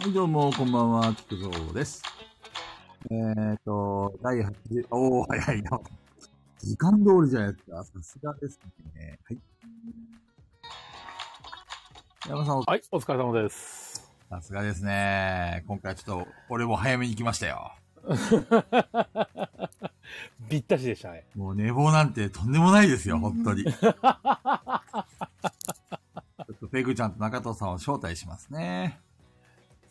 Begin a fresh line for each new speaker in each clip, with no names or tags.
はい、どうも、こんばんは、菊蔵です。えーと、第80、おー、早いな。時間通りじゃないですか。さすがですね。はい。山さん、
はい、お疲れ様です。
さすがですね。今回ちょっと、俺も早めに来ましたよ。
ぴったしでしたね。
もう寝坊なんてとんでもないですよ、本当に。ちょっとペグちゃんと中藤さんを招待しますね。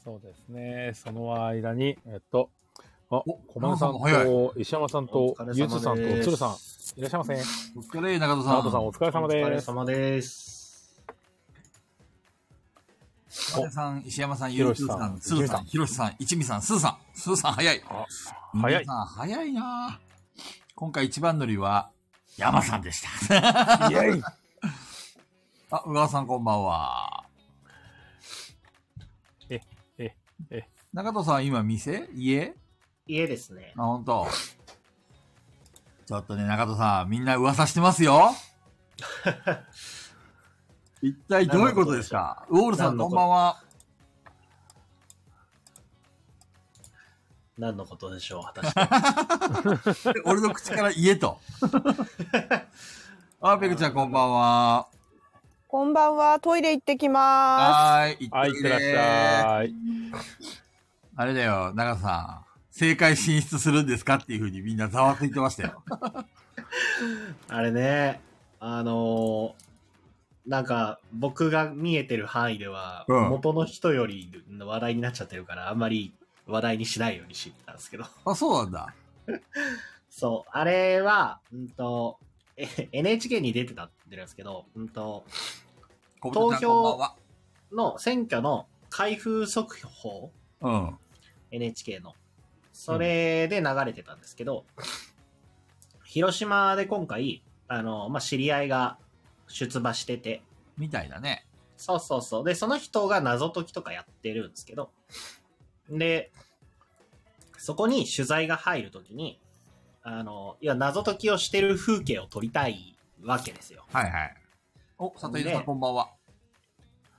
そうですね。その間に、えっと、あ、
お
小松さん
小松さんも
と、石山さんと
お疲れ様、です
ゆうつさんと、つるさん、いらっしゃいませ。
お疲れ、中藤さん。
ナートさん、お疲れ様
お疲れ
です。
様です。
おさん、石山さん、
ひ
ゆ
ろ
う
し
きゅう
さ
さ
ん
ん、すーさん、ひろしさん、一味さん、すーさん、すーさん早い。
早い
皆さん早いなぁ今回一番乗りは、山さんでした。
イェイ
あ、小川さんこんばんは。
えええ
中藤さん、今店家
家ですね。
あ、ほんと。ちょっとね、中藤さん、みんな噂してます よ。一体どういうことですかウォールさん、
何の
こん
こと
ばんは。
何のことでしょう、果 たして。
俺の口から言えと。 あ、ペグちゃん、こんばんは。
こんばんは、トイレ行ってきま
はーい、
はい、いってらっし
い。
ゃい。
あれだよ、長野さん。正解進出するんですかっていうふうにみんなざわついてましたよ。
あれね、あのーなんか、僕が見えてる範囲では、
うん
元の人より話題になっちゃってるから、あんまり話題にしないようにしてたんですけど。
あ、そうなんだ。
そう、あれは、うんと、え NHK に出てたって言うんですけど、うんと、
小豚ちゃん
投票
こんばんは
の選挙の開封速報、
うん。
NHK の。それで流れてたんですけど、 広島で今回、あの、まあ、知り合いが出馬してて、
みたいだね。
そうそうそう。で、その人が謎解きとかやってるんですけど、で、そこに取材が入るときに、あの、いや、謎解きをしてる風景を撮りたいわけですよ。
はいはい。お、里井さん
ね
こんばんは。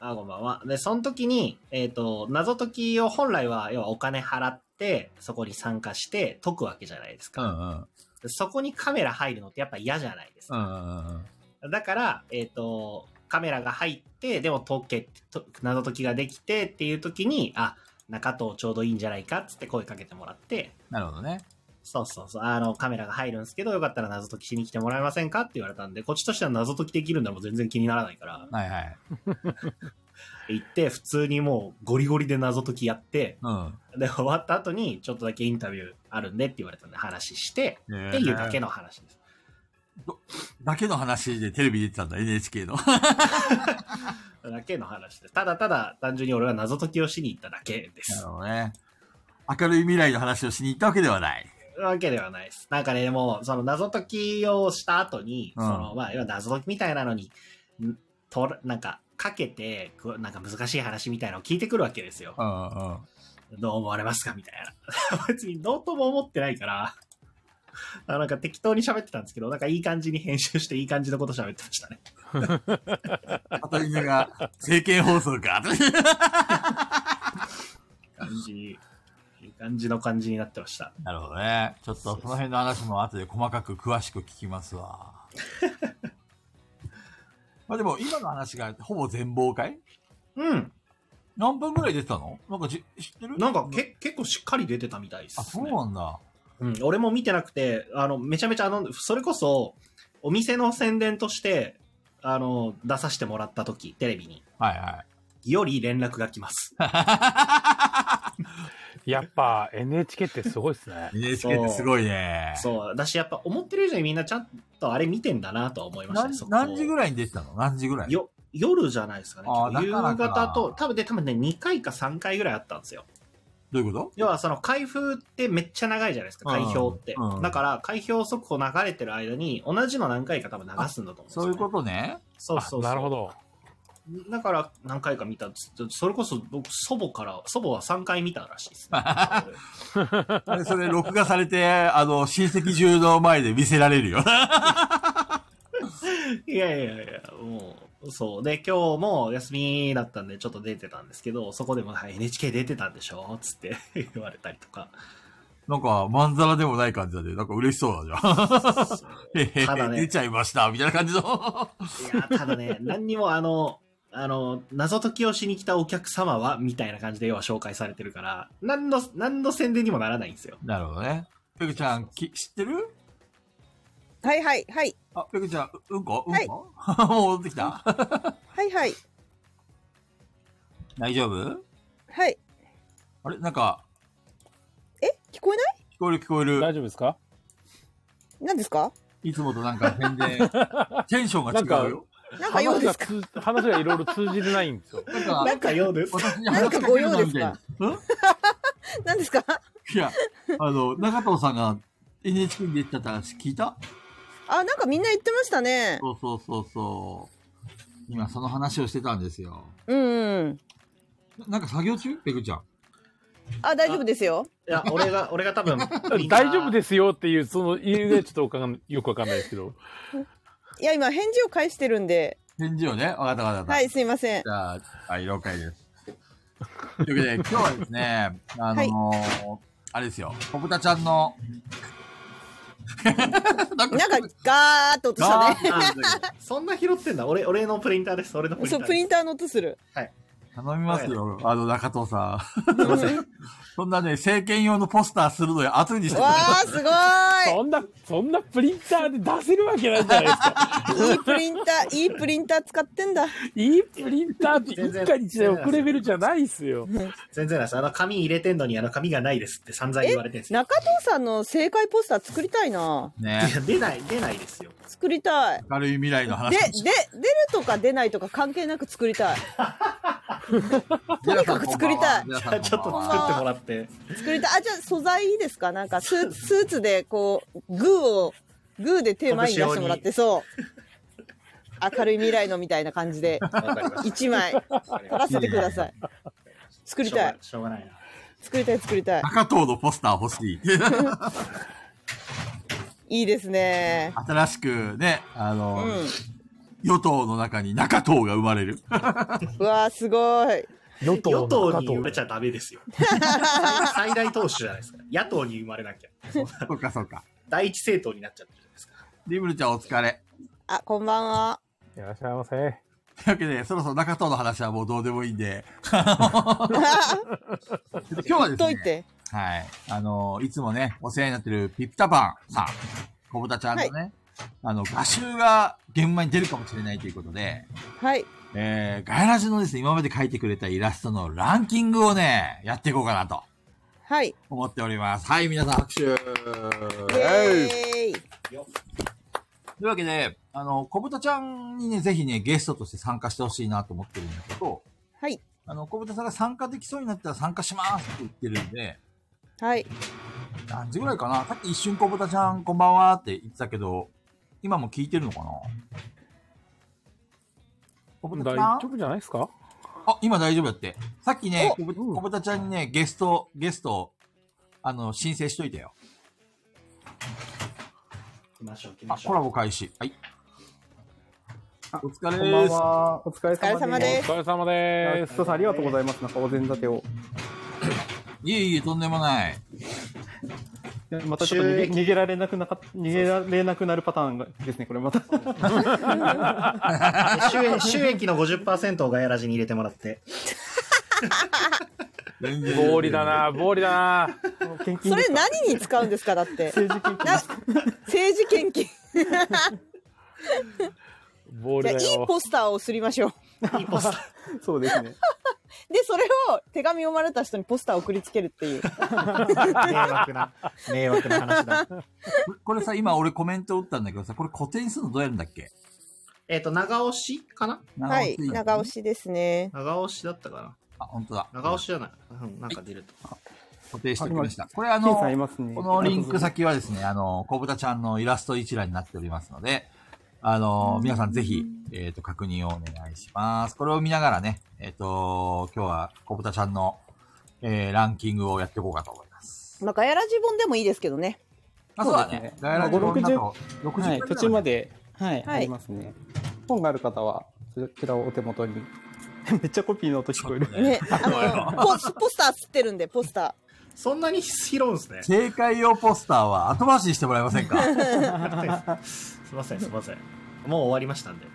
あ、こんばんは。で、その時に、えっ、と、謎解きを本来は、要はお金払って、そこに参加して解くわけじゃないです
う
か。
んうん。
そこにカメラ入るのってやっぱ嫌じゃないです
う
か。
んうんうん。
だから、えっ、と、カメラが入って、でも解け、と謎解きができてっていう時に、あ、中藤ちょうどいいんじゃないかっつって声かけてもらって、
なるほどね。
そうそうそう、あの、カメラが入るんですけど、よかったら謎解きしに来てもらえませんかって言われたんで、こっちとしては謎解きできるんだもん全然気にならないから、
はいはい。
行って、普通にもうゴリゴリで謎解きやって、
う
で、終わった後に、ちょっとだけインタビューあるんでって言われたんで、話して、
ん。ねえ
っていうだけの話です。
だけの話でテレビ出てたんだ、NHK の。
だけの話です。ただただ単純に俺は謎解きをしに行っただけで
な
す
る。ほどね。 明るい未来の話をしに行ったわけではない。
わけではないです。なんかね、もう、その謎解きをした後に、
うん
その、まあ、要は謎解きみたいなのに、んとら、なんか、かけて、くなんか難しい話みたいなのを聞いてくるわけですよ。
うんうん。
どう思われますかみたいな。 別にどうとも思ってないから、あなんか適当に喋ってたんですけど、なんかいい感じに編集していい感じのこと喋ってましたね。
里井が、政見放送か。
感じに、いい感じの感じになってました。
なるほどね。ちょっとその辺の話も後で細かく詳しく聞きます わ。まあでも今の話がほぼ全貌かい
うん。
何分ぐらい出てたのなんかじ知ってる
なんかけ結構しっかり出てたみたいです、
あ、
ね。
そうなんだ。
うん、俺も見てなくて、あの、めちゃめちゃあの、それこそ、お店の宣伝として、あの、出させてもらった時、テレビに、
はいはい。。
より連絡が来ます。
やっぱ NHK ってすごいですね
NHK ってすごいね。
そう、私やっぱ思ってる以上にみんなちゃんとあれ見てんだなとは思いました
何
ね、そこ
何時ぐらいに出てたの何時ぐらい
よ、夜じゃないですかね
あー。
結
だか
構
ら
夕
か
方と、多分で、多分ね、2回か3回ぐらいあったんですよ。
どういうこと
要はその開封ってめっちゃ長いじゃないですか、開票って
うんうん。
だから、開票速報流れてる間に、同じの何回か多分流すんだと思うんです
そ
よ
う
ね
いうことね。
そうそうそう。
あなるほど。
だから何回か見たんですそれこそ僕祖母から祖母は3回見たらしいです、ね、
あれそれ録画されて、あの、親戚中の前で見せられるよ。
いやいやいやもそう。で、今日も休みだったんで、ちょっと出てたんですけど、そこでも、はい、NHK 出てたんでしょつって 言われたりとか。
なんか、まんざらでもない感じだね。なんか嬉しそうだじゃん。へへへ
ただ ね
出ちゃいました、みたいな感じの。
いや、ただね、何にもあの、あの、謎解きをしに来たお客様は、みたいな感じで要は紹介されてるから、何の、何の宣伝にもならないんですよ。
なるほどね。ペグちゃん、き知ってる
はいはいはい
あ、ペグちゃん、ううんこうん
はい
こ、も う戻ってきた。
はいはい
大丈夫
はい。
あれなんか、
え聞こえない？
聞こえる聞こえる。
大丈夫ですか
何ですか？
いつもとなんか全 然、テンションが違うよ。
なんか用ですか？
話が通話がいろいろ通じてないんですよ。
なんか、
なんか用です。
私に
なん
話し
か
か
ご
ける
用
な
で
み
す
たいな
か。何ですか？
いや、あの、中藤さんが NHK に出てたって話聞いた
あなんかみんな言ってましたね。
そうそうそうそう。今、その話をしてたんですよ。
うんうん。
ななんか作業中ペグちゃん。
あ大丈夫ですよ。
いや、俺が、俺が多分、
大丈夫
す。
ですよっていう、その理由でちょっとおかがよくわかんないですけど。
いや今返事を返してるんで。
返事をね、わかったわかった。
はいすいません。
じゃあ、はい、了解です。というわけで、今日はですね、あのーあれですよ、ポプタちゃんの、 なん
なんかガーッと音した
ガー
ね。
ッと出てる
そんな拾ってんだ。俺、俺のプリンターです。俺のプリンタ
そ
ー
う
です。
プリンターの音する。
頼みますよ、あの中藤さん。
すいません。
そんなね、政権用のポスターするのよ、後にして
わあすご
そんな、そんなプリンターで出せるわけないじゃないですか。
い。いいプリンターいいプリンター使ってんだ。
いいプリンターって一家に一台置くレベルじゃないっすよ。
全然ないです。あの、紙入れてんのに、あの、紙がないですって散々言われてるんですよ。
中藤さんの正解ポスター作りたいな。
い
ね。
や、出ない、出ないですよ。
作りたい。
明るい未来の
で、
話
で、。出るとか出ないとか関係なく作りたい。とにかく作りたい
皆さんこんばんは。皆さんこんばんは
ちょっと作ってもらって。
作りたい。あ、じゃあ素材いいですかなんかスーツ、スーツでこう、グーを、グーで手前に出してもらって、 そう。明るい未来のみたいな感じで、
わかりまし
一枚、
た
取らせてください。作りたい。
しょうがしょうがないな。
作りたい、作りたい。
中藤のポスター欲しい。
いいですね。
新しくね、あ
う
の、
ん。
与党の中に中藤が生まれる。
うわー、すごい。
与
与党
中
に生まれちゃダメですよ。 最大党首じゃないですか。野党に生まれなきゃ。
そっかそっか。
第一政党になっちゃってるじゃないですか。
リムルちゃんお疲れ。
あ、こんばんは。
いらっしゃいませ。
というわけで、そろそろ中藤の話はもうどうでもいいんで、今日はです
とい
ね、
て。
はい、あの、いつもね、お世話になってるピピタパンさん、小豚ちゃんのね、あの、画集が現場に出るかもしれないということで、
はい。
えー、ガヤラジのですね、今まで描いてくれたイラストのランキングをね、やっていこうかなと
はい。
思っております。はい、皆さん拍手
イエーイ。
というわけで、あの、小豚ちゃんにね、ぜひね、ゲストとして参加してほしいなと思ってるんだけど、
はい。
あの、小豚さんが参加できそうになったら参加しますって言ってるんで、
はい。
何時ぐらいかなさっき一瞬小豚ちゃんこんばんはって言ってたけど、今も聞いてるのかな小豚
大
ちゃ
丈
ん
夫じゃないですか
あ、今大丈夫だって。さっきね、
お
小豚小豚ちゃんにね、ゲスト、ゲスト、あの、申請しといたよ。
行きましょう、行き
あ、
ましょ
コ
う。
ラボ開始。はい。お疲れ
こんば
で
ん
す。
は。お疲れ
お疲れ様
様
で
ですす。
お疲れ様で
あ
す
ち。ょっとさんありがとうございます。なんかお膳立てを。
いえいえ、とんでもない。
いやまたちょっと逃げ
収益
逃げられなくなか逃げられなくなるパターンがですね。これまた。
で収益収益の50%をガヤラジに入れてもら って。
全然
ボーリだ。な、ボーリだな。
献金
それ
ですか。
何に使うんですかだって。
政治献金ですか。
政治献金。
ボー
じゃ
リ
あい
だ
い
よ。
ポスターをすりましょう。
いいポスター。
そうですね。
で、それを手紙読まれた人にポスターを送りつけるっていう。
迷惑な、迷惑な話 だ。
これこれさ、今俺コメント打ったんだけどさ、これ固定にするのどうやるんだっけ
えっと、長押しかな
はい。長
尾
押しですね。
長押しだったか
あ、本当だ。
な長押しじゃない。うん、なんか出ると。
固定しておきました。これあ
金
の、
さんいますね。
このリンク先はですね、あの、小豚ちゃんのイラスト一覧になっておりますので、あの、皆さんぜひ、えっ、と、確認をお願いします。これを見ながらね、えっ、と、今日は小豚ちゃんの、えー、ランキングをやっていこうかと思います。
まあ、ガヤラジ本でもいいですけどね。
あ、そうだね。ガヤラジオンだと、60
はい。途中まではい
はい
ありますね。本がある方はそ
ちらをお手元に。
めっちゃコピーの音聞こえる。
ね、あ の、ポポスター吸ってるんで、ポスタ
そんなに拾うん ですね。す
正解用ポスターは後回しにしてもらえませんか
いません、すいません。もう終わりましたんで。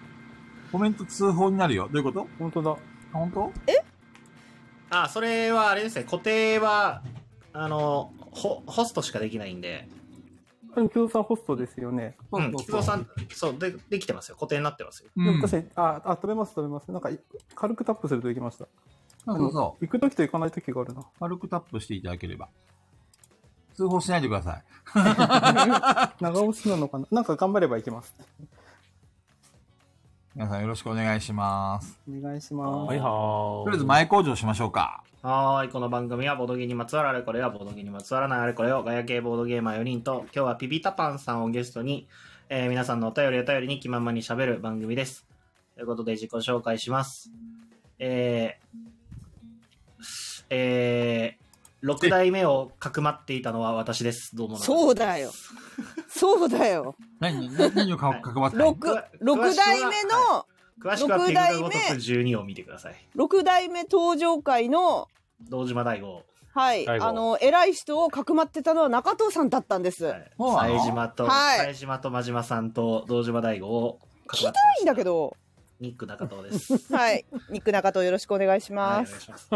コメント通報になるよ。どういうこと
本当だ。
本当
あ、それはあれですね、固定は、あの、ホホストしかできないんで、
あれ、木戸さんホストですよね。
うん、木造さん、そう、で、できてますよ。固定になってますよ。
うん、
確かに、あ、あ、止めます、止めます。なんか、い軽くタップするといきました。
そうそうそう。
行くときと行かないときがあるな。
軽くタップしていただければ。通報しないでください。
長押しなのかななんか頑張れば行きます。
皆さんよろしくお願いします。
お願いしま
はい
す。
は
と
ーい。
りあえず前工場しましょうか。
はーい、この番組はボードゲームにまつわるあれこれやボードゲームにまつわらないあれこれをガヤ系ボードゲーマー4人と、今日はピピタパンさんをゲストに、えー皆さんのお便りお便りに気ままに喋る番組です。ということで自己紹介します。えー、えー、6代目をかくまっていたのは私です。どうも
ー。
な
そうだよ。そうだよ。
何、 何何をかかくまってたの
六六代目の、
詳しくは
六
ピグダ
代目
ごとく12を見てください。
六代目登場会の、
堂島大吾、
はい、
最後
あの、偉い人をかくまってたのは中藤さんだったんです。
は
ない
そうなの
冴島と、
はい
冴島と真島さんと堂島大吾をかくまってました
いんだけど、
ニック中藤です。
はい、ニック中藤よろしくお願いし
はいお
ま
願い
す。
します。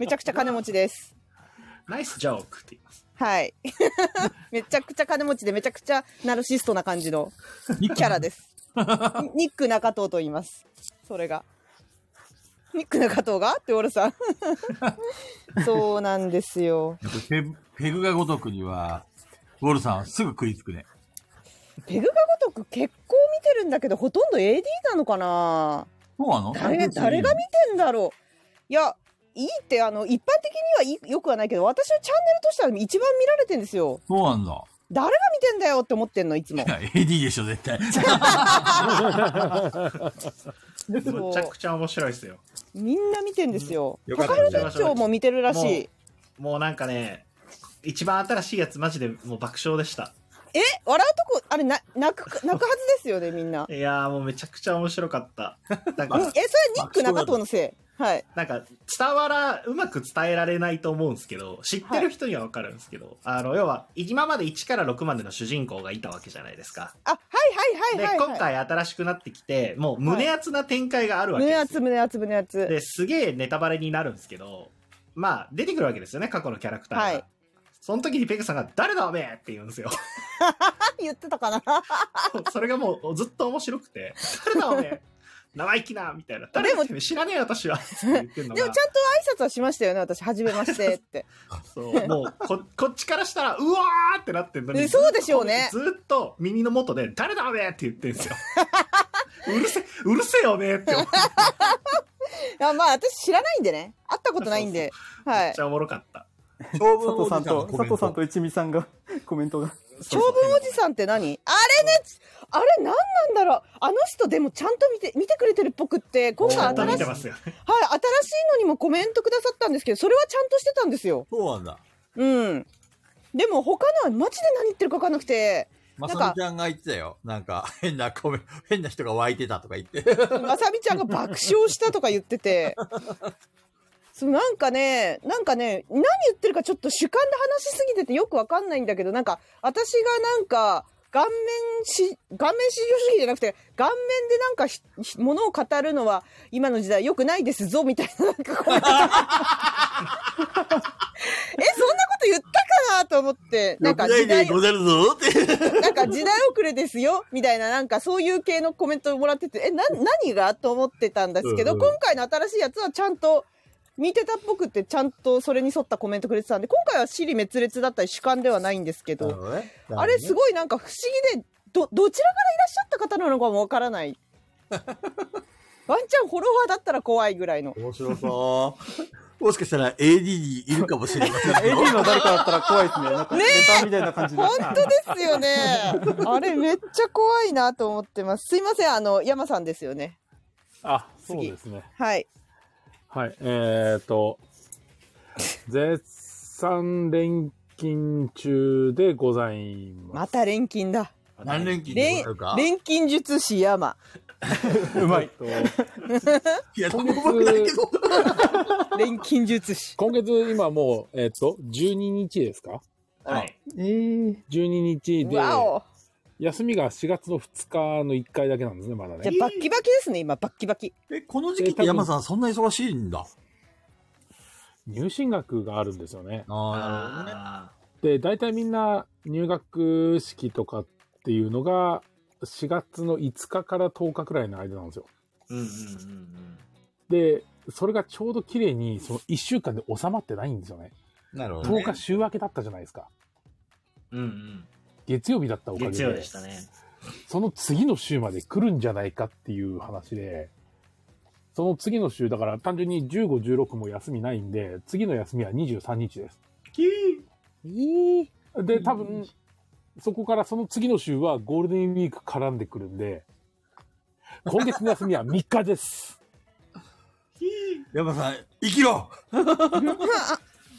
めちゃくちゃ金持ちです。
ナイスジョークって言います。
はい。 めちゃくちゃ金持ちで、めちゃくちゃナルシストな感じの
ニッ
キャラです。 ニック中藤と言います。それが。ニック中藤がって、オ ルさん。そうなんですよ。
ペグ、ペグがごとくには、ウォルさんはすぐ食いつくね。
ペグがごとく結構見てるんだけど、ほとんど AD なのかな
そうなの
誰が、誰が見てんだろう。いや、いいって、あの、一般的にはいいよくはないけど、私のチャンネルとしては一番見られてんですよ。
そうなんだ。
誰が見てんだよって思ってんの、いつも
い。や AD でしょ、絶 対。
め
そう
ちゃくちゃ面白いですよ。
みんな見てんですよ。
よかった
高原団長も見てるらし
も
い。
もうなんかね、一番新しいやつマジでもう爆笑でした。
え笑うとこ、あれ、な泣く、泣くはずですよね、みんな。
いやーもうめちゃくちゃ面白かった。なん
うん、え、
か
そ、れはニック中藤のせい。はい。
なんか伝わら、うまく伝えられないと思うんですけど、知ってる人にはわかるんですけど、あの、要は、今まで1から6までの主人公がいたわけじゃないですか。
あ、はいはいはいはい、はい。
で、今回新しくなってきて、もう胸熱な展開があるわけです
胸
よ。
熱、胸熱、胸 熱。
ですげえネタバレになるんですけど、まあ、出てくるわけですよね、過去のキャラクターが。
はい
その時にペグさんが、誰だおめえって言うん ですよ。
あ、言ってたかな。
それがもうずっと面白くて、誰だおめえ生意気なみたいな。誰だって知らねえ私はって言ってんの
でもちゃん
が
と、挨拶はしましたよね、私。はじめまして って。
そう、もう こ、こっちからしたら、うわーってなってんのに。
えそうでしょうね
ずっと耳の元で、誰だおめえって言ってん ですよ。うるせ、うるせえよねって思って
あまあ、私知らないんでね。会ったことないんで。は
めっ
い
ち。ゃおもろかった。
長
佐藤さんと、佐藤さん
と。
と一味さんが コメントが。
長文おじさんって何あれね、あれ何なんだろう。あの人でもちゃんと見て、見てくれてるっぽくって、今回
ちゃんと
新
見
しい、
て
は
ま
い、
すよね。
新しいのにもコメントくださったんですけど、それはちゃんとしてたんですよ。
そうなんだ。
うん。でも他のはマジで何言ってるか分かんなくて、
ま
なん
さ
か
みちゃんが言ってたよ。なんか、 変なコメ、変な人が湧いてたとか言って。
まさみちゃんが爆笑したとか言ってて。そうなんかね、なんかね、何言ってるかちょっと主観で話しすぎててよくわかんないんだけど、なんか、私がなんか、顔面し、顔面至上主義じゃなくて、顔面でなんかひ、ひ物を語るのは今の時代良くないですぞ、みたいな、なんかこうえ、そんなこと言ったかなと思って、 なんか 時代を
ござるぞ って。
なんか時代遅れですよみたいな、なんかそういう系のコメントをもらってて、え、な、何がと思ってたんですけど、
うんうん
今回の新しいやつはちゃんと見てたっぽくって、ちゃんとそれに沿ったコメントくれてたんで、今回は尻滅裂だったり主観ではないんですけど、あれす
ごい。
ごいなんか不思議で、ど、どちらからいらっしゃった方なのかもわか らない。ワンチャンフォロワーだったら怖いぐらいの。
面白 そう。もしかしたら AD にいるかもしれませんよ。
AD の誰かだったら怖いですね。なんか、ネタみたいな感じで。
本当ですよね。あれめっちゃ怖いなと思ってます。すいません、あの、山さんですよね。
あ、そうですね。
はい。
はい、えー、と、絶賛連勤中でございます。
また錬金だ。
何連勤で
錬
ござるか
錬金術師山。
うまい。
いや、とんでもないけど。
錬金術師。
今月、今もう、えっと、12日ですか
はい。
えー、
?12 日で、
わお。
休みが4月の2日の1回だけなんですね、まだ
じゃ
ね。
あバッキバキですね、今、バッキバキ。
え、この時期って山さんそんな忙しいんだ。
入信学があるんですよね。
ああ、
あ
で、大体みんな入学式とかっていうのが、4月の5日から10日くらいの間なんですよ。
ーうんうんうん
で、それがちょうど綺麗に、その1週間で収まってないんですよね。
なるほどね
10日週明けだったじゃないですか。
うん。うん
月曜日だった
う
お
ん。
かげ
月
で。
曜でしたね。
その次の週まで来るんじゃないかっていう話で、その次の週、だから単純に15、16も休みないんで、次の休みは23日です。
いい。
で、多分、そこからその次の週はゴールデンウィーク絡んでくるんで、今月の休みは3日です。
山さん、生きろ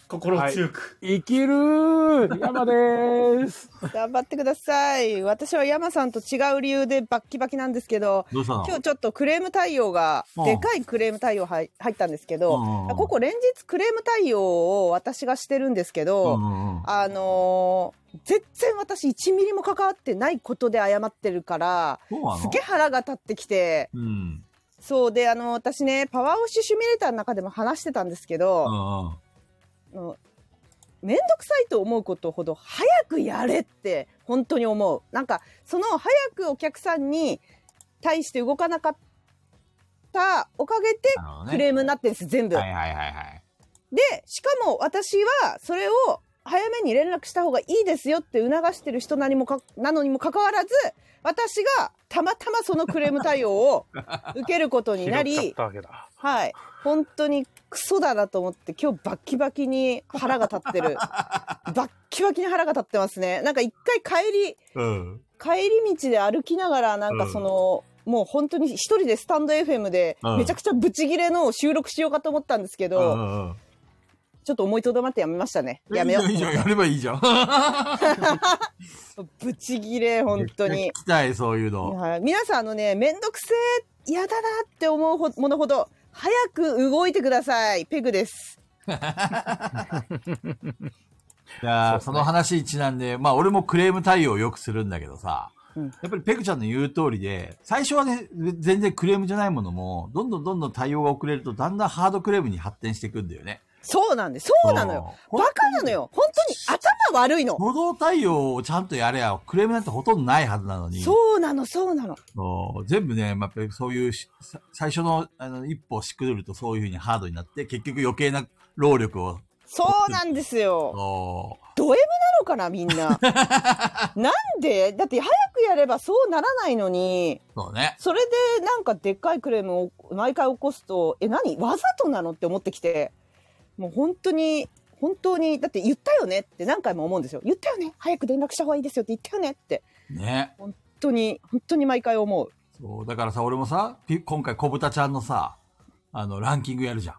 心強く。
いけるー山でーす
頑張ってください。私は山さんと違う理由でバッキバキなんですけど、
どうしたの
今日ちょっとクレーム対応が、
うん
でかいクレーム対応入入ったんですけど、
うん
ここ連日クレーム対応を私がしてるんですけど、
うんうん
あのー全然私1ミリも関わってないことで謝ってるから、
そうなの
すげえ腹が立ってきて、
うん。うん
そうで、あの、私ね、パワーオッシュシミュレーターの中でも話してたんですけど、
うん。
あのめんどくさいと思うことほど早くやれって本当に思う。なんかその早くお客さんに対して動かなかったおかげで
なるほどね
クレームになってるんです、全部。
はいはいはいはい。
で、しかも私はそれを早めに連絡した方がいいですよって促してる人何もか なのにもかかわらず、私がたまたまそのクレーム対応を受けることに な
拾っちゃっ
り
た、わけだ。
はい。本当にクソだなと思って、今日バッキバキに腹が立っ てる。バッキバキに腹が立ってますね。なんか一回帰り、
うん。
帰り道で歩きながら、なんかその、もう本当に一人でスタンド FM で
うん
めちゃくちゃブチギレのを収録しようかと思ったんですけど、
うんうん
ちょっと思いとどまってやめましたね。
うん
やめよ
いいじゃん、いいじゃんや
う。
ればいいじゃん。
ブチギレ、本当に
聞。きたい、そういうの。
はい、皆さんあのね、めんどくせえ、嫌だなって思うほものほど、早く動いてください。ペグです。
いやー
そうですね
その話にちなんで、まあ俺もクレーム対応をよくするんだけどさ、
うん
やっぱりペグちゃんの言う通りで、最初はね、全然クレームじゃないものも、どんどんどんどん対応が遅れると、だんだんハードクレームに発展していくんだよね。
そうなんです。そうなのよ。
うん。
バカなのよ。本当に頭悪いの。
歩道対応をちゃんとやれや、クレームなんてほとんどないはずなのに、
そうなの、そうなの。
そう全部ね、まあ、やっぱりそういうし、さ最初のあの一歩をしくるとそういうふうにハードになって、結局余計な労力を。
そうなんですよ。
そう
ド M なのかな、みん な。なんでだって早くやればそうならないのに、
そうね。
それでなんかでっかいクレームを毎回起こすと、え、何わざとなのって思ってきて、もう本当に、本当に、だって言ったよねって何回も思うんですよ。言ったよね早く連絡した方がいいですよって言ったよねって。
ね。
本当に、本当に毎回思う。
そう、だからさ、俺もさ、ピ今回小豚ちゃんのさ、あの、ランキングやるじゃん。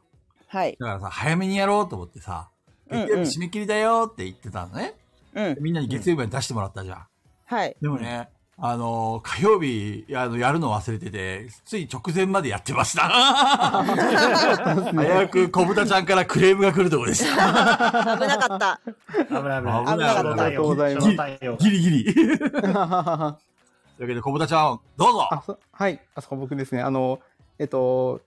はい。
だからさ、早めにやろうと思ってさ、
うんうん
月曜日締め切りだよって言ってたのね。
うん。
みんなに月曜日まで出してもらったじゃん。
はい。
でもね、あの、火曜日、あの、やるの忘れてて、つい直前までやってま した。早く小豚ちゃんからクレームが来るとこでした。
危なかった。
危ない危ない。
危ない危ない
初対応
ありがとうございます
初対応
ギリギリ。という
あ
わけで、小豚ちゃん、どうぞ
そはい、あそこ僕ですね。あの、えっと、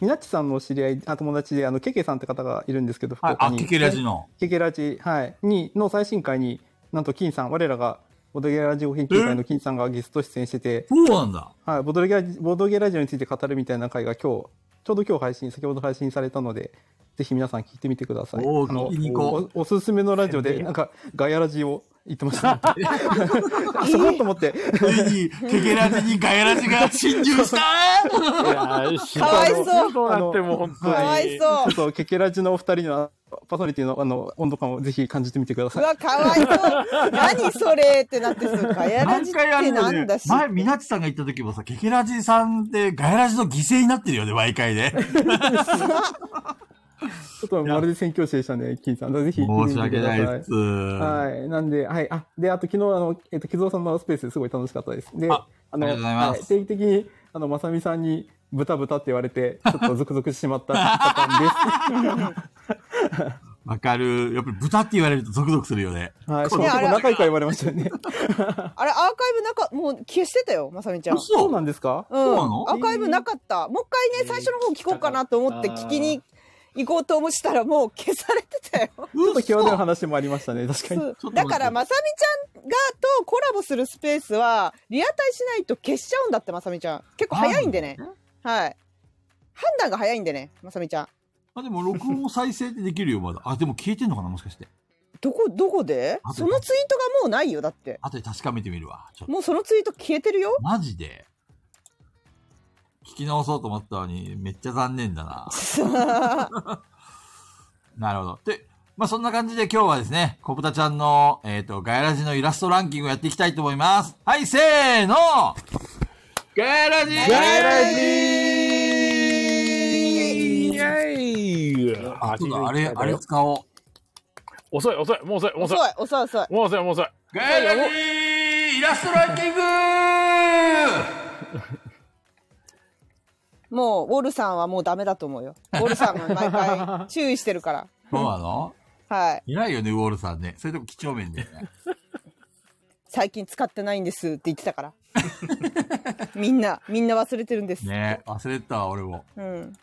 みなっちさんのお知り合い、あ友達で、あの、ケケさんって方がいるんですけど、福
はい、
岡
あ、
に。
ケケラジの。
ケケラジ、はい、に、の最新回に、なんと、金さん、我らが、ボドゲラジオ研究会の金さんがゲスト出演してて、
そうなんだ。
はい、ボドゲラジボドゲラジオについて語るみたいな回が今日、ちょうど今日配信、先ほど配信されたので、ぜひ皆さん聞いてみてください。
おー
あの
聞きに行こ
おおすすめのラジオで、なんか、ガヤラジオ言ってまし た、ね。あそこと思って。
ついに、ケケラジにガヤラジが侵入した
いやー、し
かわいそう
どうなっても本当に。
かわいそう
ちょっとケケラジのお二人のパーソナリティのあの温度感をぜひ感じてみてくだ
う
さい。
わ、かわいそう。何それってなってすガヤラジ
何回
っ
や
て
る
な
の
ん
ね
だし。
前、みなちさんが言った時もさ、ケケ ラジさんってガヤラジの犠牲になってるよね、毎回ね。
ちょっとまるで宣教師でしたね、金さん。ぜひ、
申し訳ない
見て
で
みてくださ
す。は
はい。なんで、はい。あ、で、あと昨日、あの、えっと、木造さんのスペースすごい楽しかったです。で、
あ
の、
ありがとうございます
はい定期的に、あの、まさみさんに、豚豚って言われて、ちょっとゾクゾクしてし まったパターンで
わかる。やっぱり豚って言われるとゾクゾクするよね。
す。はい。し
こ
か
れ
も結構仲良くは言われましたよね。
あれ、アーカイブなか、もう消してたよ、まさみちゃん。
嘘
そうなんですか
うん、
そうなの
アーカイブなかった。もう一回ね、最初の方聞こうかなと思って聞きに行こうと思ってたら、もう消されてたよ。
ちょっ
嘘
と際どい話もありましたね、確かに。
そう
ちょっと待って
だから、まさみちゃんがとコラボするスペースは、リアタイしないと消しちゃうんだって、まさみちゃん。結構早いんでね。はい。判断が早いんでね、まさみちゃん。
あ、でも録音再生ってできるよ、ま だ。あ、でも消えてんのかな、もしかして。
どこ、どこで
後で
そのツイートがもうないよ、だって。
後で確かめてみるわ。ちょっと。
もうそのツイート消えてるよ。
マジで。聞き直そうと思ったのに、めっちゃ残念だな。 なるほど。で、まあそんな感じで今日はですね、コブタちゃんの、えっ、と、ガヤラジのイラストランキングをやっていきたいと思います。はい、せーのガヤラジ
ガヤラジ
イェイ
あ、そうだ、あれ、あれ使おう。
遅い遅いもう遅いもう
遅
遅
い
い、
遅い、遅い。
もう遅いもう遅い
ガヤラジイラストランキング
もう、ウォルさんはもうダメだと思うよ。ウォルさんは毎回注意してるから。
そうなの
はい。
いないよね、ウォールさんね。そういうとこ貴重 面だよね。
最近使ってないんですって言ってたから。みんな、みんな忘れてるんです。
ね忘れてたわ、俺も。
うん。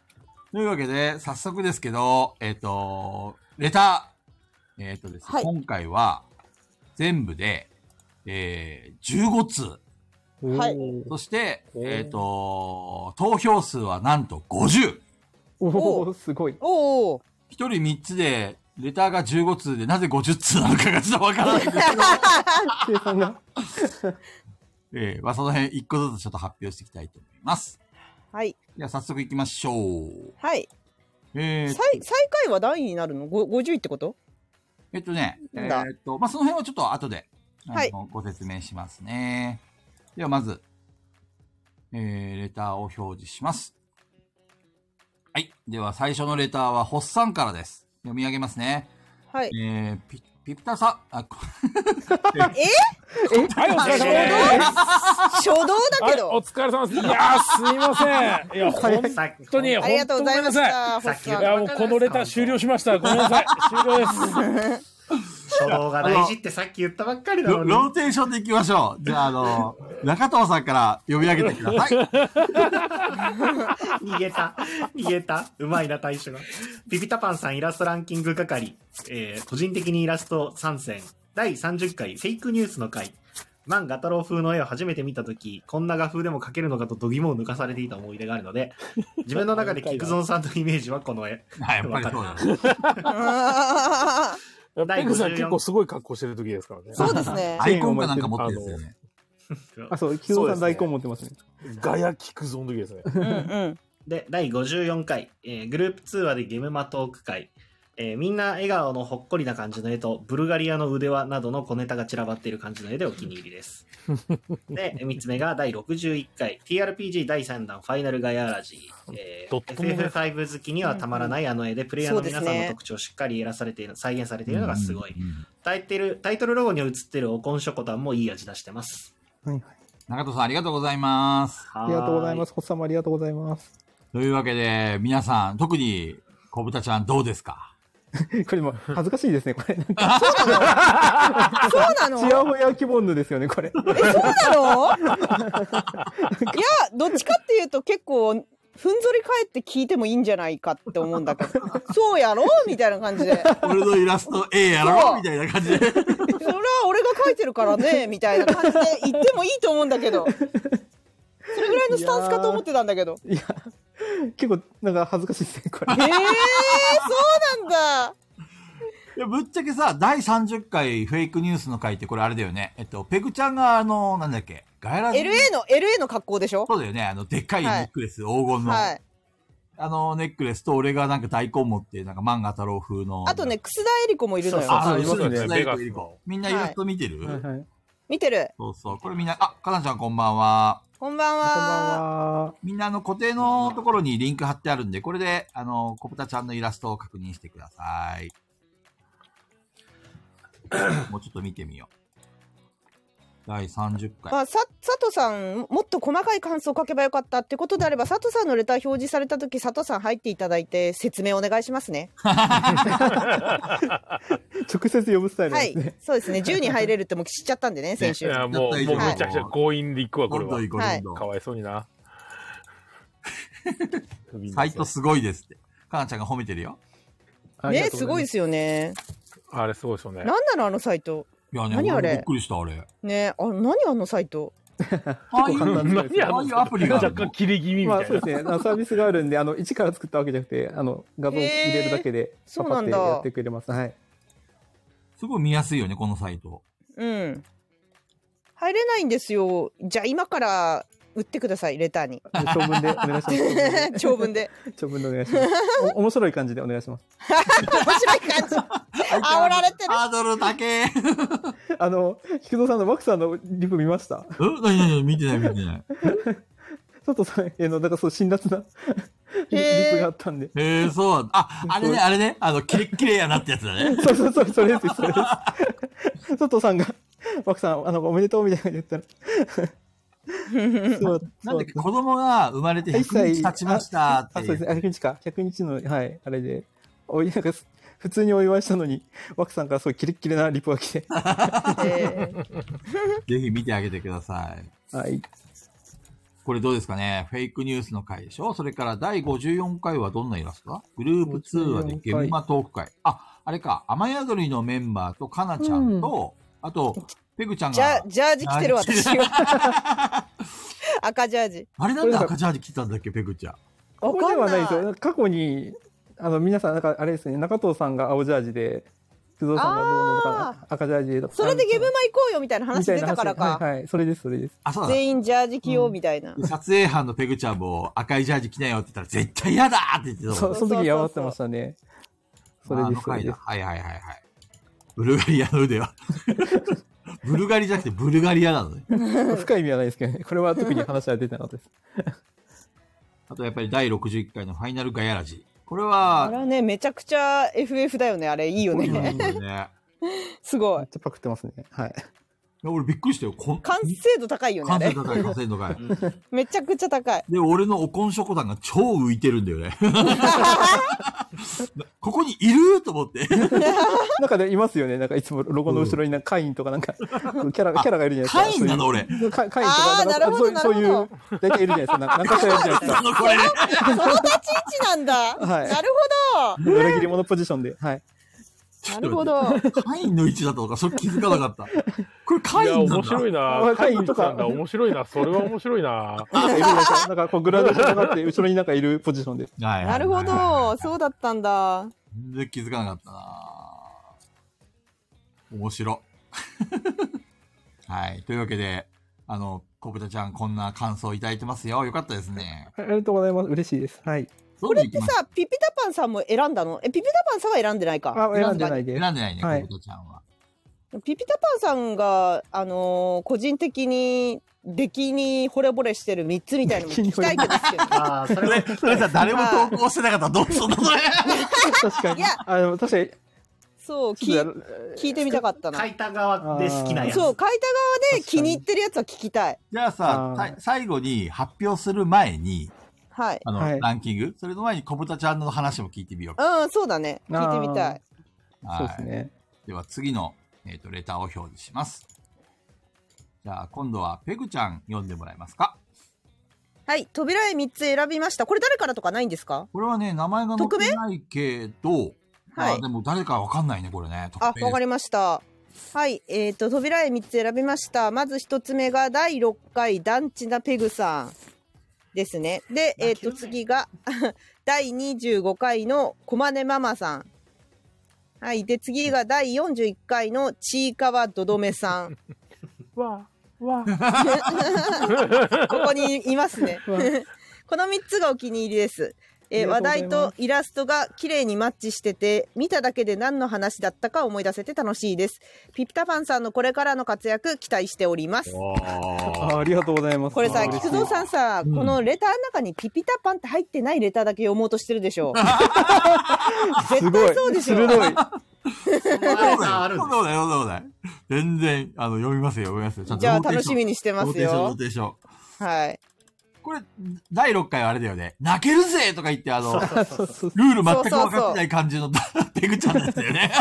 というわけで、早速ですけど、えっ、と、レター。えっ、とですね、
はい
今回は、全部で、えー、15通。
はい
おー
そして、
おー
えっ、と、投票数はなんと50。
お
お
おすごい。
おお。
一人3つで、レターが15通で、なぜ50通なのかがちょっとわからないん ですけど、
計算が。
えー、まあその辺一個ずつちょっと発表していきたいと思います。
はい。
では早速行きましょう。
はい。
えー
最、
と、
最下位は何位になるのご ?50 位ってこと
えっとね、え
なんだ
ーっと、まあ、その辺はちょっと後で、あの
はい
ご説明しますね。では、まず、えー、レターを表示します。はい。では、最初のレターは、ホッサンからです。読み上げますね。
はい。
えー、ピ、ピプタさん、あ、こ
はいお疲れ様で
初動だ
す
け
はいお
ど。
疲れ様ですいやーすいませんいや本
さっき
当に
ありがとうございまし
本当ごめんな
た。
さい
星さ
い
ん
やもうこのレター終了しま したごめんなさい終了です
初動が大事ってさっき言ったばっかりだ
ロ
のに
ローテーションでいきましょう。じゃあ、あの、中藤さんから読み上げてください。
逃げた。逃げた。うまいな、大将が。ビビタパンさんイラストランキング係。えー、個人的にイラスト参戦。第30回、フェイクニュースの回。漫画太郎風の絵を初めて見たとき、こんな画風でも描けるのかと度肝を抜かされていた思い出があるので、自分の中で菊蔵さんのイメージはこの絵。
はい、やっぱりそうだね。
いや
第
ペグさん
54
結構すごい格好してる時ですからね
そうですね。
アイコンかなんか持ってるんですよね。
あ、そう、木造さん大根持ってますね。
ガヤ聞くぞの時ですね
うんうん。
で、第54回、えーグループ通話でゲムマトーク会、えーみんな笑顔のほっこりな感じの絵と、ブルガリアの腕輪などの小ネタが散らばっている感じの絵でお気に入りです。 で、3つ目が第61回、TRPG 第3弾ファイナルガヤラジ ー、え
ど
ー
っともね
FF5 好きにはたまらないあの絵で、プレイヤーの皆さんの特徴をしっかりやらされている、再現されているのがすごい
うん。うんうん
タイトルタイトルロゴに映ってるオコンショコタンもいい味出してます。
はい。
中藤さん、ありがとうございます。
あ。
ありがとうございますす。ホッサンもありがとうございます。
というわけで、皆さん、特に、小豚ちゃんどうですか
これも恥ずかしいですね、これ。なんか、
そうな の
ちやほや希望ぬですよね、これ。
え、そうなのいや、どっちかっていうと結構、ふんぞり返って聞いてもいいんじゃないかって思うんだけ ど、そうやろみたいな感じで。
俺のイラスト A や
そ
ろ
う
みたいな感じで。
それは俺が書いてるから ね、みたいな感じで言ってもいいと思うんだけど。それぐらいのスタンスかと思ってたんだけど。
いや、結構、なんか恥ずかしいですね、これ
え。ー、そうなんだ。
いや、ぶっちゃけさ、第30回フェイクニュースの回ってこれあれだよね。えっと、ペグちゃんがあの、なんだっけ、ガイラジ
LA の、LA の格好でしょ
そうだよね。あの、でっかいネ
はい
ックレス、黄金の。
はい。
あの、ネックレスと俺がなんか大根持って、なんか漫画太郎風の。
あとね、、楠田絵理子もいるの
そう
よ。
あ、そう、
いますね
そう
ベガスの
そうみんなイラスト見てる、
はいはい。
見てる。
そうそう。これみんな、あ、かなちゃんこんばんは。
こんばんは。
こんばんは。
みんなあの固定のところにリンク貼ってあるんで、これで、あの、コプタちゃんのイラストを確認してくださ い。もうちょっと見てみよう。第30
ま
回。
あ、さ佐藤さんもっと細かい感想を書けばよかったってことであれば佐藤さんのレター表示された時佐藤さん入っていただいて説明お願いしますね。
直接呼ぶスタイル
は
です
い
ね。、
そうですね10人入れるってもう知っちゃったん でね先
い
週。
や、もう、もう
絶対
め
いい
ちゃくちゃ強引で行くわ、こ
ど
れ
んど
は
ん。行こう、
はい
どん
か
どん。
わいそうに な。
サイトすごいですって。かなちゃんが褒めてるよ。
ありが
ね
とう
す
ご
ご
ざ
いで
います。
すよね。
あれすごいですよね。
なんなのあのサイト。
いやね、
何あれ
俺もびっくりした、あれ。
ねあ何あのサイト。
ああいう、
簡単です
何
ね
や
ああいうアプリがあ
若
る
干
の。
切れ気味み
ま
た
あ
い
そう
な
で。すね。あのサービスがあるんで、あの、一から作ったわけじゃなくて、あの、画像を入れるだけで、
へーそうなんだ
パパってやってくれます。はい。
すごい見やすいよね、このサイト。
うん。入れないんですよ。じゃあ今から売ってくださいレターに。
長文でお願いします。
長文 で。
長文でお願いします。お面白い感じでお願いします。
面白い感じ。 煽られてる。
ハードルだけ。え
あの、菊蔵さんのワクさんのリプ見ました
何何見てない、見てない。
佐藤さんへの、なんかそう、辛辣なリ
へー
プがあったんで。
えー、そう。あ、あれね、あれね。あの、キレッキレやなってやつだね。
そうそうそう、それです、それです。佐藤さんが、ワクさん、あの、おめでとうみたいなこと言ったら。そう
なんで子供が生まれて
一切
100日経ちましたって
あ、
い
そうですね。あ100日か。100日の、はい、あれで。おい、なんか、普通にお祝いしたのに、ワクさんからそう、キレッキレなリプが来て。
えー
ぜひ見てあげてください。
はい。
これどうですかねフェイクニュースの回でしょそれから第54回はどんなイラストだグループ通話でゲムマトーク会。あ、あれか。雨宿りのメンバーとかなちゃんと、あと、ペグちゃん
じゃ
が
あ、ジャージ着てる私は。 赤ジャージ。
あれなんで赤ジャージ着てたんだっけペグちゃん。
わ
ここ
か
で
ん
は
な
ない
い。
ですよ。過去に、あの、皆さん、なんか、あれですね、中藤さんが青ジャージで、工藤さんがどうのとか、赤ジャージで。
それでゲブマ
み
行こうよみたいな話
た
出
いな
たからか。
はい、はい、それです、それです。
あ、そうだ。
全員ジャージ着ようみたいな。
撮影班のペグちゃんも赤いジャージ着なよって言ったら絶対嫌だって言ってたもんね
そその時、やばってましたね。それ
あ
で
の
す、それ
回
で
だ。
す。
はいはいはいはい。ブルガリアの腕は。 ブルガリじゃなくてブルガリアなのね。
深い意味はないですけどね。これは特に話は出てなかったです。
あとやっぱり第61回のファイナルガヤラジ。これ
あ
は
れ、はね、めちゃくちゃ FF だよね。あれ、いいよ
こういう
ね。
のだよね
すご
め
い
っ。ちゃパクってますね。はい。
いや俺びっくりしたよ。こん
完成度高いよね、
完
あ
成
れ。
度高い、完成度 高い。
めちゃくちゃ高い。
で、俺のおこんしょこたんが超浮いてるんだ よね。ここにいると思 って。
なんかでいますよね。なんかいつもロゴの後ろになんかカインとかなんか、キャラ、キャラがいるじゃないですか。
カインなの
そういう
俺。
かカインと
あー
か、なんか
なるほど
そうそう
な
い
る
う、大体いるじゃないですか。なんかなんかしらいるじゃないです
あ
か。
の、これね。
その立ち位置なんだ。
はい
なる
裏切り者ポジションで。はい。
ほど。なるほど。
カインの位置だったのか、それ気づかなかった。これカ
い
インな
や、
んだ。
面白いな。
あ
カ
カ
イ
イ
ン
ン
と
と
か
か
だ。面白いな。それは面 白いな。
なんかいるじゃないですか。なんかこうグラデーションがあって、後ろになんかいるポジションで。
はいは
ない
は
る
い
ほど。そうだったんだ。
全然気づかなかったな面白。 はい。というわけで、あの、コブタちゃんこんな感想いただいてますよ。よかったですね。
ありがとうございます。嬉しいです。はい。
ど
こ
んどん
れ
行き
って
ましょ
さ、ピピタパンさんも選んだのえ、ピピタパンさんは選んでないか。
あ、選んでないで
う
す。
選んでないね、
はい
コブタちゃんは。
ピピタパンさんが、あのー個人的に、出来に惚れ惚れしてる3つみたいなのも聞きたいけどですけど。
ああ、そ れは、
それさ、誰も投稿してなかったらどうすんのそれ。
確か
い
に
や。
あ、でも確かに、
そう、
ち
聞
ょっ
い
と
聞いてみたかったな
書。いた側で好きなやつ。
そう、書いた側で
確か
気
に
に入ってるやつは聞きたい。
じゃあさ
あー
さい最後に発表する前に、
はい。
あの、
はい
ランキング、それの前にコブタちゃんの話も聞いてみようか。
うん、そうだね。
あー
聞いてみたい。
はい
そうです ね。
では次の、えー、とレターを表示します。じゃあ今度はペグちゃん読んでもらえますか
はい、扉絵3つ選びました。これ誰からとかないんですか
これはね、名前が載ってないけど、
はい
あでも誰かわかんないね、これね。
あ、わ
り
かりました。はい、えっ、と、扉絵3つ選びました。まず1つ目が第6回団地なペグさんですね。で、えっ、と、次が 第25回のコマネママさん。はい、で、次が第41回のちいかわどどめさん。
わ わ
ここにいますね。この3つがお気に入りです。えー
あ
話
り
題
がとうございま
とイラストが綺麗にマッチしてて見ただけで何の話だったか思い出せて楽しいですピピタパンさんのこれからの活躍期待しております
あありがとうございます。
これさ
あー
菊蔵さんさ、
うん
このレターの中にピピタパンって入ってないレターだけ読もうとしてるでしょ絶対そうでしょ
すごい。
そ
その
鋭い。
レ
う
ターあ
だ
る
よ
ん
そう
ですよ
だよそうだよ全然、あの、読みますよ、読みますよ。ちゃんと
じゃあ楽しみにして
に
ます
ローテーシ
よ
ョンローテーション
はい
これ、第6回はあれだよね。泣けるぜとか言って、あの、
そうそう
ルール全く分かってない感じの ペグちゃんだったよね。
そ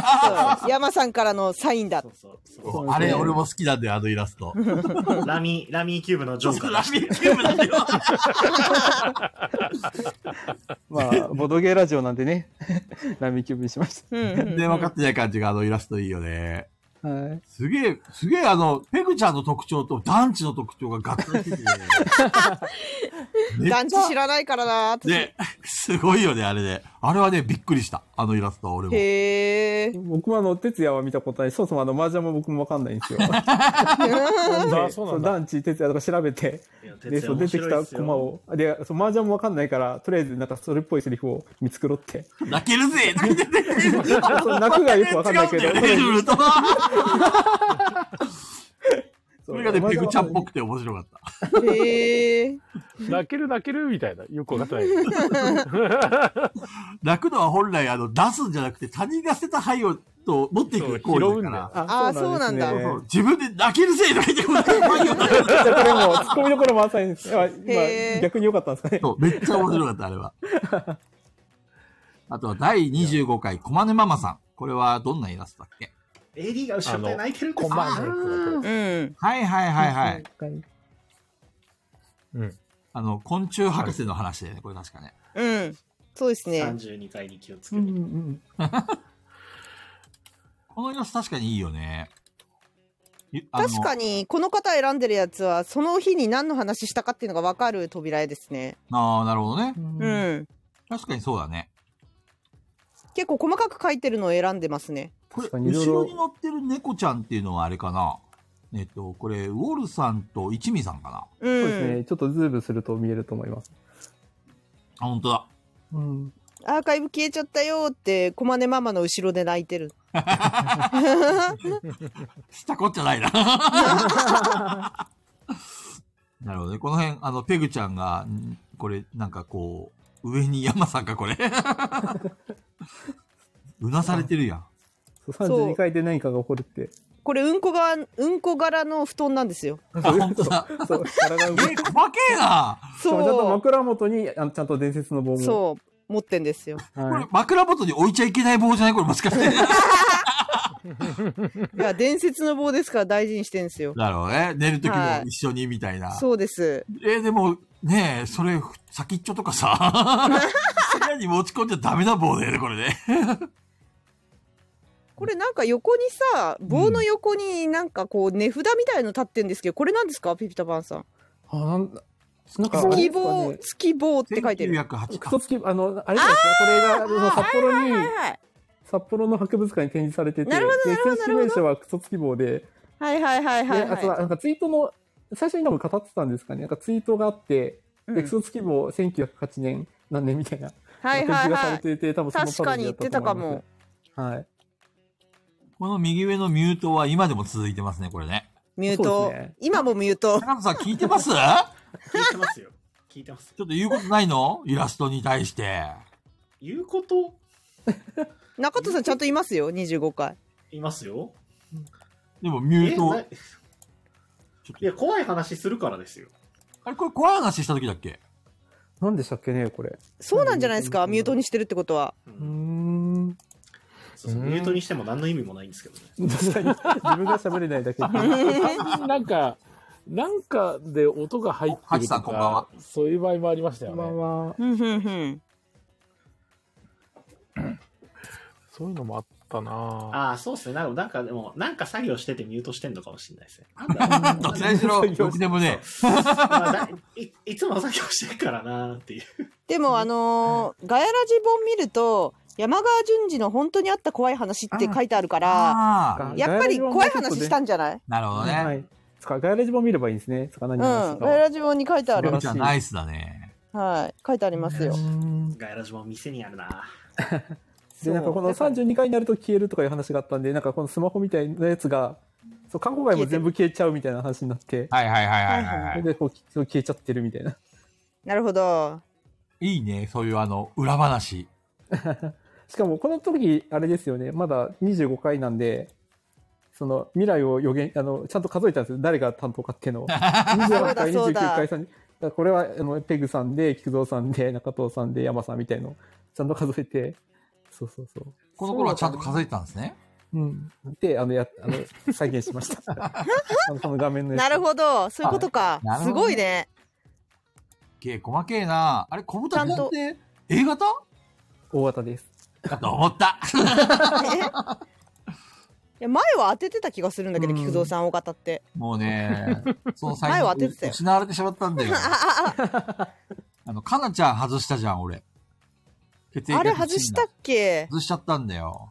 う山さんからのサインだ
そうそうそう
そう
あれ、俺も好きなんだよ、あのイラスト。
ラミ、ラミーキューブのジョーカー
ラ
出し
ミ
て
ー
る。
キューブなんだよ。
まあ、ボドゲラジオなんでね、 ラミキューブにしまし
うんうん
全然分かってない感じが、あのイラストいいよね。
た。はい。
すげえ、すげえ、あの、ペグちゃんの特徴と団地の特徴が合体してて、ね
団地知らないからな私
ね、すごいよね、あれね。あれはね、びっくりした。あのイラストは俺も。
へえ
僕もあの、哲也は見たことない。そもそもあの、麻雀も僕もわかんないんですよ。
あ
で
そうなんだ
団地哲也とか調べて、
いや哲
で、
也
そう出てきた駒を、で、そう麻雀もわかんないから、とりあえずなんかそれっぽいセリフを見繕って。
泣ける ぜとか言ってて、
そう泣くがよくわかん ないけ
違
ど
うん、だよね、ルールと。
そ
そうれがね、
麻
ペ
雀
グ
は
ちゃんっぽくて面白かった。
へえ
泣ける泣けるみたいな。よくわかってない。
泣くのは本来、あの、出すんじゃなくて、他人が捨てた灰を、と、持っていく行為だから。
あー
です
そう
ね
な
そう自分で泣けるぜとか言って、灰を投げる
じゃあこれもう、ツッコミどころ満載です。今、
へー
今逆に良かったんですかね。
そう、めっちゃ面白かった、あれは。あとは、第25回、コマネママさん。これは、どんなイラストだっけ
AD が後ろで泣いてるんです
コ
よ
マのやつだ
うん
はいはいはいはい。
い。
と。うん。
あの、昆虫博士の話だよね、これ確かね。
うんそうですね
32回に気をつけ
うんう
て。
ん
このイラスト確かにいいよね。いあの
確かにこの方選んでるやつはその日に何の話したかっていうのが分かる扉絵ですね
ああ、なるほどね
う。ん。
うん、
確かにそうだね。
結構細かく書いてるのを選んでますね
これ、
確かに
後ろ
色々
に乗ってる猫ちゃんっていうのはあれかな。えっと、これ、ウォルさんと一味さんかな。
う
そ
ん
うですね。ちょっとズームすると見えると思います。
あ、本当だ。
うん。
アーカイブ消えちゃったよってコマネママの後ろで泣いてる
したこっちゃない な。なるほどね。この辺、あの、ペグちゃんが、んこれ、なんかこう、上に山さんか、こ れ。うなされてる やん。
そう32回で何かが起こるって。
これうんこがうんこ柄の布団なんですよ
あ、本当だ。
そう、体
え、
が動
細
く。
け
し
えな。
かもちゃんと
そ
枕元に、あのちゃんと伝説の
う
棒も。
そう持ってんです よ
う。
こ
は
れ
い。、
枕元に置いちゃいけない棒じゃないこれ、もしか して。
いや伝説の棒ですから大事にしてんですよ
なるほどね。寝るとき
はい
も一緒に、みたいな。
そうです
えーでも、ねえ、それ、先っちょとか さ、部屋に持ち込んじゃダメな棒だよね、これね。
これなんか横にさ棒の横になんかこう値札みたいの立ってんですけどこれなんですかピピタパンさん
あ、なんだ。なんか、
月
あ
棒
れです
月棒って書いてる
1908
かね。
年
クソつき、あの、あれじゃないですか。これが、あの札幌に、
はいはい
札幌の博物館に展示されてて、
なるほどなるほど
で正式名称はクソつき棒で、
はいはいはい
で、
はい
あとは
は
なんかツイートの、最初に多分語ってたんですかね。なんかツイートがあって、
い。
でクソつき棒1908年、何年みたいな、
はい
展
は
示
い
がされ
はい。
ていて、多分その
確かに言ってたか
パロディ
も
だ。と思います。はい。
この右上のミュートは今でも続いてますね、これね。
ミュー
そ
ト。
うですね
今もミュート。
高野さん聞いてますち ょ
聞いてますよ。聞いてますよ。
っと言うことないのイラストに対して。
言うこと
中戸さんちゃんといますよ、25回。
いますよ。
でもミュー
えな
ト
い。や、怖い話するからですよ。
あれ、これ怖い話した時だっけ
何でしたっけね、これ。
そうなんじゃないですか、ミュートにしてるってことは。
う
うー
ん
ん。
そうそう
うん
ミュートにしても何の意味もないんですけどね。
確かに。自分が喋れないだ けで。
単 になんか、なんかで音が入って
ハチ
る
さ
と
んこんばんは
か、そういう場合もありましたよ
こんばん
ね。
は。
ふんふんふん。
そういうのもあったなぁ
ああ、そうっすね。なんかなんかでも、なんか作業しててミュートしてんのかもしれないですね。なんだろうな
どちらにしろ、よくでもね、
まあだいいつも作業してるからなーっていう。
でも、あのーガヤラジ本見ると、山川淳二の本当にあった怖い話って書いてあるから、
ああ、
やっぱり怖い話した
ん
んじゃない
なるほど
は
ね。
い。つか、ガイラジも見ればいいんですね。つか、
う
何
ん。
話した
ガ
か
ヤラジ本に書いてあ
ペ
る
グ。ちゃんナイスだね。
はい。書いてありますよ。
ガイラジも店にあるな。
で、なんかこの32回になると消えるとかいう話があったんで、なんかこのスマホみたいなやつが、そう、過去回も全部消えちゃうみたいな話になって、
はいはいはいはいはい、
そ
は
れ
い
でこうきそう消えちゃってるみたいな。
なるほど。
いいね、そういうあの、裏話。
しかもこの時、あれですよね、まだ25回なんで、その未来を予言、あの、ちゃんと数えたんですよ。誰が担当かっていうのを。28回、
そう
29
だ
回、3だからこれは、あの、ペグさんで、菊蔵さんで、中藤さんで、山さんみたいのをちゃんと数えて、そうそうそう。
この頃はちゃんと数えてたんですね。
うん。で、あの、や、あの、再現しま した。あの、その画面のやつ
なるほど。そういうことか
な。るほ
す
どね
ごいね。
けえ、細けえな。あれ、小豚ちゃん
ちゃん
っ
と
て A 型
大型です。
だと思った。
えい や前は当ててた気がするんだけど、
うん
菊蔵さん大方って。
もうね、その才
前
能
は当ててたよ
失われてしまったん だよ。
ああ
あの、かなちゃん外したじゃん、俺。血液
あ、あれ
型
外したっけ
外しちゃったんだよ。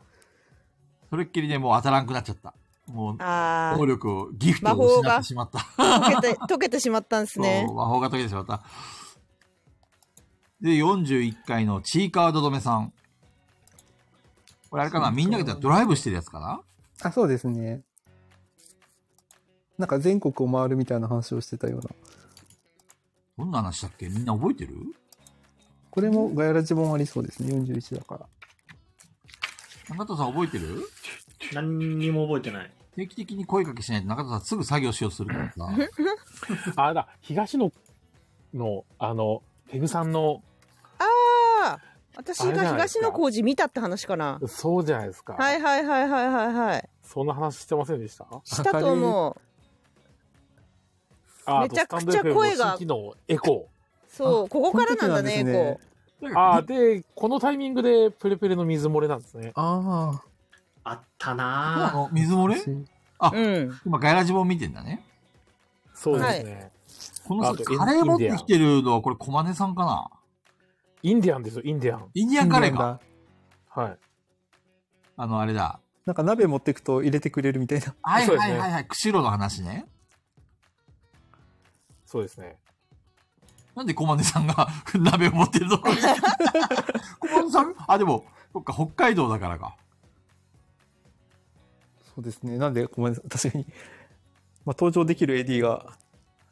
それっきりね、もう当たらんくなっちゃった。もう、
あ
能力を、ギフト
魔
を失っ
法が
てしまった。
あ、溶けて、溶けてしまったんですね
そ。う魔法が解けてしまった。で、41回のチーカード止めさん。これあれかなみんなでドライブしてるやつかな
あ、そうですね。なんか全国を回るみたいな話をしてたような。
どんな話だっけみんな覚えてる
これもガヤラジ本ありそうですね。41だから。
中田さん覚えてる
何にも覚えてない。
定期的に声かけしないと中田さんすぐ作業しようとするからさ。
あだ、東野の、あの、ペグさんの、
ああ、私
あれじゃ
が
ないです
東
か
野浩二見たって話かな。
そうじゃないですか。
はいはいはいはいはいはい。
そんな話してませんでした
したと思う。
あ
めちゃくちゃ声が
あとスタンド FM の新機能エコ
そう、ここからなんだね、
この時なん
こ
で
う。
ー。ああ、で、このタイミングでプレプレの水漏れなんですね。
あ
あった
あ
なぁ。
の、水漏れ
あ。
うん。
今ガイラジボ見てんだね。
そうですね。
このさ
あと、
カレー持ってきてるのはこれコマネさんかな
インディアンですよ、インディアン。
インディアンカレー
なん
か。
だ。
はい。
あの、あれだ。
なんか鍋持ってくと入れてくれるみたいな。
はい
そう
は
です
い
ね
はいはい。釧路の話ね。
そうですね。
なんでコマネさんが 鍋を持ってるのコ マネさんあ、でも、そっか、北海道だからか。
そうですね。なんで、ごめんなさい。確かに。まあ、登場できる AD が、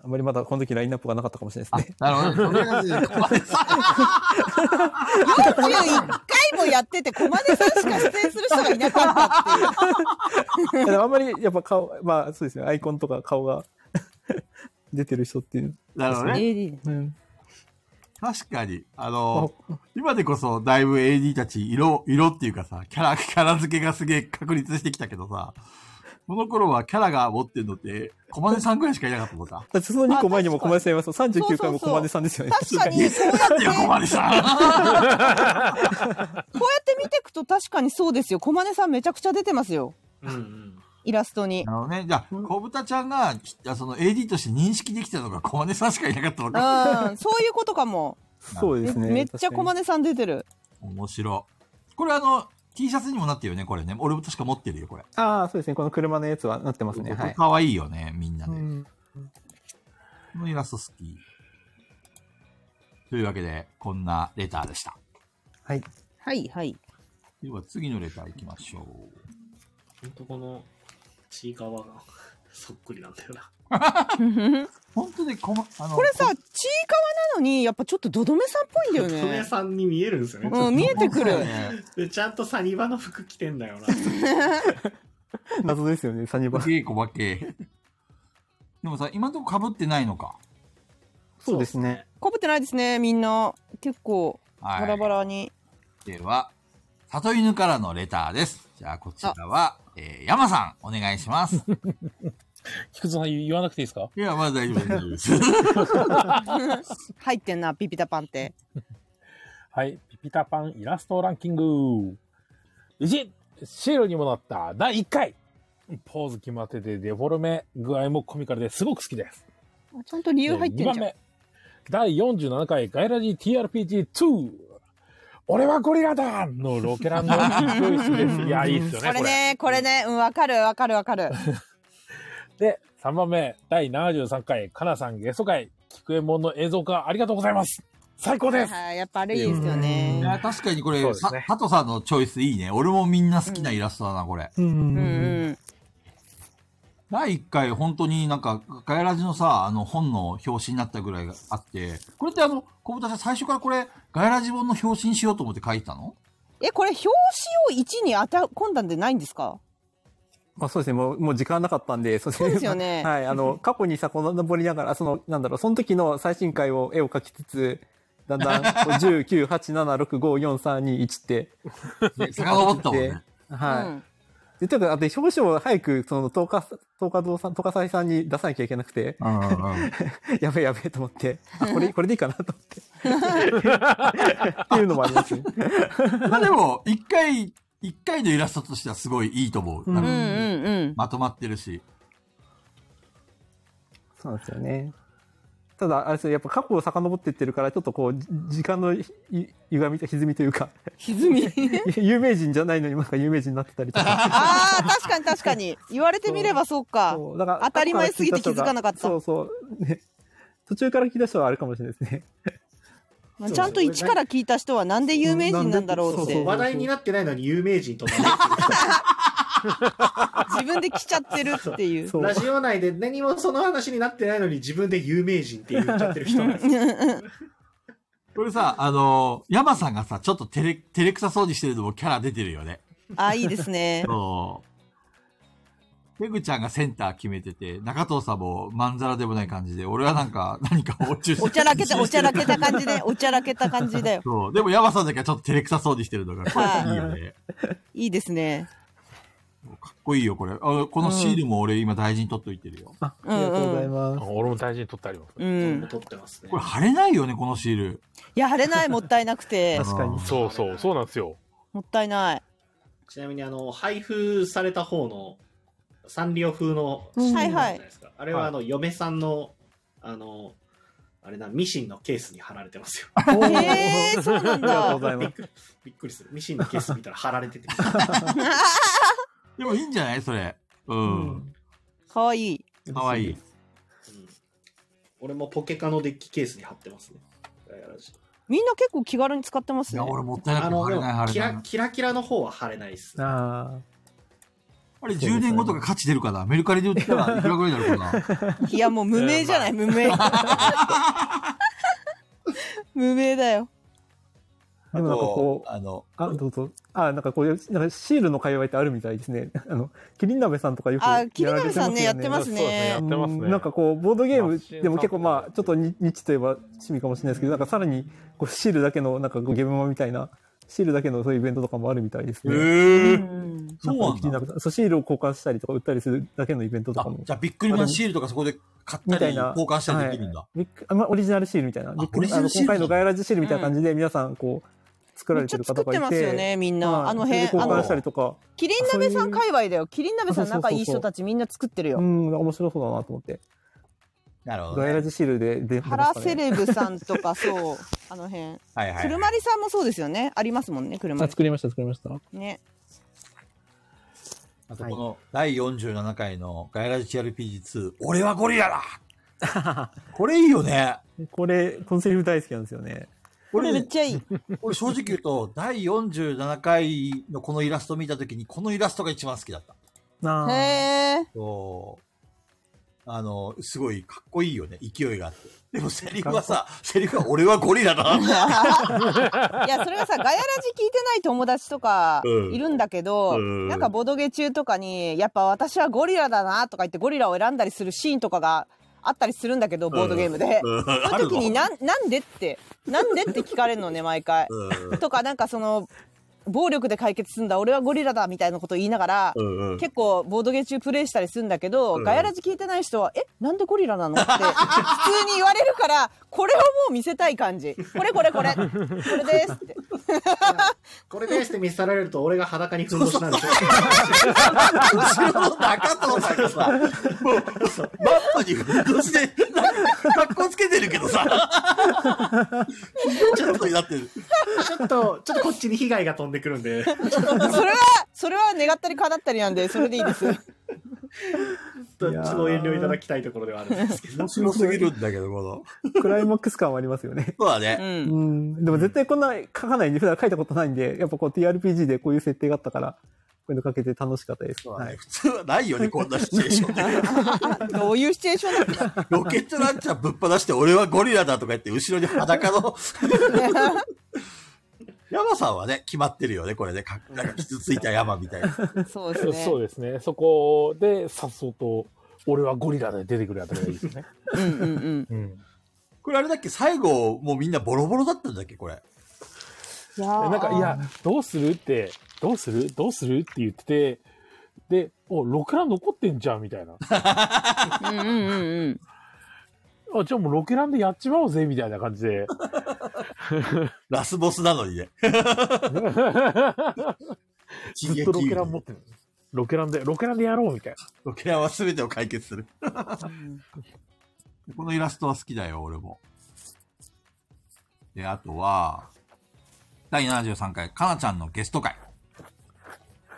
あんまりまだこの時ラインナップがなかったかもしれないですね。
なるほど。それ がねコマネさん
41回もやってて、小金さんしか出演する人がいなかったっていう。
いやあんまり、やっぱ顔、まあ、そうですね。アイコンとか顔が 出てる人っていう。
なるほどね。
AD
うん。
確かに。あ
まあ
の、今でこそだいぶ AD たち色、色っていうかさ、キャラ、キ ャラ付けがすげえ確立してきたけどさ、この頃はキャラが持ってるのって、コマネさんぐらいしかいなかったもん な。
だってその2個前にも小金さんいます。39回も小金さんですよね。
確 かに、そうやって、こう
いや、コマネ さん
やって見ていくと確かにそうですよ。小金さんめちゃくちゃ出てますよ。
うんうん。
イラストに
あ。のね、じゃあ、小豚ちゃんが、ひあその AD として認識できたのがコマネさんしかいなかったのか。
うん、そういうことかも。
そうですね。
めっちゃ小
確かに
金さん出てる。
面白い。これあの、T シャツにもなってるよね、これね。俺も確か持ってるよ、これ。
ああ、そうですね。この車のやつはなってますね。
こ
は
れ
い。
可愛いよね、みんな
う
で。
ん
このイラスト好き。というわけで、こんなレターでした。
はい。
はいはい。
では次のレター行きましょう。
ほんとこの、ちいかわが そっくりなんだよな。
本当にこま、あの、
これさ、ちいかわなのに、やっぱちょっとどどめさんっぽいんだよ
トメ
ね。
さんに見えるんですよね。ちょっと
うん、見えてくる。
ね、
でちゃんとサニバの服着てんだよな。
謎ですよね、サニバ
す。げえ小化け。でもさ、今んとこ被ってないのか。
そうですね。
かぶってないですね、みんな。結構、
はい。
バラバラに。
では、里犬からのレターです。じゃあ、こちらは、えー、山さん、お願いします。
菊蔵さん言わなくていいですか
いや、まだ大丈夫大丈夫です。
入ってんな、ピピタパンって。
はい。ピピタパンイラストランキング。1、シールにもなった第1回。ポーズ決まっててデフォルメ具合もコミカルですごく好きです。
あちゃんと理由入って
2
ん
番
じゃん。
目。第47回ガイラジ TRPG2。俺はゴリラだのロケランの勢いすです。 いや、いいっすよね、これ。
これね、これね、うん、わかるわかるわかる。
で、3番目、第73回、かなさんゲスト会、菊右衛門の映像化ありがとうございます。最高です
はい、やっぱあれいいですよね
い。や確かにこれ、
そうです
さ
ね
佐藤さんのチョイスいいね。俺もみんな好きなイラストだな、これ。
うん
うんう
うん
ん。
第1回、本当になんか、ガヤラジのさ、あの、本の表紙になったぐらいがあって、これってあの、小豚さん、最初からこれ、ガヤラジ本の表紙にしようと思って書いたの
え、これ表紙を1に当た込んだんでないんですか
まあそうですね、もう、もう時間なかったんで、そうです
そうですよね
はい、あの、過去にさ、この登りながら、その、なんだろう、その時の最新回を絵を描きつつ、だ んだん、10、9、8、7、6、5、4、3、2、1って。
ね遡ったもんね。
はい。
うん
で、というか、で、表紙を早く、その、東華、東華堂さん、東華祭さんに出さなきゃいけなくて、
うんうんうん。
やべえやべえと思って、あ、これ、これでいいかなと思って。 っていうのもありますね。
まあでも、一回、一回のイラストとしてはすごいいいと思う。
うん
なん
う
か
んうん
まとまってるし。
そうなんですよね。ただ、あれですよ、やっぱ過去を遡っていってるから、ちょっとこう、じ時間のひ歪みと、歪みという か、
歪み。
有名人じゃないのになんか有名人になってたり とか。
ああ、確かに確かに。言われてみればそうか。
そうだから
当たり前すぎて気づかなかった
そうそう。ね、途中から聞いた人はあるかもしれないですね。
まあちゃんと1から聞いた人はなんで有名人なんだろうっ
そう
て
そう。
話題になってないのに有名人と名乗ってる
自分で来ちゃってるっていう。
そう。
ラジオ内で何もその話になってないのに自分で有名人って言っちゃってる人なんですよ
これさ、あのー、山さんがさ、ちょっと照れ、照れくさそうにしてるのもキャラ出てるよね。
ああ、いいですね。
そう。ペグちゃんがセンター決めてて、中藤さんもまんざらでもない感じで、俺はなんか、何かを中心
おちゃらけた、おちゃらけた感じで、おちゃらけた感じだよ。
そう。でも山さんだけはちょっと照れくさそうにしてるのが、これいいよね。
いいですね。
かっこいいよ、これ。あこのシールも俺今大事に取っといてるよ。
あありがとうございます。
あ俺も大事に取ってあります。
うん。
撮ってますね
これ貼れないよね、このシール。
いや、晴れない、もったいなくて。
確かに
うん
そうそう、そうなんですよ。
もったい ない。
ちなみにあの配布された方のサンリオ風のシールあるじゃないですか、あれはあの嫁さんのあのあれなミシンのケースに貼られてますよ
おー
へえ、そうなん
ありがとう
だ。
ございます。
びっくりするミシンのケース見たら貼られてて
でもいいんじゃないそれ。うん。
かわいい。
かわいい。
うん俺もポケカのデッキケースに貼ってますねガヤラジ
みんな結構気軽に使ってま
い
すね
や、。俺もったいな
あ
くて貼
ので
れない、貼
も
れ
キ
な
ラ
い。
キラキラの方は貼れないですね
あ
あれ10年後とか価値出るかなメルカリで売ったらいくらぐらいになるかな
いや、もう無名じゃない、 無名。無名だよ。
あ。でもなんかこう、
あの、
あ、どうぞ。あ、なんかこういう、なんかシールの界隈ってあるみたいですね。 あの、キリン鍋さんとかよく
あー、
やられ
桐
てます
鍋さ
よね。
んね、やってま
う
す
そうですねや
ね
っ。
ん
てますね
なんかこう、ボードゲー
マ
ム
シン
でも結構ま
さんと
あ、ちょ
か
っとニニッチといえば趣味かもしれないですけど、なんかさらに、こう、シールだけの、なんかこうゲームマみたいな、シールだけのそういうイベントとかもあるみたいです
え
ね。
う
ー、
ん
そう
な
なんだ。
んかキリン鍋さんそう、シールを交換したりとか売ったりするだけのイベントとか
あ
も
じ。ゃあ、ビックリマンシールとかそこで買っ
み
た
た
り、
いな。
交換したりできるんだ
は。いビッグあまあ、オリジナルシールみたいな。ビッグ
オリジナルシール
あの今回のガイラジシールみたいな感じで、皆さん、こう、作
め
ら
っ
れ
ち
て
ゃ
る
作
方
っ
が
て
い
ますよ
て。
ね、みんな。
はい
あの
それで
辺、あ
交換
の
し、たりとか。
キリン鍋さん界隈だよ。キリン鍋さん仲いい人たちみんな作ってる
う
よ。
ん、面白そうだなと思って。
なるほ
ガイラジシールで出
ハ
ま
ラ
した
セ
ね。
レブさんとか、そう、あの辺。
はいはい。
車りさんもそうですよね。ありますもんね、車
あ、
り。
作りました、作りました。
ね。
あとこの第47回のガイラジ TRPG2、俺はゴリラだ これいいよね。
これ、このセリフ大好きなんですよね。
こ
俺
れめっ
ね、
ちゃいい。
俺正直言うと、第47回のこのイラスト見たときに、このイラストが一番好きだった。
なあ。
へえ。
そう。あの、すごいかっこいいよね。勢いがあって。でもセリフはさ、セリフは俺はゴリラだ
いや、それがさ、ガヤラジ聞いてない友達とか
うん
いるんだけど、
うん
なんかボドゲ中とかに、やっぱ私はゴリラだなとか言ってゴリラを選んだりするシーンとかがあったりするんだけど、ボードゲームで。
うん
そ
あ
の
る
時に
の
なん、なんでって、なんでって聞かれるのね、毎回。
うん
とか、なんかその、暴力で解決するんだ、俺はゴリラだみたいなこと言いながら、
うんうん
結構ボードゲー中プレイしたりするんだけど、
うん
ガヤラジ聞いてない人は「えなんでゴリラなの?」って普通に言われるからこれをもう見せたい感じ「これこれこれこれです」って
これですって見せられると俺が裸にふんどしなんでしょ
後ろの中藤さんがさ、もう、マットにふんどしで、格好つけてるけど さ、ひどいことになってる。
ちょっとちょっとこっちに被害が飛んでくる んで
それはそれは願ったり叶ったりなんでそれでいいです
どっ
いや
ち
ー
も遠慮いただきたいところではあるんですけど。
面白すぎるんだけど、この。
クライマックス感はありますよね。
そうだ
う。
ね。
うんん。でも絶対こんな書かないんで、普段書いたことないんで、やっぱこう TRPG でこういう設定があったから、こういうの書けて楽しかったです。
そう
は
だね
い。
普通はないよね、こんなシチュエーションで。
どういうシチュエーションなんだ
ロケットランチャーぶっ放して、俺はゴリラだとか言って、後ろに裸 の。山さんはね、決まってるよね、これね。かなんか傷ついた山みたいな。
そうですね。
そうですね。そこで、さっそうと、俺はゴリラで出てくるやつがいいです ね。
うんうんうん。
うん。
これあれだっけ最後、もうみんなボロボロだったんだっけこれ。
いや
で
ー
なんか、いや、どうするって、どうするどうするって言ってて、で、お、6ラン残ってんじゃん、みたいな。
うんうんうんうん。
あ、じゃあもうロケランでやっちまおうぜ、みたいな感じで。
ラスボスなのにね。
ずっとロケラン持ってる。ロケランで、ロケランでやろう、みたい
ロケランは全てを解決する。このイラストは好きだよ、俺も。で、あとは、第73回、かなちゃんのゲスト会。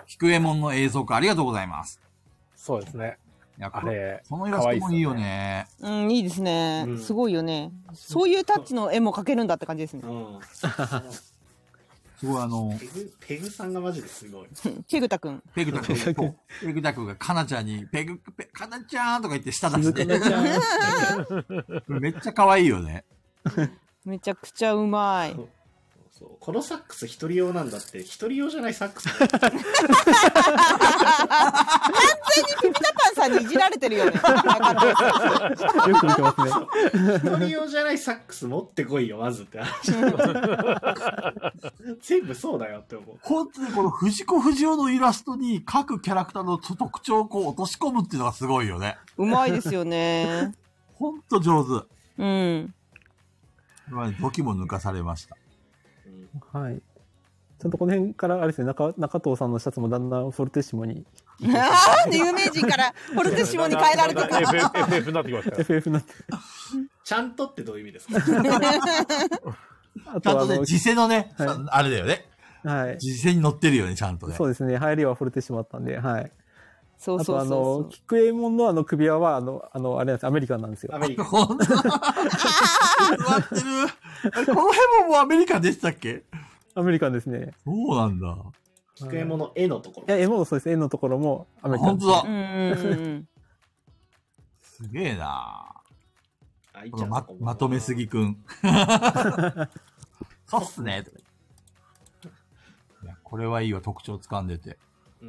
菊右衛門の映像化ありがとうございます。
な。そうですね。
いや、こ
あれ、
このイラストもいいよね。
うん、いいですね
う。ん
すごいよね。そういうタッチの絵も描けるんだって感じですね
う。ん。
すごいあの、
ペグ、ペグさんがマジですごい。
ケグタくん。
ペグタ君、 そうペグタ君がかなちゃんに、ペグ、ペかなちゃんとか言って舌出して、 めっちゃ可愛いよね。
めちゃくちゃうまい。
そうこのサックス一人用なんだって、一人用じゃないサック ス。
タパンさんにいじられてるよね。
よく見てますね。
一人用じゃないサックス持ってこいよ、まずって話。全部そうだよって思う。
本当にこの藤子不二雄のイラストに各キャラクターの特徴をこう落とし込むっていうのがすごいよね。
うまいですよね。
ほんと上手。
うん。
まあね、時も抜かされました。
うん
はい。ちゃんとこの辺から、あれですね、中、中藤さんのシャツもだんだんフォルテッシモに
なんで有名人からポルテシモに変えられてた。
FF、FF になってきましたよ
FF になって。
ちゃんとってどういう意味ですか
あ
ちゃん
とあ
とね、
の、
自世のね、
はい
あれだよね。
はい。
自世に乗ってるよね、ちゃんとね。
そうですね、入りはフォルテッシモだったんで、はい。
そう
あ
そ
とあ
うそ
の
う、
菊右衛門のあの首輪は、あの、あの、あれなんです、アメリカンなんですよ
ア。メリカ。
ほんとだ。座ってる。あれこの辺ももうアメリカでしたっけ
アメリカンですね。
そうなんだ。
机右衛門の絵のとこ
いや、
ろ。
絵もそうです。絵のところもアメリカン。
ほんと
う。う
だ。
んうんうん。
すげえな
あい
こ
ちゃ
の
ん
ま
こんばんは
まとめすぎく ん。そうっすね。いやこれはいいわ、特徴掴んでて。
うん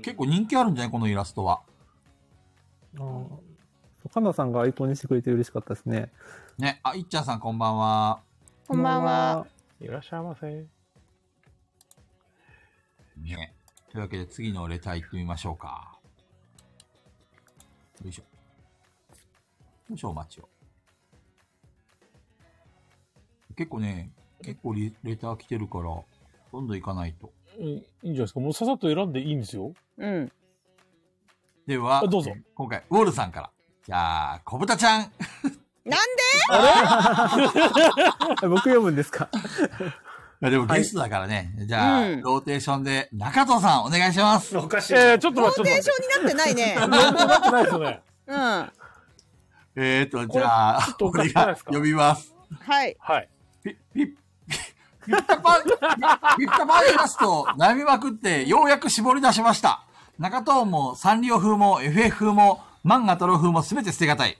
結構人気あるんじゃないこのイラストは。
ああ。カナさんがアイコンにしてくれて嬉しかったですね。
ね。あ、いっちゃんさんこんばんは。
こんばんは。
いらっしゃいませ。
ね。というわけで次のレター行ってみましょうか。よいしょ。少々お待ちを。結構ね、結構リレター来てるから、どんどん行かないと。
うんいいんじゃないですか。もうささっと選んでいいんですよ。
うん。
では、
あどうぞ
えー今回、ウォールさんから。じゃあ、小豚ちゃん。
なん
あ僕読むんで すか
まあでもゲストだからね。じゃあ、
うん
ローテーションで中藤さんお願いします。
おかしい。
えー、ちょっと
ロ
待っ
ー
て、ちょっと
テー
待
ションにな
っ
ってないね。
て。ないですよね。
うん。は
えーと、
れ
じゃあ、
ちょっとおかし
俺
くない
が
ですか
呼びます。
い。
はい。
ピピッ、ピッタパン、ピピッタパンイラストを悩みまくってようやく絞り出しました。中藤もサンリオ風も FF 風も漫画太郎風も全て捨てがたい。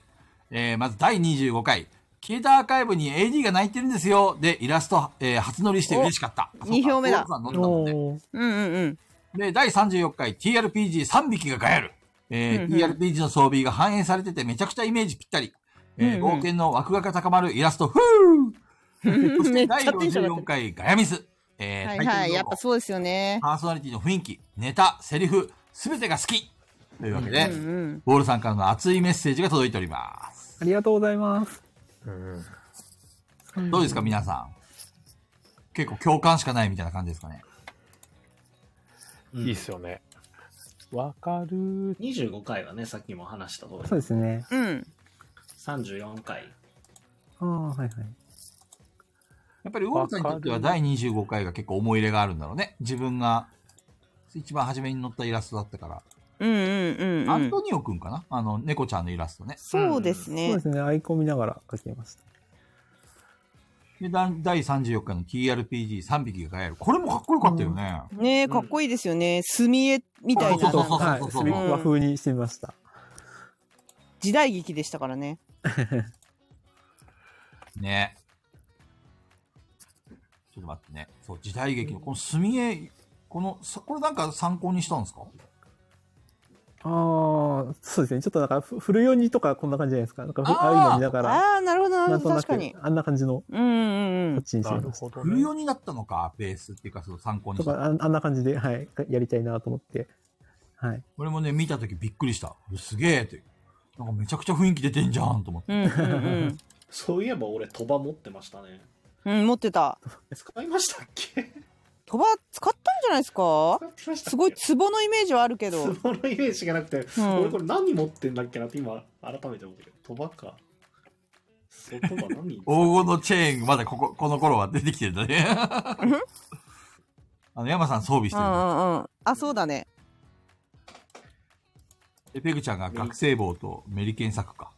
えーまず第25回。消えたアーカイブに AD が泣いてるんですよ。で、イラスト、えー初乗りして嬉しかった。
二票目だ
そうかウォルさん乗ってたもんね
おー
うんうんうん。
で、第34回 TRPG3 匹がガヤる。えー
うんうん
TRPG の装備が反映されててめちゃくちゃイメージぴったり。えー
うんう
冒
ん
険のワクワクが高まるイラスト、ふ
めっ
ーそして
ちゃ
第
テンション上がっ
54
て
回ガヤミス。え
る。
ータイ
はい
トル
は
ロ
い。
ゴ
やっぱそうですよね。
パーソナリティの雰囲気、ネタ、セリフ、すべてが好き。というわけで、
うんうん。
ウォールさんからの熱いメッセージが届いております。
ありがとうございます。
うん。
どうですか、皆さん。結構共感しかないみたいな感じですかね。
うん
いいっすよね。わかるー。
25回はね、さっきも話した通り
そうですね。
うん。
34回。
ああ、はいはい。
やっぱりウォールさんにとっては第25回が結構思い入れがあるんだろうね。自分が一番初めに載ったイラストだったから。
うんうんうん
ア
う
ン
ん
トニオくんかなあの、猫ちゃんのイラストね。
そうです
そう
ね
ですね、アイコン見ながら書きました。
で、だ第34回の TRPG3 匹が帰る。これもかっこよかったよね。
ねえかっこいいですよね墨絵みたい
そ
な
うそう
な
そ
ん
う
か
はい、
そうそうそう
和風にしてみました。
時代劇でしたからね
ね。ちょっと待ってね。そう、時代劇の、この墨絵、この、さこれなんか参考にしたんですか
ああ、そうですね。ちょっとなんか、ふ古読みとかこんな感じじゃないですか。なんか、ふ
あー
ああいうの見ながら、
ああーなるほどな
な
る
ん
ほ
と
ど
な
確
く
かに、
あんな感じの
うんうんう
こっ
ん
ちにして
な
み
る
ました。
ほど、
振る
ね
よ。うになったのか、ベースっていうか、その参考に
と
し
か
た。
あん、あんな感じで、はい、やりたいなと思って。はい。
俺もね、見たときびっくりした。すげえって。なんかめちゃくちゃ雰囲気出てんじゃんと思って。
うんうん
そういえば俺、鳥羽持ってましたね。
うん、うん、持ってた
使いましたっけ
鳥羽使ったんじゃないですか
使ってましたっけ
すごい壺のイメージはあるけど
そのイメージがなくて、
うん
俺これ何持ってんだっけなって今、改めて思ったけど、鳥羽か。そう、鳥羽何
黄金のチェーン、まだここ、この頃は出てきてるんだね。 あの、山さん装備して
う
る
んう
の。
んうんあそうだね
で、ペグちゃんが学生帽とメリケン作か。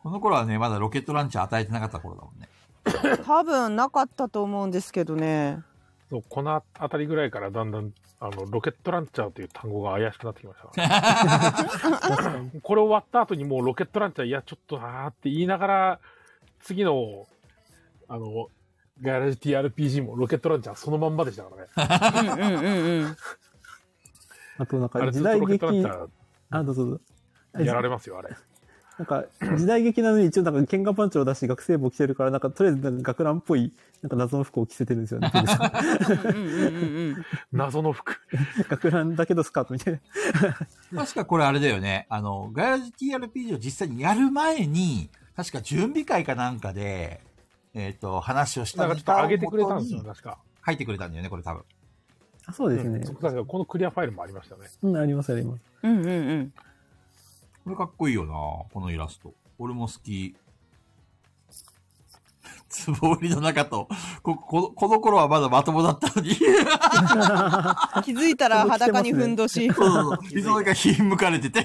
この頃はね、まだロケットランチャー与えてなかった頃だもんね。
多分なかったと思うんですけどね
そうこのあたりぐらいからだんだんあのロケットランチャーという単語が怪しくなってきました。 これ終わった後にもうロケットランチャーいやちょっとなーって言いながら次のあのガレージ TRPG もロケットランチャーそのまんまでしたからね。
うんうんうんうん
あと、なん
あ
か、
れず
時
っと
代
ロケッ
劇
トラ、ンチャ
あ、どうぞどうぞ。
ーやられますよあれ。
なんか、時代劇なのに、一応なんか、剣がパンチを出して学生帽着てるから、なんか、とりあえず、なんか、学ランっぽい、なんか、謎の服を着せてるんですよね。
うんうんうんうん
謎の服。
学ランだけどスカートみたいな。
確かこれあれだよね。あの、ガヤラジ TRPG を実際にやる前に、確か準備会かなんかで、えっ、と、話をし
な
た
んかちょっと上げてくれたんですよ確か。
書いてくれたんだよね、これ多分。
あそうですね
ん。確かこのクリアファイルもありましたね。
うん、ありますあります。
うんうんうん
これかっこいいよなこのイラスト。俺も好き。 つぼ折りの中と、こ、この、この頃はまだまともだったのに。
気づいたら裸にふんどし。
そうそうそう。いつの間にかひんむかれてて。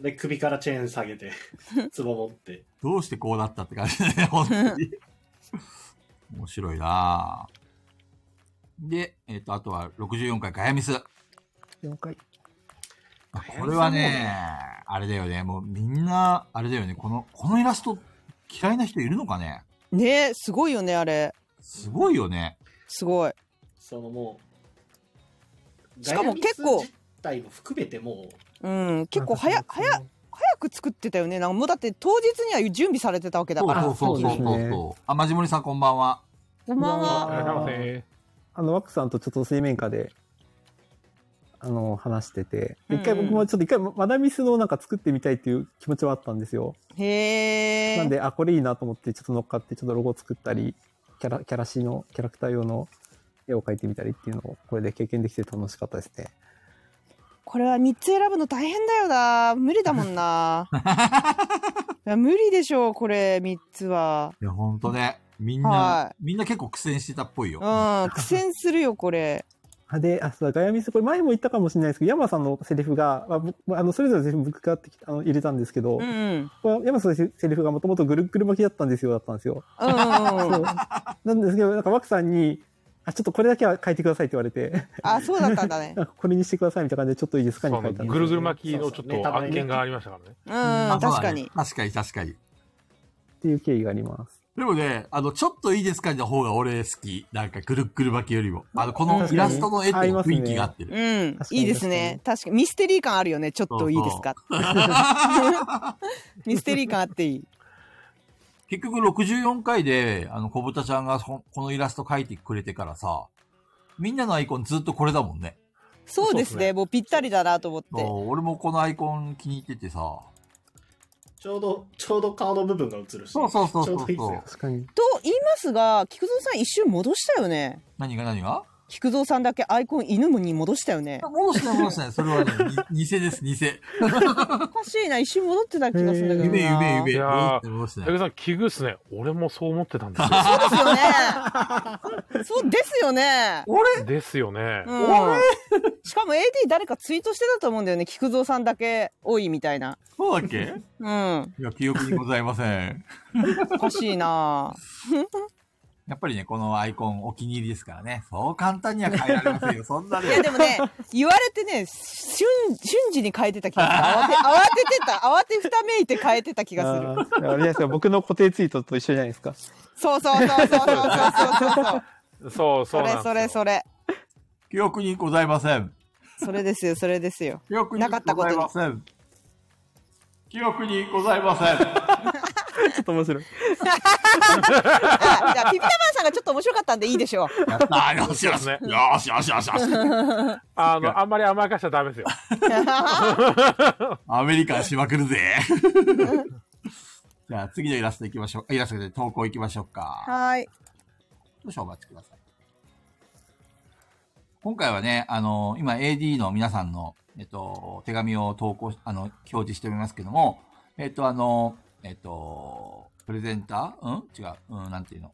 で、首からチェーン下げ て、ツボ持って。
どうしてこうなったって感じだね、本当 に。面白いなぁで、えっ、と、あとは64回ガヤミス。
了解。
あこれはね、あれだよね。もうみんな、あれだよね。この、このイラスト嫌いな人いるのかね
ねえ、すごいよね、あれ。
すごいよね。
すごい。
そのもう、
しかも結構
ガヤミス実態も含めても
うん、結構早、早、早く作ってたよね。なんかもうだって当日には準備されてたわけだから。
そうそうそうそう
そうです
そう。あ、まじもりさんこんばんは。
こんばん
あ
あ
ー
りが
は。
とうございます。
あの、ワックさんとちょっと水面下で、あの、話してて、で一回
うんうん
僕もちょっと一回、マダミスのなんか作ってみたいっていう気持ちはあったんですよ。
へえ。
なんで、あ、これいいなと思って、ちょっと乗っかって、ちょっとロゴ作ったり、キャラ、キャラシーの、キャラクター用の絵を描いてみたりっていうのを、これで経験できて楽しかったですね。
これは3つ選ぶの大変だよな。無理だもん な。いや無理でしょう、これ、3つは。
いや、ほんとね。みんな、
は
みんな結構苦戦してたっぽいよ。
うん、苦戦するよ、これ。
あで、あ、そうだ、ガヤミス、これ前も言ったかもしれないですけど、山さんのセリフが、あ僕あの、それぞれセリフ僕がってきあの入れたんですけど、
うんうん。
これ山さんのセリフがもともとぐるっぐる巻きだったんですよ、だったんです よ。
うんうん
そ
うん
う。なんですけど、なんか、ワクさんに、あ、ちょっとこれだけは書いてくださいって言われ て、
あ、そうだったんだね。
なんかこれにしてくださいみたいな感じで、ちょっといいですか
そ
に
の
書いたんですよ
ぐるぐる巻きのちょっと案件がありましたからね。
うん、
あそう
確
だ
か
ね
に。
確かに、確かに。
っていう経緯があります。
でもね、あの、ちょっといいですかの方が俺好き。なんか、ぐるっぐる巻きよりも。あの、このイラストの絵と
確かに合いますね
雰囲気が合ってる。
うん
確、かに
いいですね。確かに。ミステリー感あるよね。ちょっといいですか。 ミステリー感あっていい。
結局64回で、あの、小豚ちゃんがほんこのイラスト描いてくれてからさ、みんなのアイコンずっとこれだもんね。
そうです
そうっす
ね。
ね
もうぴったりだなと思っ
そ
て。
う俺もこのアイコン気に入っててさ。
う、ちょうど、ちょうど顔の部分が映るし。
そうそうそうそう
ちょうどいいですよ。
確かに。
と言いますが、菊蔵さん一瞬戻したよね。
何が何が
菊蔵さんだけアイコン犬に戻したよね。
戻してない戻してない。それはね、に偽です、偽。
おかしいな、一瞬戻ってた気がするんだけどな。
夢、夢、夢。
いやー
戻してない戻して
武
ない。
さん、奇遇っすね。俺もそう思ってたんです
そうです よね。そうですよね。
よ。ですよね。
うんしかも AD 誰かツイートしてたと思うんだよね。菊蔵さんだけ多いみたいな。
そうだっけ
うん。
いや、記憶にございません。
おかしいな
やっぱりね、このアイコンお気に入りですからね。そう簡単には変えられませんよ。そんない
や
ね。
でもね、言われてね、瞬、瞬時に変えてた気がする。慌て、慌ててた。慌てふためいて変えてた気がする。
あ ーあれですよ、僕の固定ツイートと一緒じゃないですか。
そうそうそうそうそうそうそうそう。
そう そ
そう
なんで
れ
すよ。
それそれ。
記憶にございません。
それですよ、それですよ。
記憶に
なかった
ご
こと
ざ
に
いません。記憶にございません。
ちょっと面白い。
あじゃあ、ピピタマンさんがちょっと面白かったんでいい でしょう。
やったーよしよし。
そう
よ
です
しよしよしよし。
あの、あんまり甘やかしちゃダメですよ。
アメリカンしまくるぜ。じゃあ次のイラスト行きましょう。イラストで投稿行きましょうか。
はい。
少々お待ちください。今回はね、あの、今 AD の皆さんの、えっと、手紙を投稿し、あの、表示しておりますけども、えっと、あの、えっと、プレゼンターうん違う。うん、なんていうの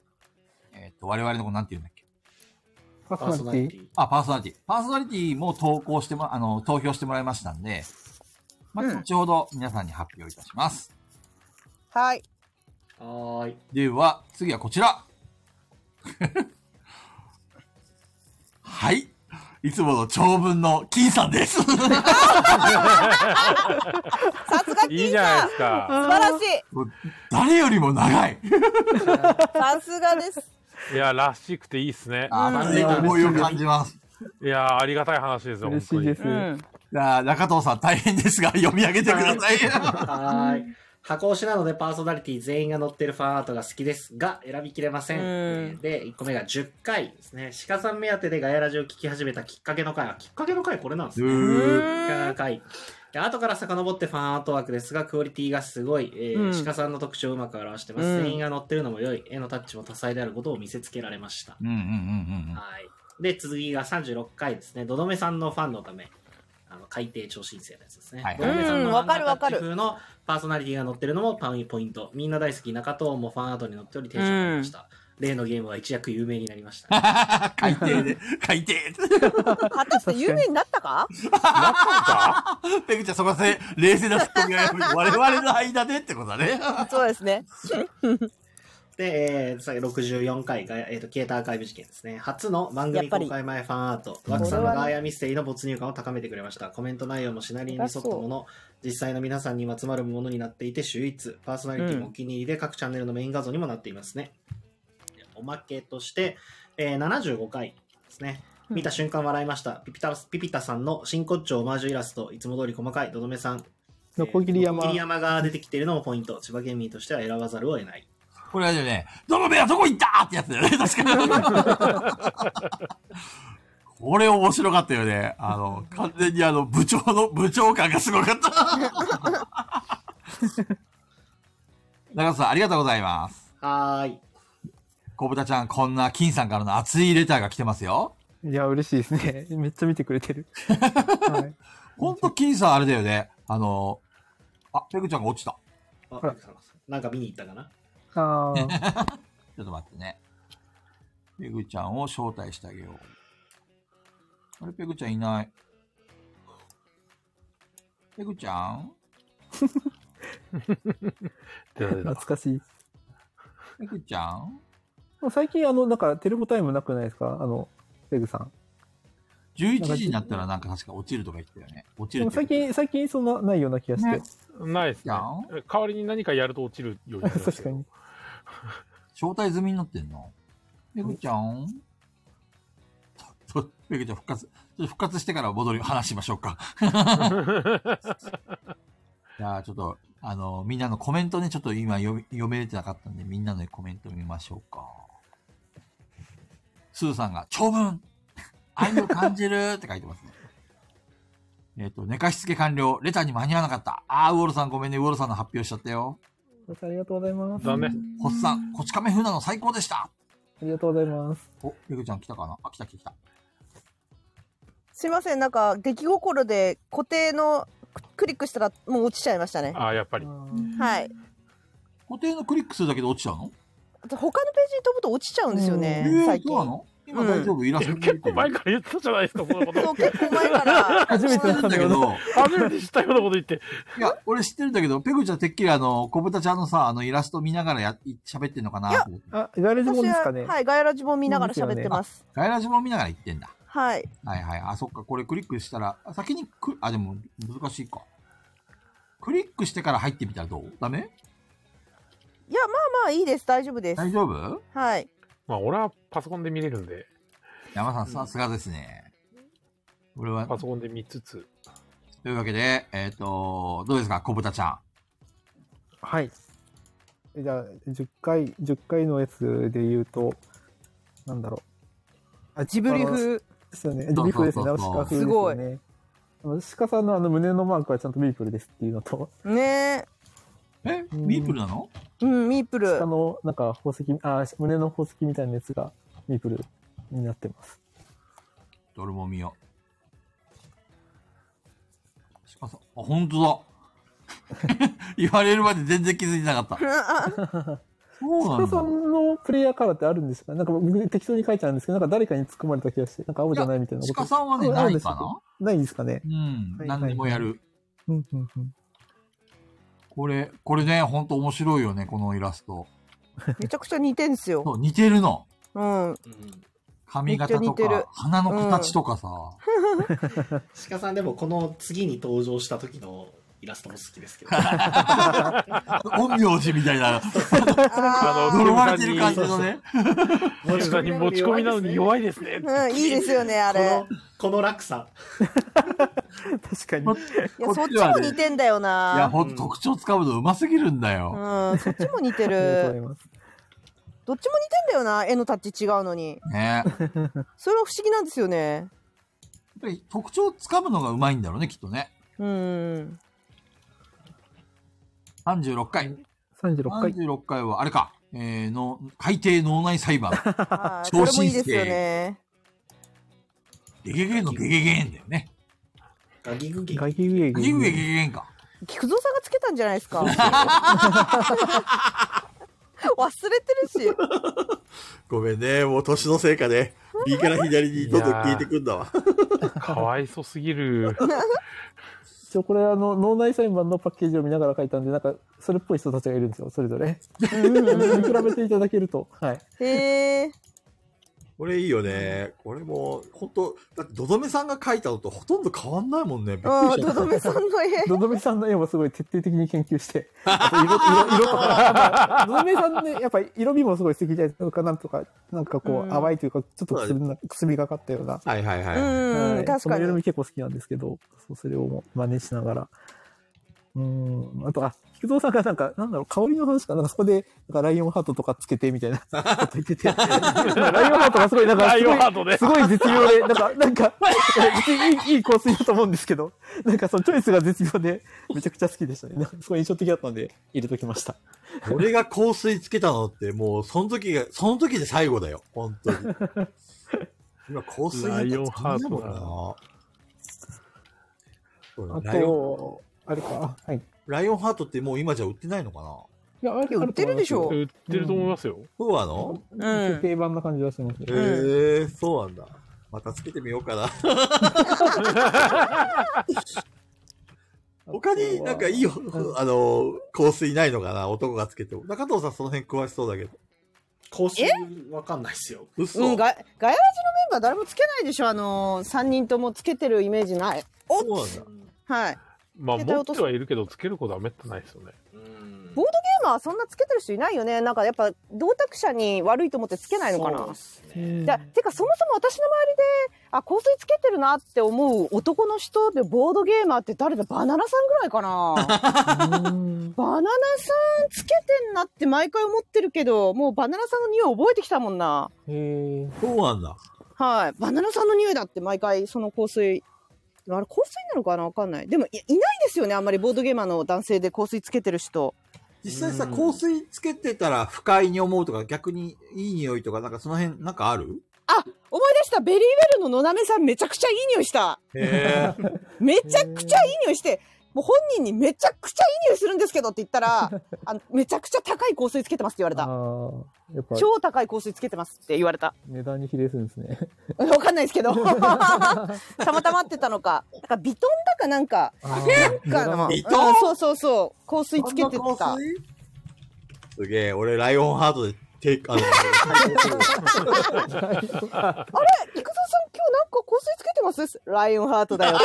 えっと、我々のことなんていうんだっけ
パ
パーソナリティ。
あ、パーソナリティ。パーソナリティも投稿しても、あの、投票してもらいましたんで、ま
うん
あ、後ほど皆さんに発表いたします。
はい。
はーい。
では、次はこちら。 はい。いつもの長文の金さんです。
さすが
いい
金
じゃないで
さん
すか。
素晴らしい
誰よりも長い。
さすがです。
いや、らしくていいっすね。
あ
うん
ー、何思いを感じます。
いや、ありがたい話ですよ、本
嬉
当
しい
に
で。す。
うん。
じゃあ、中藤さん大変ですが、読み上げてください。
はーい。箱推しなのでパーソナリティ全員が載ってるファンアートが好きですが選びきれません。
うん
えーで、1個目が10回ですね。鹿さん目当てでガヤラジを聞き始めたきっかけの回。あきっかけの回これなんですね。
うー
いやーかい。で後から遡ってファンアートワークですが、クオリティがすごい。えー
うん
鹿さんの特徴をうまく表してます。
うん
全員が載ってるのも良い。絵のタッチも多彩であることを見せつけられました。
うんうんうん
はい。で、続きが36回ですね。どどめさんのファンのため、あの、改定超新星のやつですね。
はい
どどめさん
う
のファ
んわ
ン
かるわかる
風のパーソナリティが載ってるのもパンポイント。みんな大好き中藤もファンアートに載っておりテンション上がりました。例のゲームは一躍有名になりました、
うん。 海底で、海底
果たして有名になったか
なった
ペグちゃん、そこで冷静なツッコミがやっぱり我々の間でってことだね。
そうですね。
で、えー、さ64回が、えーと、消えたアーカイブ事件ですね。初の番
や
組
っぱり
公開前ファンアート。枠さんのガーヤミステリーの没入感を高めてくれました。コメント内容もシナリオに沿ったもの、実際の皆さんにまつまるものになっていて秀逸。パーソナリティもお気に入りで、各チャンネルのメイン画像にもなっていますね。でおまけとして、えー、75回ですね。見た瞬間笑いました。ピピタ、ピピタさんの真骨頂オマージュイラスト、いつも通り細かい、どどめさん。
ノコギリ山
ノコギリ山が出てきているのもポイント。千葉県民としては選ばざるを得ない。
これはね、どの部屋どこ行ったってやつだよね、確かに。これ面白かったよね。あの、完全にあの、部長の、部長感がすごかった。中田さん、ありがとうございます。
はーい。
小豚ちゃん、こんな金さんからの熱いレターが来てますよ。
いや、嬉しいですね。 めっちゃ見てくれてる。はい、
ほんと金さんあれだよね。あの、あ、ペグちゃんが落ちた。
あ
ほら
なんか見に行ったかな
あ ー
ちょっと待ってね。ペグちゃんを招待してあげよう。あれ、ペグちゃんいない。ペグちゃん
んだ
懐かしい。
ペグちゃん
最近、あの、なんか、テレポタイムなくないですかあの、ペグさん。
?11 時になったらなんか確か落ちるとか言ってたよね。落ち
で
るっ
も
て言
最
って
近、最近そんなないような気がして。
ね
ないですね
やん。
代わりに何かやると落ちるようになります
確
け
か
ど。
に。
招待済みになってんのペグちゃんちょっとペグちゃん復活、ちょっと復活してから戻り、話しましょうか。じゃあちょっと、あの、みんなのコメントね、ちょっと今読み読めれてなかったんで、みんなのコメント見ましょうか。スーさんが、長文愛を感じるって書いてますね。えっと、寝かしつけ完了。レターに間に合わなかった。あー、ウォルさんごめんね。ウォルさんの発表しちゃったよ。
またありがとうございます。
残念。
ホッさん、こち亀風なの最高でした。
ありがとうございます。
お、ペグちゃん来たかなあ、来た来た来た。
すいません、なんか、出来心で固定のククリックしたらもう落ちちゃいましたね。
ああ、やっぱり。
はい。
固定のクリックするだけで落ちちゃうの
あと他のページに飛ぶと落ちちゃうんですよ
え
ね、
ー
最
そうな
近。
の今大丈夫、イラスト
結構前
か
から言ってたじゃないですか、そのこ
そう、
と。
結構 前から。
初めてだ
知っるん
ってた
だ
んだ
け
けど。
ど、
初めて知ったようなこと言って。
いや、俺知ってるんだけど、ペグちゃんてっきりあの、小豚ちゃんのさ、あのイラスト見ながらや、喋ってんのかなと思って
あ、ガレージ
私
もんですか
は、
ね。
はい、ガイラジも見ながら喋ってます。
ガイラジも見ながら言ってんだ。
はい。
はいはい。あ、そっか。これクリックしたら、あ先にく、あ、でも難しいか。クリックしてから入ってみたらどうダメ
いや、まあまあいいです。大丈夫です。
大丈夫
はい。
まあ、俺はパソコンで見れるんで、
山さん、さすがですね。俺は、
パソコンで見つつ。
というわけで、えっ、と、どうですか、小豚ちゃん。
はい。じゃあ、10回、10回のやつで言うと、なんだろ
あ、ジブリ風。
う。ですよね。ビープルですね。
そう
鹿
そうそう
風です
すご
よ
い
ね。あの鹿さんのあの胸のマークはちゃんとビープルですっていうのと、
ねえ。
え
うん
ミープルなの
うん、ミープル
鹿。のなんか宝石、あ、胸の宝石みたいなやつがビープルになってます。
どれも見よう。しかさん、あ、本当だ。 言われるまで全然気づいてなかった。
あ
そうな
鹿
ん
さ
だ。
んのプレイヤーカラーってあるんですかなんか僕適当に書いちゃうんですけど、なんか誰かに突っ込まれた気がして、なんか青じゃないみたいなこ
鹿
と。
さんはね、
あ
な
るん
い
です
かな
よないんですかね。
うん、
はい
何でもやる。
うんうんうん。
これ、これね、ほんと面白いよね、このイラスト。
ーめちゃくちゃ似てんすよ
そ。う、似てるの。
うん。
うん
髪型
め
と
っちゃ似てる
か、鼻の形とかさ。
鹿さんでもこの次に登場した時のイラストも好きですけど。
陰陽師みたいな、
あ
ー
呪われてる感じのね。
持ち込み持ち込みなのに弱いですね。
ーうん、いいですよね、あ
こ
れ
の。、この落差。
確かに。
いや、そっち
は
も
ね
似てんだよ
いや、
な。
ほんと特徴つかむのうますぎるんだよ。
うん、そっちも似て
あり がとうござい
る。
ます。
どっちも似てんだよな、絵のタッチ違うのに。
ね。やっ
それは不思議なんですよね。
ぱり特徴つかむのがうまいんだろうね、きっとね。
うん。
36回。
36回。
36回は、あれか。えー、の、海底脳内裁 判。
はい
超新
これ
星
もいいですよね。
ゲゲゲンのゲゲゲンだよね。
ガギグギ。
ガキウ
ゲゲ
エ
ゲゲゲンか。
菊蔵さんがつけたんじゃないですか。忘 れてるし。
ごめんね、もう年のせいかで、右から左にどんどん消えてくんだわ。
かわいそすぎる。
一応これあの脳内裁判のパッケージを見ながら書いたんでなんかそれっぽい人たちがいるんですよそれぞれ 見比べていただけるとはい
へえ。
これいいよね。これもう、ほんと、だって、どどめさんが書いたのとほとんど変わんないもんね。びっくり
う
し
ん、
た
どどめさんの絵。
のどめさんの絵もすごい徹底的に研究 してあと色色色とかあののどめさんねやっぱり色味もすごい素敵じゃないですかなんとかなんかこ
う
うん淡いというかちょっとくすみなくすみがかったような、
はいはいはい。
は
う
い
ん、確
そ
か
の色
に
味。結構好きなんですけどそうそれを真似しながらうんあとあ菊蔵さんがなんかなんだろう香りの話かなんかそこでなんかライオンハートとかつけてみたいなこと言っててライオンハートがすごいなんか
ラ
す
イ
ご
オン
い
ハートで。
すごい絶妙で、なんか、なんか、別にいい、いい香水だと思うんですけど、なんかそのチョイスが絶妙で、めちゃくちゃ好きでしたね。なんかすごい印象的だったんで、入れときました。
俺が香水つけたのって、もう、その時が、その時で最後だよ。本 当に。今、香水なんて使んないもんな
ライ
そうだ
あ
ライオン
と、あれか、はい。
ライオンハートってもう今じゃ売ってないのかない
や、あれ
売ってるでしょ
売ってると思いますよ。
そうなの、
う
うん。
ん。
定番な感じがしますね。
へえ、そうなんだ。またつけてみようか な。他になんかいいよ、
ん
あの、香水ないのかな男がつけても。中藤さんその辺詳しそうだけど。
香水わかんないっすよ。
嘘、
うん、ガガヤラジのメンバー誰もつけないでしょあのー、3人ともつけてるイメージない。
そうなんだ。
はい。
まあ、
絶対
持っ
落と
て
す
はいるけど、つけることはめったないですよね。
うん
ボードゲーマーそんなつけてる人いないよね。なんかやっぱ、同卓者に悪いと思ってつけないのか
そうっ
な。
す
う
ね
ん
じゃてかそもそも私の周りで、あ、香水つけてるなって思う男の人でボードゲーマーって誰だバナナさんぐらい かな
うん
バナナさんつけてんなって毎回思ってるけど、もうバナナさんの匂い覚えてきたもんな。
へ
そうなんだ。
はい。バナナさんの匂いだって毎回その香水。あれ香水なのかなわかんない。でもいいないですよね。あんまりボードゲーマーの男性で香水つけてる人。
実際さ、
うん
香水つけてたら不快に思うとか、逆にいい匂いとか、なんかその辺、なんかある
思い出しした。ベリーウェルの野鍋さんめちゃくちゃいい匂いした。
へえ。
めちゃくちゃいい匂いして、もう本人にめちゃくちゃいい匂いするんですけどって言った ら、あのめちゃくちゃ高い香水つけてますって言われ
あ
た。
あ、やっぱ
超高い香水つけてますって言われた。
値段に比例するんですね。
うんわかんないですけ ど。たまたまってたのか。なんかビトンだかなんか、
あ
なんか
ー
の、
ビトン
うんそうそうそう、香水つけてた。
すげえ、俺、ライオンハートで、て、あの、
菊蔵さん今日なんか香水つけてますライオンハートだよ。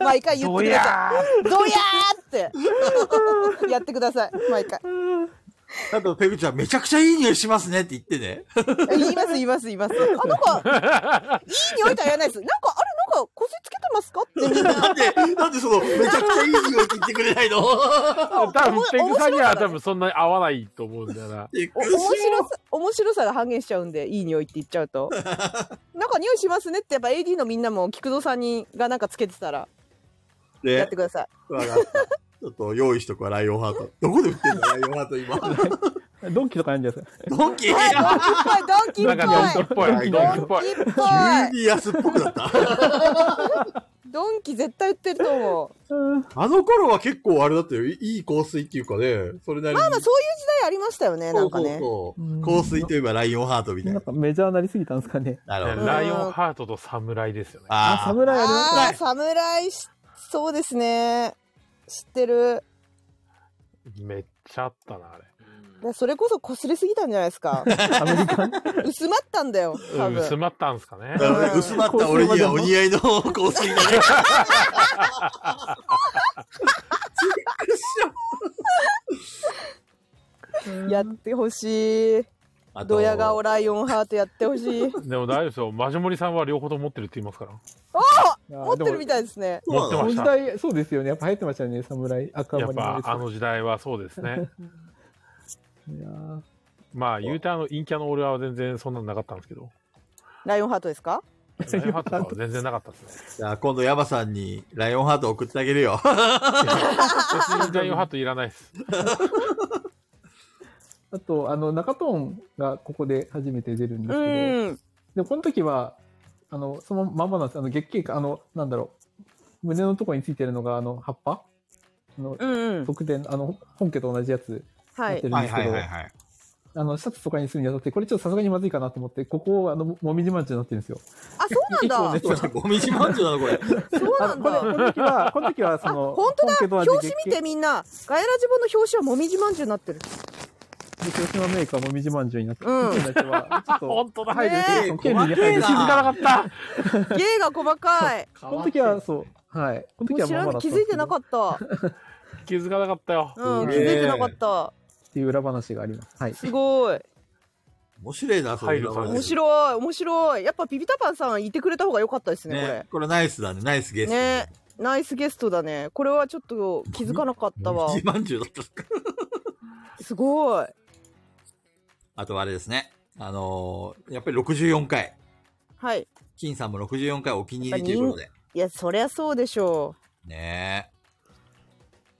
毎回言ってください。どやーって。やってください。毎回。
あと、ペグちゃん、めちゃくちゃいい匂いしますねって言ってね。
言います、言います、言います。あ、なんか、いい匂いとは言わないです。なんか、あれ、なんか、香水つけてますかってみんな。
なんで、なんでその、めちゃくちゃいい匂いって言ってくれないの
多分
面白
ペ
い
グさんには
からね
多分そんなに合わないと思うんだよな。
びっ
お
くり
面白さ、面白さが半減しちゃうんで、いい匂いって言っちゃう と。なんか匂いしますねって、やっぱ AD のみんなも、菊蔵さんに、がなんかつけてたら、やっ
ね
てください。
わかったちょっと用意しとくわ、ライオンハート。どこで売ってんのライオンハート今。
ドンキとかやんじゃないですか。
ドンキ
はい、ドンキっぽ、
ないん
ド
か
ン
ドンキ
キっ
っぽい。ドンキっぽ
ぽ
い
い。。ドンキっ
急
ぽい。
に安っぽくなった。
ドンキ絶対売ってると思う。
あの頃は結構あれだったよ。いいい香水っていうかね、それなりに。
まあまあ、そういう時代ありましたよね、なんかね。
そうそう
うん
そう香水といえばライオンハートみたい
な
な。
んかメジャーなりすぎたんですかね。
なるほど。
ライオンハートと侍ですよね。
あ、
あ
侍ありました
あ
ね
あ、。侍し、そうですね。知ってる。
めっちゃあったな、あれ。
でそれこそ擦れすぎたんじゃないですか。
アメリカン。
薄まったんだよ、多
うん、薄
分。
まったんすかね
あ。。。なるほど薄まった俺にはお似合いの香水だね。
やってほしい。
あと
ドヤ顔ライオンハートやってほしい。
でも大丈夫ですよ。マジモリさんは両方とも持ってるって言いますから。
持ってるみたいですね。
そうな
そ
の
の時代、そうですよね。やっぱ流行ってましたよね。侍、赤
やっ
森
ぱあ
の
の時代はそうですね。
いやー
まあ言うてあの陰キャの俺は全然そんなのなかったんですけど。
ライオンハートですか
ライオンハートとかは全然なかったですね。
じゃあ今度ヤマさんにライオンハート送ってあげるよ。
別 にライオンハートいらないです。
あと、あの、中トーンがここで初めて出るんで
う
すけど、
ん。
でもこの時は、あの、そのまんまなんです。あの、月経か、あの、なんだろう、胸のとこについてるのが、あの、葉っぱあの、
うんうん。
特典、あの、本家と同じやつ
は
やって
い。
るんですけど、
はい。
あの、シャツとかにするにあたって、これちょっとさすがにまずいかなと思って、ここを、あの、ももみじまんじゅうになってるんですよ。
あ、そうなんだ。
結構ね
ゴミじまんじゅうなのこれ。
そう
あ
なん
のこ
だ。
れこの時は、この時は、そ
あ、
の、
本当だ。
本家と同じ
表紙
月
見
経
てみんな。ガヤラジボの表紙はもみじまんじゅうになってる。
で、広島メーカーもみじまんじゅうになって、
うん
だけは、ちょっ と、
本当だ。
入る
ねえ、
その権利に入る。
気づかなかっ
芸が細かい。
この時は、そう、はい。この
もう
時は
知
まあ
ら
ま
ん
だ
気づいてなか
っ
った。
た。気づかなかったよ。
うん、
ね
気
え
づいてなかった。
た。っていう裏話があります。はい。
すごい。
面白いな、それ。
入る感じ
面白い、面白い。やっぱピピタパンさんいてくれた方が良かったですね、
ね。これナイスだね、ナイス
こ
ゲ
れ。
ストだ
ね。ナイスゲストだね。これはちょっと気づかなかったわ
ゴミ。じまんじゅうだった。
すごい。
あとはあれですね。あのー、やっぱり64回。
はい。
金さんも64回お気に入りということで。
いや、そりゃそうでしょ
ねえ。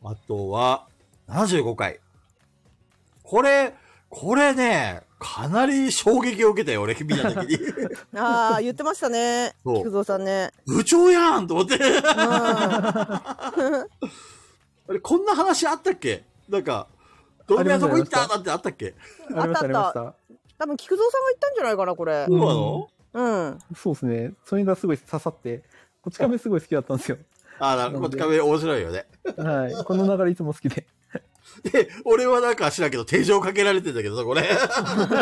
あとは、75回。これ、これね、かなり衝撃を受けたよ、俺、見た時に。
う。あ あ、言ってましたね。
そう
菊蔵さんね。
部長やんと思って。
うん。あ
あれ、こんな話あったっけなんか、どんなとこ行ったなんてあったっけ
ありました、ありました。
多分菊蔵さんが言ったんじゃないかな、これ
そ。う
うん
なの
うん。
そうですね。それがすごい刺さって、こち亀すごい好きだったんですよ。
ああ、なるほど。こっち亀面白いよね。
はい。この流れいつも好きで。
で、俺はなんか知らんけど、手錠かけられてんだけどさ、これ。
私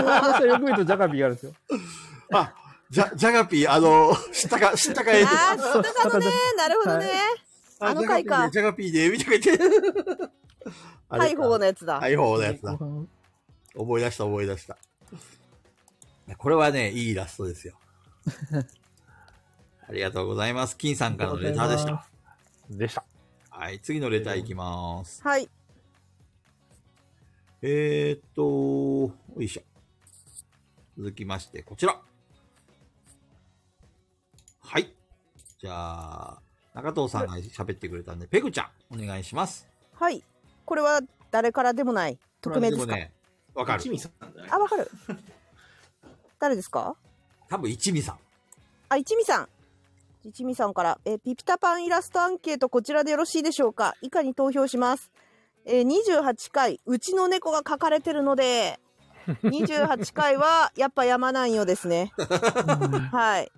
はよく見るとジャガビーがあるんですよ。
あ、じゃ、ジャガピー、あの、知ったか、知ったかえって。
ああ、知ったかのね。なるほどね。あの回か
ジャガピーで、ジャガピーで、みたい な言って。あれ
大砲のやつだ。
大砲のやつだ
後。半
思い出した思い出した。これはね、いいイラストですよ。ありがとうございます。金さんからのレターでした。
でした。
はい、次のレターいきます。
はい。
えー、っと、よいしょ。続きまして、こちら。はい。じゃあ、中藤さんが喋ってくれたんで、ペグちゃん、お願いします。
はい。これは誰からでもない。匿名です
これ
か
はね、わかる
キ。ミさんじゃない
あ、わかる。誰ですか
多分一味さん。
あ、一味さん。一味さんから、えーピピタパンイラストアンケートこちらでよろしいでしょうか以下に投票します。えー、28回、うちの猫が書かれてるので、28回は、やっぱやまないよですね。はい。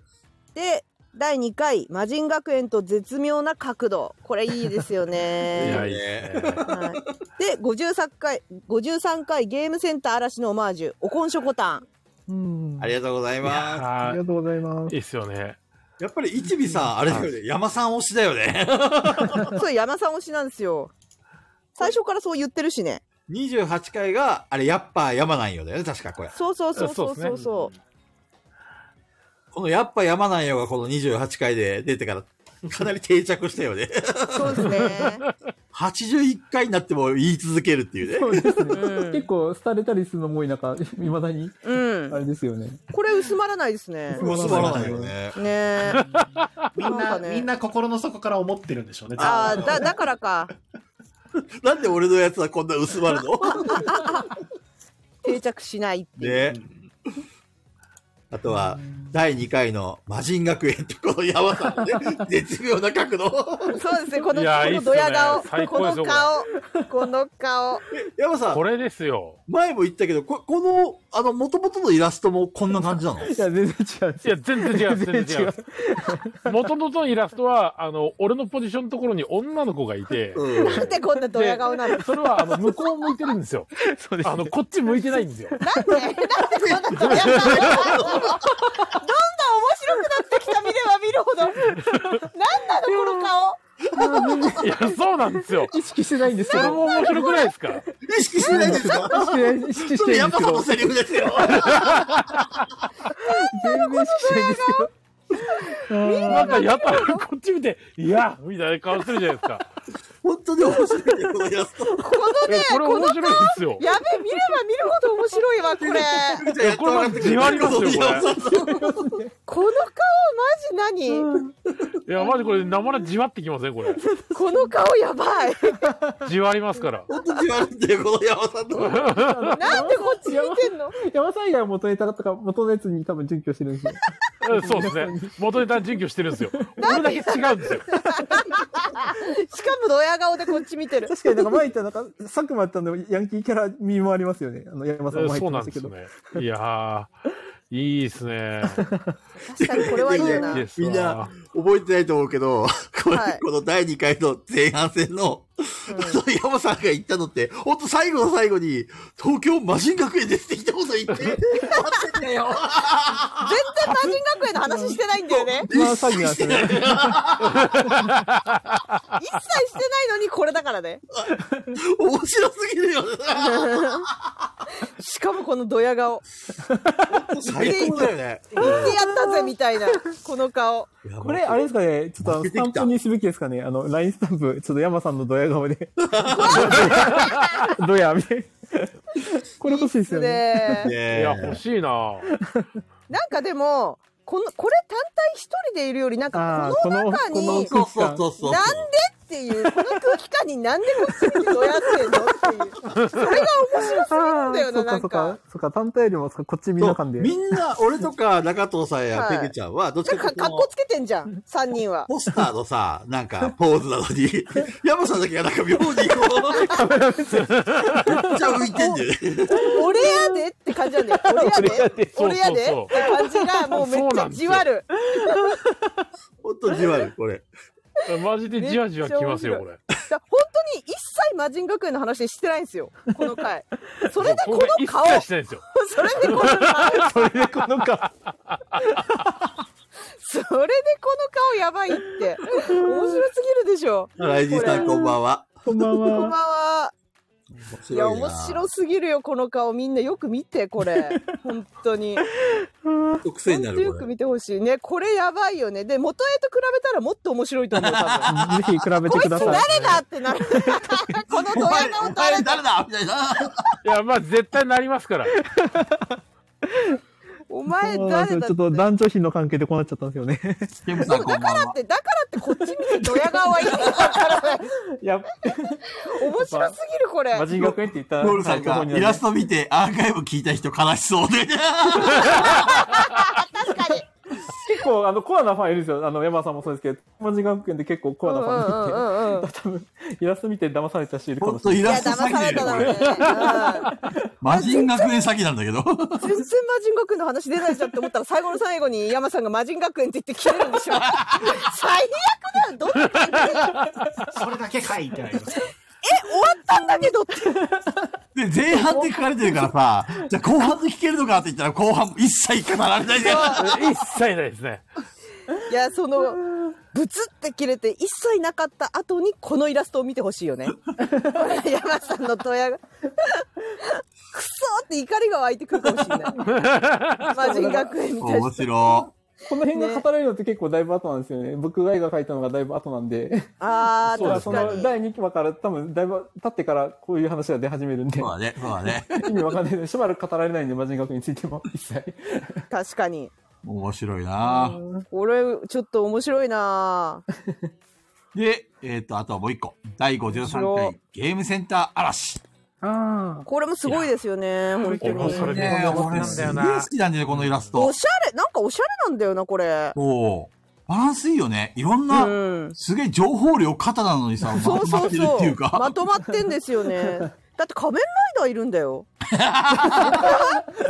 で、第2回、魔人学園と絶妙な角度。これいいですよ
いや、
ね。
いいですね。
はい、で、53回、53回、ゲームセンター嵐のオマージュ、おこんしょこたん。
うん。
あ
あ
りがとうございます。
り
は
がとうございます
い。い。いっすよね。
やっぱり一味さん、あれだよね。山さん推しだよね。
それ山さん推しなんですよ。最初からそう言ってるしね。
28回が、あれ、やっぱ山ないよだよね。確かこれ。
そうそうそうそうそうそう。
このやっぱ山ないよがこの28回で出てから、かなり定着したよね。
そうですね。
81回になっても言い続けるっていうね。
そうですね。
うん
結構、廃れたりするのも多い 中、いまだに、
うん
あ。れですよね。
これ薄まらないですね。
薄まらないよね。
ねえ。
みんな、
なんかね
みんな心の底から思ってるんでしょうね。
ああ、だ、だからか。
なんで俺のやつはこんな薄まるの
定着しないっていう。
ね。あとは、第2回の魔人学園とこの山さんね。 絶妙な角度。
そうですね。この、
い
こ
やいいっ
の
すね
ドヤ顔。
最
こ
高です
の
よ
顔。この顔。
山さん
こ、れですよ。
前も言ったけど、ここの、あの、元々のイラストもこんな感じなの
いや、全然違う。
いや、全然違う、 全
全然
然違
違
う
う。
もともとのイラストは、あの、俺のポジションのところに女の子がいて、
うん。
なんでこんなドヤ顔なのなんで
それは、あの、向こう向いてるん ですよ。
そうです
あの、こっち向いてないんですよ。
なんでこんなドヤ顔なのどんどん面白くなってきた見れば見るほど。なんなのこの顔。
いや、そうなんですよ。
意識してないんです
そ
け
れ
ど。
も面白くないですか
意識してないんです
意
か
識してない意識し
そ
て
れ
ないんです
山
け
さんの
ど。
セリフですよ。
全然意識してないんですけど。あー
なんかやたらこっち見て、いやみたいな顔するじゃないですか。
本当に面白いね、このイラスト。
いや、これ面白いですよ。
やべえ、見れば見るほど面白いわ、これ。
じゃあやっと分かってくれ
いやこれはじわりますよこれ
そうそうそう
この顔、マジ何
いや、マジこれ、生々じわってきません、これ。
この顔やば い。
じわりますから。
本当にじわるんだよ、この山さんの。
なんでこっち見てん の
山さん以外は元ネタとか、元のやつに多分準拠してるんですよ。
うんそうですね。元ネタ準拠してるんですよ。俺だけ違うんですよ。
しかもドヤ顔でこっち見てる。
確かになんか前言ったなんか、佐久間さんのヤンキーキャラ見もありますよね。あの、山さ
う
んも
ん
入
そ
って
う
ま
なん
した
で
け
す
ど。
ね。いやー、いいですね。
確かにこれはいいよな。
いい
はい
で。すわ
みんな、覚えてないと思うけど、これ、
はい
この第2回の前半戦の、山さんが言ったのって、ほんと最後の最後に、東京魔人学園ですって言ったこと言って、待ってんだよ。
全然魔人学園の話してないんだよ ね。
一番詐欺なんですよね。
一切してないのにこれだから ね。
面白すぎるよね。
しかもこのドヤ顔。
最高だよね。
見てやったぜみたいな。この顔。
これ、あれですかね、ちょっとあの
出
ス
て
タ
き
ン
た
プにすべきですかね。あの、ラインスタンプ、ちょっと山さんのドヤ顔 で。ドヤ、みたいな。これ欲しいですよね。
で、
い
ね
や、欲しいな
なんかでも、この、これ単体一人でいるより、なんか
あ
こ
ー
の中
この
に、
そうそうそうそう。
なんでっていう、この空気感になんでこっち見てどうやってんのっていう。それが面白すぎる んだよ
そ
な、
う
な
かそ
ん
うか
か。、
そうか、単体よりも、そっかこっちみんな
そ
感
う
で。
みんな、俺とか中藤さんや
はい
ペグちゃんは、どっち
か
か
か
っていう
っ
と
こつけてんじゃん、3人は。
ポスターのさ、なんか、ポーズなの に、山さんだけがなんか妙にこう、めっちゃ浮いてんだよね。
俺やでって感じなんだ よ。俺やで
俺
俺や
や
で
で
って感じが、もうめっちゃじわる。
ほんとじわる、これ。
マジでじわじわきますよ、これ。
だ本当に一切魔人学園の話してないんですよ、この回。それでこ
今回
の
一
顔、
切してないんですよ。
それでこの顔、
それでこのか。
それでこの顔やばいって。面白すぎるでしょ。
ライジンさん、こんばんは。
こんばん
こんばん
は。
は。
面
いや、
白いな。
面白すぎるよ、この顔。みんなよく見て、これ。本当に。
ほんと
ほ
癖
ん
に
と
な
よ
る、こ
く
れ。
見てほしいね。これやばいよね。で、元絵と比べたらもっと面白いと思う、多分。
ぜひ比べて
こい
く
つ
だ
誰
さい。
だってなる。 このド
お
ヤ
前、
顔
お
誰 だ
前誰だみたいな。
いや、まあ、絶対なりますから。
お前
そう
誰だ
な
って
んですよちょっと男女比の関係でこうなっちゃったんですよね。
ケムさんこんばん
だ
は
っ。て、だからってこっち見てドヤ顔はいい わからない。
いや、
面白すぎる、これ。
マジ学園って言ったら、
ロールさん
はい
が
ここにあ
イ
る
ラスト見てアーカイブ聞いた人悲しそうで。
確確かに。
結構、あの、コアなファンいるんですよ。あの、山田さんもそうですけど、友人学園で結構コアなファンいて。
うんうんうんうん。
多分、イラスト見て騙された人いるか
ほ
も
ん
しれ
と
ない。
イ
いや、
ラスト
騙
詐
さ
欺
れ
で
ただ
こ
ろうね
れ。魔人学園詐欺なんだ けど。
うん全然魔人学園の話出ないじゃんって思ったら、最後の最後に山さんが魔人学園って言って切れるんでしょ。最悪だよどうなってんだよ
それだけかいってなります。
終わったんだけどって。
で、前半で書かれてるからさ、 じゃあ後半で聞けるのかって言ったら後半一切語られ ないで。
一切ないですね。
いや、その、ブツって切れて一切なかった後にこのイラストを見てほしいよね。山さんのドヤが。くそーって怒りが湧いてくるかもしれない。魔人学園みた
面
いな。
白
この辺が語られるのって結構だいぶ後なんですよね。僕が絵が描いたのがだいぶ後なんで。
あー、
そうだ
確
そ
か
の
に。
第2期話から多分だいぶ経ってからこういう話が出始めるん
い。
で
そう、だね、そうだね。
意味わかんないですしばらく語られないんで、魔人学についても一切。
確かに。
面白いな
これ、ちょっと面白いなぁ
で、えっ、と、あとはもう一個。第53
面白
回ゲームセンター嵐。
あ
これもすごいですよね、本当
面白い
に。
ね
ねえ、
これ
俺
好きなん
す
だ
げえ
よな
好きなんだよね、このイラスト
お。しゃれ、なんかおしゃれなんだよな、これ。
そう。バランスいいよね。いろん
う
な、
ん。
すげえ情報量肩なのにさ、
そ
ま
う
とま
そ
っ
う
てるっ
そ
ていうう。か。
まとまってんですよね。 だって仮面ライダーいるんだよ。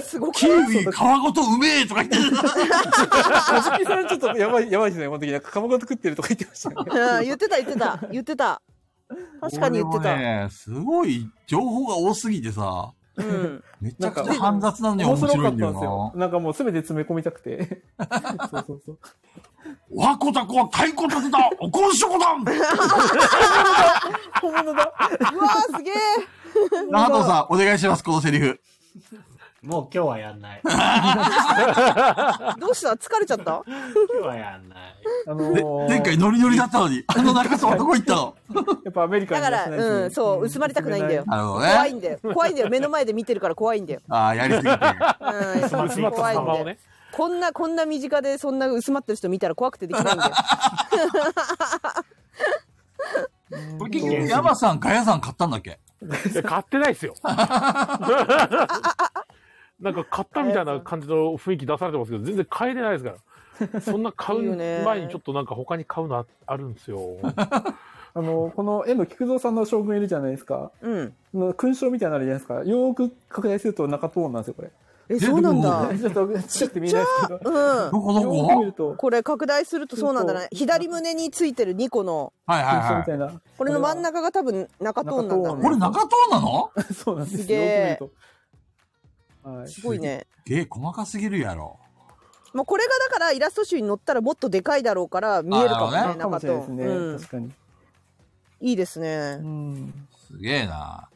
すごく
キ
ない
ウイ皮ごとうめえとか言ってる。
カジキさんちょっとやばい、やばいですね、本当に。なんか、かまごと食ってるとか言ってましたよね。
うん、言ってた言ってた言ってた確かに言って
俺
た、
もね、すごい情報が多すぎてさ、
うん
めちゃくち
な
ゃ
んか
煩雑なのに
面
面
白か
白
った
い
ん
ん
で
だ
す
よな。
よ。なんかもうすべて詰め込みたくて。そうそうそう。
おはこたこは太鼓立てだおこんしょこだん
本物だ
うわーすげえ
長藤さん、お願いします、このセリフ。
もう今日はやん ない。
どうした疲れちゃ った
今日はやんない。
あ
で
のー、
前回ノリノリだったのに、あの中さんどこ行ったの
やっぱアメリカ
だか
にい
ら
らっしゃいですね
うんそう薄まりたくないんだよ
なるほど
怖い
ね。
んだよ怖いんだよ目の前で見てるから怖いんだよ、
ああ、やりすぎて。
うん、
薄まった
怖いん
様を
だよ
ね。
こんなこんな身近でそんな薄まってる人見たら怖くてできないん だよ
これ結局、ヤマさん、ガヤさん買ったんだっけ
いや買ってない ですよ。 なんか買ったみたいな感じの雰囲気出されてますけど、全然買えてないですから。そんな買
いいよ
う
ね
前にちょっとなんか他に買うのああるんですよ。
あの、この絵の菊蔵さんの将軍いるじゃないですか。
うん
の勲章みたいなのあるじゃないですか。よーく拡大すると中トーンなんですよ、これ。
えそうなんだ
ちょっと、ちょっと見えないですけ
う
ど。
ん
どこど
よーく見
こ
ると、
これ拡大するとそうなんだね
そう
左胸についてる2個の
はいはい
勲章
は
みた
い。
いな。
これの真ん中が多分中トーンなんだ
中トーン
ね
これ中藤なの
そうなんです
すげえ
よく見ると。はい。
すごいね
げえ、細かすぎるやろ。
まあ、これがだからイラスト集に載ったらもっとでかいだろうから見えるかも
あ
ね、
かも
中
しれないで
と。
すね。
うん
確、かに。
いいですね
う。ん。
すげえな。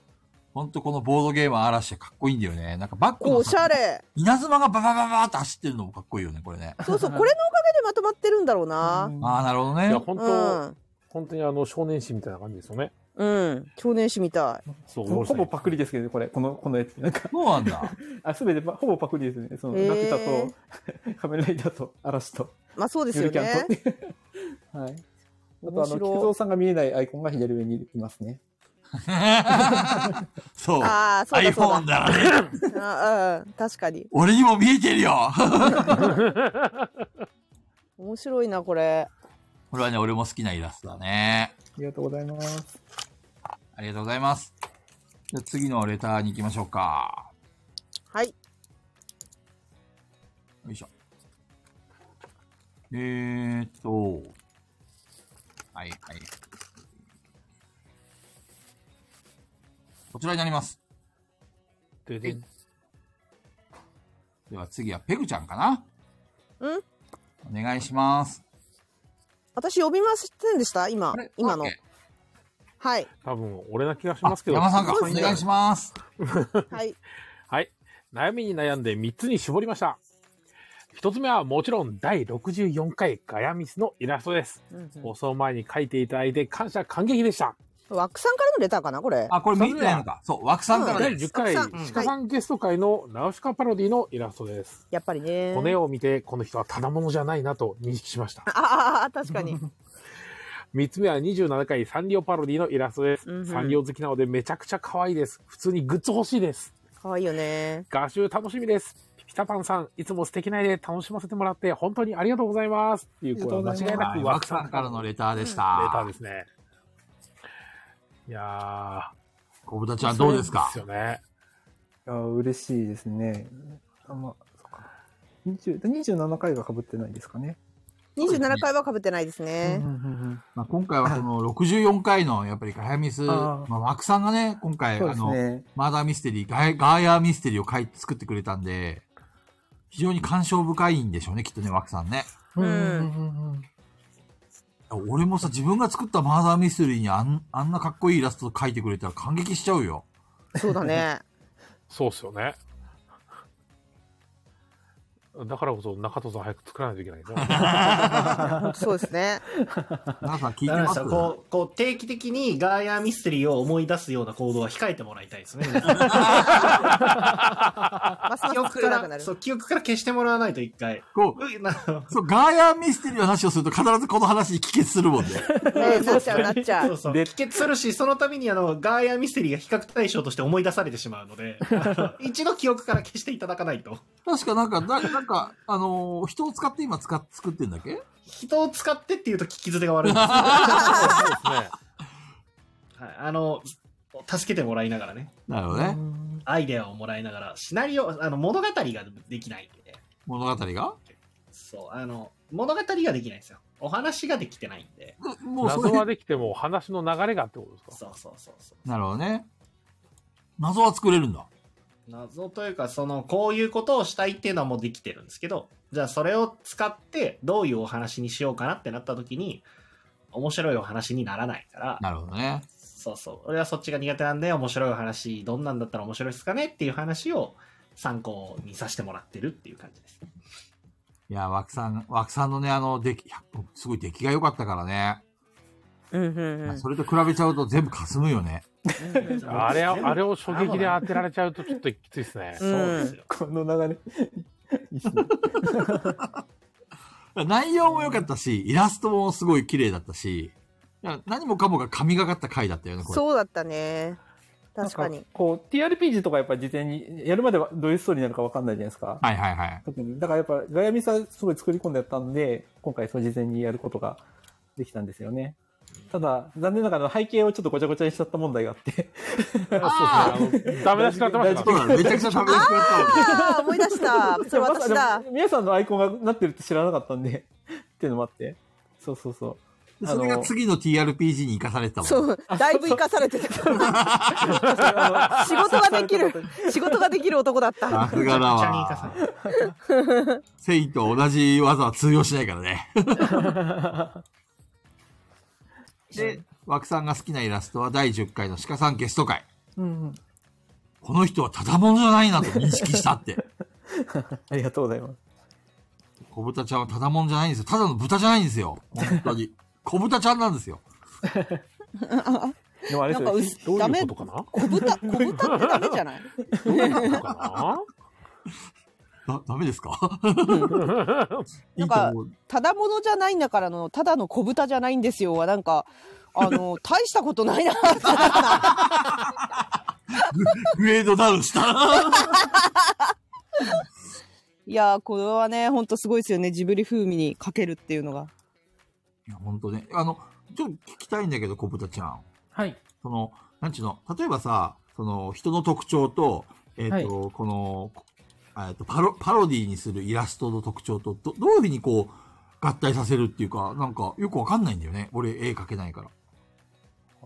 ほんとこのボードゲーム嵐かっこいいんだよね。なんかバック
こう
の
おしゃれ。
稲妻がババババーって走ってるのもかっこいいよね、これね。
そうそう、これのおかげでまとまってるんだろうな。
ああ、なるほど
い
ね
や、。本
う
当、
ん。
本当にあの少年誌みたいな感じですよね。
うん。少年誌みたい。
そう、
ほほぼ
パ
パクリですけどね、これ、この、このやつ。なんか、
そうなんだ。
あ、すべてパほぼパクリですね。その、
へー
ラピュタと、 仮面ライダーと、嵐と、
まあそうです
ゆ
よ
るキャン
ね
と。って いう。はい。あと、
面
あの、菊
白
蔵さんが見えないアイコンが左上にいますね。
そう。
ああ、そうだそう
iPhone
だ。
だからね。
あうん、確かに。
俺にも見えてるよ。
面白いな、これ。
これはね、俺も好きなイラストだね。
ありがとうございます。
ありがとうございます。じゃあ次のレターに行きましょうか。
はい。
よいしょ。えーっと。はいはい。こちらになります。
クリ。
では次はペグちゃんかな
うん
お願いします。
私呼びませんでした今
あれ。
今の
オッ。ケー
はい。
多分俺な気がしますけど。
山さんか。お
そうですね
願いします。
はい。
はい。悩みに悩んで3つに絞りました。1つ目はもちろん第64回ガヤミスのイラストです。
うんうん
放送前に書いていただいて感謝感激でした。
ワックさんからのレターかな、これ。
あ、これ見てないのか。そう、枠さんから
第
ね。
10回
うん
鹿さんゲスト会のナウシカパロディのイラストです。
やっぱりね。
骨を見てこの人はただ者じゃないなと認識しました
あ。あああ、確かに。
3つ目は27回サンリオパロディのイラストです。
うんうん
サンリオ好きなのでめちゃくちゃ可愛いです。普通にグッズ欲しいです。
かわいいよね。
画集楽しみです。ピピ北パンさん、いつも素敵な絵で楽しませてもらって、本当にありがとうございますっていう声は間違いな
は
く
い、
枠
枠さんからのレターでし
レタ
た。
ーですね。いや
小豚ち
ー。
ゃんどうですか
そうですよね。
いや、嬉しいですね。あまあ、そっか。20 27回が被ってないですかね。
27回は被ってないですね。
うんうんうんうん
まあ、今回はその64回の、やっぱりガヤミス、ま
あー
あ、枠さんがね、今回、
そう
あ
です
の、
ね。
マーダーミステリー、ガヤガヤミステリーを書い作ってくれたんで、非常に感傷深いんでしょうね、きっとね、枠さんね。
うんうんうんうん
俺もさ、自分が作ったマーダーミステリーにあんあんなかっこいいイラスト書いてくれたら感激しちゃうよ。
そうだね。
そうっすよね。だからこそ中藤さん早く作らないといけないけど。
本当そうですね。
皆さん聞いて
だから
ます
さ、こう、こう、定期的にガーヤミステリーを思い出すような行動は控えてもらいたいですね。
ますます
記憶
作らな
か
くな
ら、
る
そ。う、記憶から消してもらわないと一回。
こ
うな
う、そう、ガヤミステリーの話をすると必ずこの話に帰結するもんね。
ねなっちゃうなっちゃ
そう
う。
そう。
で
帰結するし、そのためにあの、ガーヤミステリーが比較対象として思い出されてしまうので、あの一度記憶から消していただかないと。
確かなんか、だなんか、あのー人を使って今使っ、作ってんだっけ
人を使ってっていうと聞き捨てが悪いんですけど
そうですね。
はい、あの、助けてもらいながらね、
なるほどね。
アイデアをもらいながら、シナリオ、あの、物語ができないんで、
物語が
そう、あの、物語ができないんですよ。お話ができてないんで、
で もうそ
謎は
れ、
できても話の流れがってことですか
そうそうそうそう。
なるほどね。謎は作れるんだ。
謎というか、その、こういうことをしたいっていうのはもうできてるんですけど、じゃあそれを使って、どういうお話にしようかなってなった時に、面白いお話にならないから、
なるほどね。
そうそう、俺はそっちが苦手なんで、面白いお話、どんなんだったら面白いですかねっていう話を参考にさせてもらってるっていう感じです。
いや、枠さん、枠さんのね、あの、出来、いやすごい出来が良かったからね。
うんうんうん。
それと比べちゃうと全部霞むよね。
あれを、あれを衝撃で当てられちゃうとちょっときついですね。
そうですよ。
この流れ。いいっすね
内容も良かったし、イラストもすごい綺麗だったし、いや何もかもが神がかった回だったよね、これ。
そうだったね。確か
なん
に。
こう、TRPG とかやっぱ事前に、やるまではどういうストーリーになるかわかんないじゃないですか。
はいはいはい。
特に。だからやっぱ、ガヤミさんすごい作り込んでやったんで、今回その事前にやることができたんですよね。ただ、残念ながら背景をちょっとごちゃごちゃにしちゃった問題があって。
あ
そうですねあのダメ出し食らってました
そ
か
うだね、めちゃくちゃ喋りしくなったわ。
ああ、思い出した。 それ私だ。
皆さんのアイコンがなってるって知らなかったんで、 っていうのもあって。そうそうそう。
でそれが次の TRPG に生かされてたもん。
そう、だいぶ生かされてた。仕事ができる、仕事ができる男だった。
さすがだ
めちゃくちゃに生かさ
わ
れ。
セインと同じ技は通用しないから ね。で、枠さんが好きなイラストは第10回の鹿さんゲスト会。
うんうん。
この人はただ者じゃないなと認識したって。
ありがとうございます。
小豚ちゃんはただもんじゃないんですよ。ただの豚じゃないんですよ。本当に。 小豚ちゃんなんですよ。
でもあれで
な
すよ
んか薄
どう
ダ
い
メ
うことかな
小豚、小豚ってダメじゃない
どういうことか
だ、ダメです か い
ないん
と
か
思う。
ただものじゃないんだからの、ただの小豚じゃないんですよは、なん か、あの、大したことないなってなった。
グレードダウンした。
いやー、これはね、ほんとすごいですよね。ジブリ風味にかけるっていうのが。
いや、本当ね。あの、ちょっと聞きたいんだけど、小豚ちゃん。
はい。
その、なんちゅうの、例えばさ、その、人の特徴と、えっ、と、この、えっと、パロ、パロディにするイラストの特徴と、ど、どういうふうにこう、合体させるっていうか、なんか、よくわかんないんだよね。俺、絵描けないから。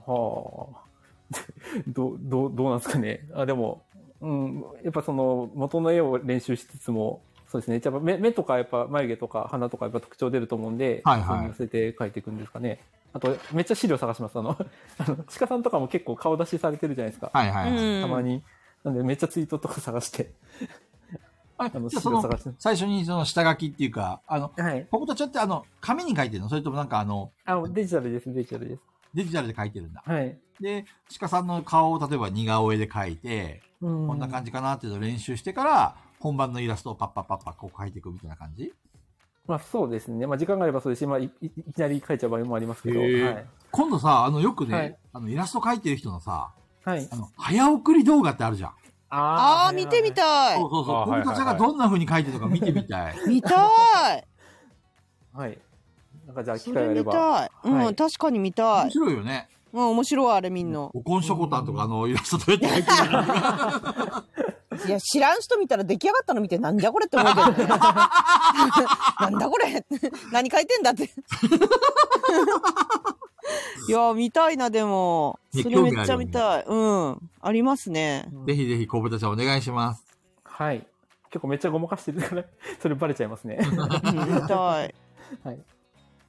はあ。 どう、どう、どうなんですかね。あ、でも、うん、やっぱその、元の絵を練習しつつも、そうですね。やっぱ目目とか、やっぱ眉毛とか鼻とか、やっぱ特徴出ると思うんで、
はいはい
それに寄せて描いていくんですかね。あと、めっちゃ資料探します。あの、 あの鹿さんとかも結構顔出しされてるじゃないですか。
はいはいはい。
うん
たまに。なんで、めっちゃツイートとか探して。
あ
あの
じゃあその
資料探して、
最初にその下書きっていうか、あの、
はい。
ポコタちゃんってあの、紙に書いてるのそれともなんかあの、
あ、デジタルです、デジタルです。
デジタルで書いてるんだ。
はい。
で、鹿さんの顔を例えば似顔絵で描いて、
こ
こんな感じかなっていうのを練習してから、本番のイラストをパッパッパッパこう描いていくみたいな感じ
まあそうですね。まあ時間があればそうですし、まあいいいきなり書いちゃう場合もありますけど。
へー
はい。
今度さ、あの、よくね、
はい
あの、イラスト描いてる人のさ、
はい
あ。の、早送り動画ってあるじゃん。
あ
あ
あ、見てみたい
そ。うそうそ
あ
う。
ー
コブタちゃんが
はいはいは
どんな風に書いてるのか見てみ たい。
見た い。
はい。なんかじゃあ、
そ
機会
れ
があれ
見
ば。
たい。うん、
はい
確かに見た
面
い。
白いよね。
うん、面白いあれみんな。
おこんしょこたんとかあのイラストどうやって入ってるのか。
いや、知らん人見たら出来上がったの見て、なんじゃこれって思 うけどね。なんだこれ何書いてん だって。いや、見たいな、でも。
ね
それめっちゃ見たい。うん。ありますね。
ぜひぜひコブタちゃんお願いします。
はい。結構めっちゃごまかしてるから、 それバレちゃいますね。
うん、見たい。
はい。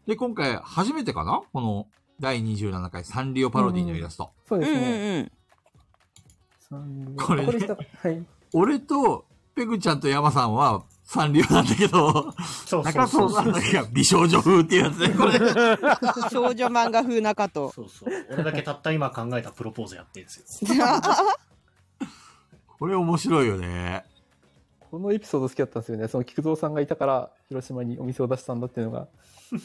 で、今回初めてかなこの第27回サンリオパロディのイラスト。
そう
うん
で
うん
すね。
うん。
三
これね
これしたはい。
俺とペグちゃんとヤマさんはサンリオなんだけど、
そうそ
中
う
藤
そう
さ
そ
ん
う
だけが美少女風っていうやつね、こ れ。
少女漫画風 中と。
そうそう俺だけたった今考えたプロポーズやってるんですよ
これ面白いよね。
このエピソード好きだったんですよね。その菊蔵さんがいたから、広島にお店を出したんだっていうのが、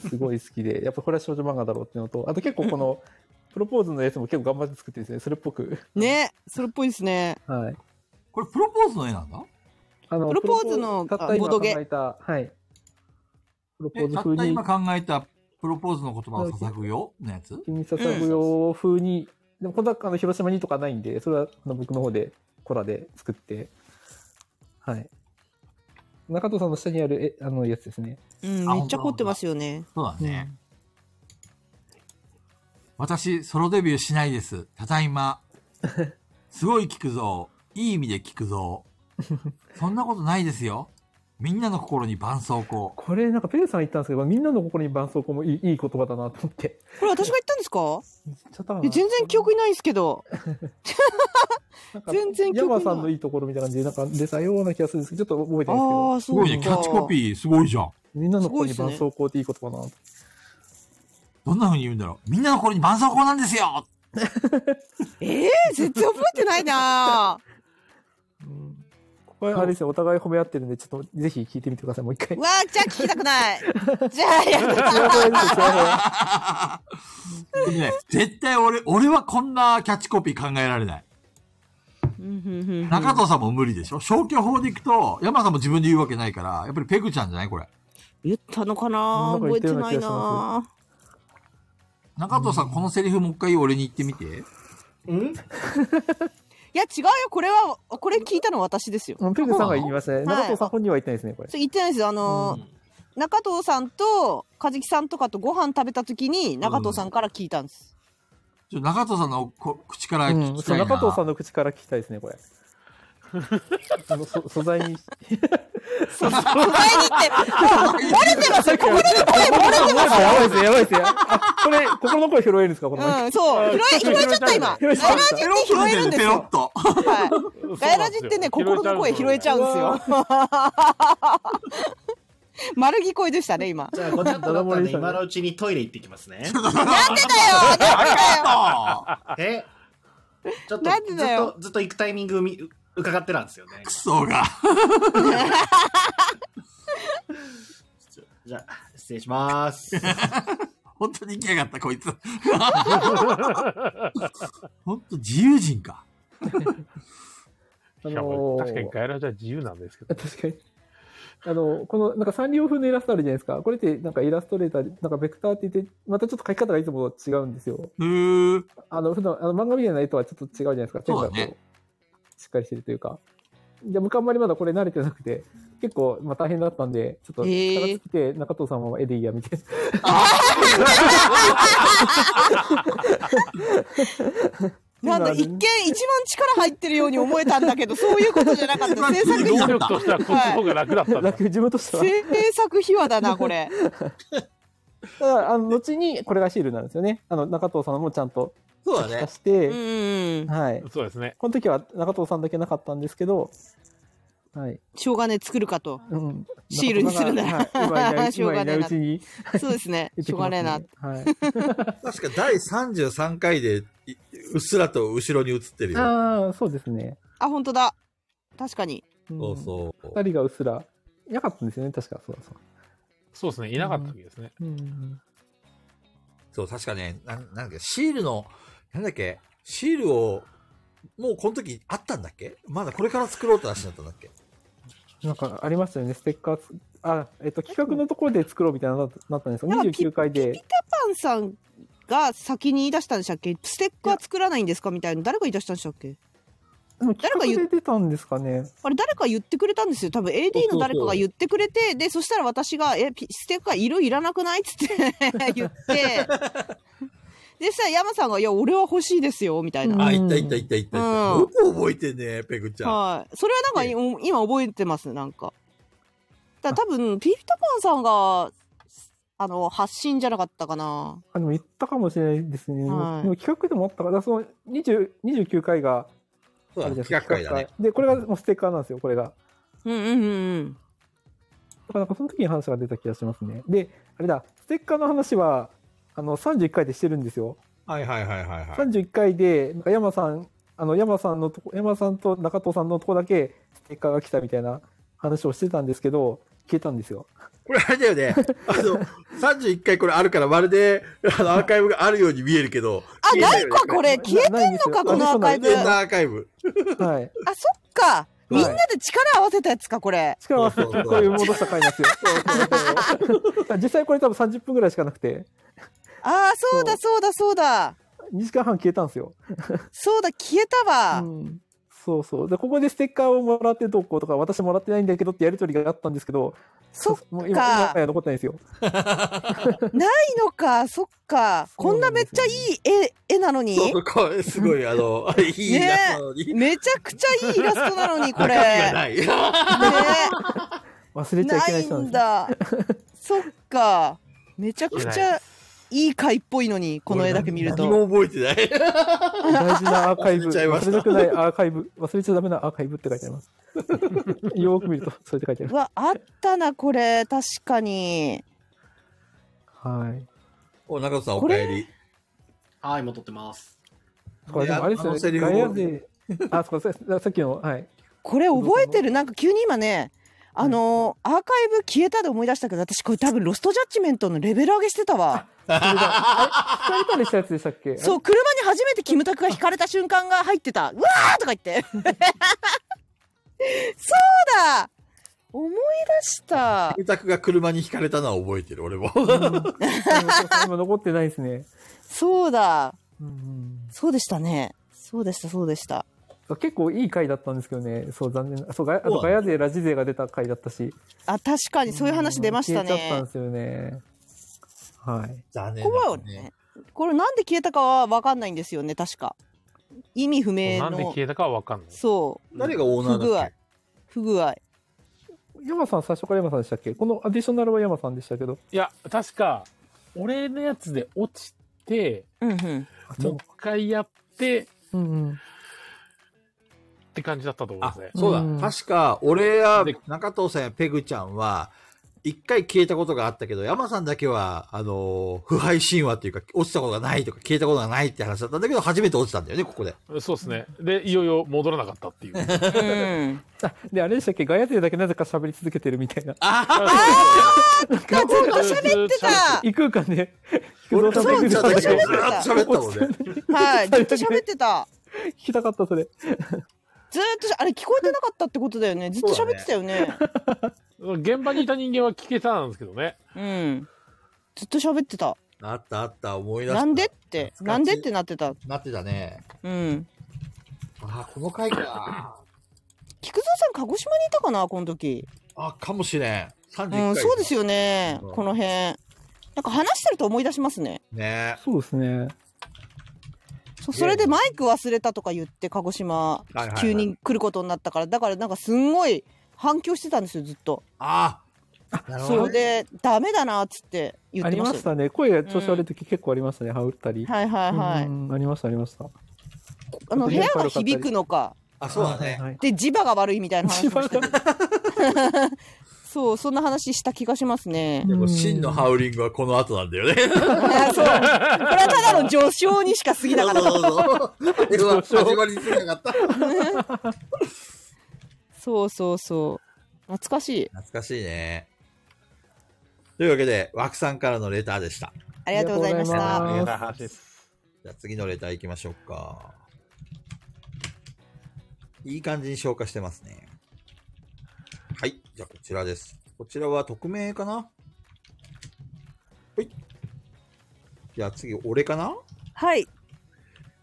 すごい好きで、やっぱ これは少女漫画だろうっていうのと、あと結構この、プロポーズのやつも結構頑張って作ってるんですね。それっぽく。
ね、それっぽいですね。
はい。
これプロポーズの絵なんだ
あの
プロポーズの
プロポーたった今
ボドゲ
考えた、はい。プロポ
え、
ーズ
た
風
った
に
今、考えたプロポーズの言葉を捧ぐよのやつ
君ささぐよ風に、でもこれはあの広島にとかないんで、それはあの僕の方でコラで作って、はい。中藤さんの下にあるえあのやつですね。
うん、めっちゃ凝ってますよね。
そうだね。私、ソロデビューしないです。ただいま。すごい聞くぞ。いい意味で聞くぞ。そんなことないですよ。みんなの心に絆創膏。
これなんかペルさん言ったんですけど、みんなの心に絆創膏もいいいい言葉だなと思って。
これ私が言ったんですか
言っちゃったか
え
な
全然記憶にないんですけど。
なんか
全然記憶ない
ヤマさんのいいところみたいな感じで、なんか出たような気がするんですけど、ちょっと覚えてないです
あ
けど、
あ、
す
そう
ごい
な
ね。
ん
キ
だ
ャッチコピーすごいじゃん。
みんなの心に
すごい
絆
です
創膏っていい言葉だなと。
どんな風に言うんだろう。みんなの心に絆創膏なんですよ
ええ全然覚えてないなぁ
うんここはあれですね、お互い褒め合ってるんで、ちょっとぜひ聞いてみてください、もう一回
う。わあ、じゃあ聞きたくない。 じゃあやだ。
幸せです幸せ
でもね、絶対俺、俺はこんなキャッチコピー考えられない。中
中
藤さんも無理でしょ消去法でいくと、山さんも自分で言うわけないから、やっぱりペグちゃんじゃないこれ。
言ったのかな
なん
覚
か言
え
っ
て
たような
ない
気がし
な
ま
中藤さん、このセリフもう一回俺に言ってみて。
うん
いや違うよこれはこれ聞いたの私ですよ
もうペグさんが言いましたね。
はい
中藤さん本人は言ってないですね、これ。
それ言ってないですよあのー、中藤さんと和樹さんとかとご飯食べた時に中藤さんから聞いたんです、
ちょ中藤さんのこ口から聞
うん
き
そ
た
う
いな、
中藤さんの口から聞きたいですね、これ。そのそ素材に。
そう前に行ってもう折れてますよ心の声も折れてま
あやばいですね、やばいですね。あこれ、心の声拾えるんですか、この
すうんそう拾え拾えちゃった今
拾えちゃっ
ガ
た
イラジって拾えるんです
ペロッ
よ
と。
はい
そう
ガイ
な
ラ
んで
ジ
す
っ
よ
てね心の声拾えちゃうんですよ丸聞こえでした ね今
じゃあごちゃっと なったんで今のうちにトイレ行ってきますね
なんでだよなんでだよ
あ
えちょっと
なんでだよ
ずっとずっと行くタイミングみう伺ってたんですよね
クソが。
じゃあ失礼し ます
本当に行きやがった、こいつ。 本当自由人か。
あ
いや
の
もう
ー
確かにガイラジは自由なんです けど。
確かに。あの、この、なんかサンリオ風のイラストあるじゃないですか。これって、なんかイラストレーターで、なんかベクターって言って、またちょっと書き方がいつもと違うんですよ。
へー。
あの、普段、あの漫画みたいな絵とはちょっと違うじゃないですか。
そうだね
線がこうしっかりしてるというか。で、僕あんまりまだこれ慣れてなくて、結構、まあ大変だったんで、ちょっと、
へー
力尽きて、中藤さんは絵でいいや、みたいな。
なんだ、一見一番力入ってるように思えたんだ けど、そういうことじゃなかった。制作秘
能
話。
力としてはこっちの方が楽だったんだ。
楽、自分としては。
制作秘話だな、こ れ。
ただ、あの、後にこれがシールなんですよね。あの、中藤さんもちゃんと
そうだ
出
ね。
して、
うんうん。
はい。
そうですね。
この時は中藤さんだけなかったんですけど、はい。
しょうがねえ、作るかと。
うん、
シールにするなら
はい今いな い
しょうが
今
ねえ
いない
な
うちに
そうです ね。
出
してょ
き
うが
ます
ねえ
ね
な。
はい。
確か第33回で、いうっすらと後ろに映っ てるよ。
ああ、そうですね。
あ、本当だ。確かに。
うん
そうそう。
二人がうっすら、いなかったんですよね、確か。そうだそう
そうですね。いなかった時ですね。
だ。うん。
そう、確かね、なん、なんだっけ、シールの、なんだっけ、シールを
もうこの時あったんだっけまだこれから作ろうって話だったんだっけ
なんかありましたよね、ステッカーつ。あ、えっと、企画のところで作ろうみたいなのなったんですよ。
なんかピ
29回
ピ
で。
タパンさんが先に言い出したんでしたっけステッカー作らないんですかみたいな誰が言い出したんでしたっけ
でも
誰
企
か言
画
う
で出たんですかね。
あれ誰か言ってくれたんですよ多分 AD の誰かが言ってくれてでそしたら私が「えピステッカー色いらなくない?」っつって言 ってでさ山さんが「いや俺は欲しいですよ」みたいな、
うん
あ、いったいったいったいった。
うん
よく覚えてんね、ペグちゃん。
はいそれはなんか
ええ
今今覚えてますなんかだから多分ピピタパンさんがあの発信じゃなかったかな
あ、でも言ったかもしれないですね。
はい
でも企画でもあったから、その20 29回が、
そう
あ
だ
れじゃない
ね、企画
ですか
会だね。
で、これがもうステッカーなんですよ、これが。
うんうんうんうん
だからなんかその時に話が出た気がしますね。で、あれだ、ステッカーの話は、あの、31回でしてるんですよ。
はいはいはいはいはい。
31回で、なんか山さん、あの、山さんのとこ、山さんと中藤さんのとこだけ、ステッカーが来たみたいな話をしてたんですけど、消えたんですよ。
これあれだよね。あの、31回これあるからまるで、あの、アーカイブがあるように見えるけど。
あ、
消え
な
た
い
よね
かこれ消え
てん
たかこのアーカイブ
消えたアーカイブ。
はい。
あ、そっかみんなで力合わせたやつかこれ
力を合わせ
そうそうそ
て、
う
こういう戻した回なんですよ。実際これ多分30分ぐらいしかなくて、
あーそうだそうだそうだ
2時間半消えたんですよ。
そうだ消えたわ、
うんそうそう。で、ここでステッカーをもらってどうこうとか、私もらってないんだけどってやりとりがあったんですけど、
そっか
もう今、今や残ってないんですよ。
いいのかそっか
そう
こん
な
なんめ
で
っ
す
ちゃ
よ
いい絵絵なのに
そう、これすごい、あの、あれいいなったのに。
めちゃくちゃいいイラストなのにこ
中身
れ
が
ね
ない。あ
忘れちゃいけ
な
ない
い
人なんで
ん
すよ。
だそっかめちゃくちゃいい回っぽいのにこの絵だけ見る
何
と
も覚えてない。
大事なアーカイブ。
忘れちゃいまし
忘
た
れたくないアーカイブ。忘れちゃダメなアーカイブって書いてあります。 よーく見ると、そうやって書いて
う
あります。
わあったなこれ確かに
はい。
お、中野さんお帰り。
はい、戻ってます。
これでもあれですよ
あのセリ
ね。
フ
ガ
も
ヤで、あ、そうかささっきの、はい。
これ覚えてるなんか急に今ねあのーアーカイブ消えたで思い出したけど私これ多分ロストジャッジメントのレベル上げしてたわ
聞かれたりしたやつでしたっけ
そう車に初めてキムタクが引かれた瞬間が入ってたうわーとか言って そうだ思い出した
住宅が車にひかれたのは覚えてる、俺も。
あれうん今残ってないですね。
そうだ
うんうん
そうでしたねそうでしたそうでした
そう結構いい回だったんですけどね。そう、残念な。そう、ガヤあ
そう
と
だね
ガヤでラジ勢が出た回だったし。
あ確かにそういう話出ました
消えちゃったん
ね
ですよね。はい。
残念
ここ
だ
はね。これなんで消えたかは分かんないんですよね確か意味不明
なんで
の
消えたかはわかんない。
そう
誰がオーナーだっけ
不具合
山さん、最初から山さんでしたっけこのアディショナルは山さんでしたけど。
いや、確か、俺のやつで落ちて、
うんうん
もう一回やって、っ
うんうん。
て感じだったと思うん
あ
ですね、。
そうだ。
うん
確か、俺や
で
中藤さんやペグちゃんは、一回消えたことがあったけど、山さんだけは、あのー不敗神話っていうか、落ちたことがないとか、消えたことがないって話だったんだけど、初めて落ちたんだよね、ここ で。
そうですね。で、いよいよ戻らなかったって いう。
うん
あ、で、あれでしたっけガヤ勢だけなぜか喋り続けてるみたいな。
がずっと喋ってた。
異空間で、菊
俺と
蔵さんと
ペ
菊
グちゃ
蔵
んだけ
さん
は
だ
ずーっと喋ったもんね。
はい、ずっと喋ってた。
け聞きたかった、それ。
ずっとし、あれ聞こえてなかったってことだよね。ずっと喋ってたよね。
現場にいた人間は聞けたんですけどね。
うん。ずっと喋ってた。
あったあった、思い出した。
なんでって、
懐かし
ないんでってなってた。
なってたね。
うん。
あーこの回か。
菊蔵さん、鹿児島にいたかな、この時。
あ、かもしれん。31
う
回、
ん、そうですよね。
うん
この辺。なんか話してると思い出しますね。
ね
そうですね。
そうそれでマイク忘れたとか言って、鹿児島
いはいはい、
急に来ることになったから、だからなんかすんごい反響してたんですよ、ずっと。
ああ。なるほ
そ
ど
れで、ダメだな、っつって言
あ
って
り
ま
ま
した
し
よ。
たね。声が調子悪い時結構ありましたね、羽織ったり。
はいはいはい。
うんありました、ありました。
あの部屋が響くのか。
あ、そうだね。
はい。
で、磁場が悪いみたいな話もしたけど。そう、そんな話した気がします ね。
でも、真のハウリングはこの後なんだよね。
そう。これはただの序章にしか過ぎな かった。
そうそうそう。あれは始まりに過ぎなかった。
そうそうそう。懐かしい。
懐かしいね。というわけで、枠さんからのレターでした。
ありがとうございまし
ありがとうござ
あり
た
います。
がとうございます
じゃあ次のレター行きましょうか。いい感じに消化してますね。はい。じゃあ、こちらです。こちらは匿名かなはい。じゃあ次、俺かな
はい。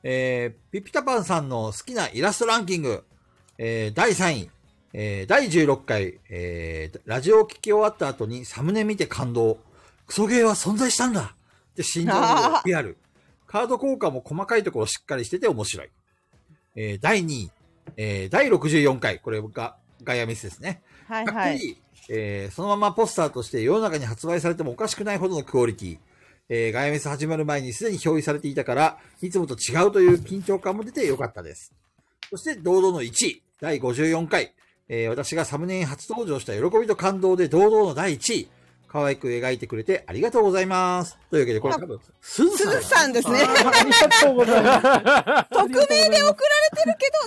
えー、ピピタパンさんの好きなイラストランキング、えー、第3位、えー、第16回、えー、ラジオを聞き終わった後にサムネ見て感動。クソゲーは存在したんだって心臓をリアル。カード効果も細かいところしっかりしてて面白い。えー、第2位、えー、第64回、これがガイアミスですね。
はい
かっこ
はいい。
いえーそのままポスターとして世の中に発売されてもおかしくないほどのクオリティ。えーガイアメス始まる前にすでに表示されていたから、いつもと違うという緊張感も出てよかったです。そして堂々の1位、第54回。えー私がサムネに初登場した喜びと感動で堂々の第1位。可愛く描いてくれてありがとうございます。というわけで、これ多分、すず
す
さんだ。
ずさんですね。
ありがとうござい ます。
匿名で送られてる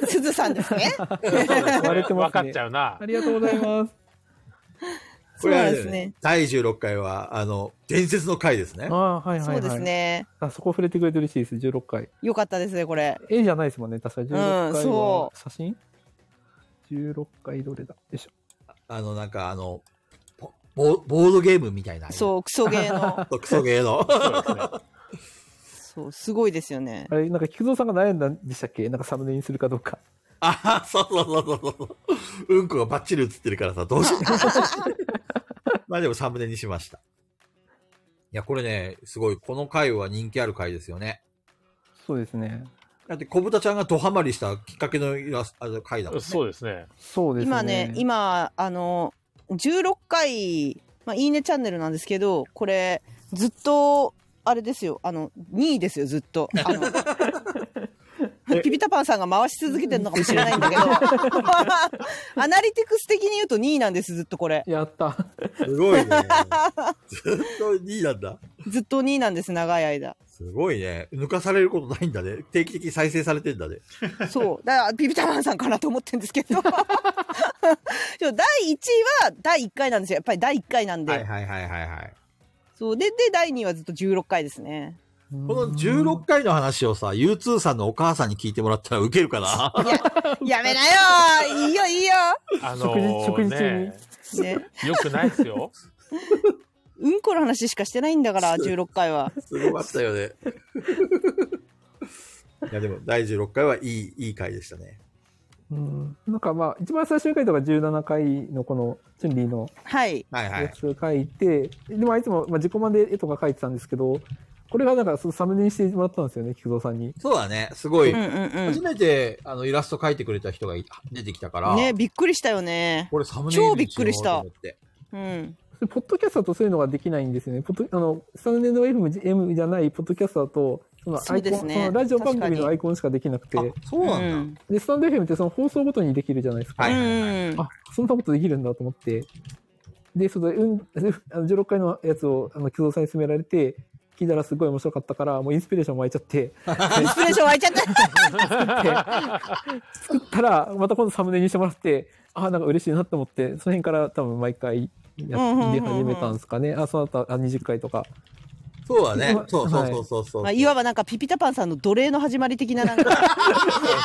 けど、すずさんですね。
割れてま
分
すね
かっちゃうな
あ。りがとうございます。
これは
そうですね
第16回は、あの、伝説の回ですね
あ。あ、はいはい、
そ
は
う
い。
ですね。
あそこ触れてくれて嬉しいです、16回。
よかったですね、これ。
絵じゃないですもんね、確か16
うん
回
そ
は写真、?16 回どれだよいしょ。
あの、なんかあの、ボボボードゲームみたいな。
そう、クソゲー の。
クソゲーの。
そう、すごいですよね。
あれ、なんか、菊蔵さんが悩んだんでしたっけなんかサムネにするかどうか。
ああ、そうそうそうそうそう。うんこがバッチリ映ってるからさ、どうしよう。まあでもサムネにしました。いや、これね、すごい、この回は人気ある回ですよね。
そうですね。
だって、小豚ちゃんがドハマりしたきっかけのイラスあの回だもんね。
そうですね。
そうですね。
今ね、今、あの、16回、まあ、いいねチャンネルなんですけど、これ、ずっと、あれですよ、あの、2位ですよ、ずっと。あ のピピタパンさんが回し続けてるのかもしれないんだ けど、 アナリティクス的に言うと2位なんです、ずっとこれ。
やった。
すごいね。ずっと2位なんだ。
ずっと2位なんです、長い間。
すごいね。抜かされることないんだね。定期的に再生されてんだね。
そう。だから、ピピタマンさんかなと思ってるんです けど。でも第1位は第1回なんですよ。やっぱり第1回なんで。
はいはいはいはいはい。
そう。で、で、第2位はずっと16回ですね。
この16回の話をさ、U2 さんのお母さんに聞いてもらったらウケるかな。
やめなよいいよ、いいよ、
あのー
食事食事中に
ね、
ね、
よくないですよ。
うんこの話しかしてないんだから、16回は。
すごかったよね。 いやでも第16回はいい、いい回でしたね。
うん。なんかまあ、一番最終回とか17回のこの、チュンリーの
はい。
はいは
や
い。
つを書いて、でもあいつも、まあ、自己満で絵とか書いてたんですけど、これがなんかそのサムネにしてもらったんですよね、菊蔵さんに。
そうだね。すご
う
い。
んうん
初めてあのイラスト描いてくれた人がい出てきたか
う
ら、
ん。ね、びっくりしたよね。
これサムネイル
超びっくりした
にようと思って
うん。
それポッドキャストだとそういうのができないんですよね。ポッドあのスタンデード FM じゃないポッドキャストだと、その
そ
ア
う
イコン、
です
そ
ね
のラジオ番
確か
組
に
のアイコンしかできなくて、
あ、そうなんだ。
で、スタンド FM ってその放送ごとにできるじゃないですか。
は
う
い
ん。うん。
あ、そんなことできるんだと思って。で、その、うん、 あの16回のやつを、あの、木造さんに勧められて、聞いたらすごい面白かったから、もうインスピレーション湧いち ゃって、
インスピレーション湧いちゃ った。
作ったら、また今度サムネにしてもらって、ああ、なんか嬉しいなと思って、その辺から多分毎回や
うんうんうんうん
り始めたんですかね。あ、その後、あ20回とか。
そうだね
は。い
そうそうそうそうそう。
まあ、いわばなんかピピタパンさんの奴隷の始まり的ななんか。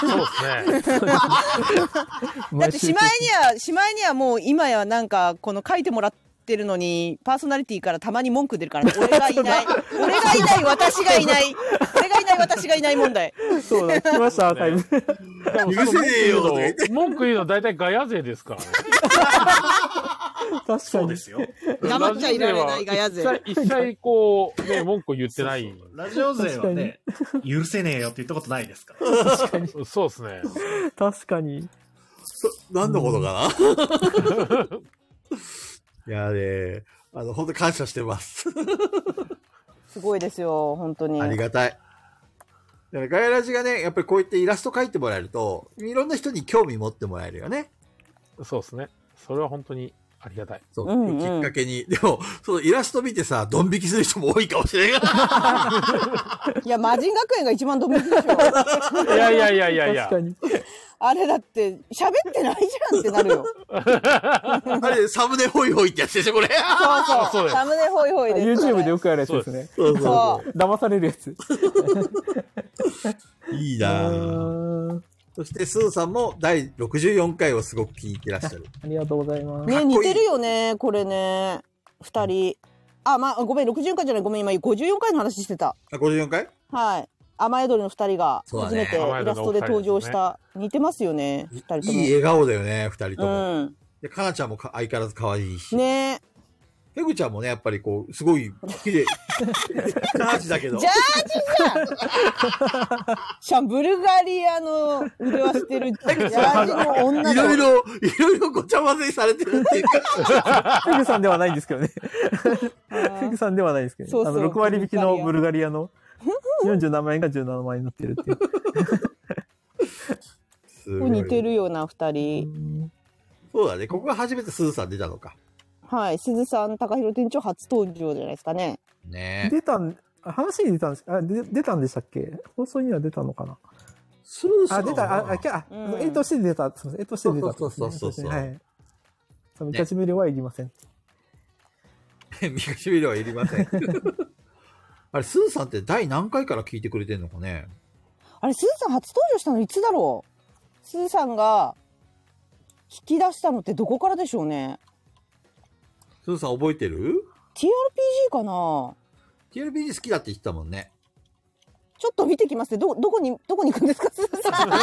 そうですね。
だってしまいには、しまいにはもう今やなんか、この書いてもらってるのに、パーソナリティからたまに文句出るからね、俺がいない、俺がいない、私がいない、俺がいない、私がいない問題。
そうだ、来ました、アーカイブ。
許せねえよとか言って。
文句言うの大体ガヤ勢ですからね。
確か
そう
に
で。すよ。
黙っちゃいられないがやぜ。
一切一切こう、ね、文句言ってない。
そうそうラジオ勢はね、許せねえよって言ったことないですから。
そうですね。
確かに。
そ何のことか ないやね、あの、本当感謝してます。
すごいですよ、本当に。
ありがたい。だからガイラジがね、やっぱりこういったイラスト描いてもらえると、いろんな人に興味持ってもらえるよね。
そうですね。それは本当にありがたい。
そう、
うんうん
きっかけに。でも、そのイラスト見てさ、ドン引きする人も多いかもしれないから。
いや、魔人学園が一番ドミニクでしょ。
いやいやいやいやいや
確。かに。
あれだって、喋ってないじゃんってなるよ。
あれ、サムネホイホイってやつでしょ、これ。
そう
あ
そ
そう
う。
です
サムネホイホイです。
YouTube でよくやるやつですね。
そう
そ
騙されるやつ。
う。いいうなぁ
ーん
そして、スーさんも第64回をすごく聞いてらっしゃる。
ありがとうございます。
かっ
ね
こいい
似てるよねこれね二人あまあごめん64回じゃないごめん今54回の話してた
あ、54回
はい雨宿りの二人が
そうだ
初
ね
めてイラストで登場した、似てますよね二人とも
いい笑顔だよね、二人と
う
も。
ん
で、かなちゃんもか相変わらず可愛いし。
ね
ペグちゃんもね、やっぱりこう、すごい、綺麗。ジャージだけど
ジ。ャージじゃんシャンブルガリアの腕はして るジャージの女
いろい
だ
ろ、いろいろごちゃ混ぜにされてるっていうか。
フグさんではないんですけどね。フグさんではないですけ
そう
ど、ね、
そう
あの、6割引きの
ブ
ブルガリアの47万円が17万円になってるっていう。
すごい
似てるような二人
そうだね。ここが初めてスーさん出たのか。
はい鈴さん高弘店長初登場じゃないですかね
ねえ。
出たん、あ話に出たんですあ、で出たんでしたっけ放送には出たのかな
スーさん
あ、
は
出た、あ、あ、きゃ、
うん
あ絵として出た、すみません、絵として出たってことですね。
そうそうそうそうそう
はい。その、キャチメリはいりません。
見かしビルはいりませ ん。あれ、スーさんって第何回から聞いてくれてんのかね
あれ、スーさん初登場したのいつだろうスーさんが引き出したのってどこからでしょうね
スーさん覚えてる
?TRPG かな
?TLBG 好きだって言ってたもんね。
ちょっと見てきますね。ど、どこに、どこに行くんですか、スーさん。なん、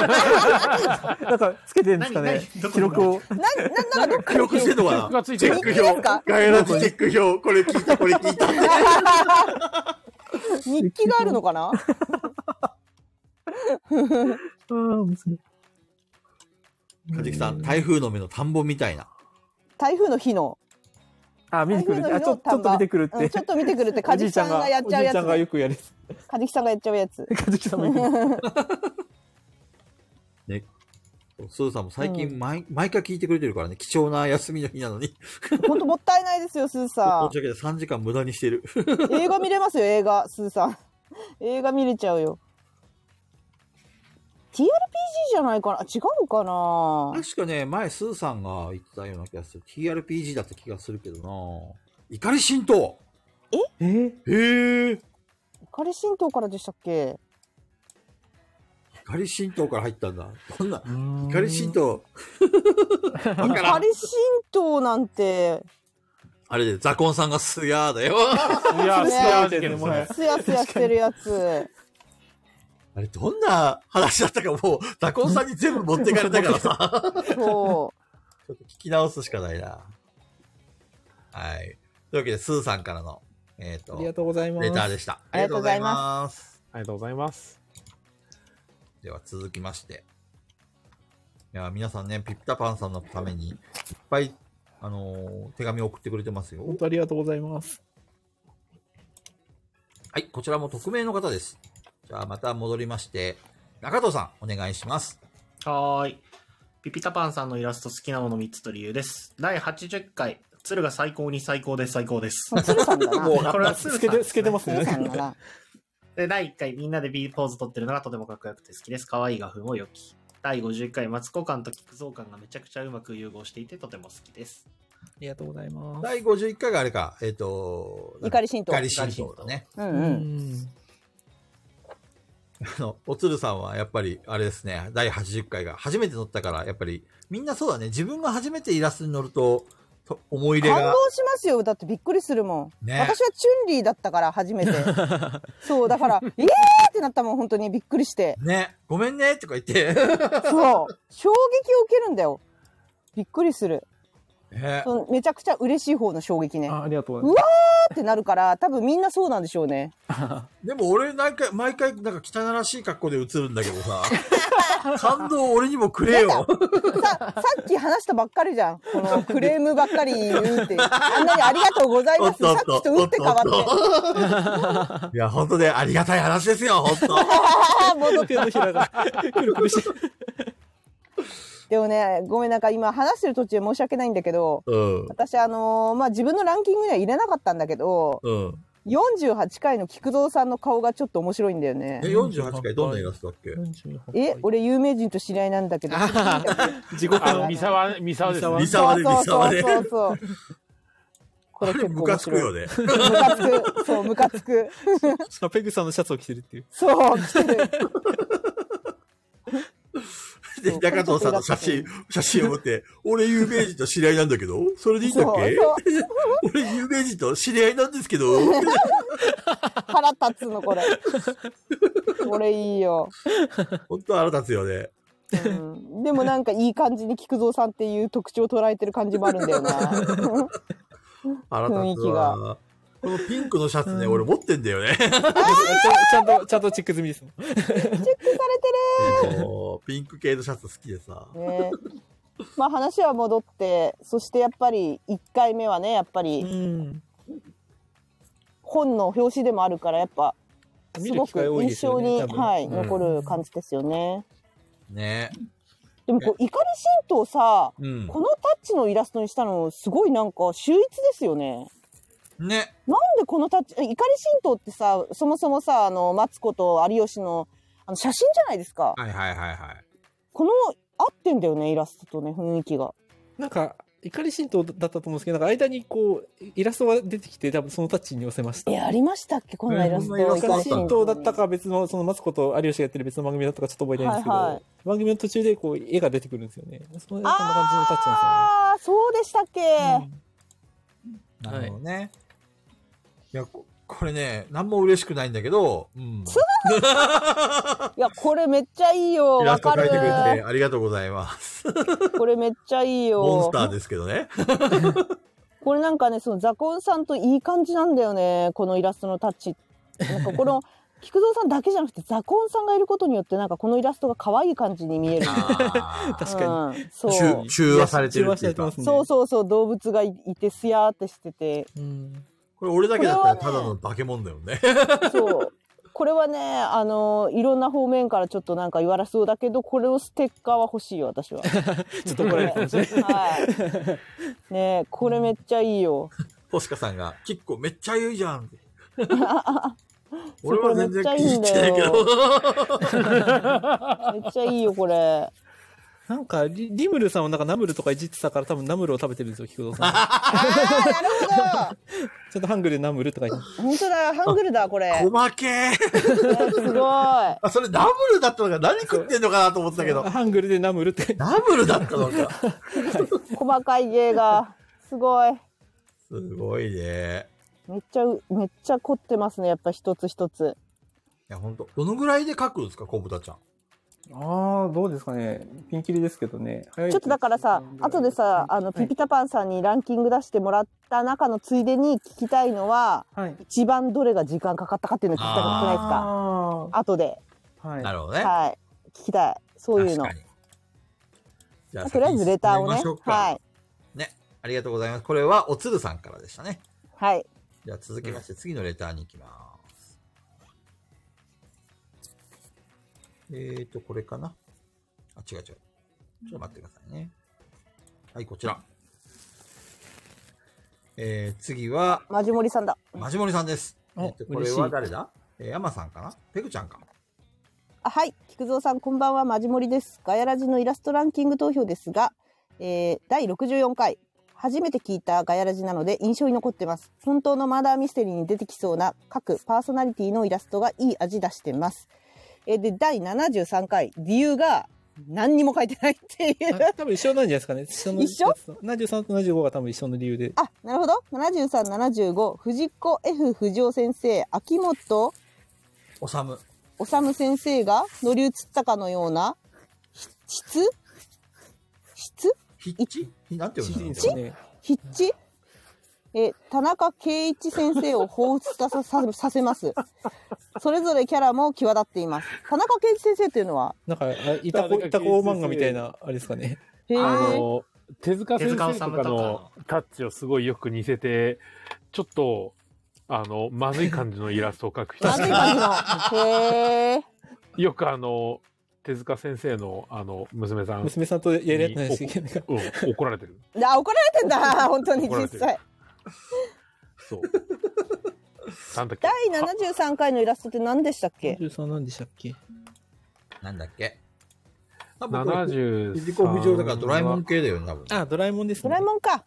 なんか、つけてるんですかね
何何どこ
記録を。
なん、なんかどっか
記録してんの
記
かな
録がつい
チ
て
ェ
る
ック
日記です
表。
か
ガイラジチェック表。これ聞いた、これ聞いた。
日記があるのかな
うん、面白い
カジキさん、台風の目の田んぼみたいな。
台風の日の。
あ、見てくる。
台
あ、ち
風
ょ
の
ちょっと見てくるっ
うん
て
ちょ。っと見てくるって、カジキさんがやっ
お
ちゃ
じ
う
い
や
ちゃんがよ
つ。
くや る。
カジキさんがやっちゃうやつ。
かじきさんもよく
スーさんも最近毎、毎回聞いてくれてるからね、貴重な休みの日なのに。
ほんともったいないですよ、スー さ
申し訳ない。3時間無駄にしてる。
ん。映画見れますよ、映画、スーさん。映画見れちゃうよ。TRPG じゃないかなあ違うかな
確かね、前、スーさんが言ってたような気がする。TRPG だった気がするけどな怒り浸透
えー
へえ。
怒り神道からでしたっけ
怒り浸透から入ったんだ。どんな、怒り浸透。わか
怒
らん
り神道なんて
あれで、ザコンさんがすやーだよ。
いや、
ね
スヤー事件ですね。
すやすやしてるやつ
あれ、どんな話だったかもう、ザコンさんに全部持ってかれたからさ。
そ
ちょっと 聞き直すしかないな。はい。というわけで、スーさんからの、えっ、
ありが
と、
とうございま
レター
す。
でした。
ありがとうござい
ます。
ありがとうございます。
では、続きまして。いや、皆さんね、ピピタパンさんのために、いっぱい、あのー手紙を送ってくれてますよ
本。当ありがとうございます。
はい、こちらも匿名の方です。じゃあ、また戻りまして、中藤さん、お願いします。
はーい。ピピタパンさんのイラスト好きなもの3つと理由です。第80回、鶴が最高に最高です、最高です。
う鶴さんだな
もう
これは鶴さん
透けて、透けてます
鶴さ
ね。
ん だな
で、第1回、みんなで B ポーズ撮ってるのがとてもかっこよくて好きです。可愛い画風も良き。第51回、松子感と菊蔵感がめちゃくちゃうまく融合していてとても好きです。
ありがとうございます。
第51回があれか、えっ、と、
怒り神道
怒り神道だね。
うん
う
うん
ん。
あの、おつるさんはやっぱり、あれですね、第80回が初めて乗ったから、やっぱり、みんなそうだね、自分が初めてイラストに乗ると、と思い入れ
感動
が、
しますよだってびっくりするもん、
ね
私はチュンリーだったから 初めてそうだから「イエーイ!」ってなったもん本当にびっくりして
ね、ごめんね、とか言って、
そう衝撃を受けるんだよびっくりする
ね
そのめちゃくちゃ嬉しい方の衝撃ね
あ、ありがとうございます。
パーってなるから多分みんなそうなんでしょうね
でも俺、なんか、毎回、なんか汚らしい格好で映るんだけど さ、感動を俺にもくれよ。
ささっき話したばっかりじゃん このクレームばっかり言うってあんなにありがとうございます
お
さ
っ
っ
とっと
きと打って変わっ
お
て
っいや、本当ね、ありがたい話ですよ、本当
ああ戻っ
手のひらが、くるくるして。
でもねごめんなんか今話してる途中申し訳ないんだけど
うん。
私あのーまあ自分のランキングには入れなかったんだけど
うん。
48回の菊蔵さんの顔がちょっと面白いんだよ
え、
ね
48回どんなイラストだっけ
え俺有名人と知り合いなんだけど
地獄
あ
の
の、三沢、三沢ですね。
三沢で
そうそう
三沢で
そうそうそうこ
あれ、ムカつくよ
ね
ね。
ムカつくそうムカつく
ペグさんのシャツを着てるっていう。
そう来てる
で、中藤さんの写真、写真を持って、俺有名人と知り合いなんだけど、それでいいんだっけ
そう
俺有名人と知り合いなんですけど、
腹立つの、これ。これいいよ。
本当腹立つよね。
うんでもなんかいい感じに菊蔵さんっていう特徴を捉えてる感じもあるんだよ な。
腹立つわ。このピンクのシャツね、俺持ってんだよね。
ちゃんと、ちゃんとチェック済みですもん。
そうピンク系のシャツ好きでさ。
ね、まあ話は戻ってそしてやっぱり1回目はねやっぱ
う
り
ん。
本の表紙でもあるからやっぱす
見る
ご
機会
く
多いで
印
すよ
象に、
ね。多分
はい、
うん
残る感じですよね。
ね
でもこう怒り神道さ
うん。
このタッチのイラストにしたのすごいなんか秀逸ですよね。
ね。
なんでこのタッチえ怒り神道ってさそもそもさあのマツコと有吉のあの写真じゃないですか。
はいはいはいはい。
この合ってんだよねイラストとね雰囲気が。
なんか、怒り神道だったと思うんですけど、なんか間にこう、イラストが出てきて、多分そのタッチに寄せました。
えありましたっけこんなイラスト。
えこんなイラスト
怒り神道だった
か
か別の、そのマツコと有吉がやってる別の番組だったかちょっと覚えてないんですけど、
はいはい
番組の途中でこう、絵が出てくるんですよね。そんな感じのタッチなん
ああ、そうでしたっけ。
ですよね。うん
なるほどね。いや、ここれね、何も嬉しくないんだけど、うん。
いや、これめっちゃいいよ。
イラ
わ
スト
か
描いてくれて
る。
ありがとうございます。
これめっちゃいいよ。
モンスターですけど ね。
これなんかね、そのザコンさんといい感じなんだよね。このイラストのタッチ。なんか この。菊蔵さんだけじゃなくてザコンさんがいることによってなんかこのイラストが可愛い感じに見える。
あー
確かに。
うん、そ
中
う
中和されてるっていう
中和
か
されてます。ね。
そうそうそう動物がいいてすやーってしてて
うん。
これ俺だけだったらただの化け物だよね。
そうこれはねあのいろんな方面からちょっとなんか言われそうだけどこれをステッカーは欲しいよ私は。
ちょっと怒られるかもしれない。
はい。ねえ、これめっちゃいいよ。
ポシカさんが、キッコめっちゃ言うじゃんって。俺は全然
そこ
気
め
に入
っ
っ
ち
て
ゃ
ないい
いん
け
だよ
ど。
めっちゃいいよ、これ。
なんかリ、リムルさんはなんかナムルとかいじってたから多分ナムルを食べてるんですよ、菊 蔵さん。
ああ、なる
ちょっとハングルでナムルとか言って。
ほど。本当だ、ハングルだ、これ。ね
細けー。
すごい。あ
あ、それダブルだったのか何食ってんのかなと思ってたけど。
ハングルでナムルっ て。
ダブルだったのか。
細かい芸が。すごい。
すごいね。
めっちゃう、めっちゃ凝ってますね、やっぱ一つ一つ。
いや、ほんと。どのぐらいで書くんですか、コブタちゃん。
ああ、どうですかね。ピンキリですけどね。ちょ
ちょっとだからさ、後でさ、あの、ピピタパンさんにランキング出してもらった中のついでに聞きたいのは、
はい。
一番どれが時間かかったかっていうの聞きたくないですか
あ
後で。
あ、はい。
なるほどね。
はい。聞きたい。そうい
確
うの
か。に。じゃ
とりあえずレター
先
を
に進めま
ね
しょう。か
はい。
ありがとうございます。これは、おつるさんからでしたね。
はい。
じゃあ続きまして、次のレターに行きます。えーと、これかなあ、違う違う。ちょっと待ってくださいね。はい、こちら。えー、次は、
マジモリさんだ。
まじもりさんです。え
お
ーと、これ
嬉し
はい誰だえー、山さんかなペグちゃんか。
あはい。菊蔵さん、こんばんは。マジモリです。ガヤラジのイラストランキング投票ですが、えー、第64回。初めて聞いたガヤラジなので印象に残ってます。本当のマーダーミステリーに出てきそうな各パーソナリティのイラストがいい味出してます。えーで、第73回。理由が何にも書いてないっていう。
あ多分一緒なんじゃないですかね。一緒の
一緒
?73 と75が多分一緒の理由で。
あ、なるほど。73、75、藤子 F 不二雄先生、秋元
おさむ。
おさむ先生が乗り移ったかのようなひ質質
ひっちひなんて呼
主
ぶんだ
人です
ろう
ね。
筆致え田中圭一先生を彷彿とさささせますそれぞれキャラも際立っています田中圭一先生というのは
なんか、あいたこ、いたこ漫画みたいな、あれですかね。
へえ
あの、手塚先生と
手塚治
か
虫とか
の
の
タッチをすごいよく似せて、ちょっと、あの、まずい感じのイラストを描 く人。
何て感じのへえ
よくあの、手塚先生の、あの、娘さん、
娘さんとやり合ってないし、なんか
うん、怒られてる。
あ怒られてんだ本当に
怒られ
実
てる
際
そう。なんだっけ
第73回のイラストって何でしたっけ
73なんでしたっけ
なんだっけ多分これ、
73
藤子不二雄だからドラえもん系だよね、多分。
あ、ドラえもんです
ド
ね。
ラえもんか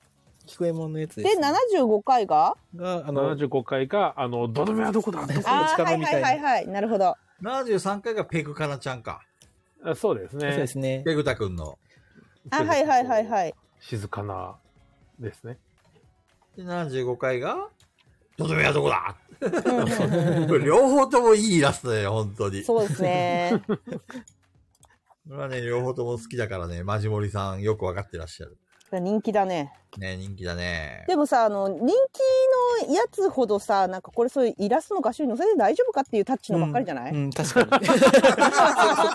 聞こえもんのやつ
で
です。
75回が
が、あの、
75回が、あの、どの目はどこだ
どこの
あー
力
はい
み
は
た
い
い
はい
な。
はいなるほど
73回がペグかなちゃんか。
あ そうです
そう
ね
で。すね。
ペグタ君の。
あ、はいはいはいはい。
静かなです ね。
で、75回が、とどめはどこ だ
うん うん
これ両方ともいいイラストだよ、本当に。こ
そうですね。
れはね、両方とも好きだからね、マジモリさんよくわかってらっしゃる。
人気だね。
ね、人気だね。
でもさ、あの、人気のやつほどさ、なんかこれそういうイラストの画集に載せて大丈夫かっていうタッチのばっかりじゃない、
うん、うん確かに。そ そこ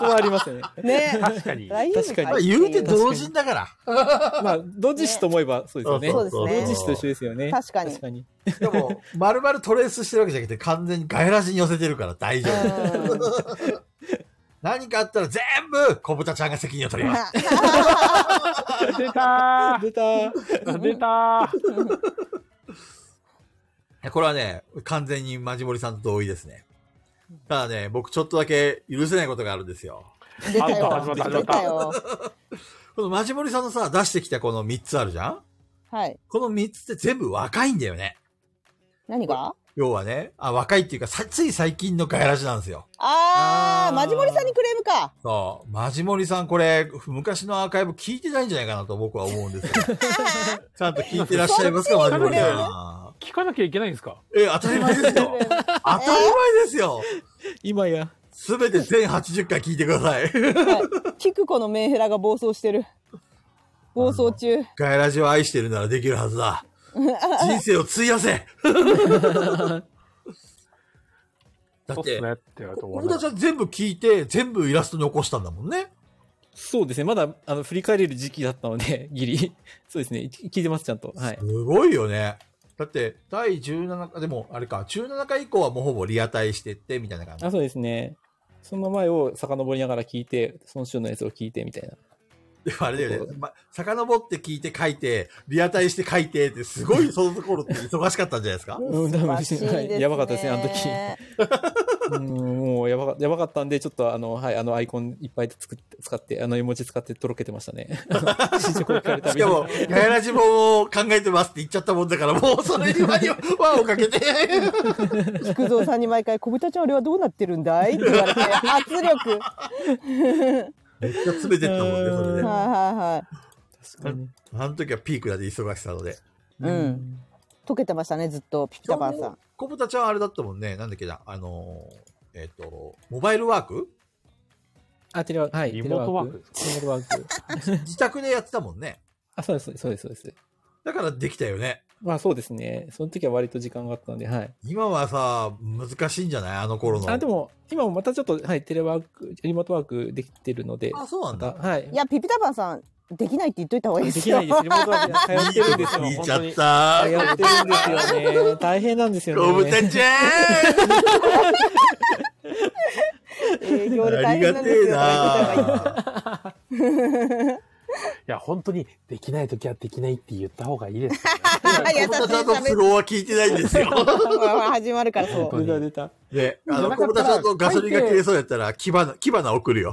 はありますよね。
ね
確かに。
大丈夫
確
ま
か
あ、
に
言うて同人だから。
まあ、同時視と思えばそうですよね。
そうそうそう
同時視と一緒ですよね。
確かに
確かに。
でも、丸々トレースしてるわけじゃなくて、完全にガイラジに寄せてるから大丈夫。
うん
何かあったら全部、小豚ちゃんが責任を取ります。
出た
出た。
ー出たー
いやこれはね、完全にマジモリさんと同意ですね。ただね、僕ちょっとだけ許せないことがあるんですよ。
出た
あ始まった
よ。
始まった
出たよ。
このマジモリさんのさ、出してきたこの3つあるじゃん
はい。
この3つって全部若いんだよね。
何が
要はね、あ、若いっていうか、さつい最近のガヤラジなんですよ。
あ
あ
ー、
ー
マジモリさんにクレームか。
そう、マジモリさんこれ、昔のアーカイブ聞いてないんじゃないかなと僕は思うんですよ。ちゃんと聞いてらっしゃいますか、マジモリさ
聞かなきゃいけないんですか
ん。え、当たり前ですよ。 当たり前ですよ。
今や。
すべて全80回聞いてくだ さい。
はいキクコのメンヘラが暴走してる。暴走中。
ガイラジを愛してるならできるはずだ。人生を費や せだ
そ
っ
うっす
て、
ねって言われて終
僕
わ
た
り
ちは全部聞いて、全部イラスト残したんだもんね。
そうですね。まだ、あの、振り返れる時期だったので、ギリ。そうですね。聞いてます、ちゃんと。はい。
すごいよね。だって、第17回、でも、あれか、17回以降はもうほぼリアタイしてって、みたいな感じ
あ、。そうですね。その前を遡りながら聞いて、その週のやつを聞いて、みたいな。
でもあれだよ
そう
ね。ま、遡って聞いて書いて、リアタイして書いてって、すごいその頃って忙しかったんじゃないです か
うん
素
多分
晴らしい
はいやばかったですねあの時うん、もうやばか、やばかったんで、ちょっとあの、はい、あのアイコンいっぱい作って、使って、あの絵文字使ってとろけてまし たね。試食を聞かれた
しかも、ガヤラジも考えてますって言っちゃったもんだから、もうそれに輪をかけて。
菊蔵さんに毎回、小豚ちゃんあれはどうなってるんだいって言われて、圧力。
めっちゃ詰めてったもんね、それ
はい
で。
は
確かに。
あの時はピークだで忙しさので。
いはい。うん。溶けてましたね、ずっと、ピピタパンさん。
コブタちゃんはあれだったもんね、なんだっけな、あのー、えっ、と、モバイルワーク
あ、テレワーク、はい。
リモートワーク
テレワーク。リモートワーク。
自宅でやってたもんね。
あ、そうです、そうです、そうです。
だからできたよね。
まあそうですね。その時は割と時間があったので、はい。
今はさ、難しいんじゃないあの頃の。
あ、でも、今もまたちょっと、はい、テレワーク、リモートワークできてるので、
あ、そうなん
ま
だ。
た、はい
い。や、ピピタパンさん、できないって言っといた方がいい
で
です
き
よ。
ないです。リモートワークに通ってるんですよ。
聞い
本
ち
当
ゃっ
に。
た。
通ってるんですよね。大変なんですよね。
コブタちゃん
営業で
あ
大
りが
変なん
て
です
え
よ。
ない
や、本当にできないときはできないって言った方がいいですよね。
優
コブタちゃんの
しい
都合は聞いてないんですよ。
始まるからそう。
出た出た。
で、あ
じゃ
の、
な
コ
か
ブ
った
タ
ら
ちゃんとガソリンが切れそうやったら、木花、木花送るよ。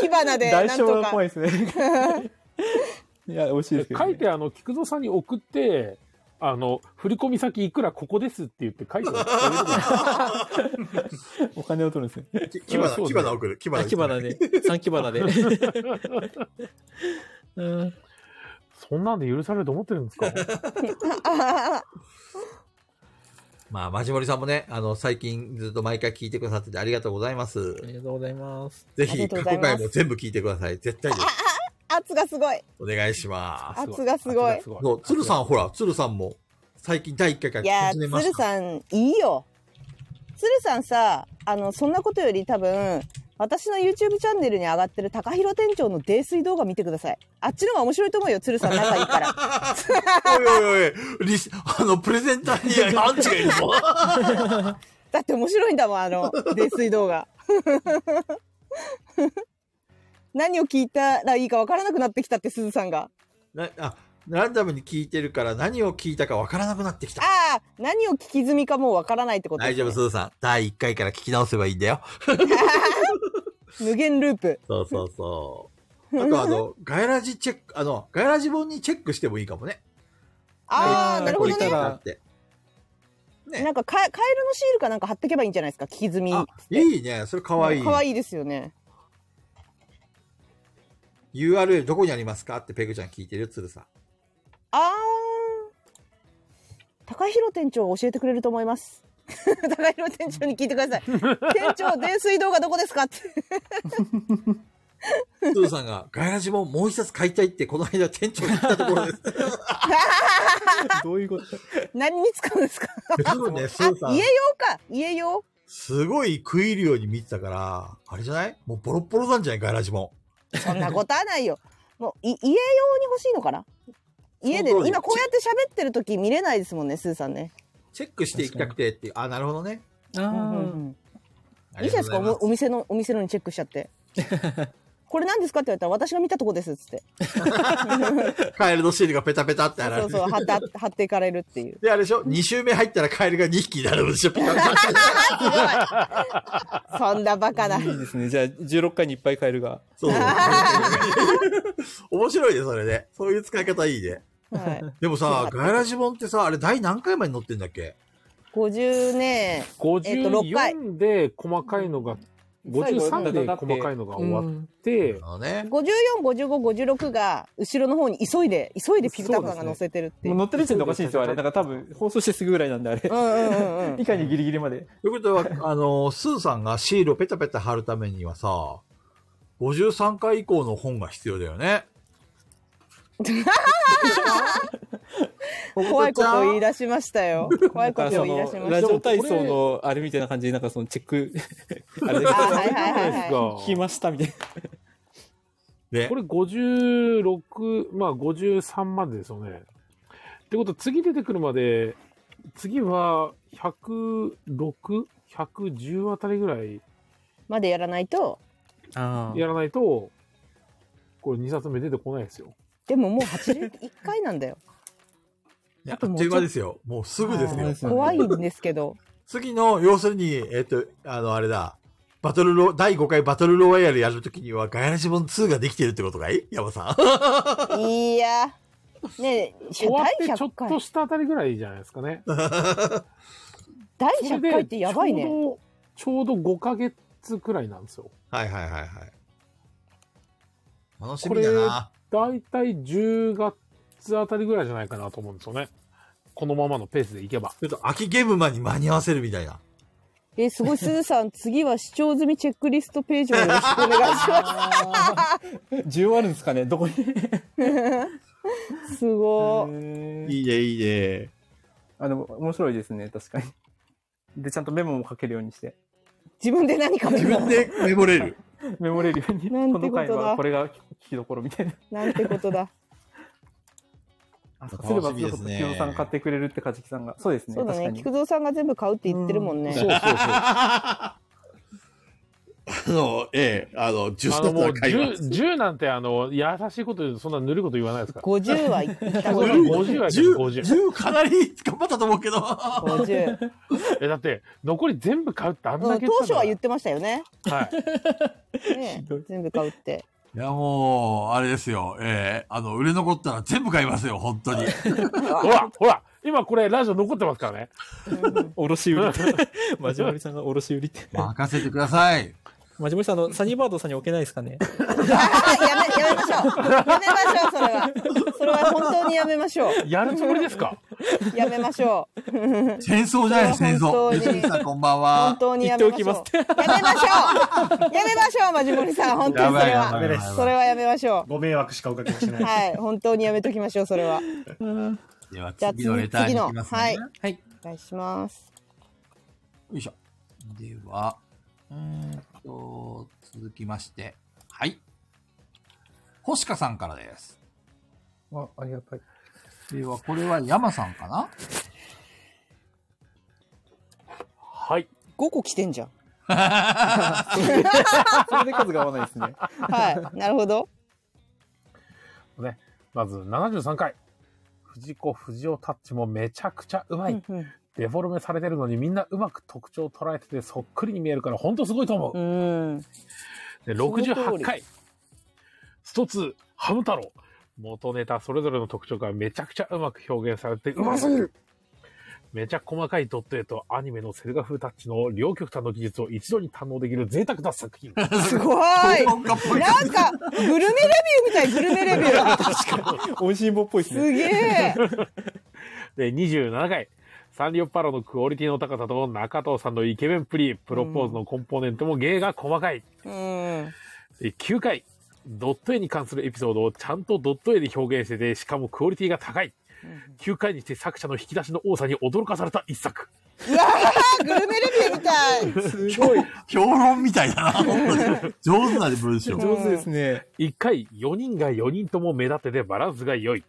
火花で、
大
なん
将
と
っ
か
ぽ。いですね。 いや、美味しいですけど、ね。
書 いて、あの、菊蔵さんに送って、あの、振り込み先いくらここですって言って書いてもらってそれでもいい
お金を取るんですね。
き木花、
そうね
木花送る。木花
あ、木花で。三木花で。 うん
そんなんで許されると思ってるんですか
まあ、マジモリさんもね、あの、最近ずっと毎回聞いてくださっててありがとうございます
あ。りがとうございます。
ぜ
あり
ひ、
がとう
過
ござ
去
います
回も全部聞いてください。絶対です。
圧がすごい。
お願いします。
圧がすごい
圧がす
そう、鶴さん、ほら、鶴さんも、最近第1回か
いや
ら始め
ー、
まし
鶴
た。
さん、いいよ。鶴さんさ、あの、そんなことより多分、私の YouTube チャンネルに上がってる高広店長の泥酔動画見てください。あっちの方が面白いと思うよ、鶴さん仲いいから。
おいおいおい、リス、あの、プレゼンターにアンチがいるぞ。
だって面白いんだもん、あ の、泥酔動画。 何を聞いたらいいか分からなくなってきたって、鈴さんが。
なあ、ランダムに聞いてるから何を聞いたかわからなくなってきた。
ああ、何を聞き済みかもう分からないってこと、
大丈夫、
すね
鶴さん。第1回から聞き直せばいいんだよ。
無限ループ。
そうそうそう。あと、あ の、ガイラジチェック、あの、ガイラジ本にチェックしてもいいかもね。
ああ、
ー
なるほど
これ
ね
聞い。たってね
なんかカエカエルのシールかなんか貼ってけばいいんじゃないですか聞き済み
あ、いいね。それかわいい。
可愛いですよね
URL どこにありますかってペグちゃん聞いてるよ、つるさん。
あー高弘店長が教えてくれると思います 高弘店長に聞いてく ださい店長電水動画どこですかって
つるさんが、 ガイラジももう一冊買いたいって、この間店長に言ったとこ ろです。
どういうこと
何に使うんですか
多分ね、つるさ
あ
ん
家用、か家用
すごい食い入るように見てたから、あれじゃないもうボロッボロなんじゃないガイラジも。
そんなことはないよ。 もうい家用に欲しいのかな。家で
その通り
今こうやって喋ってる時見れないですもんね、スーさんね。
チェックしていきたくてっていう。あ、なるほどね。
うんうん
あ
うん
あ
い
り
いじゃな
がとうござ
いですか。
いま
おお店のお店のにチェックしちゃって。これ何ですかって言われたら私が見たとこですっつって。
カエルのシールがペタペタってあられ
そう
る。
そう貼って貼っていかれるっていう。
で、あれでしょ ?2 周目入ったらカエルが2匹になるんでしょピカピカ。
そんなバカな。
あ。いいですね。じゃあ、16回にいっぱいカエルが。
そう。面白いね、それね。そういう使い方いいね。
はい。
でも
よか
さ
っ、た
ガイラジ本ってさ、あれ第何回まで載ってんだっけ
50ね。えっと六回
54で細かいのが、53で細かいのが終わって、
あのね。
54、55、56が後ろの方に急いで急いでピピタパンが乗せてるってい
も
う。
う乗ってる時点でおかしいですよ、あれ。なんか多分、放送してすぐぐらいなんで、あれ
う。んうんうんうん
い。かにギリギリまで。
ということ は、あの、スーさんがシールをペタペタ貼るためにはさ、53回以降の本が必要だよね。
怖いことを言い出しましたよ。怖いこ
だから
とを
そ
言い出しま
の、
した
ラジ。オ体操の、あれみたいな感じで、なんかそのチェ ック、あれで
あはいはいはい
で
は
す
い。
か
聞きましたみたいな。
ね
こ。れ56、まあ53までですよね。ってことは次出てくるまで、次は106、110あたりぐらい
までやらないと、
あ
やらないと、これ2冊目出てこないですよ。
でももう81回なんだよ。
いやあっという間ですよ。もうすぐです
は
よ
い。
怖いんですけど。
次の、要するに、えっと、あの、あれだ。バトルロ、第5回バトルロワイヤルやるときには、ガイラジ本2ができてるってことかい山さん。
いやー。ねえ、
終わって
第
ちょ
100
っと
回。
したあたりぐらいじゃないですかね。
第
それ
100
で
回ってやばい
ち
ね。
ょうど、ちょうど5ヶ月くらいなんですよ。
はいはいはいはい。楽しみだな。
だいたい10月あたりぐらいじゃないかなと思うんですよね。このままのペースでいけば。
ちょっと秋ゲームマンに間に合わせるみたいな。
え、すごい、すずさん、次は視聴済みチェックリストページをよろしくお願いしま
需要あるんですかねどこに。
す。すごい。
い
い
いね、いいね。
あの、面白いですね、確かに。で、ちゃんとメモも書けるようにして。
自分で何か見
自
る
分でメモれる。
メモれるように。
なんてことだ
この回はこれが聞きどころみた いな。
なんてことだ。
あ、そう
楽
すれば、
しみですね
清野さんが買ってくれるって、梶木さんが。そうですね。
そうだ
確か
ね。
に
菊。蔵さんが全部買うって言ってるもん
そう
ね。
そうそう。
あの、ええ、あの、10
あの
冊
もう
は買います。
10、10なんてあの、優しいこと言う、そんなぬるいこと言わないですから。
50は言ったことない。
50はいける
10
50。
10かなり頑張ったと思うけど。
50。
え、だって、残り全部買うってあん
う
だ
ん
け
当初は言
っ
ってましたよね。
てたから。はい。
ね全部買うって。
いや、もう、あれですよ。ええ、あの、売れ残ったら全部買いますよ、本 当に。
ほら、ほら、今これラジオ残ってますからね。
卸売り。 まじまりさんが卸売りって。
任せてください。
まじまりさん、あの、サニーバードさんに置けないです か
や
ね
め、やめましょう。やめましょう、それは。それは本当にやめましょう。
やるつもりです か
やめましょう。
戦争じゃないです、戦
本
争。
当に
吉見さん、こんばん
本
は。
当にやめましょう。
言って
やめましょう。やめましょう、マジモリさん。本当にそ
ばい
れは。
や
それはやめましょ
ご迷惑しかおかけしな
う。
い。
はい、本当にやめときましょう、それは。
では
じゃあ
次のレターに行きますね。
次の
よ
はい。
お願いします。
いしょ。では、うーんと、続きまして。はい。星香さんからです。
あ、ありがたい。
では、これは山さんかな
はい。
5個来てんじゃん。
それで数が合わないですね。
はい、なるほど。
まず73回。藤子不二雄タッチもめちゃくちゃうまい。
うん
デフォルメされてるのにみんなうまく特徴を捉えててそっくりに見えるからほんとすごいと思う。
うん。
で
の通り
68回スト2ハム太郎元ネタそれぞれの特徴がめちゃくちゃうまく表現されてうますぎるめちゃ細かいドット絵とアニメのセルガ風タッチの両極端の技術を一度に堪能できる贅沢な作品。
すごい。なんか、グルメレビューみたい、グルメレビュー。
美味しい棒っぽいですね。
すげえ。
で、27回。サンリオパロのクオリティの高さと中藤さんのイケメンプリ、プロポーズのコンポーネントも芸が細かい。
うん。
で9回。ドット絵に関するエピソードをちゃんとドット絵で表現してて、しかもクオリティが高い。9回にして作者の引き出しの多さに驚かされた一作。
うわーグルメレビューみたい。
す ごい。
評論みたいだな。本当に上手な文章。
上手ですね。
1回4人が4人とも目立ててバランスが良い。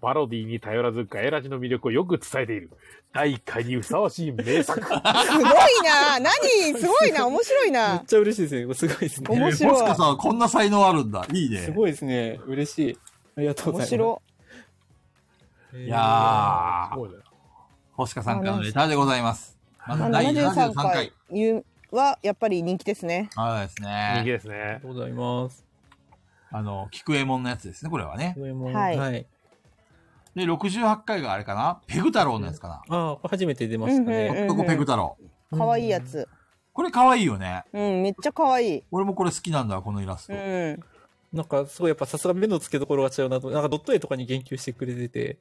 パロディに頼らずガエラジの魅力をよく伝えている。第1回にふさわしい名作。
すごいな。何すごいな。面白い
め
な
っ。ちゃ嬉しいですね。すごいですね。
面
もし
白
か
い。
さん、こんな才能あるんだ。いい
す
ね。
ごいですね。嬉しい。ありがとうご
面
ざいま
白。
す。
いや
す
ー、
ごいね
星香さんからのレターでございます。ま
ま
ず
あ
第73回
73回。いうは、やっぱり人気ですね。
あれです
人気
ね。
ですね
ありが。とうございます。
あの、菊右衛門のやつですね、これはね。
はい
はい。
で、68回があれかなペグ太郎のやつかな。
ああ、初めて出ました
うん
ね。
ここペグ太郎。
可愛いやつ。
これ可愛いよね。
うん、めっちゃ可愛い。
俺もこれ好きなんだ、このイラスト。
うん。
なんか、すごいやっぱさすが目の付けどころが違うなと。なんかドット絵とかに言及してくれてて。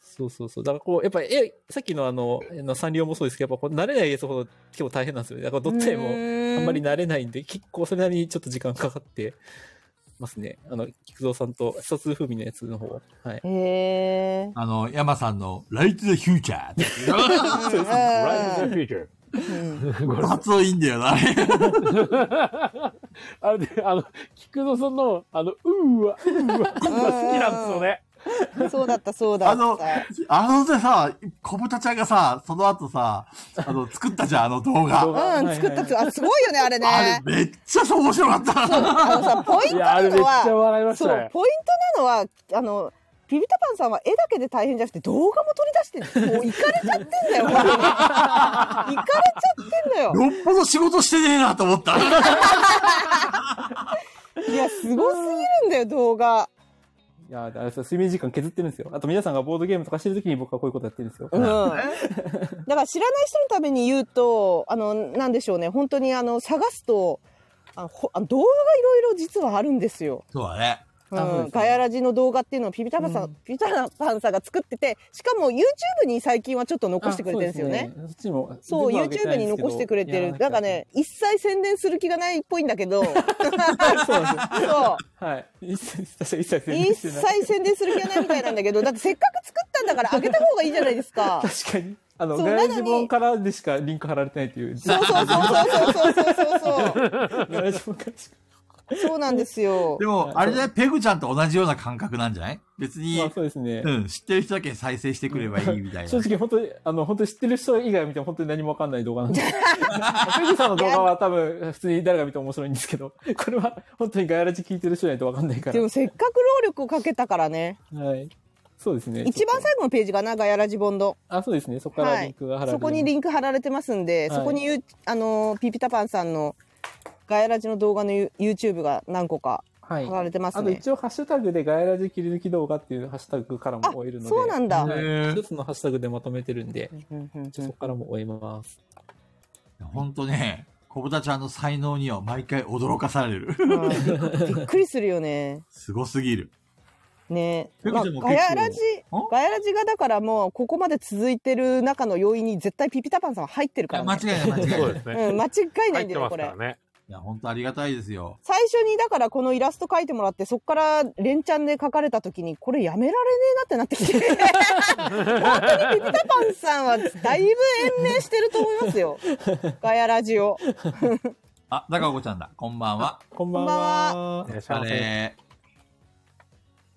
そうそうそう。だからこう、やっぱ絵、さっきのあの、あのサンリオもそうですけど、やっぱこう慣れないやつほど結構大変なんですよね。だからドット絵もあんまり慣れないんで、結構それなりにちょっと時間かかってますね。あの、菊蔵さんと、一つ風味のやつの方。はい。
へえ。
あの、山さんの、ライト・ザ・フューチャーって。
そうです
Rise of the Future。
発音いいんだよな、あれ。
あれで、あの、菊野さんの、あの、うーわ、うーわ、あんな好きなんですよね。
そうだった、そうだ
あ
っ
の
た。、
あのでさ、小豚ちゃんがさ、その後さ、あの、作ったじゃん、あの動
動
画。
画
うん、作ったつ、あ、すごいよね、あれ
あ
ね
れ、。めっちゃそう面白かった。
あのさ、ポイン
い
ト
や、あ
な
れめっ
の
ちゃ
は、
笑いまし
そ
た
う
ね、。
ポイントなのは、あの、ピピタパンさんは絵だけで大変じゃなくて動画も取り出して、もういかれちゃってんだ よ、ほら。いかれちゃってんだよ。
よっぽど仕事してねえなと思った。
いや、すごすぎるんだよ、動画。
いやー、だからそう睡眠時間削ってるんですよ。あと皆さんがボードゲームとかしてるときに僕はこういうことやってるんですよ。
うん。だから知らない人のために言うと、あの、なんでしょうね、本当にあの、探すと、あほあ動画がいろいろ実はあるんですよ。
そうだね。
う
あそうです
ん、
ね
ガヤラジの動画っていうのをピピタパンさん、
うん
ピピタパンさんが作ってて、しかも YouTube に最近はちょっと残してくれてるんですよね。
あ。そうですねそっちも。
そう、
全部は上げてな
YouTube
いんで
に
すけど
残してくれて
いや
る。
ー
なんかね、一切宣伝する気がないっぽいんだけど、
そうなんです
そ
よ。はい。一切、確かに一切
う、
宣伝
一
してない。
切宣伝する気がないみたいなんだけど、だってせっかく作ったんだからあげた方がいいじゃないですか。
確かに。あの、
そう
ガヤラジ
なのに
本からでしかリンク貼られてないという。
そうそうそうそうそうそうそうそ
ガヤラジ本からしか。
う。そうなんですよ
で。も、あれね、ペグちゃんと同じような感覚なんじゃない別に
まあ、そうですね。
うん、知ってる人だけ再生してくればいいみたいな
正。直本当に、あの、本当に知ってる人以外を見ても本当に何もわかんない動画 なんで。ペグさんの動画は多分、普通に誰が見ても面白いんですけど、これは本当にガヤラジ聞いてる人じゃないとわかんないか
で
ら。
もせっかく労力をかけたからね。
はい。そうですね。
一番最後のページかな、ガヤラジボンド。
あ、そうですね。そこから
は
リン
い
クが貼られる。
そこにリンク貼られてますんで、
はい
そこにゆあのーピピタパンさんのガヤラジの動画のユ YouTube が何個か
は
貼られてます
あと
ね。
一応ハッシュタグでガヤラジ切り抜き動画っていうハッシュタグからも追えるので。
あそうなんだ
は
へ
い
ー
一つのハッシュタグでまとめてるんで、
うんうんうん
そこからも追えます。
ほんとね、小豚ちゃんの才能には毎回驚かされる。
はいびっくりするよね。
すごすぎる。
ね、
ペグ
まあ
ちゃんも結構
ガヤラジ
ん
ガヤラジがだからもうここまで続いてる中の要因に絶対ピピタパンさんは入ってるから、ね、
間違いない、間違いない
そう。ですね。
うん、間違いな
入
いん
っ
だ
て
よね
ま
こ
すか
れ
ら。ね。
いや、本当ありがたいですよ。
最初にだからこのイラスト描いてもらってそこから連チャンで描かれた時にこれやめられねえなってなって きて本当にピピタパンさんはだいぶ延命してると思いま すよガヤラジオ
あ、高子ちゃんだ。こんばんは。
こんばん
こ
は。
ねシャ
あ
ーレン
れ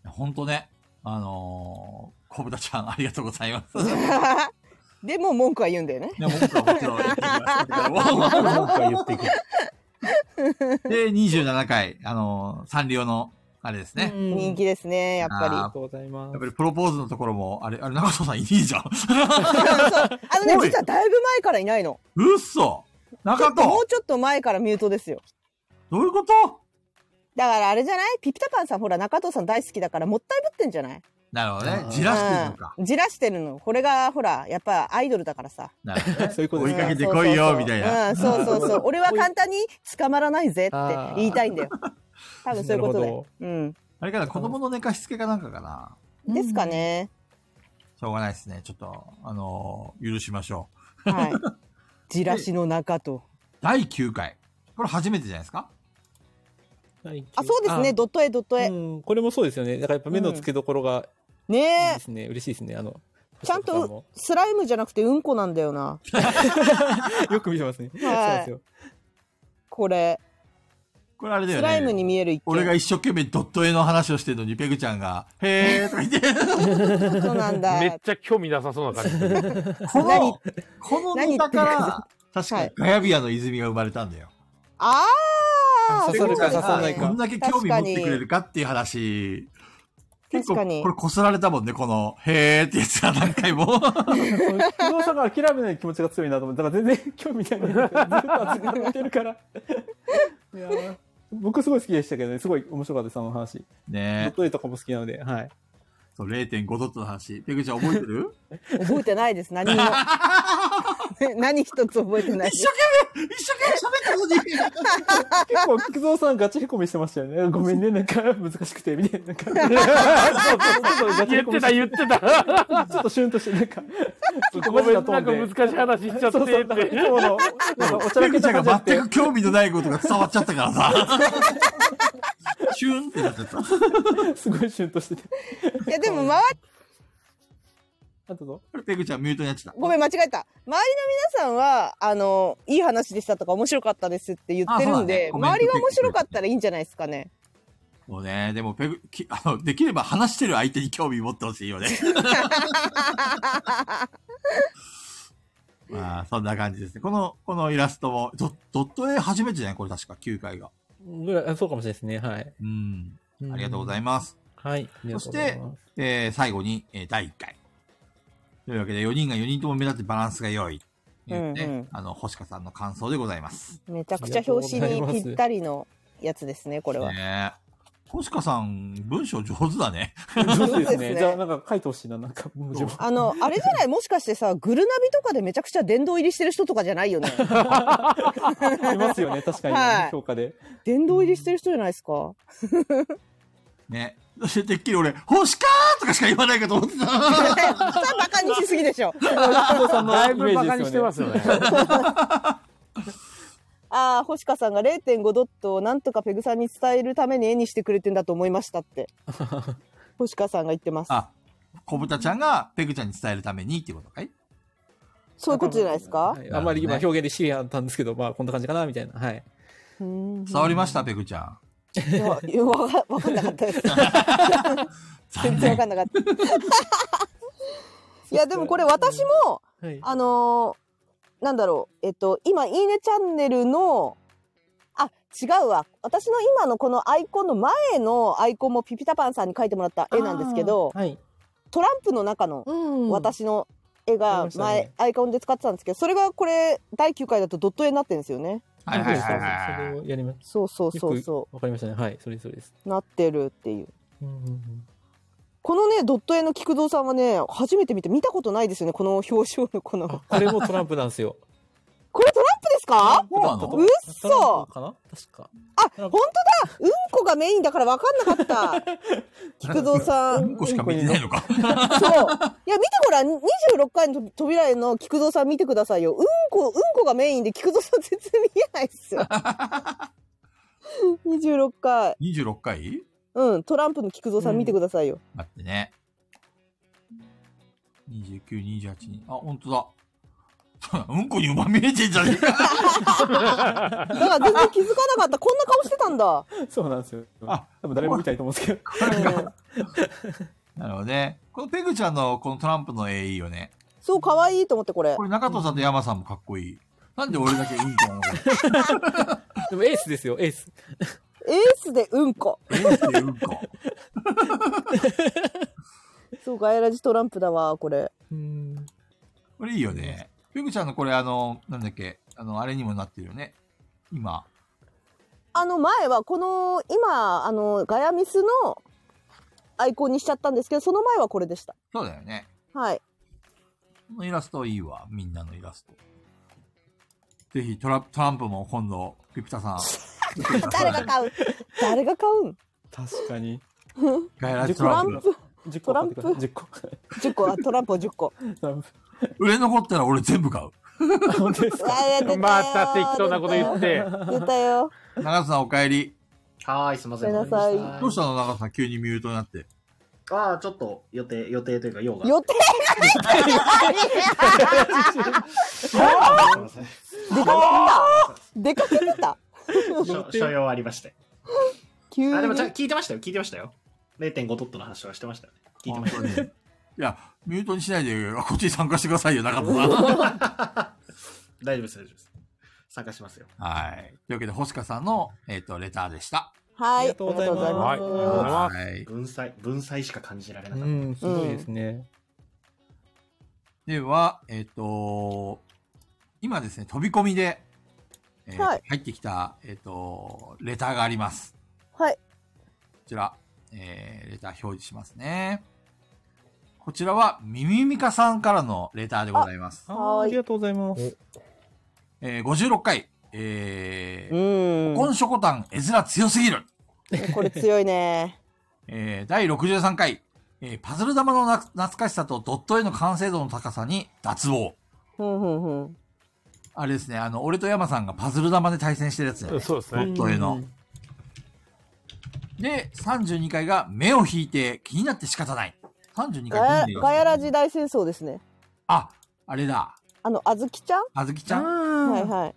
ー、ほんとね、あのー、小豚ちゃんありがとうございます。
でも文句は言うんだよね
でも僕はもちろん言ってきました けど
文句は言っていく。
で、27回、あのー、サンリオの、あれですね。
人気ですねやっ
あり
ぱ
がとうございま
や
す
っぱ。りプロポーズのところも、あれ、あれ、中藤さんいねえじゃん。
りそうあのね
おい
実はだいぶ前からいないの
うっそ
ちょ
中
っともう
藤
ちょっと前からミュートですよ
どういうこと
だからあれじゃないピピタパンさんほら中藤さん大好きだからもったいぶってんじゃない
なるほどね。じらしてるのか。
うんじらしてるの。これが、ほら、やっぱアイドルだからさ。
なるほどね。
そういうこと
追
で
い
す
か
ね。
けてこいよ
うん
みたいな。
うん、そうそう そう。俺は簡単に捕まらないぜって
あー
言いたいんだよ。多分そういうこと
な
で
るほ。
うん。
あれかな、子供の寝かしつけかなんかかな。
ですかね。
しょうがないですね。ちょっと、あのー許しましょう。
はい。じらしの 中と。
第9回。これ初めてじゃないですか
はい
あ、そうですね。
あ
ドット絵、ドット絵
う。ん、これもそうですよね。だからやっぱ目の付けどころがいい
ね
ですね。嬉しいですね。あの、
え。ちゃん
星野さも
と、スライムじゃなくてうんこなんだよな。
よく見てますね。そうなんですよ。
これ。
これあれだよ
ス
ね。
ライムに見える一見。
俺が一生懸命ドット絵の話をしてるのに、ペグちゃんが、へーとか言 って、
そうなん だ
め。っちゃ興味なさそうな感じ。
この、このネタか
何言って
ら、確
は
か
い
ガヤビアの泉が生まれたんだよ。
ああ
刺さるか刺さない
こん
か。
だけ興味持ってくれるかっていう話。結構、
確かに
これこすられたもんね、この、へーってやつが何回も。
不動産が諦めない気持ちが強いなと思って、だから全然興味ないのにずっと熱くなってるから。いやー僕すごい好きでしたけどね、すごい面白かったです、あの話。ドッ
ね
ト絵とかも好きなので、はい。
そう、0.5ドットの話。ペグちゃん覚えてる
覚えてないで す。何も。 何一つ覚えてない。
一生懸命喋ったのに。
結構、菊蔵さんガチへこみしてましたよね。ごめんね、なんか難しくて、みたいな。なんかそうそうそうちょっとガチ
言
へ
っ
こ
て
み
た、
して
言ってた。
ちょっとシュンとして、なんか、
ごめん、なんか
飛んで
難しい話しちゃって
そうそう、
っ
なんか今
て。
日の、なんかおちゃ
ペ
らけ
グち
た
ゃ
感
ん
じあ
が
って
全く興味のないことが伝わっちゃったからさ。シュンってなっちゃった。
すごいシュンとしてて。
いや、でも、周り、
あとぞ。
ペグちゃんミュートになっちゃった。
ごめん、間違えた。周りの皆さんは、あの、いい話でしたとか、面白かったですって言ってるんで、
あそうだね
周りが面白かったらいいんじゃないですか ね。
もうね、でもペグ、きあの、できれば話してる相手に興味持ってほしいよね。まあ、そんな感じですね。この、このイラストも、ドドット絵初めてじゃないこれ確か、9回が。
ぐらいあそうかもしれないですね。はい。
うん。ありがとうござ
い
います。
ます。はい。ありがとうございます
えー最後に、えー第1回。というわけで、4人が4人とも目立ってバランスが良い。というね、
うんうん
あの、星香さんの感想でございます。
めちゃくちゃ表紙にぴったりのやつですね、これは。
ねえ星香さん、文章上手だね。
上
で
手ですす
ね
ね。じゃあ、なんか書いてほしいな、なんか、文字も。
あの、あれじゃないもしかしてさ、グルナビとかでめちゃくちゃ殿堂入りしてる人とかじゃない よね。
いますよね、確かに、
はい
評価で。
殿堂入りしてる人じゃないで すか。
ね。そして、てっきり俺、星香とかしか言わないかと思ってた。
それバカにしすぎでしょ。
加藤さんの
だい
イメ
ぶバカ
ー
に
ジ
し
です
て
よ
ま
ね。
すよね。
ああ、星香さんが0.5ドットをなんとかペグさんに伝えるために絵にしてくれてんだと思いましたって。星香さんが言ってます。
あ、小豚ちゃんがペグちゃんに伝えるためにっていうことかい
そういうことじゃないですか
は。いあんまり今表現で知り合ったんですけど、まあこんな感じかな、みたいな。はい。
うーん
伝わりました、ペグちゃん。
いやいやわかわかんなかったです。
残
全然
念
わ。かんなかった。いや、でもこれ私も、
はい。
あのーなんだろう、えっと、今、いいねチャンネルの、あ、違うわ。私の今のこのアイコンの前のアイコンもピピタパンさんに描いてもらった絵なんですけど、
はい。
トランプの中の
うん。
私の絵
あり
が
ました
前、
ね
アイコンで使ってたんですけどそれがこれ第9回だとドット絵になってるんですよね
はいはいはい
そうですそ
は
れをやりま
そうそう
す。
そうそ
わかりましたね。はい。それそれです。
うなってるっていう
うんうんうん
このねドット絵の菊蔵さんはね初めて見て見たことないですよねこの表彰のこの
あ、これもトランプなんですよ。
これトランプですか
い。そうな
ト
の
ランプ
嘘
トランプかな確か。
あ
トラン
本当
プ
だうんこがメインだから分かんなか った菊蔵さ
うんんこしか見てないのか。
そういや見てごらん26回のと扉への菊蔵さん見てくださいようんこうんこがメインで菊蔵さん全然見えない っすよ26回
26回
うん、トランプの菊蔵さん見てくださいよ。
待ってね。29、28に。あ、ほんとだ。 うんこに馬見えてんじゃねえか。
だから全然気づかなかった。こんな顔してたんだ。
そうなんですよ。
あ
あ、多分誰も見たいと思うんですけど。
うん、
なるほどね。このペグちゃんのこのトランプの絵いいよね。
そう、可愛いと思ってこれ
こ。れ中藤さんと山さんもかっこいい。なんで俺だけうんこなのか。
でもエースですよ、エース。
エースでうんこ。
えーってうんこ。
そう、ガヤラジトランプだわ、これ。
うん。
これいいよね。ペグちゃんのこれあの、なんだっけ、あの、あれにもなってるよね。今。
あの前は、この、今、あの、ガヤミスの、アイコンにしちゃったんですけど、その前はこれでした。
そうだよね。
はい。
このイラストいいわ。みんなのイラスト。ぜひトラ、トランプも今度、ピピタさん。
誰が買う誰が買うん
確かに。
ガイラジ
ト
ト
ラ
ランプ。
ンプ
10
ト
個
ラ
買っ
ン
てく
プ
ださい。10個。
10個、あトランプを10個。
トランプ
売れ残ったら俺全部買う。
本当ですか
また適当なこと言っ。て。
出たよ。
長瀬さんお帰り。
はーい、すみません。
ごめんなさい
あ
どうしたの長瀬さん急にミュートになって。
あー、ちょっと予定、予定というか、用が。
予定
あーすいません
出かけてた出かけてた
所所用ありまして。
急
あ、でもちゃん
に。
聞いてましたよ、聞いてましたよ。0.5トットの話はしてましたよね。聞いてまし
本当にいや、ミュートにしないで、こっちに参加してくださいよ、長瀬 さん。
た。 大丈夫です、大丈夫です。参加しますよ。
はい。というわけで、星香さんの、えっ、と、レターでした。
はい。
ありがとうございます
はい。ありがとうございます。
はい。
文才、文才しか感じられなか
う
っ
ん、すごいですね。
では、えっ、と、今ですね、飛び込みで、えー
はい
入ってきた、えっ、と、レターがあります。
はい。
こちら、えーレター表示しますね。こちらは、ミミミカさんからのレターでございます。
あー
はい
ありがとうございます。
えー56回、え
う
ー、
ん。
コンショコタン絵面強すぎる。
これ強いね。
えー第63回、えーパズル玉のな懐かしさとドット絵の完成度の高さに脱帽。
ふんふんふん。
あれですね、あの、俺と山さんがパズル玉で対戦してるやつね。
そうです
ド
ね。
ット絵の。で、32回が目を引いて気になって仕方ない。32
ガヤ
回気にな
ガヤ
る
ラ時代戦争ですね。
あ、あれだ。
あの、あずきちゃん
あずきち
あ
ゃん。
はい
ー
はい。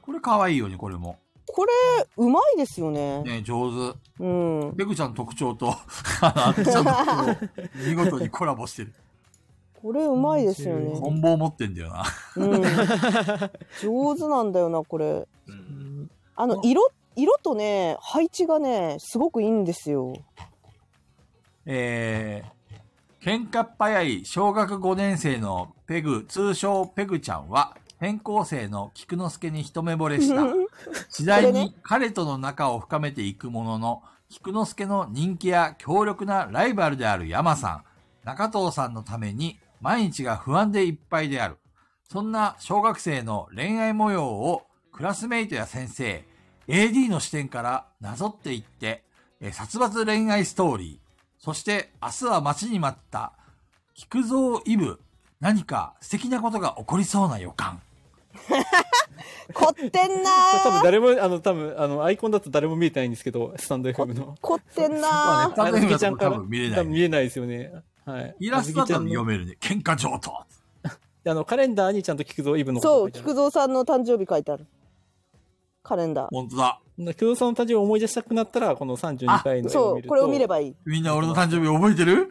これ可愛いよね、これも。
これ、うまいですよね。
ね、上手。
うん。
ペグちゃんの特徴と、 あずきちゃんの特徴、見事にコラボしてる。
これうまいですよね。
本棒持ってんだよな。
うん。上手なんだよな、これ。
た。
う
う
んん
あの、色、色とね、配置がね、すごくいいんですよ。
えー、喧嘩っ早い小学5年生のペグ、通称ペグちゃんは、転校生の菊之助に一目惚れした。次第に彼との仲を深めていくものの、菊之助の人気や強力なライバルである山さん、中藤さんのために毎日が不安でいっぱいである。そんな小学生の恋愛模様をクラスメイトや先生、AD の視点からなぞっていって、えー殺伐恋愛ストーリー、そして明日は待ちに待った、菊蔵イブ、何か素敵なことが起こりそうな予感。
凝ってんな
これ多分
ー
誰も、あの、多分、あの、アイコンだと誰も見えてないんですけど、スタンド FM の。
凝ってん
ま
な
あ
ー
ね、タ
あ
ブ
ずき
だ
ちゃん
と
から
多分見れな
多
い
分
ね、
見えないですよね。はい。
イラストだと
あずきちゃ
読
んの
めるね。喧嘩上等。
あの、カレンダーにちゃんと菊蔵イブの
そう、
菊
菊蔵さんの誕生日書いてある。カレンダー。
本当だ。
蔵さんの誕生日を思い出したくなったら、この32回の絵を
そ
見る
う、
と。
これを見ればいい。
みんな俺の誕生日覚えて る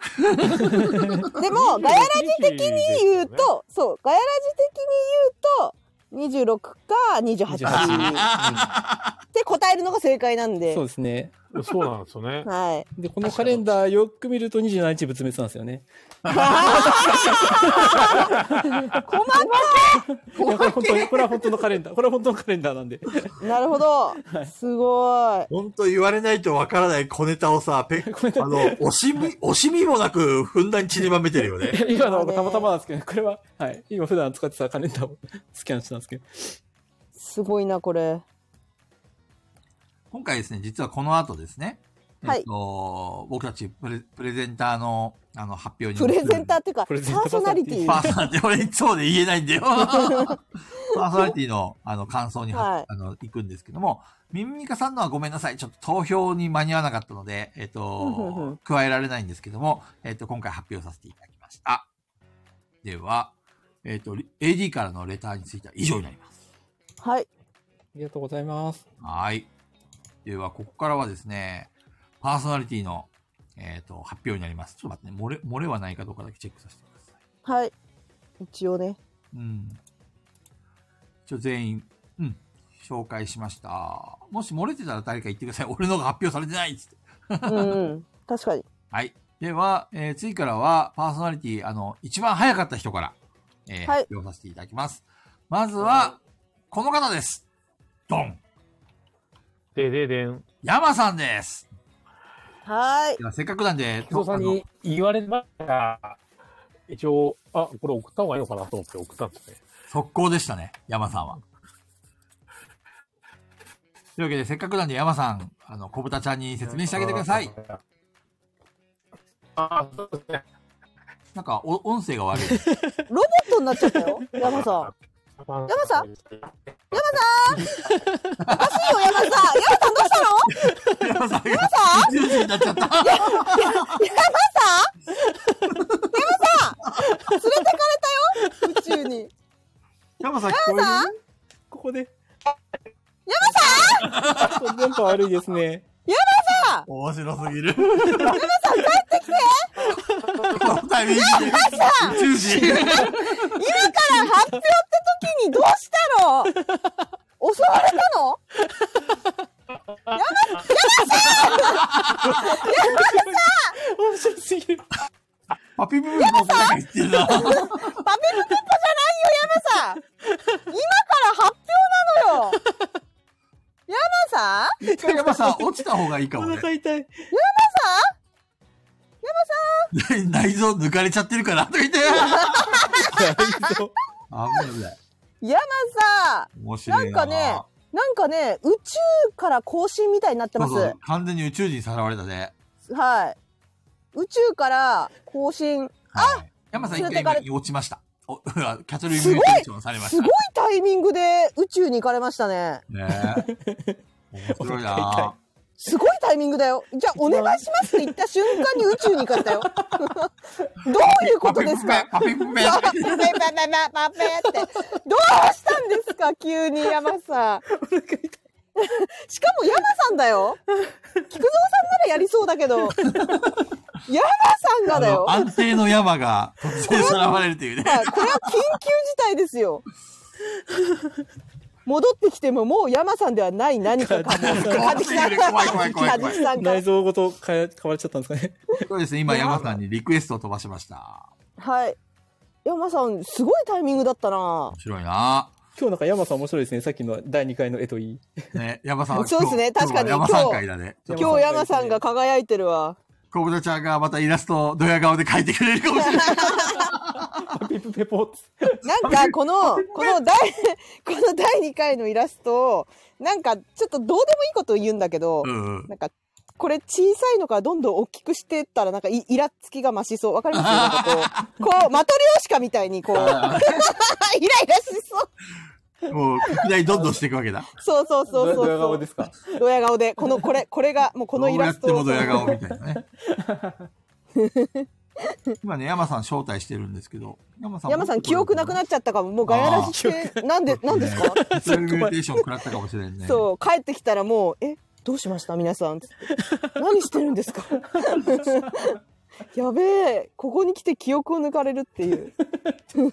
でも、ガヤラ
ジ的に
ジ言う、と、そう、ガヤラジ的に言うと、26か28って答えるのが正解なんで
そう。ですね。
そうなんですよね。
はい。
で、このカレンダーよく見ると27日仏滅なんですよね。いやこ
困っ
れ本当に、これは本当のカレンダー。これは本当のカレンダーなんで。
たなるほど。すごい。
ほんと言われないとわからない小ネタをさ、ペ、あの、惜しみ、惜しみもなく、ふんだんに散りばめてるよね。
今のはたまたまなんですけど、これは、はい。今普段使ってたカレンダーをスキャンしたんですけど。
すごいな、これ。
今回ですね、実はこの後ですね。
はい
えっと、僕たちプレプレゼンターのあの発表に。
プレゼンター
ー
っていうか、パ
プレゼンター
ーソナリテ
パ
ィ。
ーソナリティ、俺いつもで言えないん だよ。パーソナリティのあの感想には、
はい
あの行くんですけども、ミミミカさんのはごめんなさい。ちょっと投票に間に合わなかったので、えっ
うんうんう
と
ん、
加えられないんですけども、えっと、今回発表させていただきました。では、えっと、AD からのレターについては以上になります。
は
あ
い。
りがとうございます。
はい。では、ここからはですね、パーソナリティの、えっ、と、発表になります。ちょっと待ってね、漏れ、漏れはないかどうかだけチェックさせてください。
はい。一応ね。
うん。一応全員、うん、紹介しました。もし漏れてたら誰か言ってください。俺のが発表されてないっつって。
うんうん。確かに。
はい。では、えー次からは、パーソナリティ、あの、一番早かった人から、えー
はい
発表させていただきます。まずは、この方です。ドン。
でででん。
山さんです。
はーい。
いやせっかくなんで、
木造さんに言われましたが一応、あ、これ送った方がいいのかなと思って送ったんですね。
速攻でしたね、山さんは。というわけで、せっかくなんで山さん、あの、小豚ちゃんに説明してあげてください。
あ、そうですね。
なんか、お音声が悪い。
ロボットになっちゃったよ。山さん。
山
さ
ん
おかしいよ、山さん。山さ
山
んどうしたの
さんが、
山さ
宇
ん
宙人になっちゃった。
山さん山さん連れてかれたよ宇宙に。
山さん聞こえる
ここで。山さん電波悪いですね。
面白すぎる。山さん帰ってきてこのタイミングで、宇宙人。
今から発表って時にどうしたの襲われたの
面白すぎる。
パピプーの音が言ってるな。
パピプピッポじゃないよ、山さん今から発表なのよ山さん
一回山さん落ちた方がいいか
お
もね。
腹痛い。
内臓抜かれちゃってるから、とか言って。あ、危ない。
山さ
面白いな。
なんかねんなんかね、宇宙から更新みたいになって
そ
ま
う
す。
そう、完全に宇宙人さらわれたね。
はい。宇宙から更新。
はい、山さん一
連れ
回
てかれ
今落ちました。お キャトルミュー
すごい
テーションされまし
す
た
ごい。タイミングで宇宙に行かれましたね。
ねえ。面白い な。
すごいタイミングだよ。じゃあ、お願いしますって言った瞬間に宇宙に行かれた よ。どういうことですか
パピプ
パ
ペ、パ
ペ
ピプ
パ
ペ。
ペパパペって。どうしたんですか急に山さん。しかも山さんだよ。菊蔵さんならやりそうだけど。山さんがだ
あ
よ
の。安定の山が突然さらわれると いうね。
はいこれは緊急事態ですよ。戻ってきてももう山さんではない何かかも。
怖い怖い怖い怖い
カジキさんか
内臓ごと変え、変わっちゃったんですかね。
そうですね、今山さんにリクエストを飛ばしました。
はい。山さん、すごいタイミングだったな
面白いな。
今日なんか山さん面白いですね。さっきの第2回の絵といい。
ね、山さんは
そうですね
今日
確かに
今日は山さん会だね。
今
今日山さんが輝いてるわ。
小豚ちゃんがまたイラストをドヤ顔で描いてくれるかもし れない。
パピプペポッツ。
なんか、この、 この第、この第2回のイラストを、なんか、ちょっとどうでもいいことを言うんだけど
う、んうん。
なんか、これ小さいのからどんどん大きくしてったら、なんかイ、イラつきが増しそう。わかりますなんか こう、こう、マトリョーシカみたいに、こ う、イライラしそう。
もう、いきなりどんどんしていくわけだ。
そうそうそうそう。
ドヤ顔ですか。
ドヤ顔で、この、これ、これが、もうこのイラスト
どうやってもドヤ顔みたいなね。 今ね、山さん招待してるんですけど、山さん。
山さん、記憶なくなっちゃったかも。もうガヤラジって、なんで、なんですか
ねそういうミューテーション食らったかもしれんね。
そう、帰ってきたらもう、え、どうしました皆さん。何してるんですかやべえ、ここに来て記憶を抜かれるっていう。
お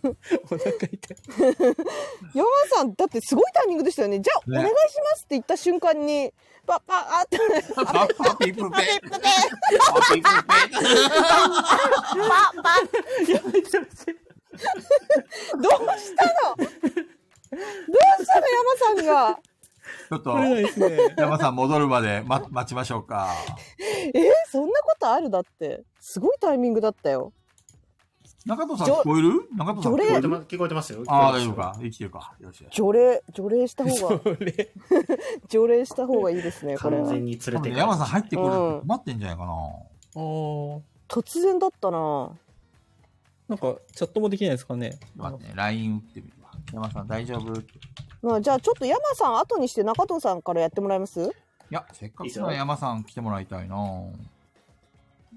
腹痛い。
山田さん、だってすごいタイミングでしたよね。じゃあ、
ね
お願いしますって言った瞬間に、パッパーって、
パ ッパピプペ。
パ
パピプ
ッパッどうしたのどうしたの山さんが。
ペ。ちょっと
取、れないですね。
山さん戻るまで、ま、待ちましょうか。
えそんなことあるだって。すごいタイミングだったよ。
中藤さん聞こえる中藤さん聞こ
聞こ
え
えてま
る
聞こえてますよ。
ああ、大丈夫か。生きてるか。よろしい。
除霊、除霊した方が、
それ。
除霊した方がいいですね、これ
完
は。
全に連れて
多
か
分
れ
ね
た
山さん入ってくる
うん
困ってんじゃないかな。
おー。
突然だったな
なんか、チャットもできないですかね。
待ってね、LINE 打ってみるわ。山さん大丈夫い
まあ、じゃあちょっと山さん後にして中藤さんからやってもらえます
や、せっかくなら山さん来てもらいたいな。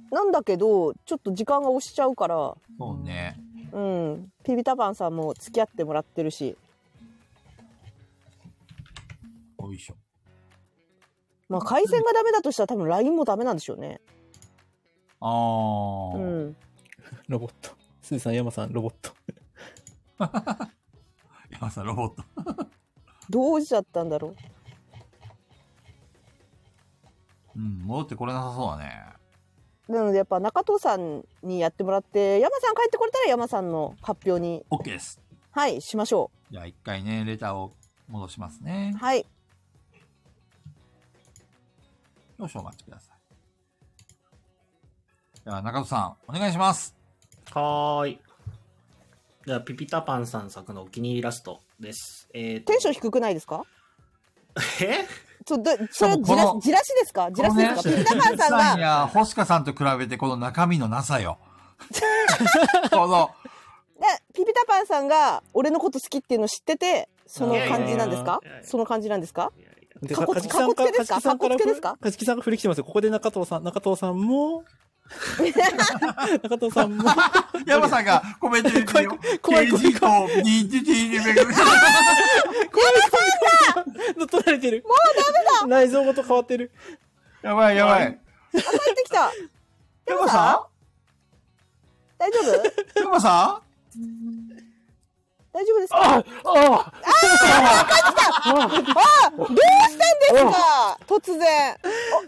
なんだけど、ちょっと時間が押しちゃうから、
そうね。
うん。ピビタパンさんも付き合ってもらってるし、
よいしょ。
まあ回線がダメだとしたら多分 LINE もダメなんでしょうね。
ああ、
うん。
ロボット。すずさん、山さん、ロボット。
山さんロボット。
どうしちゃったんだろう。
うん、戻ってこれなさそうだね。
なのでやっぱ中藤さんにやってもらって、山さん帰ってこれたら山さんの発表に、
OK です。
はい、しましょ
じゃあ一回ね、レターを戻しますね
う。。はい。
少々お待ちください。では、中戸さん、お願いします。
はーい。じゃあ、ピピタパンさん作のお気に入りイラストです。えーと
テンション低くないですか
え
ちょ、だ、それ
しから
はじ
もこの
じらしですかじらしですか
この
ピ
ね
ッタパンさん
さん
が、
や、星香さんと比べて、この中身のなさ よ。この、
でピピタパンさんが俺のこと好きっていうの知ってて、その感じなんですか
いやいやいや
その感じなんですか
いやいや
で
かっこ
じきさん
かっこつけですか
じきさんら
かっこつけですか
じきさんが振り来てますよ。ここで中藤さん、中藤さん も、中藤さんも、
山さんがコメントに
怖い怖い怖い
KG と認知に巡る。
乗っ取られてる。もうダメだ内臓ごと変わってる。
やばいやばい。
帰ってきた
山さ
大丈夫
ん山さん
大丈夫ですか
ああ
あどうしたんですか突然。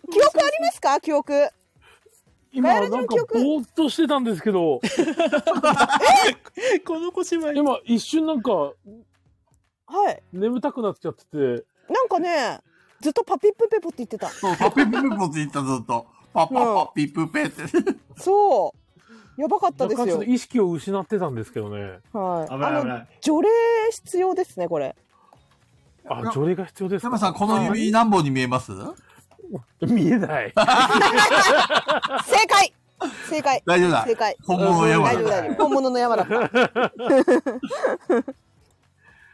お記憶ありますか記憶。
今
ガエル
なん
の
か
記憶
ぼーっとしてたんですけ
こ
ど、
の小 芝居。
今一瞬なんか
はい。
眠たくなっちゃってて、
なんかね、ずっとパピップペポって言ってた。
そう、パピプペポって言ったずっと。パパパピプペって。
そう。やばかった
若干
です
ちょっと。
よ
意識を失ってたんですけどね。
はい。
危ない
あ
危な
の、
い。
除霊必要ですね、これ。
あ、除霊が必要ですか。
山さん、この指何本に見えます
見えない。
正解正解
大丈夫だ
正。解。
本物の山
大
だ
丈夫、。大丈夫。本物の山だった。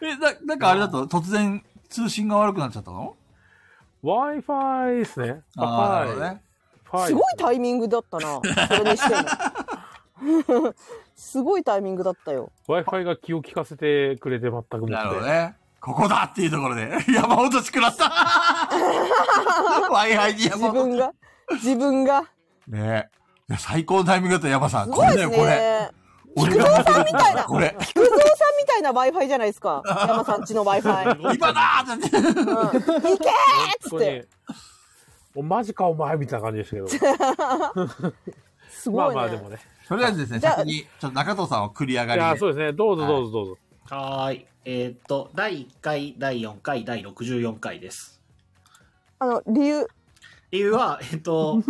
え、な、なんかあれだと突然通信が悪くなっちゃったの
Wi-Fi ですね。
あーなるほど
はい
ね。
は
すごいタイミングだったな。それにしても。すごいタイミングだったよ。
Wi-Fi が気を利かせてくれて全くもって
なるほどね。ここだっていうところで、 山本しくらった。 ワイハイに
自
山本。
分が、自分が。
ねえ。いや最高のタイミングだった山さん。
す
こ
ごい
れだよ、
です
これ。
ね。
俺が
菊蔵さんみたいな
これ。
菊蔵さんみたいな Wi-Fi じゃないですか。山さんちの Wi-Fi。
今だーって言って。
うん、行けーっつ
本
っ
当に
て。。
おマジかお前みたいな感じでしたけ
す
ど。ま
ご
あ
い
まあで
ね
も。ね。
とりあえずですね、
じゃあ
先に、ちょっと中藤さんを繰り上
い
がり
や、
で。
そうですね。どうぞどうぞどうぞ。
はーい。えーっと、第1回、第4回、第64回です。
あの、理由。
理由は、えーっと、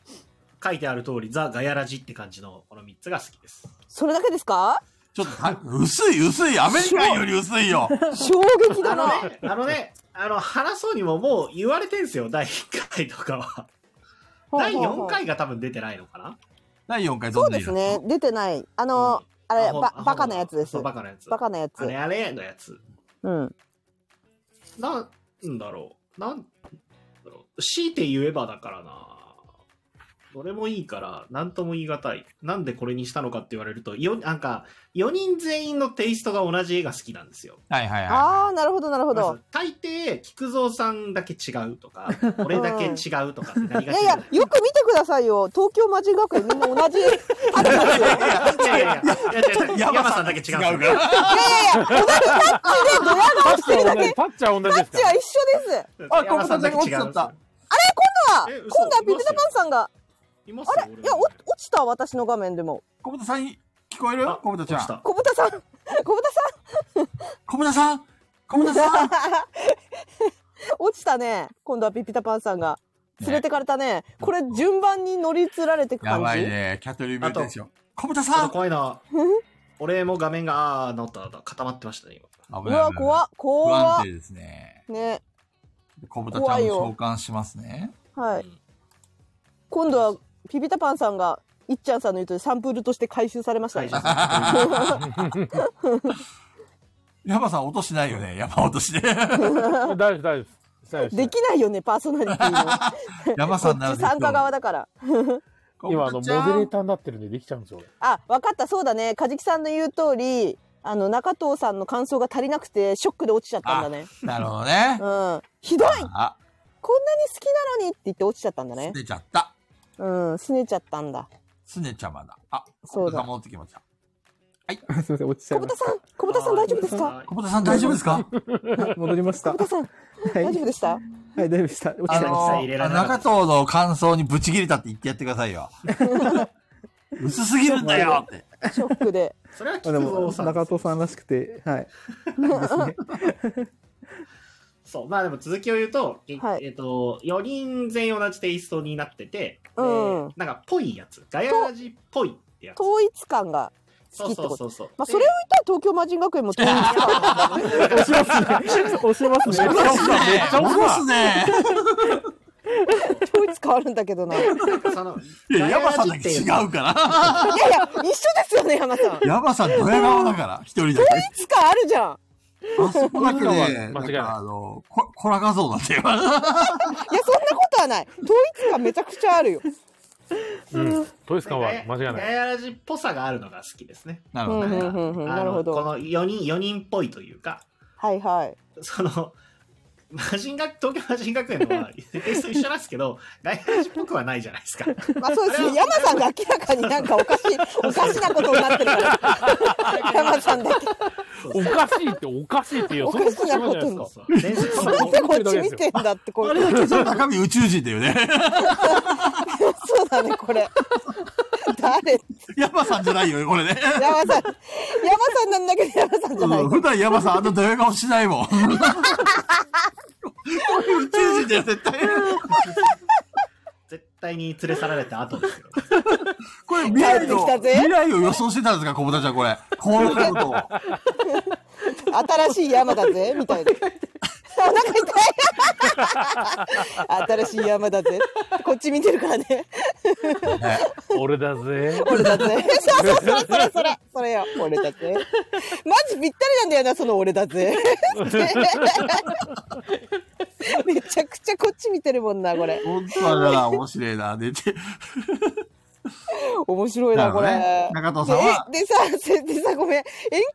書いてある通り、ザ・ガヤラジって感じのこの3つが好きです。
それだけですか
ちょっとは、薄い、薄い。アメリカンより薄い よ。
衝撃
あ
だ
の
な。
ね、あのね、あの、話そうにももう言われてんすよ、第1回とかは。第4回が多分出てないのかな
第4回
そ
ど
うん
な
で
イ
す
ラス
ね
ト。。
出てない。あの、
うん
あれ、
アホ
ば
ア、ホ
バカなやつです。
そうバ
バ
カなやつ。
カなやつ
あ。れあれのやつ。
うん。うん
なんだろう。なんだろう。強いて言えばだからな。どれもいいから、なんとも言い難い。なんでこれにしたのかって言われると、よ、なんか、4人全員のテイストが同じ絵が好きなんですよ。
はいはい
あ
は
あ、なるほど、なるほど。
大抵、菊蔵さんだけ違うとか、俺だけ違うとかってなり
い
がち
やい
じゃ
や
ない、
よく見てくださいよ。東京魔人学園みんな同じ。いやい
いやいやいや、いやいやいや
い。
山さんだけ違う。
違うから。
やいや、同じタッチでドヤ顔してるだけ。
タッチは同じですか
タッチは一緒です。
あ
山さんだけ違うんですよ
ここだけ落ちちゃった
あ
え嘘
今度はピピタパンさんが、
います
あ
よ
れ、
俺
いや、お落ちた私の画面でも。
小豚さん、聞こえる
あ
小豚ちゃ
落ち
ん。
た
小豚さん、小豚さん
小豚さん小豚さん
落ちたね今度はピピタパンさんが
ね
連れてかれたねこれ順番に乗りつられてく
や
感
ばい
じ、
ね。キャトリービューティーでしょ。小豚
ちょっ
さん
と怖いな。俺も画面が、あー、なったなった。固まってましたね、今。
危
う
ない
わ
危ない
怖っ
不
怖
安
っ
定ですね。
ね
小豚ちゃんを召喚しますね。
は
う
い
ん
今度はピピタパンさんがいっちゃんさんの言うとりサンプルとして回収されました ね
大丈夫
山さん落としないよね。山落としで。
大丈夫大丈夫です。大丈夫
できないよねパーソナリティの
山さんなら
こっち
できそう
参加側だから
今あ
小
のモデ
豚ちゃん
レーターになってるんでできちゃうんですよ。
あわかったそうだねカジキさんの言う通りあの中藤さんの感想が足りなくてショックで落ちちゃったんだね
なるほどね。
うんひどいこんなに
あ、
好きなのにって言って落ちちゃったんだね
すねちゃった。
うんすねちゃったんだ
すねちゃまだ。あ、
そう
小豚
だ
さん戻ってきました。
すいません、落ちちゃ
小
いま
豚
し
さん、小豚さん大丈夫ですか
はい
小豚さん大丈夫ですか
た。戻りました。
小豚さん、
はい。は
大丈夫でした
い、大丈夫でした。落ち
あ
ちゃいまし
の
た。
入れられなか
中
った
藤の感想にブチ切れたって言ってやってくださいよ。薄すぎるんだよって。
ショックで。
それは
まあ
菊
で
蔵
も、
さ ん。
中藤さんらしくて、はい。いいですね。
そう。まあでも続きを言うと、え
はい
えっと、4人全員同じテイストになってて、で
うん
なんか、ぽいやつ。ガヤラジっぽいってやつ。
統一感が
そ
好
う
きって
そ
こ
うそ
と
うそう。
まあそれを言ったら東京魔人学園も統一感
押しますね。押しますね。
めっちゃ面白い
すね。
統一感あるんだけどな。いやい
でなんかそ の、
いや、
ガヤ
山
ラ
さん
ジ
だ
っ
け
てい
違う
のは
から。
や一緒ですよね山さん。 統
山さんドヤ顔だから、一人だけ。
一感あるじゃ
あ
ん。
そこだけ
そうだ
ね、
間
なん
違いない
かあの、こコラ画像なんだよ。
いやそんなことはない。統一感めちゃくちゃあるよ。
うん。統一感は
ガヤ
間違い
ガ
ない。
ヤラジっぽさがあるのが好きですね。
なる
う
ほ
んう
どね。
んうんうん。なるほ
あのこ
ど。
の4人、4人っぽいというか、
はいはい。
その、魔人学、東京魔人学園のは、テイスト一緒なんですけ ど、ガヤラジっぽくはないじゃないですか。
まあそうですね。山さんが明らかになんかおかしい、おかしなことになってるから。山さんだけ。
おかしいっておかしいって言うよ。
おかしなことに
そんな
そう伝説
そん
の
な
なんでこっち見てんだって、こ
あ
れ
れ。だけじゃ中身宇宙人だよね。
そうだね、これ。誰
山さんじゃないよ、これね。
山さん。山さんなんだけど山さんじゃない。
うん普段山さんあんなドヤ顔しないもん。これ宇宙人だよ、絶対。
絶対に連れ去られた後ですよ。
これ未来の、
帰ってきたぜ
未来を予想してたんですか、小田ちゃん、これ。こんなことを。
新しい山だぜ、みたいな。お腹痛い新しい山だぜ。こっち見てるからね。
ね
俺だぜ。
俺だぜ。そうそうそう、それそれ。それよ、俺だぜ。マジぴったりなんだよな、その俺だぜ。めちゃくちゃこっち見てるもんな、これ。
本当はな、面白いな、で、て。
面白い
な
な、
るほ
こ
ど
れ。
ね。中藤さんは、
でえでさせでさごめん遠近法で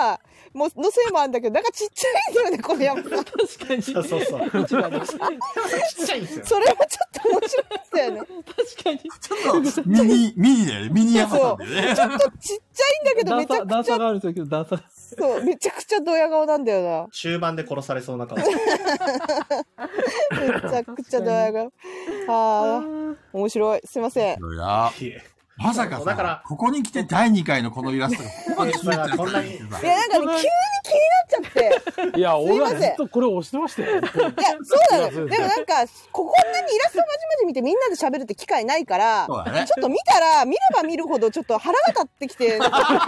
さもうのせいもあるんだけどなんかちっちゃいんだよねこの山さ
確
ん
かに。
そうそうそう。ち
確かに。
っちゃいんですよ。
それもちょっと面白いんだよね
確かに。
ちょっと、ミニ、ミニだよね。ミニ山さんだよね。
ちょっとちっちゃいんだけど
段
めちゃ
差、
く
段
ちゃ
差があるんですけど、段差。
そうめちゃくちゃドヤ顔なんだよ
中盤で殺されそうな顔。
なめちゃくちゃドヤ顔あー面白いすいません
いや
いえ
まさか
そうだから
さ、ここに来て第2回のこのイラストがここまで
それがこんなに。
いやなんかね急に気になっちゃって
いや、俺は
すい
ず
ません
っとこれ押してましたよ。
いやそうなの
そう
よ
です
でもなんかここんなにイラストまじまじ見てみんなで喋るって機会ないから
そうだね
ちょっと見たら見れば見るほどちょっと腹が立ってき てなんか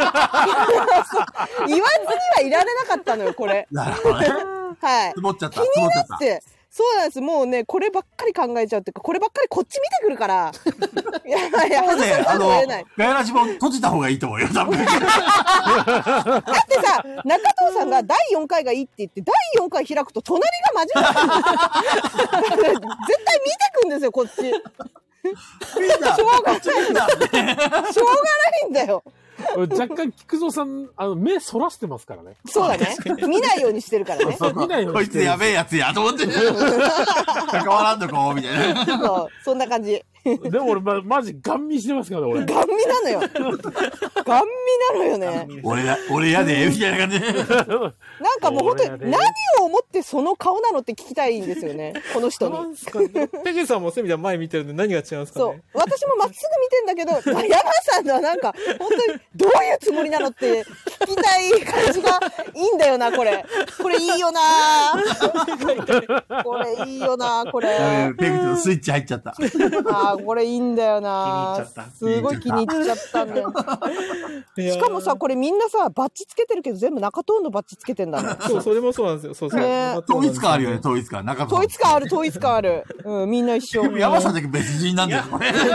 言わずにはいられなかったのよこれ
なるほどね。
はい
積もっちゃった。
気
積もっちゃっ。
ったてそうなんですもうねこればっかり考えちゃうっていうかこればっかりこっち見てくるから いやいや
そう
外
ね、あ
さざるを
の
得ない、
ガヤラジも閉じた方がいいと思うよ、多分。
だってさ中藤さんが第4回がいいって言って第4回開くと隣が真面目絶対見てくんですよこっち
みんな、
しょうがない
みんな、
しょうがないんだよ
若干、菊蔵さん、あの、目そらしてますからね。
そうだね見ないようにしてるからねそう
見ないよう
こ
に
い
し
つ
てる
やべえやつや、と思って。関わらんとこう、みたいな。
そんな感じ
でも俺、ま、マジ、ガン見してますからね、 俺。
ガン見なのよガン見なのよね
俺や、俺やで、みたいな感じで。
なんかもう本当
俺やで
に何を思ってその顔なのって聞きたいんですよねこの人に
なんすかね。ペグさんもそういう意味では前見てるんで何が違うんですか
そう
ね。
私もまっすぐ見てんだけど山さんのはなんか本当にどういうつもりなのって聞きたい感じがいいんだよなこれこれいいよなこれいいよなこ
や
れ
べえペグちょっとスイッチ入っちゃった。
あーこれいいんだ
気
よ
に入
な
っちゃった
すごい気に入っちゃったんだよし
し
かもさ、これみんなさバッチつけてるけど全部中東のバッチつけてんだね
そう、それもそうなんですよ。そうそう。
ね
統一感あるよね、。統一感。中
統一
感。
感ある統一感ある、うん、みんな一緒
でも山さんだけ別人なんだよ、これ。
そう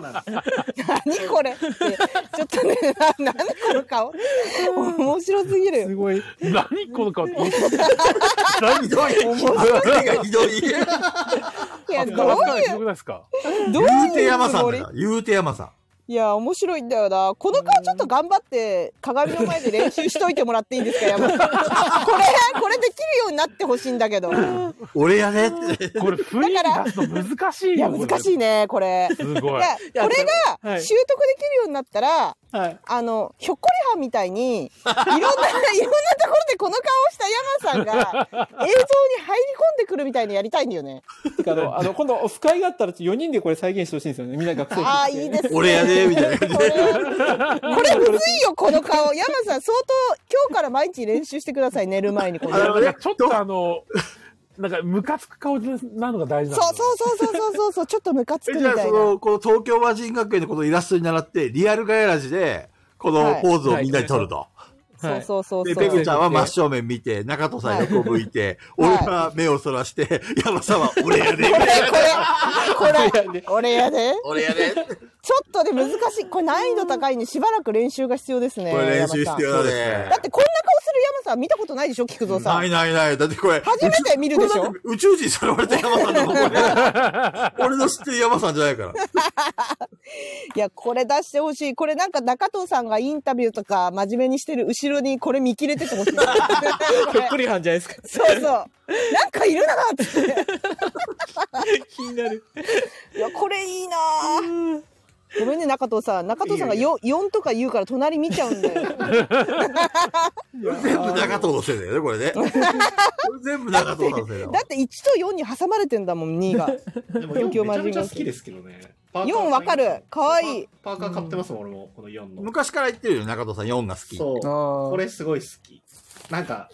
なんです。
何これってちょっとねな何この顔面白すぎるよ
すごい。
何この顔。
ひどい。手がひどい。
いやどう
ガラスから
い
ひどく
う
ないですか
どう
言うて
いう
山
つ
さん
も
だ
り
よ。言うて山さん。
いや面白いんだよなこの顔ちょっと頑張って鏡の前で練習しといてもらっていいですか山さんこれこれできるようになってほしいんだけどい
俺やでって。
これ、雰囲気出すの難しい
や
よ。
難しいねこれ
これ。すごい。
いやこれ
は
が
い
習得できるようになったら、
はい。
あのひょっこりはんみたいにいろんないろんなとところでこの顔をした山さんが映像に入り込んでくるみたいにやりたいんだよね。
て かあの、あの、今度、オフ会があったら、4人でこれ再現してほしいんですよね。みんな学生服着て
ああ、いいですね。
俺やでみたいな感じ
これこれむずいよ、この顔。山さん、相当、今日から毎日練習してください、寝る前にこの。
あ
な
の
んかちょっとあの、なんかムカつく顔なのが大事なんだ
そうそうそうそうそうそうそう、ちょっとムカつく
え
み
じゃあ、
た
そ
いな。
の、この東京魔人学園のこのイラストに習って、リアルガヤラジで、この
はい
ポーズをみんなに撮ると。
そうそうそう
で、
そ
ペグ
う
ち。ゃんは真正面見て、中戸さん横向いて、
はい
俺は目をそらして、山さんは俺やで、
これ、これ、これやで。
俺やで。
ちょっとで難しい。これ難易度高いんで、しばらく練習が必要ですね。
これ練習
山
必
さん
要だ
だ
ね
っ。てこんな顔する山さん見たことないでしょ、菊蔵さ
なんい。ないない。だってこれ、
初めて見るでしょ
これだって宇宙人さらわれた山さんのこれ。俺の知ってる山さんじゃないから。
いや、これ出してほしい。これなんか中藤さんがインタビューとか真面目にしてる後ろにこれ見切れててほしい。 こ
ひょっ
れ
こりはんじゃないですか。
そうそう。なんかいるなーって。
気になる。
いや、これいいなーごめんね、中藤さん。中藤さんが 4, 4とか言うから隣見ちゃうんだよ。
全部中藤のせいだよね、これね。これ全部中藤さんのせいだよ
だ。って1と4に挟まれてんだもん、2が。
でも4めちゃめちゃ好きですけどね。
4わかる。かわいい。
パーカー買ってますもん、俺も、この4の。
昔から言ってるよね、中藤さん4が好き。
そう。
あ
これすごい好き。なんか、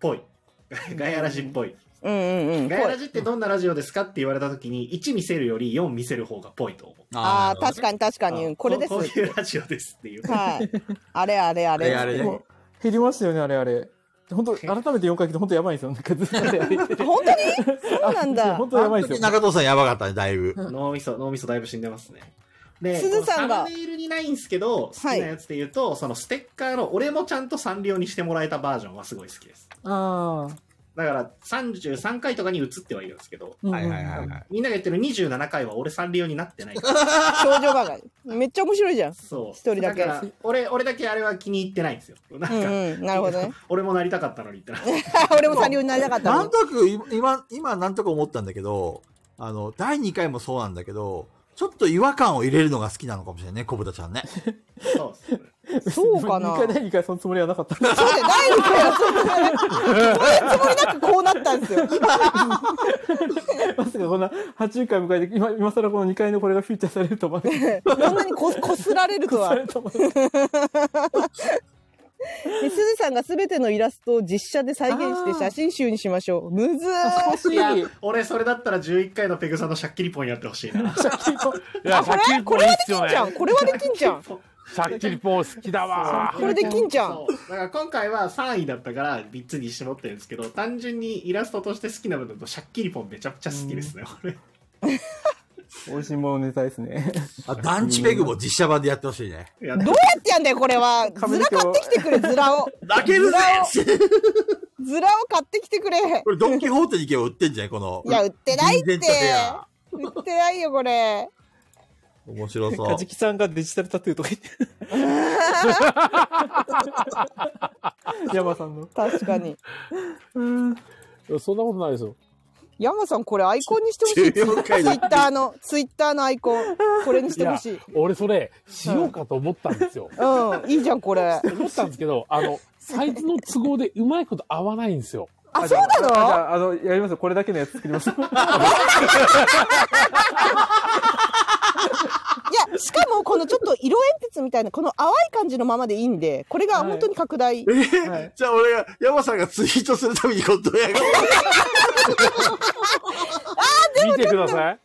ぽい。 ガヤラジっぽい。
うんうんうん。
ガヤラジってどんなラジオですかって言われたときに、1見せるより4見せる方がぽいと思う。
ああー、確
に。
かに確かに。うんこれです。
こう
は
こういうラジオですっていう。
い。あれあれあ
あ
れ。
れあれね。
減りましたよね、あれあれ。本当改めて4回来て、本当やばいんですよ。なんかずっとあれ歩いてて
本当にそうなんだ。
本当やばいんですよ。
中藤さんやばかったね、だいぶ。
脳みそ、脳みそだいぶ死んでますね。で、
鈴さん
こ
が
のサムネイルにないんですけど、好きなやつで言うと、そのステッカーの俺もちゃんとサンリオにしてもらえたバージョンはすごい好きです。
ああ。
だから33回とかに映ってはいるんですけど、
うんうん
はいはいはいはい。
みんなが言ってる27回は俺サンリオになってない。
少女バカ。めっちゃ面白いじゃん。
そう。
一人だけ
から俺、俺だけあれは気に入ってないんですよ。なん
う
か、
んうん。なるほどね。
俺もなりたかったのにってな。
俺もサンリオになりたかった
な
の
ん
に。
となく、今今、今なんとか思ったんだけど、あの、第2回もそうなんだけど、ちょっと違和感を入れるのが好きなのかもしれないね、小豚ちゃんね。
そうです ね。
そうかな
2回何回そのつもりはなか った。
そうだよ。第2回はそうだよ。そういうつもりなくこうなったんです よ。
まさかこんな80回迎えて、今、今更この2回のこれがフィーチャーされると思わなかっ
こんなにここすられると
た。さ
は。
れると思わなかった
で、鈴さんが全てのイラストを実写で再現して写真集にしましょう。む ずー。
欲しい。
俺、それだったら11回のペグさんのシャッキリポンやってほしいな。
いや、
これ
シャッキリポ
こ
ン
れ
いい
は
っ
ですきん
よ
じゃん。
ね。
これはできんじゃ ん。
シャッキリポン好きだわ
こ。れできんじゃん
そ。うだから今回は3位だったから3つに絞ってるんですけど、単純にイラストとして好きな部分とシャッキリポンめちゃくちゃ好きですね、俺。
美味しいものネタですね。
あ団地ペグも実写版でやってほしいね。
いや
どうやってやんだよ、これは。ズラ買ってきてくれ、ズラを。
泣けるぜ
ズラを買ってきてくれ。
これドンキホーテに行けば売ってんじゃないこの。
いや、売ってないって
リーゼントヘア。
売ってないよ、これ。
面白そう
カ。ジキさんがデジタルタトゥーとか言って。ヤマさんの。
確かに。
そんなことないですよ。
山さん、これアイコンにしてほし い。ツイ
14回だ
ッターの、ツイッターのアイコン。これにしてほしい。う
俺それ、しようかと思ったんですよ。
ん、いいじゃん、こ れ。
思ったんですけど、あの、サイズの都合でうまいこと合わないんですよ。
あ、そ
じ
うなの
ゃあ、あの、やりますよ。これだけのやつ作ります。
いや、しかもこのちょっと色鉛筆みたいな、この淡い感じのままでいいんで、これが本当に拡大。
えーじゃあ俺が、山さんがツイートするためにこうやる。
見てください。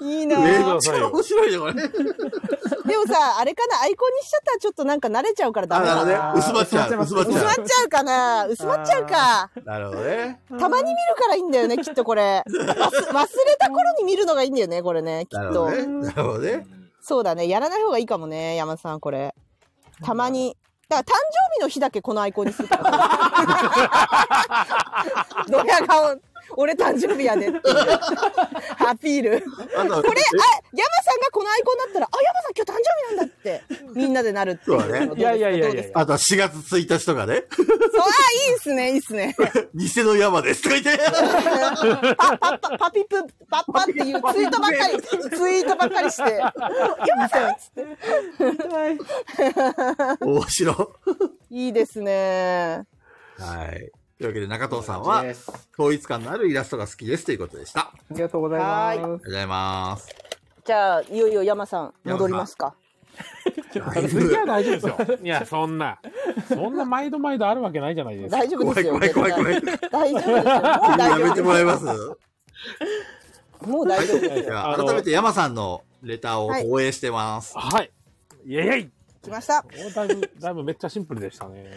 いい
め
な
え
ぁ
ー
っちゃ面白いね、これ。
でもさ、あれかな、アイコンにしちゃったらちょっとなんか慣れちゃうからダ
あ、
メ
なる
だ
ほどね
な。。
薄まっちゃう。薄まっち
薄ま
ゃ
っちゃうかな薄まっちゃうか。
う。なるほどね。
たまに見るからいいんだよね、きっと これ。忘忘れた頃に見るのがいいんだよね、これね、き
なる
っ
ほ
と
ど。ね。なるほどね。
そうだね、やらない方がいいかもね、山田さん、これ。たまに。だから誕生日の日だけこのアイコンにす るから。ドヤ顔、俺誕生日やでっていう。 アピール。
あ
これ、あ、山
と、
さんがこのアイコンだったら、あ、山さん今日誕生日なんだって、みんなでなるってい
そうだね
う。
いやいやいやい
どう
や
で
い
すか
や。
あとは4月1日とかね。
そう、あ、いいっすね、いいっすね。
偽の山ですとか言って。
パパパパピプパパっていうツイートばっかりツイートばっかりして「山さん!」っつって
面白。
いいですね
はい。というわけで中藤さん
こんな感じ
は
です
統一感のあるイラストが好きですということでした。あり
りがとうございます。
がとうございます。
じゃあ、いよいよ山さん、戻りますか。
だい
次は
ぶ
大丈夫ですよ。いや、そんな、そんな毎度毎度あるわけないじゃないですか。
大丈夫
怖
で
い
すよ。
怖い怖い怖い。
大丈夫ですよ。もう大
や
丈
め
夫
て
で
もらえます
す。もう大丈夫です
じ
よ。
ゃあ
あの
改めて山さんのレターを放映してます。
はい。イェイイェイ
来ました。
おだいぶ、だいぶめっちゃシンプルでしたね。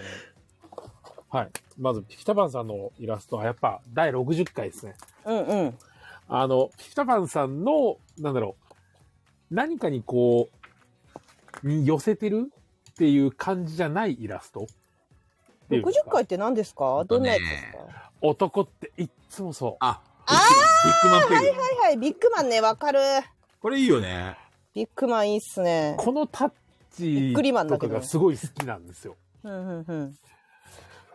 はい。まず、ピピタパンさんのイラストはやっぱ第60回ですね。
うんうん。
あの、ピピタパンさんの、なんだろう、何かにこう、に寄せてるっていう感じじゃないイラストっていうか
60回って何ですかどんなやつですか
男っていっつもそう。
あ、
あ
ビッグマンペグ。
はいはい、ビッグマンね、わかる。
これいいよね。
ビッグマンいいっすね。
このタッ
びっくりマン
チ
だ
と
け
か
どね
がすごい好きなんですよ。
うんうん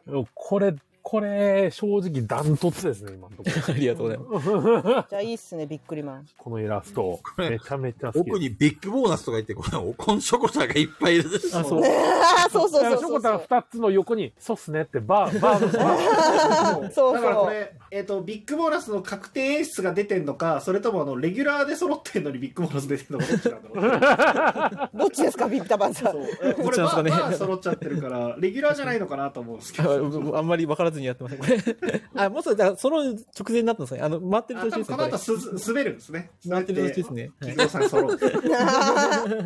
うん。
これ、これ、正直ダントツですね、今のとこ
ありがとうございます。
じゃあいいっすね、ビックリマン。
このイラスト。
れ
めちゃめちゃ好きです。
奥にビッグボーナスとか言って、このおこんしょこたがいっぱいいる。
あ、そう。
ああ、そうそう
だから
そう
しょ
そ
こ
う
たん
そう。
二つの横に、そうっすねって、バー、バーのバー
そうそう
だからこれ、えっ、と、ビッグボーナスの確定演出が出てんのか、それともあの、レギュラーで揃ってんのにビッグボーナス出てんのか、どっちなんだろう。
どっちですか、ビッタバンさん。
そう。 これ、
どっちなんで
ますあ、
かね
まあ揃っちゃってるから、レギュラーじゃないのかなと思うんですけど。
ああんまり分からずにやってました、これ。 あ、もうそれ、だからその直前になったんですかね。あの、回ってる
あ
途中で
多
す
分
ね。
こ
こ
の
れ
後すず滑るんですね。
回ってる途中ですね。
滑って。企業さん揃う。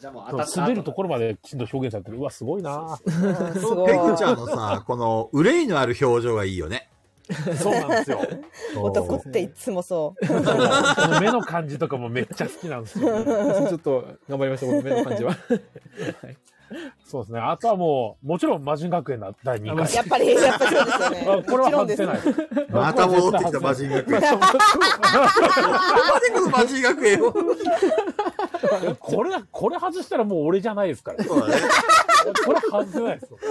じゃあもう、あた
そう滑るところまできちんと表現されてる。うわ、すごいな
うんすごい
ペ。グちゃんの さ、この憂いのある表情がいいよね。
そうなんですよ。
男っていっつもそう。
この目の感じとかもめっちゃ好きなん ですよ、ね。
ちょっと頑張りました、この目の感 じは。
そうですね。あとはもう、もちろん魔人学園の第2回。
やっぱり、やっぱそうですよね。
あこれは
も
外
ち
せ
ろん
ない
で。
また戻ってきた魔人学園。までこの魔人学園を。
これ、これ外したらもう俺じゃないですから。
そうだね。
これ外せないですよ。
す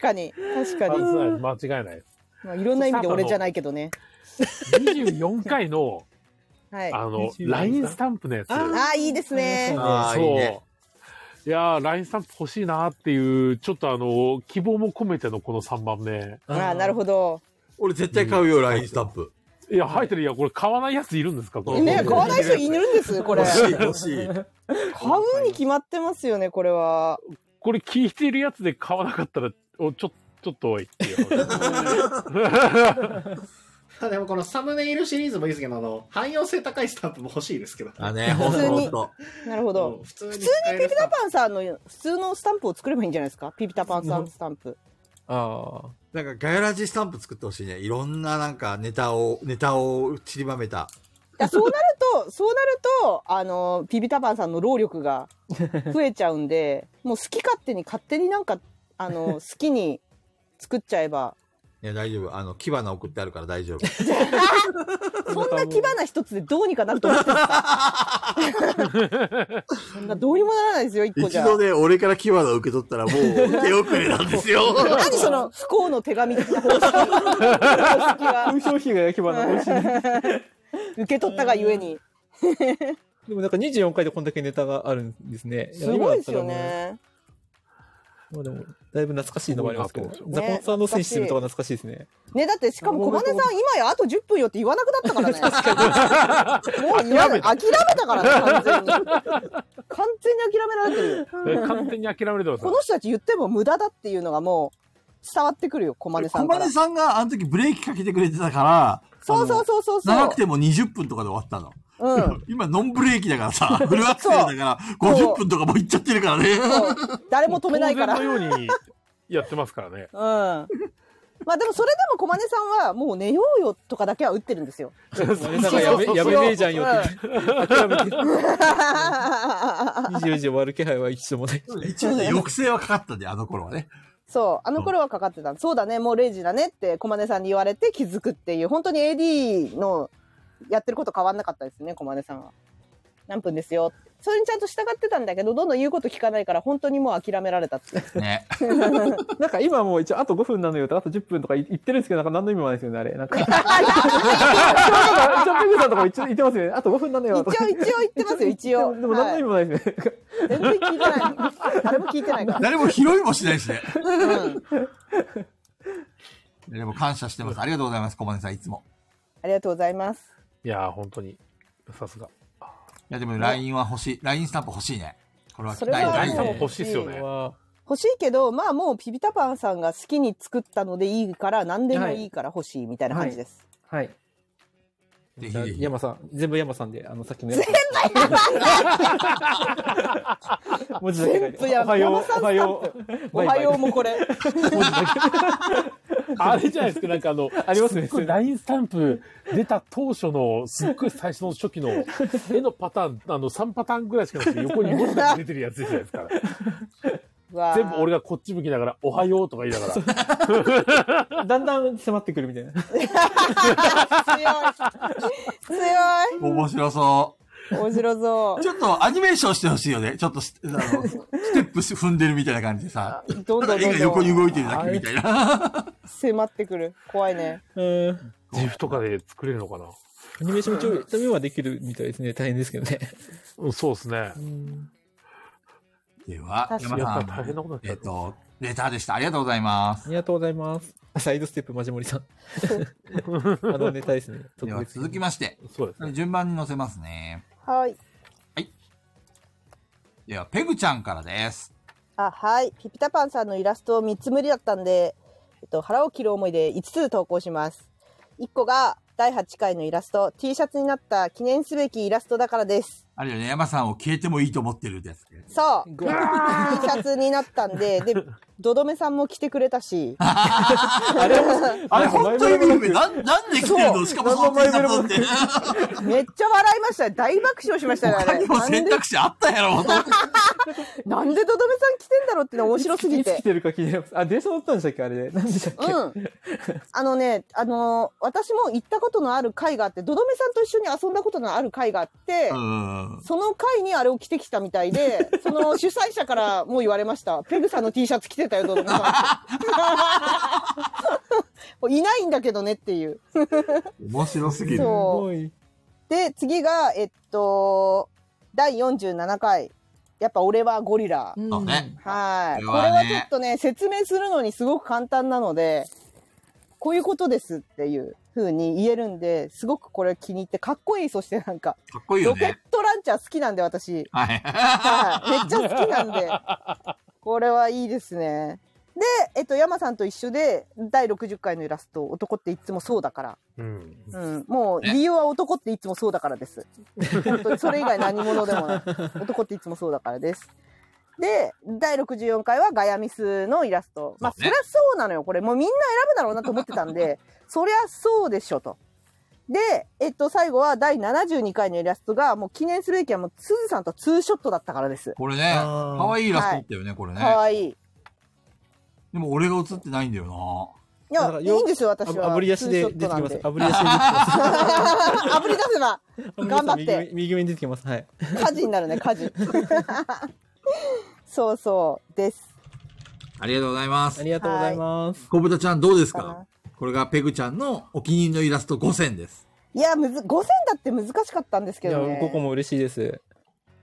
確かに。確か
外
に。
せないです。間違いないで
まあ、いろんな意味で俺じゃないけどね。
す。24回の、
はい。
あ
あ
の、ラインスタンプのやつ。
あ、いいですね。
ああ、いいね。
いやー、ラインスタンプ欲しいなっていう、ちょっとあの、希望も込めてのこの3番目。
ああ、なるほど。
俺絶対買うよ、ラインスタンプ。
いや、入ってる、いや、これ買わないやついるんですかこれ。
ね、買わない人いるんです、これ。
欲
買
しい、欲しい。
うに決まってますよね、これは。
これ聞いてるやつで買わなかったら、おちょ、ちょっと多いっていう。
ただでもこのサムネイルシリーズもいいですけど、あの、汎用性高いスタンプも欲しいですけど。
あ、ね、ほんとほんと。
なるほど。
普通に
普通
使え
に
る
ピ
ス
ピ
タン
タ
プ
パンさんの普通のスタンプを作ればいいんじゃないですかピピタパンさんスタンプ。
ああ。
なんかガヤラジスタンプ作ってほしいね。いろんななんかネタを、ネタを散りばめた。
いやそうなると、 そうなると、あの、ピピタパンさんの労力が増えちゃうんで、 もう好き勝手に勝手になんか、あの、 好きに作っちゃえば、
いや、大丈夫。あの、木花送ってあるから大丈夫。
そんな 牙な一つでどうにかなると思ってるんです かそんなどうにもならないですよ、一個じ
一
ゃ。
度ね、俺から木花を受け取ったらもう手遅れなんですよ。
何その不幸の手紙的な方式方式は
風評被害が牙の美味しいね。
受け取ったがゆえに。
でもなんか24回でこんだけネタがあるんですね。
すごいですよ
今だったらも
ね。
う。まあでも、だいぶ懐かしいのもありますけど
す。
ザコンさんのセンシティブとか懐かしいですね。
ね、だってしかも小金さん、今やあと10分よって言わなくなったからね。もう言わない諦めたからね、完全に。完全に諦められてるよ。
完全に諦めてます
こ。の人たち言っても無駄だっていうのがもう伝わってくるよ、小金さ
小
んから
金。さんがあの時ブレーキかけてくれてたから、
そうそうそうそうそう。
長くても20分とかで終わったの。
うん。
今、ノンブレーキだからさ、フルアクセルだから、
そう
50分とかもういっちゃってるからね。
そう誰も止めないから。
当
うん。
然のようにやってますか らね。
まあでもそれでも小金さんはもう寝ようよとかだけは打ってるんですよ。
なんかやめ、やめねえじゃんよって。諦めて。24時終わる気配は一度もない。
一応ね、抑制はかかったんで、あの頃はね。
そう、あの頃はかかってた。そうだね、もう0時だねって、コマネさんに言われて気づくっていう、本当に AD のやってること変わんなかったですね、コマネさんは。何分ですよって。それにちゃんと従ってたんだけど、どんどん言うこと聞かないから、本当にもう諦められたって。
ね。
なんか今もう一応あと5分なのよとあと10分とか言ってるんですけど、なんか何の意味もないですよね、あれ。な んか。一応なんか、ジョンペグさんとかも一応言ってますよね。あと5分なの
一
よ
応
とか。、
一応言ってますよ、一応。
でも何の
は
意
い
味もないですね。
全然聞いてない。誰も聞いてないから。
誰も拾いもしないしね。
うん。
でも感謝してます。ありがとうございます、小金さん、いつも。
ありがとうございます。
いやー、本当に。さすが。
いや、でも LINE は欲しい。LINE スタンプ欲しいね。これは
それは
ない
ライン
ない
さんも
ね
欲しいっすよ
これ
ね。
は
欲しいけど、まあもうピピタパンさんが好きに作ったのでいいから、何でもいいから欲しいみたいな感じです。
はい。
ぜひ
じゃあ
ぜひ
山さん、全部山さんで、あの、さっきの山さん。文字だけ書いて
全部山
おはよう、
山さん
おはよう。
おはよう
う。
もこれ。
あれじゃないですか、なんかあの、
ありますね
すっごい LINE スタンプ出た当初の、すっごい最初の初期の、絵のパターン、あの、3パターンぐらいしかなくて、横に文字が出てるやつじゃないですか。 全部俺
が。
がこっち向きながら、おはようとか言いながら、
だんだん迫ってくるみたいな。
強い。
面白そ。
強い。面白そう
ちょっとアニメーションしてほしいよね。ちょっとスあのステップ踏んでるみたいな感じでさ。
う。どん
ただ
どん
絵
ど
が横
んど
に
ん
動いてるだけみたいな。
迫ってくる。怖いね。
うん。
ジフとかで作れるのかな。
アニメーションも一応、今はできるみたいですね。大変ですけどね。
うん、そうですね。
では、
確
山
かに
や
さ
っぱ大変
ん、
なことに
え
な
っ
っちゃう。
と、レターでした。ありがとうございます
あ。りがとうございます。 サイドステップ、マジモリさん。 あのネタですね。
では続き
ま
まして、
そうですね。
順番に載せますね。
はい。
では、ペグちゃんからです。
あ、はい。ピピタパンさんのイラスト3つ無理だったんで、えっと、腹を切る思いで5つ投稿します。1個が第8回のイラスト、T シャツになった記念すべきイラストだからです。
あれよね、山さんを消えてもいいと思ってるです。
そう。
す。
T シャツになったんで、で、ドドメさんも来てくれたし、
あれ、本当に意味不明。なん、なんで来てるのしかもその T シャツって。
めっちゃ笑いましたよ。大爆笑しましたね、あ
他
れ。
にも
なん
選
で、
択肢あったやろ、と思って
なんでドドメさん来てんだろうって の面白すぎ
いつ
て
来。てるか気になります。あ、電車乗ったんでしたっけあれ。何でしたっけ、
うん。あのね、あのー私も行ったことのある会があって、ドドメさんと一緒に遊んだことのある会があって、
うん。
その会にあれを着てきたみた いで、その主催者からもう言われました。ペグさんの T シャツ着てたよ、ドド メさんって。いないんだけどねっていう。
面白すぎる。
そう。
ごい。
で、次が、えっと、第47回。やっぱ俺はゴリラ。
そうね。
はい。
こ
こ
れ
れ
は
は
ね
ちょっとね、説明するのにすごく簡単なので、こういうことですっていう風に言えるんで、すごくこれ気に入って、かっこいい。そしてなんか、
かっこいいよ
ロケッ
ね。
トランチャー好きなんで私。
はい。
はい。めっちゃ好きなんで。これはいいですね。で、えっと、山さんと一緒で、第60回のイラスト、男っていつもそうだから。
うん。
うん、もう理由は男っていつもそうだからです。本当にそれ以外何者でも ない。男っていつもそうだからです。で、第64回はガヤミスのイラスト。まあ、
そ
そうり
ね
ゃそうなのよ。これもうみんな選ぶだろうなと思ってたん で、そりゃそうでしょと。で、えっと、最後は第72回のイラストが、もう記念すべきはもう、すずさんとツーショットだったからです。
これね、か
あー
わいいイラストだったよね、これね。
かわいい。い
でも俺が映ってないんだよ
だか
や、
ら
い
よ
いんですよ、私は。
あぶり足で出てきます。あぶり足で出てきま
あぶり出せば。
す。
頑張っ
右
て
上右上に出てきます。はい。
火事になるね火事 そうそうです
な。ありがとうございま
あ
す。
りがとうございます。
小豚ちゃんどうです
か
か
な
これがペグちゃんのお気に入りのイラスト5選です。
いやむず5000だって難しかったんです
い
け
や、
どね
ここも嬉しいです。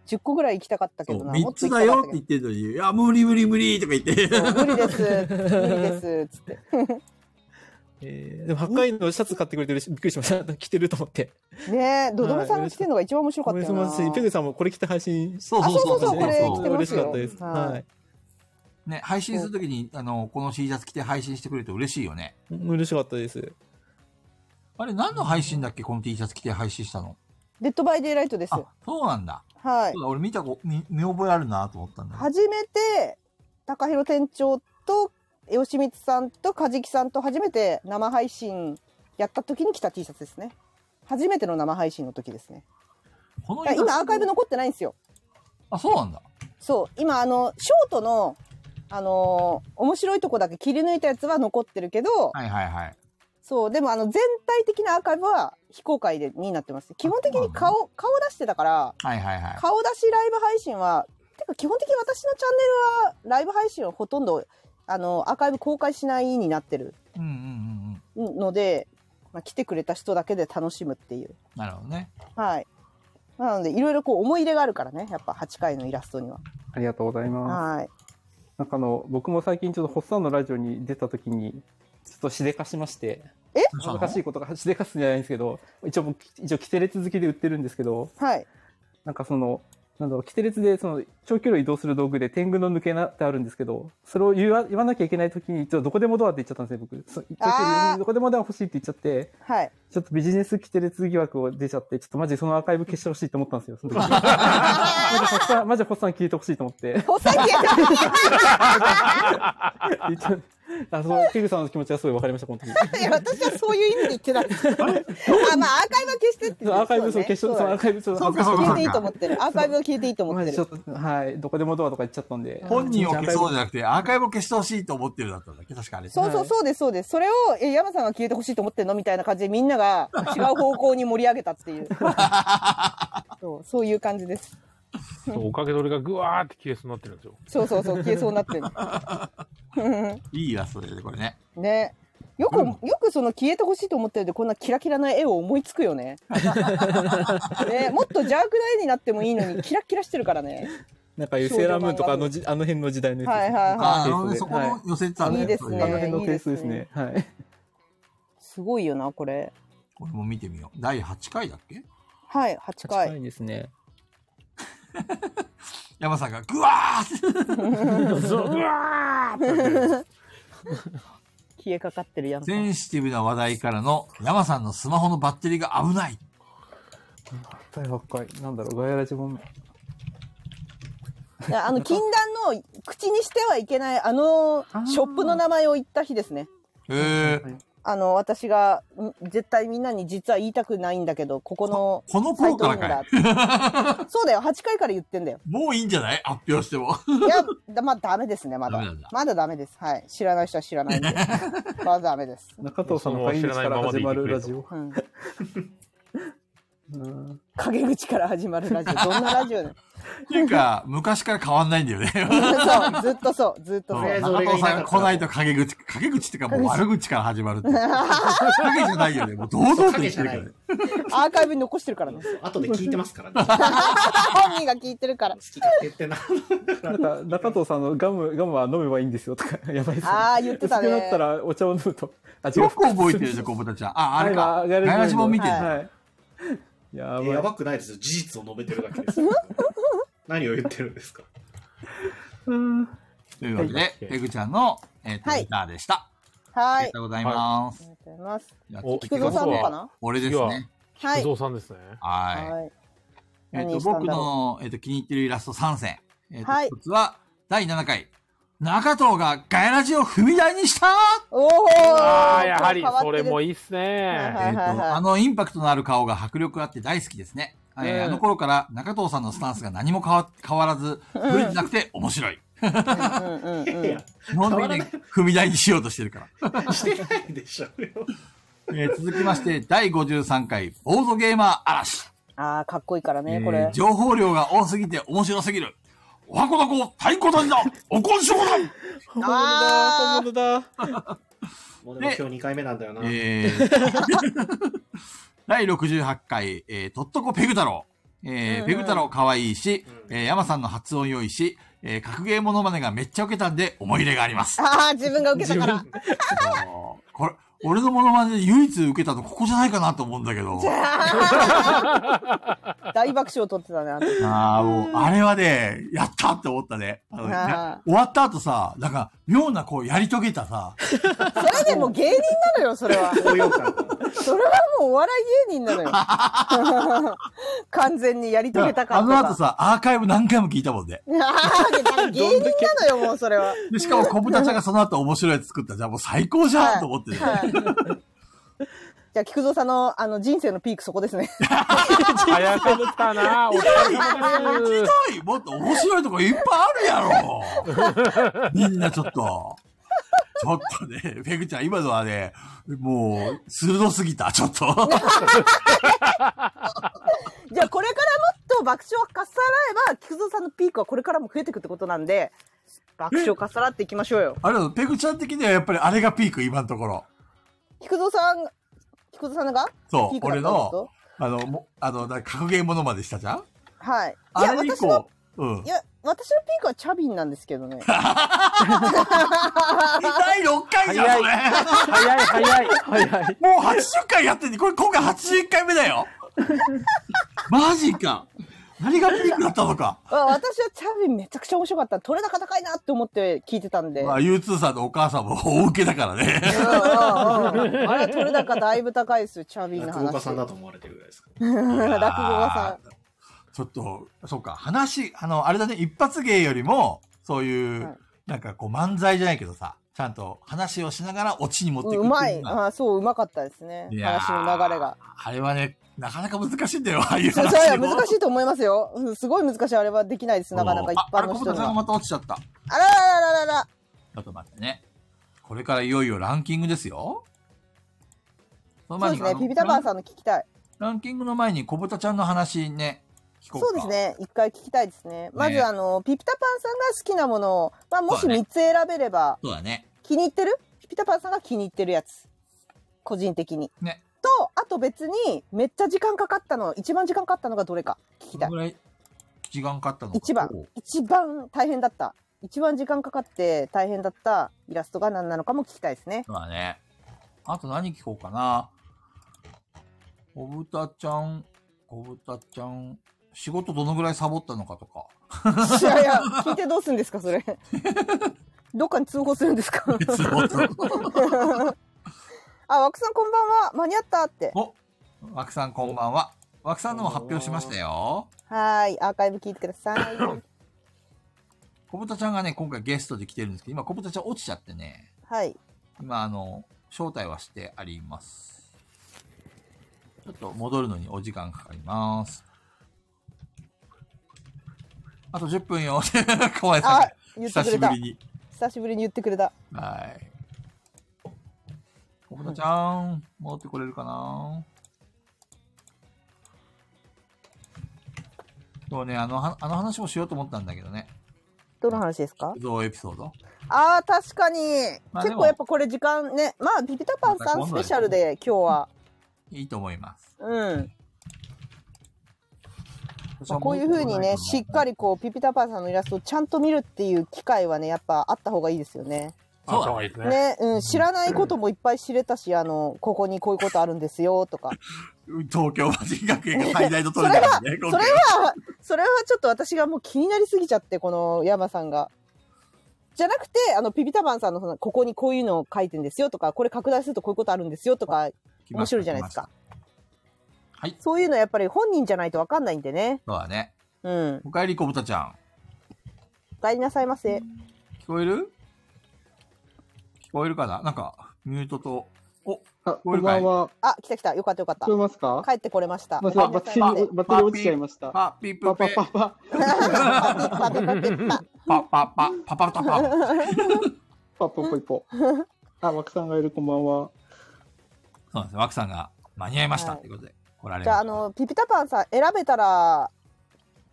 10個ぐらい行きたかったけどな
3つだよって言ってるのに、いや、無理無理無理とか言って。
言って無理です無理ですつって
えー、でも、8回のシャツ買ってくれて嬉しびっくりしました。着てると思って。
ねえドドメさんが来てるのが一番面白か
おめ
ったよ
で
な
とうございます。ペグさんもこれ着て配信して
そう
あ
そ
そうう
そ
そう
そそ
うそううこ
う
れ
そう
着てま
嬉
す
しかったで
よ
す。
は
はいい。
ね、配信するときに、あの、この C シャツ着て配信してくれて嬉しいよね。
嬉しかったです。
あれ、何の配信だっけこの T シャツ着て配信したの。
デッドバイデイライトです
あ、そうなんだ。
はい
そうだ俺見たこ、見見覚えあるなと思ったんだけど。
初めて高弘店長と吉光さんと梶木さんと初めて生配信やった時に着た T シャツですね初めての生配信の時ですね
この
だから今アーカイブ残ってないんですよ
あ、そうなんだ。
そう今あのショートのあのー面白いとこだけ切り抜いたやつは残ってるけど、
はいはいはい。
そう、でもあの全体的なアーカイブは非公開でになってます。基本的に顔、顔出してたから、
はいはいはい。
顔出しライブ配信は、てか基本的に私のチャンネルはライブ配信をほとんど、あの、アーカイブ公開しないになってる
うんうんうんうん。
ので、まあ、来てくれた人だけで楽しむっていう。
なるほどね。
はい。なので、いろいろこう思い入れがあるからね、やっぱ8回のイラストには。
ありがとうございます。
はい。
なんかあの、僕も最近ちょっとホッサンのラジオに出た時に、ちょっとしでかしまして、恥ずかしいことが しでかすんじゃないんですけど、一応僕、一応、キテレツ好きで売ってるんですけど、
はい。
なんかその、なんだろう、キテレツでその長距離移動する道具で天狗の抜け穴ってあるんですけど、それを言わ言わなきゃいけない時に、ちょっとどこでもドアって言っちゃったんですよ、僕。そう長距離移動どこでもドア欲しいって言っちゃって、
はい。
ちょっとビジネスキテレツ疑惑を出ちゃって、ちょっとマジそのアーカイブ消してほしいと思ったんですよ、その時マジホッサン、マジホッサン聞いてほしいと思って。
お酒だ
一応あ、そう、ペグさんの気持ちはすごいわかりました、本当に。
いや私はそういう意味で言ってない。あ、まあ、アーカイブは消してって。
そうアーカイブ、そう、
ね
決勝、そう、アーカイブ、ちょっと
そう
恥ず
か
かし
そうかそ
消えていいうと
か。
思ってる。アーカイブは消えていいと思
マ
って
ジ
る。
ちょっと、はい、どこでもドアとか言っちゃったんで。
本人を消そうじゃなくて、アーカイブを消してほしいと思ってるだったんだっけ確かあれ。
そうそうそうですそうです。それをえ山さんが消えてほしいと思ってんのみたいな感じでみんなが違う方向に盛り上げたっていう。そうそういう感じです。
そうおかげで俺がぐわーって消えそうになってるんです よ。
そうそうそう消えそうになってる。
いいイラストだよね、これね。
ね。よく、よくその消えてほしいと思ってるでこんなキラキラな絵を思いつくよね。ねもっと邪悪な絵になってもいいのにキラキラしてるからね。
なんか、セーラームーンとかあのじ、あの辺の時代のやつ
は
で
い
す。
はいは
ああ、なるほどねそこ
は
も寄せてたんだ
い
よ
いです
そう
ね
い
あ
う
の
の
辺のペースですね。はい。
い。すごいよなこれ。
これも見てみよう。第8回だっけ
はい8
近
回。
いですね。
山さんが、ぐわーって。
そうぐわーってなってる。
消えかかってるやん。
センシティブな話題からの、山さんのスマホのバッテリーが危ない。
第8回、なんだろう、ガヤラジも。
い やあの禁断の口にしてはいけないあのショップの名前を言った日ですね。
へえ。
あの私がん絶対みんなに実は言いたくないんだけどここの
この
サ
頃
イト
か
な
らか
んだ
い。。
そうだよ8回から言ってんだよ。
もういいんじゃない発表しても。
いやだまあダメですねまだ
ダメなんだ
まだダメですはい知らない人は知らないんで まだダメです。
中藤さんの会議室から始まるラジオ。
うん
うん
陰口から始まるラジオどんなラジ オね
っていう か、昔から変わんないんだよね。
そうずっとそうずっと
そ
そうう
えず
中
俺が
藤
いな
さん
かった
が来ないと陰口、陰口っていうかもう悪口から始まるって。陰じゃないよ ね。もう堂々と言ってる からね。
アーカイブに残してるからね
後で聞いてますからね。好
本人が聞いてるから
き勝手言ってな。
なんか、中藤さんのガム、ガムは飲めばいいんですよとか、やばいですね。
あー言ってたね
薄くなったらお茶を飲むと。あ、違
よく覚えてるじゃん、小豚ちゃん。あ、あれか。ガ
ガ
イラジも見てる。
はい。やば い。
やばくないですよ。事実を述べてるだけですよ。何を言ってるんですか。
うん
というわけで、ペグちゃんの、えっと、
はい
ギターでした。あ
は
り
い
がとうございま
あ
す。
りがとうございます
じゃあ
お
次
菊蔵さんのかな
俺ですね。
は
不
い
動産ですね。
は
はい
い。えっと、
何した
僕
んだろ
の、えっと、気に入ってるイラスト3選。えっと、
はい
一つは、第7回。中藤がガヤラジを踏み台にした
うおお
ああ、やはり、それも
いい
いいっす
は
ね。
え
い
っと、
はい
あのインパクトのある顔が迫力あって大好きですね。えー
うん
あの頃から中藤さんのスタンスが何も変わ変わらず、無理なくて面白い。
うんうんうん
いや、
基本的に踏み台にしようとしてるから。
してないで しょうよ。
えー続きまして、第53回、ボードゲーマー嵐。
ああ、かっこいいから
え
ね、
ー
これ。
情報量が多すぎて面白すぎる。おはこだこ、太鼓だんだ、おこんしょうだ
本物
あー
だ、本物だ。
もうでも今日2回目なんだよな。
えー 第68回、えー、とっとこペグ太郎。えー
うんうん
ペグ太郎可愛いし、
うん
えー山さんの発音良いし、えー格ゲーモノマネがめっちゃ受けたんで思い入れがあります。
ああ、自分が受けたから。
もうこれ、俺のモノマネで唯一受けたのここじゃないかなと思うんだけど。
大爆笑を取ってたね、あの時
ああ、もう、あれはね、やったって思ったね。あの
はい
な終わった後さ、なんか、妙なこう、やり遂げたさ、
それでもう芸人なのよ、それは。
高揚感
それはもうお笑い芸人なのよ。完全にやり遂げたか
あ
った
の後さ、アーカイブ何回も聞いたもんね。
あーでだから芸人なのよ、もうそれは。
でしかも、小豚ちゃんがその後面白いやつ作ったじゃん、もう最高じゃんと思ってね。
はい。じゃあ、菊蔵さんの、あの、人生のピークそこで すね。
早かったな。 お疲れ様
聞
です。
きたいもっと面白いとこいっぱいあるやろみんなちょっと。ちょっとね、ペグちゃん、今のはね、もう、鋭すぎた、ちょっと。
じゃあこれからもっと爆笑をかっさらえば、菊蔵さんのピークはこれからも増えていくってことなんで、爆笑をかっさらっていきましょうよ。
あれだ、ペグちゃん的にはやっぱりあれがピーク、今のところ。
菊蔵さん、菊蔵さんが
そう
ピークだったんですか
あの、もあの、だ格言ものまでしたじゃん
はい。い
あ
や、
れ以
私の、
降、うん
い。や、私のピークはチャビンなんです けどね。
第6回じゃん、それ。
早い早い早い。
もう80回やってんねこれ今回81回目だよ。マジか。何がピークだったのか。
あ私はチャビンめちゃくちゃ面白かった。取れ高高いなって思って聞いてたんで。
まあ、U2 さんのお母さんも大受けだからね。
うんうんうんあれは取れ高だいぶ高いですよ、チャビンの
落語家
話。
さんだと思われてるぐらいですから。
落語家
ちょっと、そうか、話、あの、あれだね、一発芸よりも、そういう、
はい
なんかこう漫才じゃないけどさ、ちゃんと話をしながらオチに持っ
さ
て
ん。
いくって
う
うのが
まい。あーそう、うまかったですね。
いやー
話の流れが。
あれはね、なかなか難しいんだよ、ああいう
そ
話
れ
も。
それは難しいと思いますよ。うんすごい難しい。あれはできないです。なかなか一
ああ
般
れ、
の
小
人
豚
に
さんが
は。
また落ちちゃった。ち
あらららららら。
ょっと待ってね。これからいよいよランキングですよ。その
そ
前に
うですね
あ。の
ピピタパンさんの聞きたい。
ランキングの前に、小豚ちゃんの話ね、聞こうか。
そうです。ね。一回聞きたいですね。ま
ね
ず、あの、ピピタパンさんが好きなものを、まあ、もし
そうだね
3つ選べれば、
そうだね。
気に入ってるピピタパンさんが気に入ってるやつ。個人的に。
ね
と、あと別に、めっちゃ時間かかったの、一番時間かかったのがどれか聞き
ど
た
の
い
ぐ。らい時間かかったのか。
一番
おう、
一番大変だった。一番時間かかって大変だったイラストが何なのかも聞きたいです ね。
そうだね。あと何聞こうかな。小豚ちゃん、小豚ちゃん、仕事どのぐらいサボったのかとか。
いやいや、聞いてどうするんですか、それ。 どっかに通報するんですか あ、枠さんこんばんは。間に合ったって。
お、枠さんこんばんは。枠さんのも発表しましたよ。
はーい。アーカイブ聞いてく ださい。
小豚ちゃんがね、今回ゲストで来てるんですけど、今小豚ちゃん落ちちゃってね、
はい。
今あの、招待はしてあります。ちょっと戻るのにお時間かかります。あと10分よ。 小林さん
あ
が、
言って
久
く
し
れ
ぶ
た。
りに。
久しぶりに言ってくれた。
はい。小田ちゃん、戻ってこれるかなそうね、あの、はあの話もしようと思ったんだけどね。
どの話ですか
ゾウエピソード。
ああ、確かに。
まあでも
結構やっぱこれ時間ね。まあ、ピピタパンさんスペシャルで今日は。
いいと思います。
うん。まあこういう風にね、しっか
り。
りこう、ピピタパンさんのイラストをちゃんと見るっていう機会はね、やっぱあった方がいいですよね。
あ
そう
った
だね
方がいいですね。
ね、うん、知らないこともいっぱい知れたし、あの、ここにこういうことあるんですよ、とか。
東京マジン学園が最大のト
それ
レー
は
ニングね、今
それ
回
は、それはちょっと私がもう気になりすぎちゃって、この山さんが。じゃなくて、あの、ピピタパンさんのその、ここにこういうのを書いてんですよとか、これ拡大するとこういうことあるんですよとか、
来ま
面
した
白いじゃないですか。。
はい
そういうのはやっぱり本人じゃないとわかんないんでね。
そうだね。
うん。
おかえり、小豚ちゃん。
お帰りなさいませ。
聞こえる聞こえるかななんか、ミュートと。お、
あ、こんばんは。
あ、来た来た。よかったよかっ
聞
た
こえ。ますか
帰ってこれました。
ま
お
ずは
帰り
バ
な
ッ
さい
テリ
ませ、
ーバッテリー落ちちゃいました。パ
パピプ
パ
ペ
パパ。
パピパピパピパ
パパパパパタパ
パポポイポ。あ、枠さんがいる、こんばんは。
そうですね。枠さんが間に合いました
はい
ということで来られまし
じ
た
ゃあ、あの、ピピタパンさん選べたら、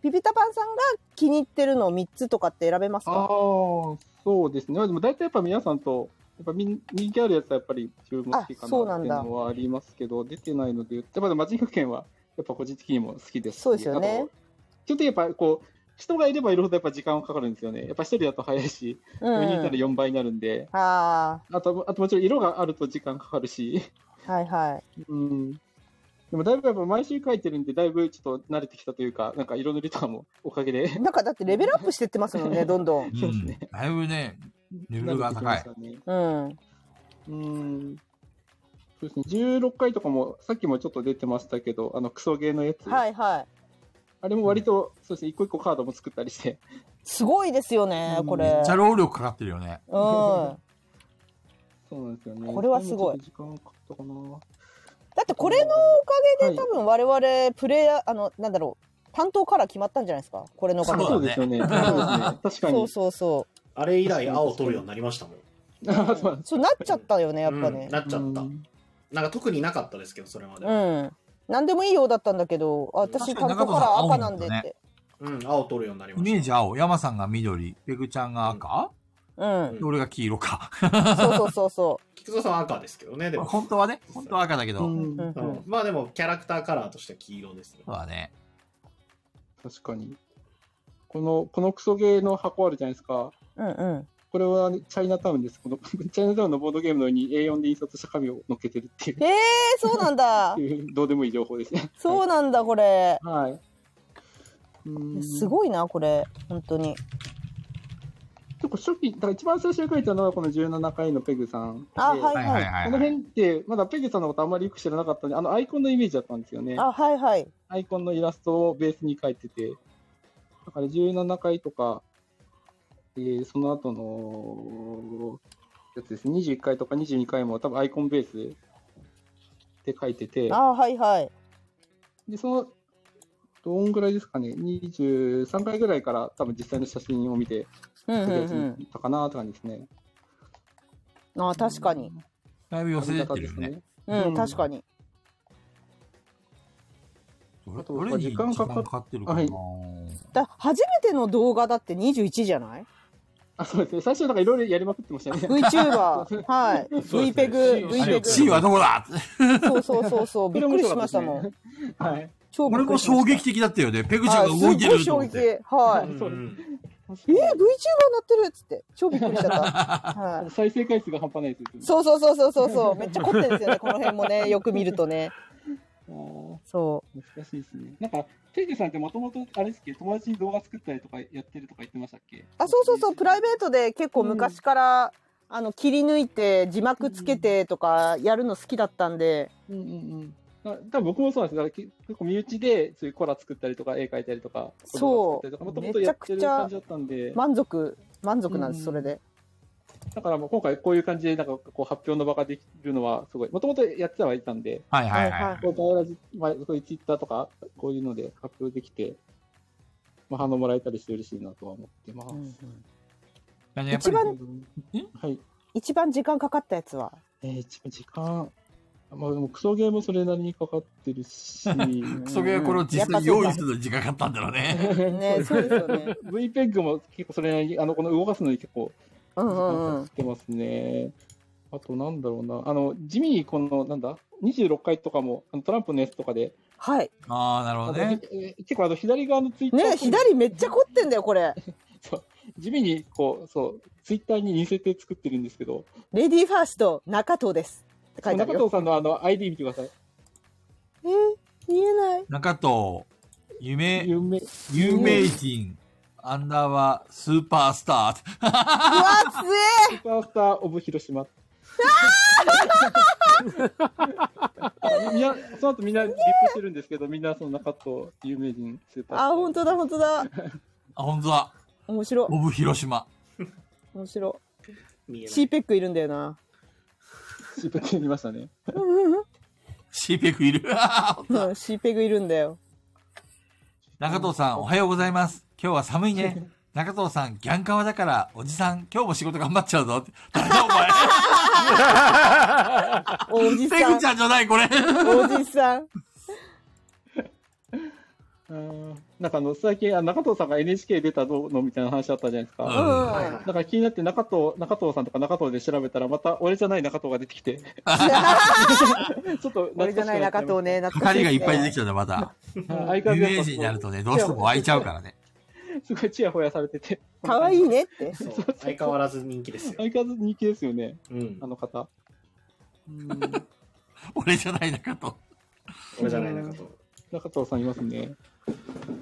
ピピタパンさんが気に入ってるの3つとかって選べます
あ
か
あ、そうですね。でも大体やっぱ皆さんと、やっぱ人人気あるやつはやっぱり注目していかな
あ
っ
そう
て
なん
いう
だ
のはありますけど、出てないので言って、まだマジン学園はやっぱ個人的にも好きですし。
そうですよね
あと。ちょっとやっぱこう、人がいればいるほどやっぱ時間はかかるんですよね。やっぱ一人だと早いし、
う
4人いたら
ん。
4倍になるんで、
あ
あと、あともちろん色があると時間かかるし。
あ、はいはい。
うん。でもだいぶやっぱ毎週書いてるんで、だいぶちょっと慣れてきたというか、なんか色塗りとかもおかげで。
なんかだってレベルアップしてってますもんね、どんどん。
そう
う
です
ん
ね。
だいぶね、レベルが高
慣れ
い
てきま。したね
うん。
うん。そうですね。16回とかも、さっきもちょっと出てましたけど、あの、クソゲーのやつ。
はいはい。
あれも割と、そうですね、一個一個カードも作ったりして。
すごいですよね
う、ん
こ
め
れ
めっ。ちゃ労力かかってるよね。
うん。だ
そうなんですよね。
これはすごい
それもちょっと時間かかったかな。
ってこれのおかげで
は
多
い
分我々プレイヤー、あの、なんだろう、担当から決まったんじゃないですか、これのおかげ
そう
そうですよね。そうですね。確か
そう
に。
そうそ
あれ以来、青を取るようになりましたもん。
あ そうなんです
そうなっちゃったよね、やっぱ
う
ね
ん。なっちゃった
うん
なんか特になかったですけどそれまで
う、ん。何でもいいようだったんだけど、あ
確
私、
か
担
に
当カラー赤なんでっ
中
て。
うん、青取るようになり
イ
ま
メ
し
ージ青。山さんが緑、ペグちゃんが赤、
うん。
で俺が黄色か。
そうそうそうそ
た菊蔵さんは赤ですけどねでも、
本当はね、本当は赤だけど。
う
そ
ん
う。うんう
うんん、まあでもキャラクターカラーとしては黄色ですね
うだね。
確かに。この、このクソゲーの箱あるじゃないですか。
うんうん。
これはチャイナタウンです。この チャイナタウンのボードゲームの上に A4 で印刷した紙を載っけてるってい
えー、そうなんだ
う、。いう どうでもいい情報ですね。
そうなんだ、これ。
はい。うん
すごいな、これ。本当に。
結構初期、だから一番最初に書いたのはこの17回のペグさんで。
あ、はい
はいは
はいい。
はい
この
はい。
辺って、まだペグさんのことあんまりよく知らなかったんで、あのアイコンのイメージだったんですよね。
あ、はいはい。
アイコンのイラストをベースに書いてて、だから17回とか、えーその後のやつですね、21回とか22回も多分アイコンベースで書いてて、
あ、はいはい。
で、その、どんぐらいですかね、23回ぐらいから多分実際の写真を見て、
うん
と
う
りあえず
ん
見たかなって感じですね。
うん。あ、確かに。
だいぶ寄せ
あり
て
が
ったて
で
るよ
す
ね。
ね。
う、
うんん
確かに。
どれ
あと
どれに時
時
間
間
か
かかっ
かってるかな、
はい
だ初めての動画だって21じゃない
あ、そうですね。最初なんかいろいろやりまくってましたよね。
?VTuber。はい。
そうですね
VPEG、
C-
あれ
VPEG。
C はどこだ
そうそうそ うそう。びっくりしましたもん。
ん。はい。
こ
超び
れ
っく
も
りしま
衝
した
撃的だったよね。ペグちゃんが動いてる
あす
と
ご
思
い衝
って。
撃。は
う
い。
ん
そう
えー、VTuber なってるっつって。超びっくり しちゃった。はい。
再生回数が半端ないですよね。
そうそうそうそうそうそう。めっちゃ凝ってるんですよね。この辺も ね、よく見るとね。
あ
そ
ー難しいですね。なんか、ペグさんってもともと、あれですっけど、友達に動画作ったりとかやってるとか言ってましたっけ
う。あ、そうそうそう。プライベートで結構昔から、あの切り抜いて字幕つけてとかやるの好きだったんで。
うんうんうん。あ多分僕もそうなんですよ。だからけ結構身内で、そういうコラ作ったりとか、絵描いたりとか、
そう
子供作ったりとか、もともとやってる感じだったんで、
満足満足なんです、
うん
それで。
だからもう今回こういう感じで、なんかこう発表の場ができるのはすごい。もともとやってはいたんで、
はいはいはい。
こう変わらず、まあ、そういうツイッターとか、こういうので発表できて、まあ、反応もらえたりして嬉しいなとは思ってます。
あのやっぱ
一
り
番
はい。
一番時間かかったやつ は。
えー、一番時間、まあ、でもクソゲーもそれなりにかかってるし、
クソゲーこれを実際用意するのに時間かかったんだろうね。
ね、そうですよね。
VPEG も結構それなりに、あの、この動かすのに結構
う
時
んう
間
んう
かか
ん
っ。てますね。あと、なんだろうな、あの、地味にこの、なんだ、26回とかも、あのトランプのやつとかで、
はい。
ああ、なるほど
あの
ね。
えー結構あの左側のツイッター
ね、左めっちゃ凝ってんだよ、これ。
地味に、こう、そう、ツイッターに似せて作ってるんですけど、
レディーファースト中藤です。って書いてあ
中
るよ。
藤さんのあの、ID 見てください。
えー、見え ない。
中藤、夢、
有名。
有名人、アンダーはスーパースター。
うわ、つえ
スーパースター・オブ・ 広島。みんな、その後みんなリップしてるんですけど、みんなその中と有名人、スーパースター。
あ、本当だ、本当だ。
あ、本当だ。
面白
オブ広島。
面白
見えない
CPEC いるんだよな
シープ系にいましたね。
CPEC いる。
うん CPEC いるんだよ
中藤さん、おはようございます。今日は寒いね。 中藤さん、ギャンカワだから、おじさん、今日も仕事頑張っちゃうぞ。誰 だお前。
おじ
ペ
さ
グ
ん
ちゃんじゃない、これ。
おじさん
うんなんかあの、最近、あ中藤さんが NHK 出たどうのみたいな話あったじゃないです
う
か。
ん
うん
だから気になって中藤、中藤さんとか中藤で調べたら、また俺じゃない中藤が出てきて。ちょっと懐かしくっちゃました、
俺じゃない中藤ね懐
語
かし
りがいっ
ですね
ぱい出てきちゃった、ま た。
はい。相
有
変わらず
名
やっぱ
人になるとね、どうしても湧いちゃうからね。
すごいチヤホヤされてて。
可愛いねって
そう相変わらず人気ですよ、
相変わらず人気ですよね、
うん
あ、の方。うん
俺じゃない中藤。
これじゃない中と
中藤さんいますね。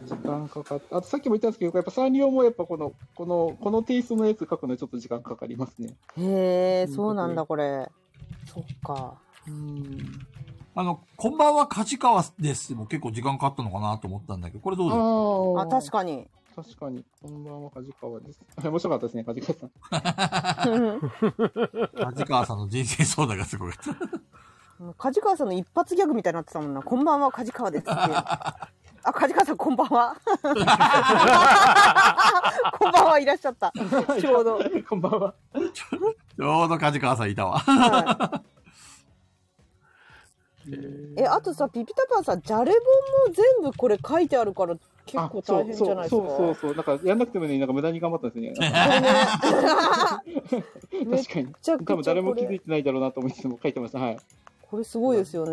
時間かかっあとさっきも言ったんですけど、やっぱサンリオもやっぱこの、この、このテイストのやつ書くのにちょっと時間かかりますね。
へえそうなんだこれそっか
うん。
あの、こんばんは、梶川です。もう結構時間かかったのかなと思ったんだけど、これどう
あ
ですか
あ
あ確かに
に。確かに。こんばんは、梶川です。あれ面白かったですね、梶川さん。
うん
梶川さんの人生相談がすごかった。
梶川さんの一発ギャグみたいになってたもんな「こんばんは梶川です」っていうあ梶川さんこんばんは こんばんはいらっしゃったちょうど
こんばんは。
ちょうど梶川さんいたわ。
はいえ、あとさ、ピピタパンさん、ジャレ本も全部これ書いてあるから結構大変じゃないですか。
そうそうそうそう。なんかやんなくてもいいのになんか無駄に頑張ったんですよね。
めっ
確かに。
ちゃくちゃ
多分誰も
こ
気づ
れ
いてないだろうなと思いつつも書いてました。はい。
これすごいですよね。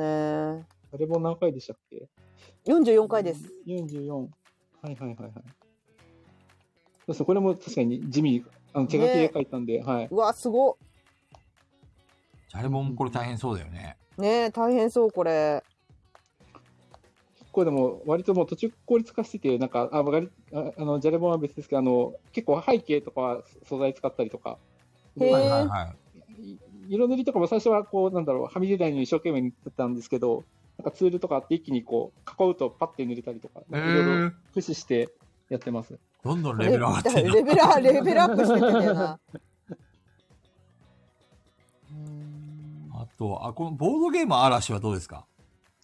あれも何回でしたっけ
44回です。
?44。はいはいはいはい。そうそう、これも確かに地味に、あの手書きで書いたんで、はい。
うわ、すご
ジャレボンこれ大変そうだよね。
っねえ、大変そう、これ。
これでも割ともう途中効率化してて、なんか、あ、わかりああの、ジャレボンは別ですけど、あの、結構背景とかは素材使ったりとか、
へえ、
はいはいはい。
い色塗りとかも最初はこう、なんだろう、はみ出ないように一生懸命塗ってたんですけど、なんかツールとかあって一気にこう、囲うとパッて塗れたりとか、
え
なんかいろいろ
ー、
駆使してやってます。
どんどんレベル上がってる
レベルアレベルアップしてってたよな。
あと、あ、このボードゲーム嵐はどうですか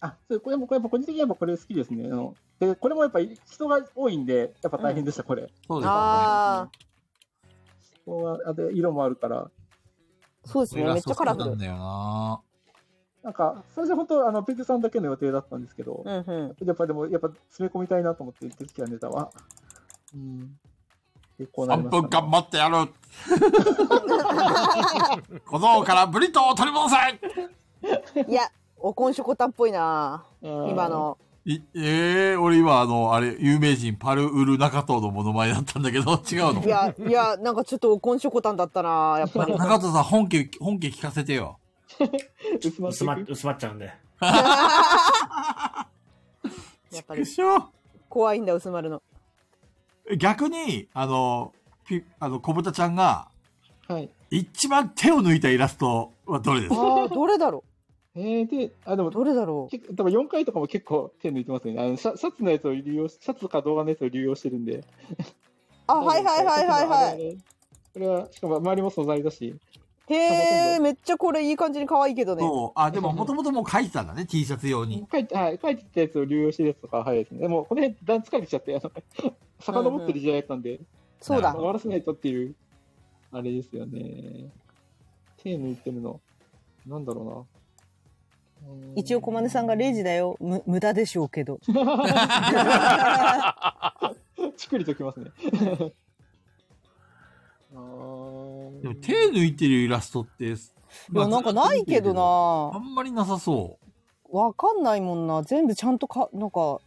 あ、そう、これも、これも個人的にやっぱこれ好きですね。あの、で、これもやっぱり人が多いんで、やっぱ大変でした、これ。
そうですか、
あ
ここはあで、色もあるから。
あ、そうです
ね。
ね。めっちゃカラフル
なん。だよな
なんか、最初本当あの、ペグさんだけの予定だったんですけど、
うんうん。
やっぱでも、やっぱ詰め込みたいなと思って、出てきたネタは。うん。結構なり
3
ました、
分頑張って やる小僧からブリトーを取り戻せ
いや、おこんしょこたんっぽいな。今の。
いえー、俺今あの、あれ、有名人パルウル中藤のモノマネだったんだけ ど、違うの
いや、いや、なんかちょっとおこんしょこたんだったな、やっ ぱり。
中藤さん本家、本家聞かせてよ。
薄まっ
薄
て
ま
いく
薄まっちゃうんで。
やっぱ
で
り
しょ
怖いんだ、薄まるの。
逆に、あの、ピあの、小豚ちゃんが、
はい。
一番手を抜いたイラストはどれですか
ああ、どれだろ
えー、で、あ、でも
う。、どれだろう。
結構多分4回とかも結構手抜いてますよね。あのシャシャツのやつを利用し、シャツとか動画のやつを利用してるんで。
あ、はいはいはいはい
あ
はい。
れあれこれは、しかも周りも素材だし。
へえ、めっちゃこれいい感じに可愛いけどね。
そう。あ、でも、もともともう書いてたんだね、T シャツ用に。
書いて、はい、書いてたやつを流用してるやつとか、はいですね。でも、この辺、だんだん疲れてきちゃって、あの、 遡ってる時代だったんで、
そうだ
終。わらせないとっていう、あれですよね。手抜いてるの。なんだろうな。うーん
一応、小金さん が0時だよ。む、無駄でしょうけ ど。
しっくりときますね。 あー
でも、手抜いてるイラストって、
いや、なんかないけど。
あ
なん
まりなさそう。
わかんないもんな。全部ちゃんとか、なんか、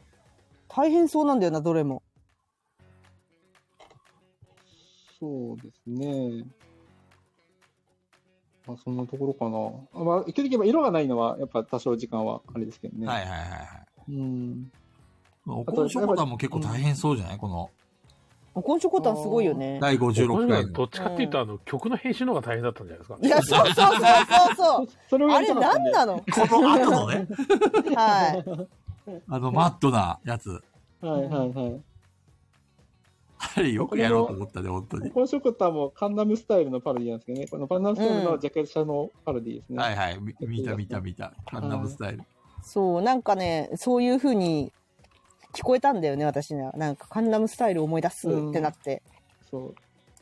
大変そうなんだよな、どれも。
そうですね。まあ、そんなところかな。あまあ、結局言えば色がないのは、やっぱ多少時間はあれですけどね。
はいはいはいはい。
うん。
おこんしょこたんも結構大変そうじゃないこの
おこんしょこたんすごいよね。
第
こ
56
れ
回
は
の。
どっちかっていうと、あの、曲の編集の方が大変だったんじゃないですか
い。や、そうそうそうそう そう。
それを
あ
やり
れ
たかった
何
んで。
なの
この後の ね、
はい。
あの、マッドなやつ。
はいはいはい。
あれ、よくやろうと思ったね、本当に。
このショコタンもカンナムスタイルのパロディなんですけどね。このカンナムスタイルのジャケットのパロディですね。
はいはい、み見た見た見た。カンナムスタイル。
そう、なんかね、そういう風に聞こえたんだよね、私には。なんか、カンナムスタイル思い出すってなって。
そう。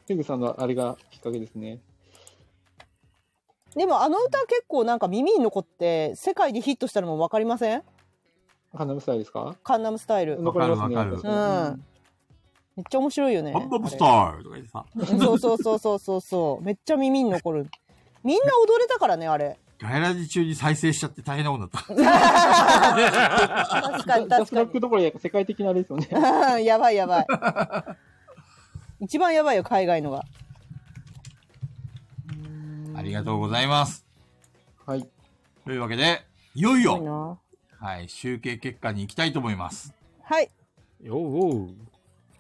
ペグさんのあれがきっかけですね。
でも、あの歌結構なんか耳に残って、世界でヒットしたのもわかりません
カンナムスタイルですか
カンナムスタイル。
残りますね。
わかるわ
かる
私
めっちゃ面白いよね。
カンナムスタイルとか言ってさ。
あれそうそうそうそうそうそう。めっちゃ耳に残る。みんな踊れたからね、あれ。
ガイラジ中に再生しちゃって大変なことになった。
確か に
ジャ
確
スラ
か
ックどころや世界的なあれですよね。
に。 やばいやばい。一番やばいよ、海外のが。
ありがとうございます。
はい。
というわけで、いよい
すごい
よ、
な
はい、集計結果に行きたいと思います。
はい。
ようおう。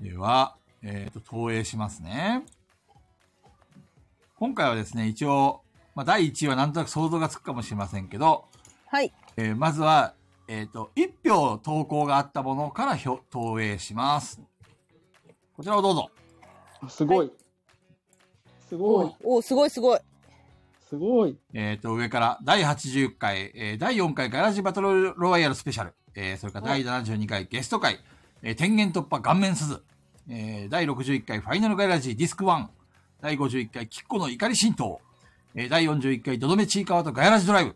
では、えっ、と、投影しますね。今回はですね、一応、まあ、第1位はなんとなく想像がつくかもしれませんけど、
はい。
えーまずは、えっ、と、1票投稿があったものからひょ投影します。こちらをどうぞ。
すごい。すごい。
おお、すごいすごい。
すごい。
えっ、と、上から、第80回、えー第4回ガラジバトルロワイヤルスペシャル、えーそれから第72回ゲスト回、えー天元突破顔面鈴、えー第61回ファイナルガイラジディスク1、第51回キッコの怒り浸透、えー第41回、どどめちいかわとガヤラジドライブ。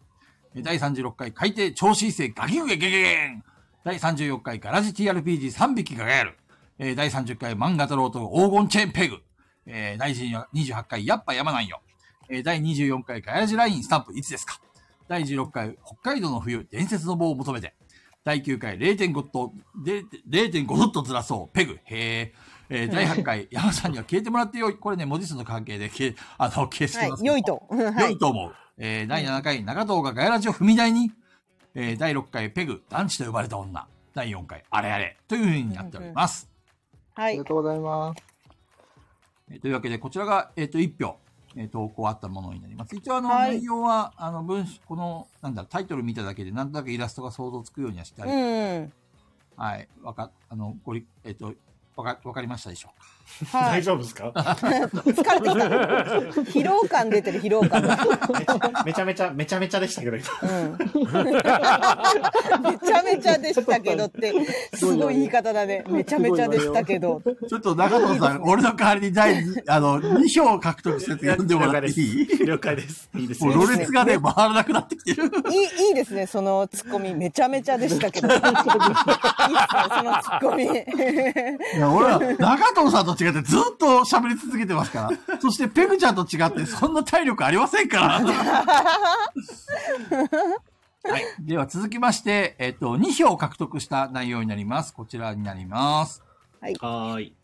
えー第36回、海底超新星ガキウゲゲゲゲン。第34回、ガラジ TRPG3 匹がガヤる。えー第30回、漫画太郎と黄金チェーンペグ。えー第28回、やっぱ山なんよ。えー第24回、ガヤラジラインスタンプいつですか第16回、北海道の冬、伝説の棒を求めて。第9回、0.5と、で0.5ドットずらそう、ペグ、へえ。えー第8回、 山さんには消えてもらってよい。これね、文字数の関係で、けあの、消して
はい
ます。、
良い。と。は
良
い
い。と思う。えー第7回、長藤がガヤラジを踏み台に、えー第6回、ペグ、団地と呼ばれた女。第4回、あれあれ。というふうになっております。
は
り
い
が。とうございます。
えーというわけで、こちらが、えっ、と、1票、えー投稿あったものになります。一応、あの、
はい
内容は、あの、文章、この、なんだ、タイトル見ただけで、なんとなくイラストが想像つくようにはしてある
うん。
はい。わか、あの、ごり、えっ、と、わか、わかりましたでしょうか。
は
大
い。
丈夫ですか
疲れてきた。疲労感出てる、疲労感 が。
めちゃめちゃ、めちゃめちゃでしたけど、今
うん。めちゃめちゃでしたけどって、すごい言い方だね。めちゃめちゃでしたけど。
ちょっと中藤 さん、俺の代わりに第二、あの、2票獲得して読んでもら っていい
了解です。いいです
も
よ。
う、ろれつがね、回らなくなってきてる。
いい、いいですね、そのツッコミ。めちゃめちゃでした けど。いいですね、そのツッコミ。
いや、俺は、中藤さんと違ってずっと喋り続けてますから。そして、ペグちゃんと違って、そんな体力ありませんから。はい。では、続きまして、えっと、2票獲得した内容になります。こちらになります。
はーい。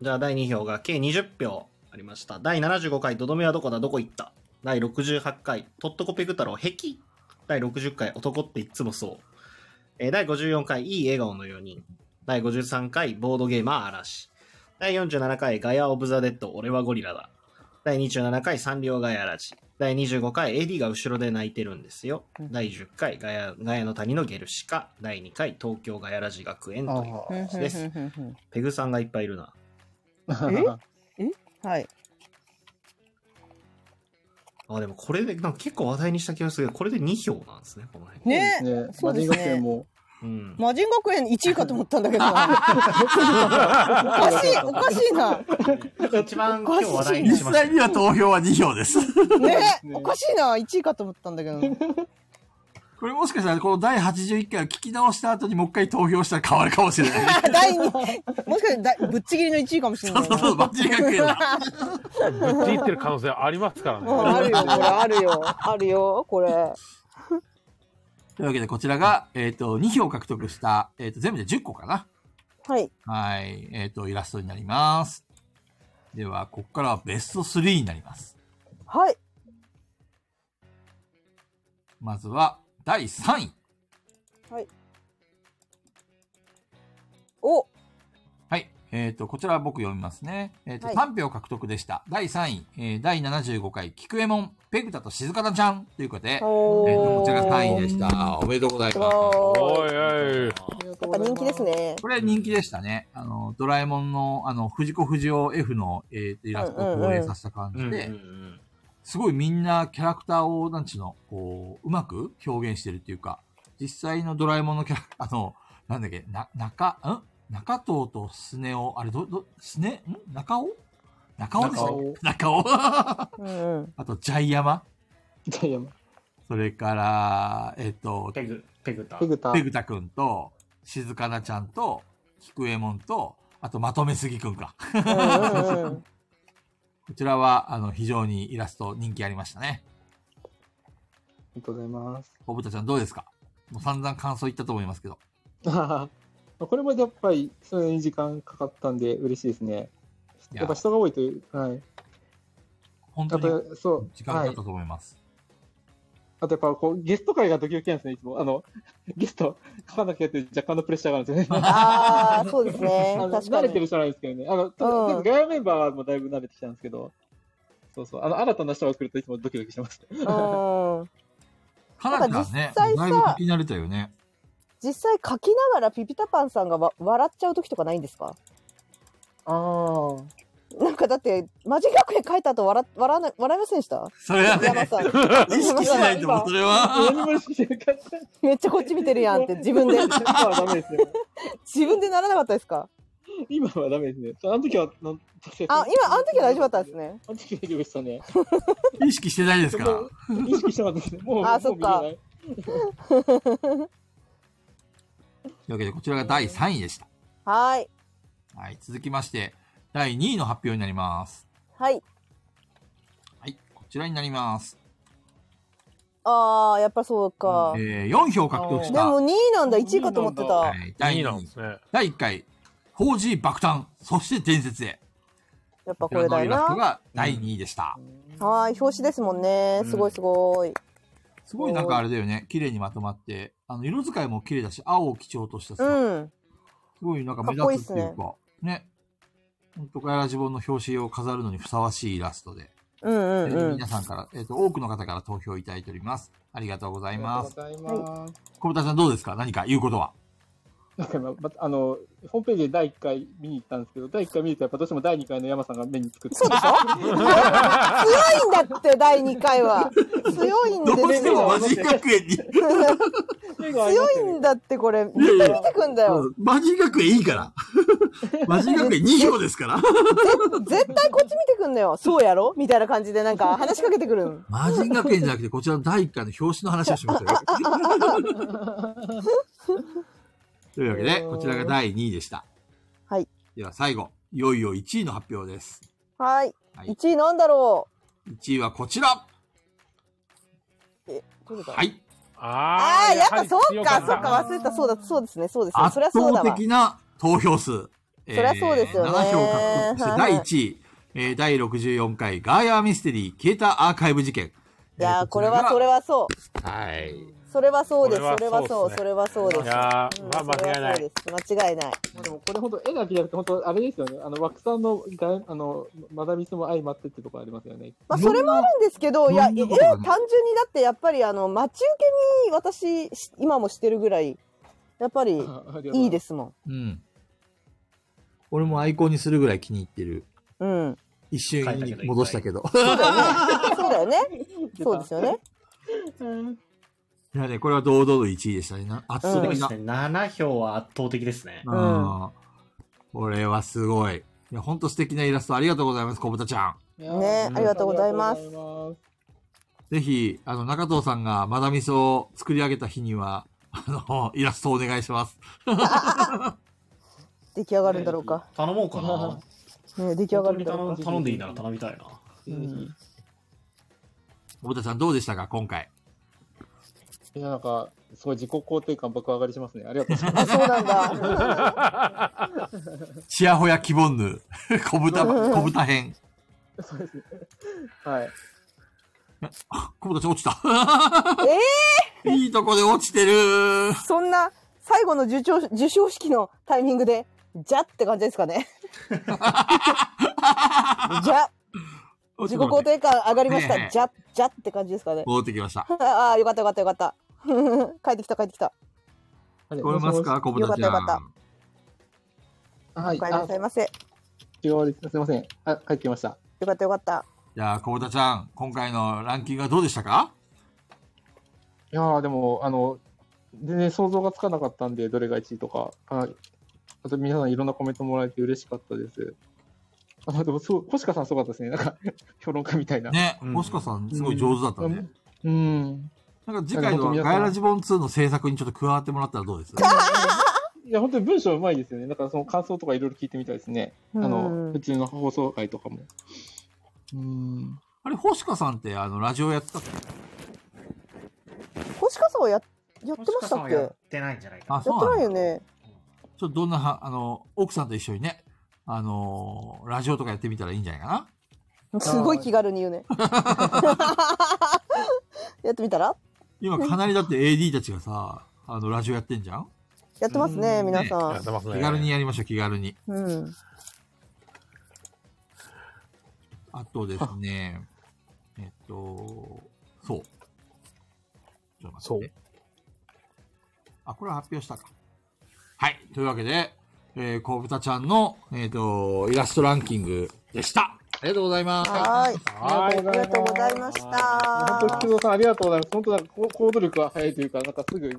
じゃあ第2票が計20票ありました。第75回、どどめはどこだ、どこ行った。第68回、とっとこペグ太郎、壁。第60回、男っていっつもそう。えー第54回、いい笑顔の4人。第53回、ボードゲーマー嵐。第47回、ガヤ・オブ・ザ・デッド、俺はゴリラだ。第27回、サンリオガヤラジ。第25回、エディが後ろで泣いてるんですよ。第10回、ガヤガヤの谷のゲルシカ。第2回、東京ガヤラジ学園という話です。ペグさんがいっぱいいるな。
はい。
あ、でもこれで、なんか結構話題にした気がするけど、これで2票なんですね、この辺。
ねえ。
ね、
そ
マ
うで
ジン
すね
学生も。
うん。
魔人学園1位かと思ったんだけどな。おかしい、おかしいな。
一番今日話題に
実
しました
際に
ね。
は投票は2票です。
ねえ、おかしいな。1位かと思ったんだけどな。
これもしかしたら、この第81回を聞き直した後にもう一回投票したら変わるかもしれ ない。
あ第2もしかしてだぶっちぎりの1位かもしれ
そう
ない
そうそう、間違いな
ぶっちぎってる可能性ありますから
うん
ね。
あるよこれあるよあるよこれ
というわけで、こちらが、えっ、と、2票獲得した、えっ、と、全部で10個かな。
はい
はい。えっ、と、イラストになります。では、ここからはベスト3になります。
はい
まずは、第3位。
お
はい。えっ、と、こちらは僕読みますね。えっ、と、
はい
3票獲得でした。第3位、えー第75回、菊右衛門、ペグタと静香ちゃんということで、えっ、と、こ
お
ちらが3位
ー
でした。おめでとうござい
す
ます。
ご
お
い
いおい。
やっぱ人気ですね
これ人気でしたね。あの、ドラえもんの、あの、藤子不二雄 F の、えーとイラストを投影させた感
うん
じ
うんう
で、
ん
すごいみんなキャラクターを、なんちゅうの、こう、うまく表現してるっていうか、実際のドラえもんのキャラ、 あの、なんだっけ、な、中、ん中藤とスネ夫、あれ、ど、ど、スネ、ん中尾中尾でしたっけ中尾。 あ
うんうん
と、ジャイヤマ。
ジャイアン。
それから、えっ、と、
ペグ、ペグタ
ペ。グタ
ペ。グタくんと、静かなちゃんと、菊右衛門と、あと、まとめすぎくんか。
うんうんうん
こちらは、あの、非常にイラスト人気ありましたね。
ありがとうございます。
小ぶたちゃんどうですかもう散々感想言ったと思いますけど。
これまでやっぱり、それなりに時間かかったんで嬉しいですね。
い
や
や
っぱ、人が多いという、はい。
本当
あ
に
と、そう、
時間か
は
かっ
い
た。と思います。
あとやっぱこう、ゲスト会がドキドキなんですね、いつも。あの、ゲスト書かなきゃっていう若干のプレッシャーがあるんですよね。
ああそうですね
あの
確か
慣れてる
に
人なんですけどね。あの、と
うん
ガヤメンバーもだいぶ慣れてきたんですけど。そうそう。あの、新たな人が来るといつもドキドキしてます。
うん
かなりだね、
ただ実際さ
だいぶ書き慣れたよね。
実際書きながらピピタパンさんがわ笑っちゃう時とかないんですか
ああ。
なんかだって魔人学園書いた後笑っ笑わな笑いませんでした
それは
山
ね、
さん
意識しないと思う、それは。
何も意識してなかった。
めっちゃこっち見てるやんって自分で
まあダメですよ。
自分でならなかったですか
今はダメですね。あの時は、なん確かに
あ、今、あの時は大丈夫だったんです。ね。
あの時は大丈夫でしたね。
意識してないですから。
意識してなかったですね。もう、
あ
もう見れない
というわけで、こちらが第3位でした。
はい。
はい、続きまして、第2位の発表になります。
はい。
はい、こちらになります。
あー、やっぱそうか。
えー、4票獲得し
で
た、
も2位なんだ、1位かと思って
は
た。
い
い
第
いな
2
んで
位
すね。
第1回、4G 爆誕、そして伝説へ。
やっ
こ
ぱこ
ちら
れ
の
だ
イラスト
よ
が第2位でした。
な。はーい、表紙ですもんね。すごいすごい。
すごいなんかあれだよね、綺麗にまとまって、あの、色使いも綺麗だし、青を基調としたさ、
うん。
すごいなんか目
かっこいい
立
っ
つって
す
い
ね
うか、ね。ほんと、ガヤラジボンの表紙を飾るのにふさわしいイラストで、
うんうん
えー
うん
皆。さんから、えっ、と、多くの方から投票いただいております。ありがとうござ
あ
い
りが
ま
とう
す。
ございます。
小豚さんどうですか何か言うことは。
なんか今、まあの、ホームページで第1回見に行ったんですけど、第1回見ると、やっぱどうしても第2回の山さんが目につくっていう
強いんだって、第2回は。強いん
ど
で
うし
す
ても
よ
マ。ジン学園に、
強いんだって、これ。ずっと見てくんだよ。
マジン学園いいから。マジン学園2票ですから。
絶対こっち見てくんだよ。そうやろみたいな感じで、なんか話しかけてくるん。
マジン学園じゃなくて、こちらの第1回の表紙の話をしましたよ。というわけで、こちらが第2位でした。
はい。
では最後、いよいよ1位の発表です。
はい
はい。
1位なんだろ
1位はこちら
う。え、どれだ
はい。
あ
あ
あ
あ、やっぱそう
強
か、
か
そ
った
うか、忘れた、そうだ、そうですね、そうですね。そ
圧
りゃそうだ
倒
わ。
的な投票数。そ
りゃそうですよね
7票獲得して、
は
第
い
1位。えー第64回ガーヤーミステリー消えたアーカイブ事件。
いやー、これは、そ
れ
れはそう。
はい。
それはそうです、
こ
そ
れ
れ
は
は
そ
そう
っ
う、
すね
それはそうです。
いやー
うん
まあ間違いない。。
それはそうです間違いない。
まあでもこれ本当絵だけじゃなくて、本当あれですよね。あの、枠さんのが、あの、まだミスも相まってってとこありますよね。。
まあ、それもあるんですけど、いや、
ど
え、
んなこ
単純
と
にだ
がね
って、やっぱり、あの、待ち受けに、私、し今もしてるぐらい、やっぱり、いいですすも
うん。俺もアイコンにするぐらい気に入ってる。
ん。うん。
一瞬
変えた
に
けど
戻したけど。
そうだよね。そうだよね。そうですよね。
いやね、これは堂々の1位でしたね。な圧
そう
倒
で
的
す
な。
7票は圧倒的ですね。
ん
うん。これはすごい。いや、ほんと素敵なイラストありがとうございます、小豚ちゃん。
ねありがとうございます
ありがとうござい
ぜひ、あの、中藤さんがまだみそを作り上げた日には、あの、イラストをお願いします。
出来上がるんだろうか。
頼もうかな。
ね、出来上が
本当
るん
に
だろ
頼
うか。
む頼んでいいなら頼みたいな。
ますぜひ
小田さんどうでしたか今回。
いや、なんか、すごい自己肯定感爆上がりしますね。あり がとうございま
あ、そうなんだ。
ちやほや希望ぬ、 小豚、小豚編。
す。はい。
小豚ちゃん落ちた。
ええ
いいとこで落ちてる。
そんな最後の受賞受賞式のタイミングで、じゃって感じですかね。じゃ、自己肯定感上がりま
ねえね
した。
え
じゃ、じゃって感じですかね。
戻ってきました。
ああ、よかったよかったよかった。 帰ってきた帰ってきた。
聞
聞こえますか小豚ちゃん。
よかったよか
は
お
い。
帰りな
あ
さ、いませ。よ
終わりです。すいません。あ、帰ってきました。
かったよかった。
いやー、小豚ちゃん、今回のランキングはどうでしたか
いやーでも、あの、全然想像がつかなかったんで、どれが1位とか。はい。あと、皆さんいろんなコメントもらえて嬉しかったです。あ、でも、そう、星香さんすごかったですね。なんか、 評論家みたいな。
ね、
うん
星香さんすごい上手だったね。
うん。
なんか次回のガイラジボン2の制作にちょっと加わってもらったらどうです
いや、本当に文章うまいですよね。だから、その感想とかいろいろ聞いてみたいですね。あ
う
の、
ん
普通の放送回とかも。うん。
あれ、星香さんってあの、ラジオやってたっけ
星川さんはややってましたっけ？
や
やっ
ってないんじゃないか
あ、
な。
そう
て
な
なんい
だ
よね。
ちょっとどんなは、あの、奥さんと一緒にね、あのーラジオとかやってみたらいいんじゃないかな。
すごい気軽に言うね。やってみたら？
今、かなりだって AD たちがさ、あの、ラジオやってんじゃん
やってますね
うん
皆さ
やっ
ん。
てますね。
気軽にやりましょう、気軽に。
うん。
あとですね、 えっと、そう。ちょっと待って、ね。あ、これは発表したか。はい。というわけで、えー、こぶたちゃんの、えっ、と、イラストランキングでした。ありがとうございます。
はーい。
は
あ
い。
りがとうございまし
本当、
た
菊。蔵さんありがとうございます。本当、なんかこう行動力が早いというか、なんかすぐ、す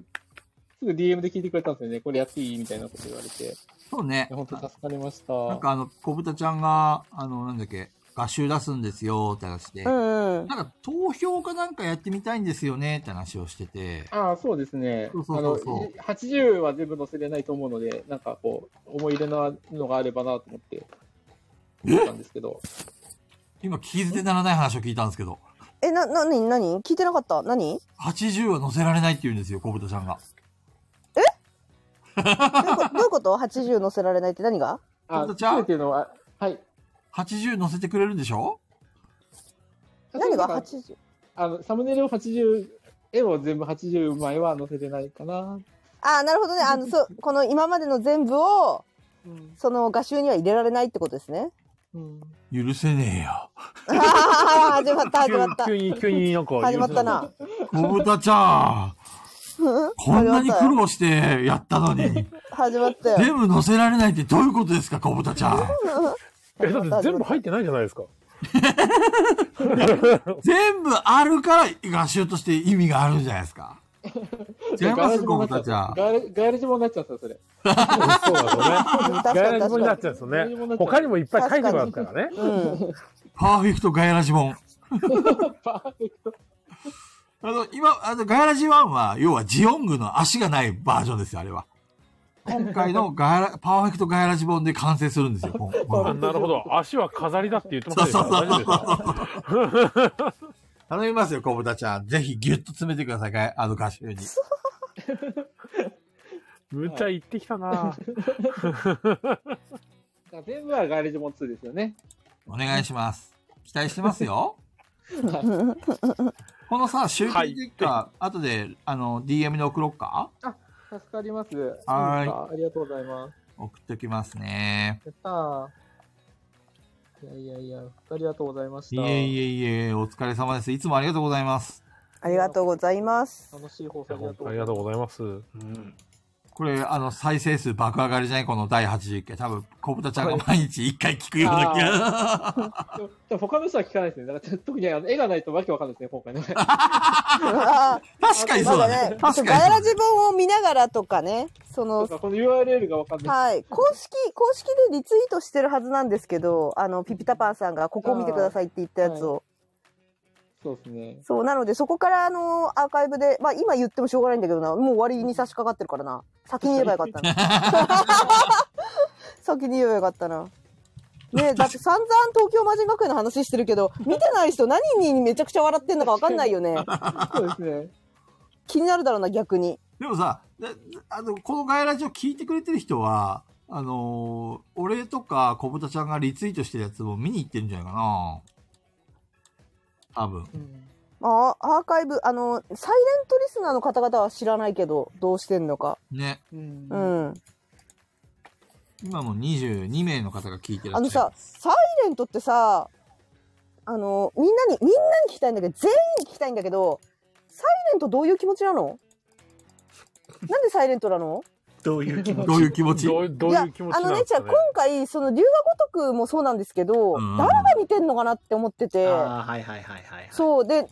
ぐ DM で聞いてくれたんですよね。これやっていいみたいなこと言われて。
そうね。
本当助かりまし
なん
た。
かあの、小豚ちゃんが、あの、なんだっけ、合集出すんですよって話で、
うんうん。
なんか投票かなんかやってみたいんですよねって話をしてて、
ああ、そうですね。
そうそうそうそう
あの、い80は全部載せれないと思うので、なんかこう、思い入れのあるのがあればなと思って、思ったんですけど。
今聞き捨てならない話を聞いたんですけど、
え、な、な、なに、なに聞いてなかった何
80は載せられないって言うんですよ、小豚ちゃんが。
どういうことどういうこと ?80 乗せられないって何が
あ、
本当ちゃう
全てのは、はい。
80載せてくれるんでしょ
何が
なんか
80?
あの、サムネイルを80、絵を全部80枚は載せてないかな。
ああ、なるほどね。あの、そう、この今までの全部を、
うん。
その画集には入れられないってことですね。
うん。
許せねえよ。
ああ、始まった、始まった。
急に、急になんか。
始まったな。
小豚ちゃん、こんなに苦労してやったのに、
始まったよ。
全部載せられないってどういうことですか、小豚ちゃん。
え、だって全部入ってないじゃないですか。
全部あるから合集として意味があるんじゃないです か。違いま
ガヤラ
す
ジ
小
もにな
豚
っ
ち
ち
ゃ
ゃ
ん
う。。ガヤラガヤラジもになっちゃうんですよ、それ。
そうなんですよね。ガ
確
ヤラ
かに、
ジ
確
になっ
かに。
ちゃうんですよね。他にもいっぱい書いてますからね。
うん。
パーフェクトガヤラジモン。あの、今、あの、ガヤラジ1は、要はジオングの足がないバージョンですよ、あれは。今回のガヤラ、パーフェクトガヤラジボンで完成するんですよ、 こんこん
あなるほど。足は飾りだって言ってましたよ。大丈夫ですか
頼みますよ、小豚ちゃん。ぜひギュッと詰めてください、ガヤあの歌手に。
むっちゃ言ってきたな。
だから全部はガヤラジも2ですよね。
お願いします。期待してますよ。
は
このさ、集計結果、
は
後で、あの、DM で送ろっか
い。助かります。
はい
いいですかありがとうございます。
送っておきますね。
やったー。いやいやいや、ありがとうございまし
い
た。
えいえいえ、お疲れ様です。いつもありがとうございます。
ありがとうござい ます。
楽しい放送ありが
本
とう
当
ご
あ
ざ
り
いま
が
す
とうございます。
うん。
これ、あの、再生数爆上がりじゃないこの第80回。多分、小豚ちゃんが毎日1回聞くような気が。
でも。でも他の人は聞かないですね。だから特にあの絵がないとわけわかんないですね、今 回の。
あ
確かにそうだね。
あ、
確
そうガヤ
か
ラ
に。
ジ本を見ながらとかね、そ
そう
の、
かこの URL がわかんない。
はい、公式、公式でリツイートしてるはずなんですけど、あの、ピピタパンさんがここを見てくださいって言ったやつを。
そうですね。
そう、なのでそこからあの、アーカイブで、まあ今言ってもしょうがないんだけどな、もう終わりに差し掛かってるからな。先に言えばよかったな。先に言えばよかったな。ねえ、だって散々東京魔人学園の話してるけど、見てない人何にめちゃくちゃ笑ってんのかわかんないよね。
そうですね。
気になるだろうな、逆に。
でもさ、であの、このガイラジを聞いてくれてる人は、あのー俺とか小豚ちゃんがリツイートしてるやつも見に行ってるんじゃないかな。多分。
まあ、アーカイブ、あの、サイレントリスナーの方々は知らないけど、どうしてんのか。
ね。
うん
う
うん
ん。
今も22名の方が聞いてら
あ
っ
の
しゃる
さ、。サイレントってさ、あの、みんなに、みんなに聞きたいんだけど、全員に聞きたいんだけど、サイレントどういう気持ちなのなんでサイレントなの
どう いう気持ち
どういう気持ち
どうどう
い
い
や
う気持ち
あ
な
の
ん
ね
で、
じ
す
ゃ
か
あ
ね
今回、その、龍河如くもそうなんですけど、
うん
誰が見てんのかなって思ってて、
ああ、はいはいはいはいはい。
そう、で、なん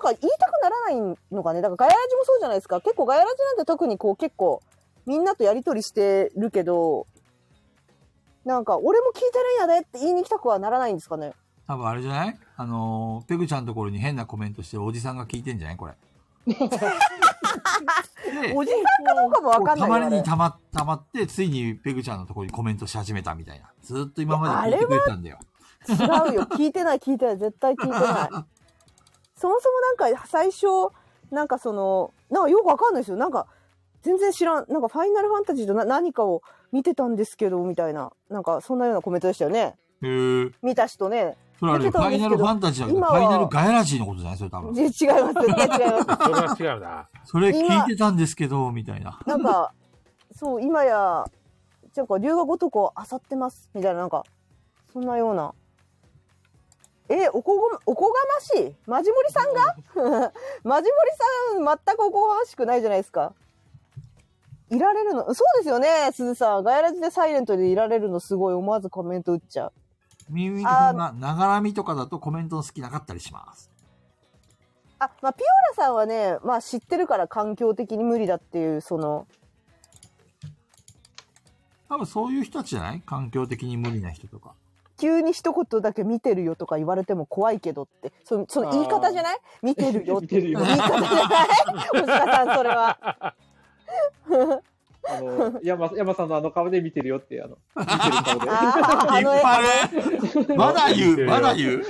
か言いたくならないのかね。だからガヤラジもそうじゃないですか。結構ガヤラジなんて特にこう結構みんなとやりとりしてるけど、なんか俺も聞いてるんやでって言いに来たくはならないんですかね。
多分あれじゃないあのーペグちゃんのところに変なコメントしてるおじさんが聞いてんじゃないこれ。で
おじさんかどうかもわかんない
た
よ
ま
あ
り
れ
にたまたまって、ついにペグちゃんのところにコメントし始めたみたいな。ずーっと今まで聞いてくれてたんだよ。
違うよ。聞いてない、聞いてない。絶対聞いてない。そもそもなんか最初、なんかその、なんかよくわかんないですよ。なんか全然知らん。なんかファイナルファンタジーとな何かを見てたんですけど、みたいな。なんかそんなようなコメントでしたよね。
へー。
見た人ね。
それあれ、フ
見てたん
ァ
で
イ
す
ナ
け
ル
ど
ファンタジーじゃな
今
くて
は
ファイナルガヤラジーのことじゃないそれ多分。
じ違います。絶対違います。
それは違うな。
それ聞いてたんですけど、みたいな。
なん か、そう、今や、なんか、龍が如くを漁ってます、みたいな、なんか、そんなような。え、おこご、おこがましいマジモリさんが マジモリさん、全くおこがましくないじゃないですか。いられるの、そうですよね、鈴さん。ガヤラジでサイレントでいられるのすごい、思わずコメント打っちゃう。
ミミミさんが、ながらみとかだとコメントの好きなかったりします。
あ、まあ、ピオラさんはね、まあ、知ってるから環境的に無理だっていう、その、
多分そういう人たちじゃない環境的に無理な人とか。
急に一言だけ見てるよとか言われても怖いけどって、その、その言い方じゃない見てるよって。
見てるよ
言い方じゃない星田さん、それは。
あの、山、山さんのあの顔で見てるよって、あの、見てる顔で。
ああ、あ
引っ
の絵。
張 れまだ言
言って
う
る
まだ言う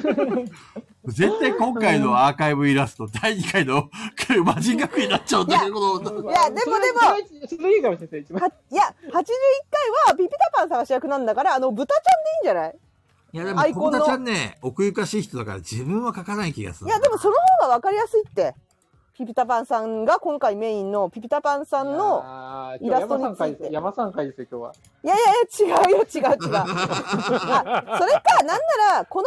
絶対今回のアーカイブイラスト、第2回の 魔人学園になっちゃうんだけど、
いや、でもでも、
それそれそれいいかもしれない、一番。
は、いや、81回はビピタパンさんが主役なんだから、あの、豚ちゃんでいいんじゃない
いやで
ア
も、
イコ
コ
ンの
ブタちゃんね、奥ゆかしい人だから自分は書かない気がす
い
る。
や、でもその方がわかりやすいって。ピピタパンさんが今回メインのピピタパンさんの、
の
イラストについて
山さん回ですよ山さん回ですよ、今日は。
いやいやいや、違うよ、違う、違う。あそれか、なんなら、この81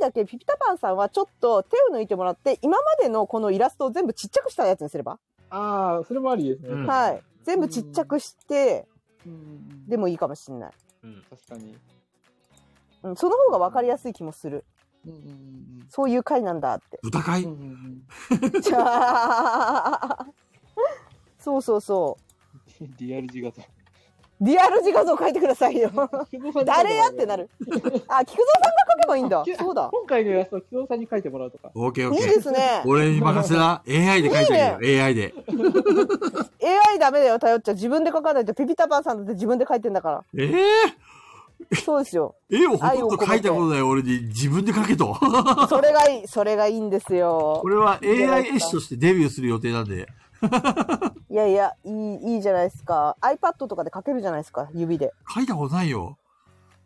回だけピピタパンさんはちょっと手を抜いてもらって、今までのこのイラストを全部ちっちゃくしたやつにすれば、
ああ、それもありですね。
うん
はい。全部ちっちゃくして、
うん
でもいいかもしんない。
うん。
確かに。
うん、その方がわかりやすい気もする。
うんうん
そういう回なんだって。
豚
うんう
会
んうんうん
じゃあそうそうそ
うん。リアル字型。
う。リアル字画像書いてください よ。 誰やってなる。あ、菊蔵さんが書け ばいいんだ。そうだ。
今回のイラストを木造さんに書いてもらうと か。
オーケーオ
い
ー
い
ケー。
ですね。
俺に任せな。AI で書いてあげるよ。AI で。
AI ダメだよ、頼っちゃ。自分で書かないと。ピピタパンさんだって自分で書いてんだから。
ええ
そうですよ。
絵をほとんど書いたことない俺に自分で書け と。
それがいい。それがいいんですよ
こ。れは AI 絵師としてデビューする予定なんで。
いやいや、いい、いいじゃないですか。iPad とかで書けるじゃないですか、指で。
書いたことないよ。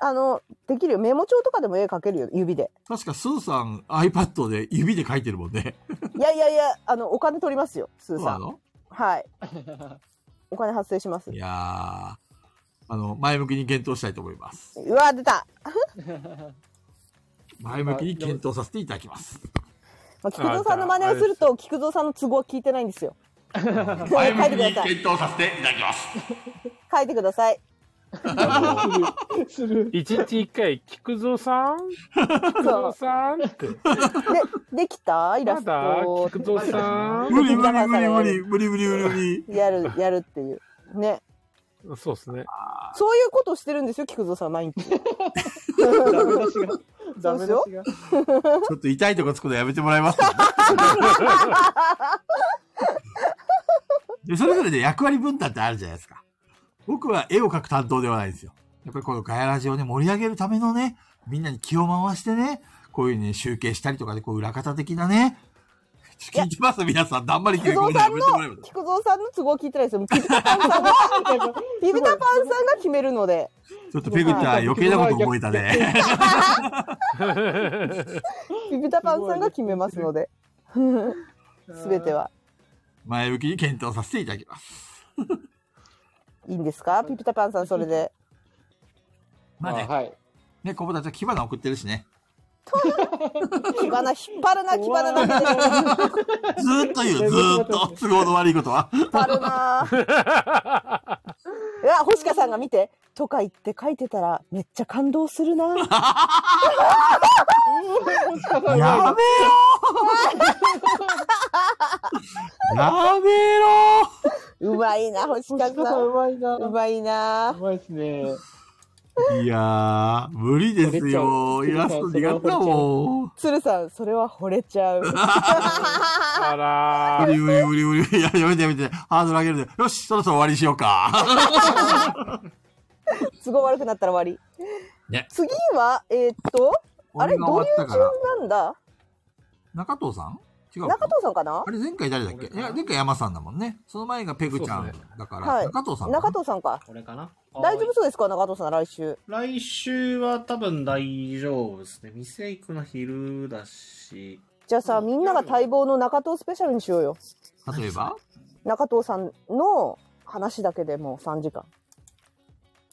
あの、できるよ。メモ帳とかでも絵描けるよ、指で。
確かスーさん iPad で指で書いてるもんね。
いやいやいや、あの、お金取りますよ、ス
そ
ー
う
さ。
なんの
はい。お金発生します
い。やー、あの、前向きに検討したいと思います。
うわ、出た。
前向きに検討させていただきます。
まあ、菊蔵さんの真似をすると、菊蔵さんの都合は聞いてないんですよ。書
前
い
向き
てく
に
ださい。
検討させていただきます。
書いてください。
する。
一日一回、菊蔵さん菊
そ
蔵さんって。
う。で、できたイラ
ま
スト。
だ菊蔵さ
無理無理無理無理無理無理無理無理。
や る、やるっていう。ね。
んそうですね。
そういうことをしてるんですよ、菊蔵さん、 毎日。
ダメ出しが。ダメ出
そう
し が。
ちょっと痛いとこつくのやめてもらえます、 でそれぞれで役割分担ってあるじゃないですか。僕は絵を描く担当ではないんですよ。やっぱりこのガヤラジをね、盛り上げるためのね、みんなに気を回してね、こういうね、集計したりとかで、こう裏方的なね、聞いてます皆さん。あんまり聞い
菊
てこな
蔵
い
さん
やめ
の
てもらえま、す。
菊蔵さんの都合を聞いてないですよ。ピピタパンさんが、 ピピタパンさんが決めるので。
ちょっとペグちゃん余計なこと覚えたね。
ピピタパンさんが決めますので。すべては。
前向きに検討させていただきます。
いいんですかピピタパンさん、それで。
まあ
あ
ね、
はい。
ね、こぼたちは火花送ってるしね。
木花引っ張るな、木花だけで
ずーっと言う、ずーっと。都合の悪いことは。
引っ張るな。 いや、星香さんが見て。とか言って書いてたら、めっちゃ感動するな。
やめろやめろ
うまいな、星香
星
さ
方
ん。
うまいな。
う
う
まいな。
まいですね。
いやー、無理ですよ。イラスト苦手だもん。
鶴さん、それは惚れち ゃう。
あら
無
ー。
理無理無理無理。いや、やめてやめて。ハードル上げるで。よし、そろそろ終わりにしようか。
都合悪くなったら終わり。
ね
次は、えーっと、 あれ、
俺が
どうい
終
う
わった
順
から。
なんだ
中藤さん違うか。
中藤さんかな
あれ、前回誰だっけいや、前回山さんだもんね。その前がペグちゃ
そうんで
だか
は
ら、
い
中藤さんかな。
中藤さんか。
これかな
大丈夫そうですか中藤さん、来週。
来週は多分大丈夫ですね。店行くの昼だし。
じゃあさ、みんなが待望の中藤スペシャルにしようよ。
例えば
中藤さんの話だけでもう3時間。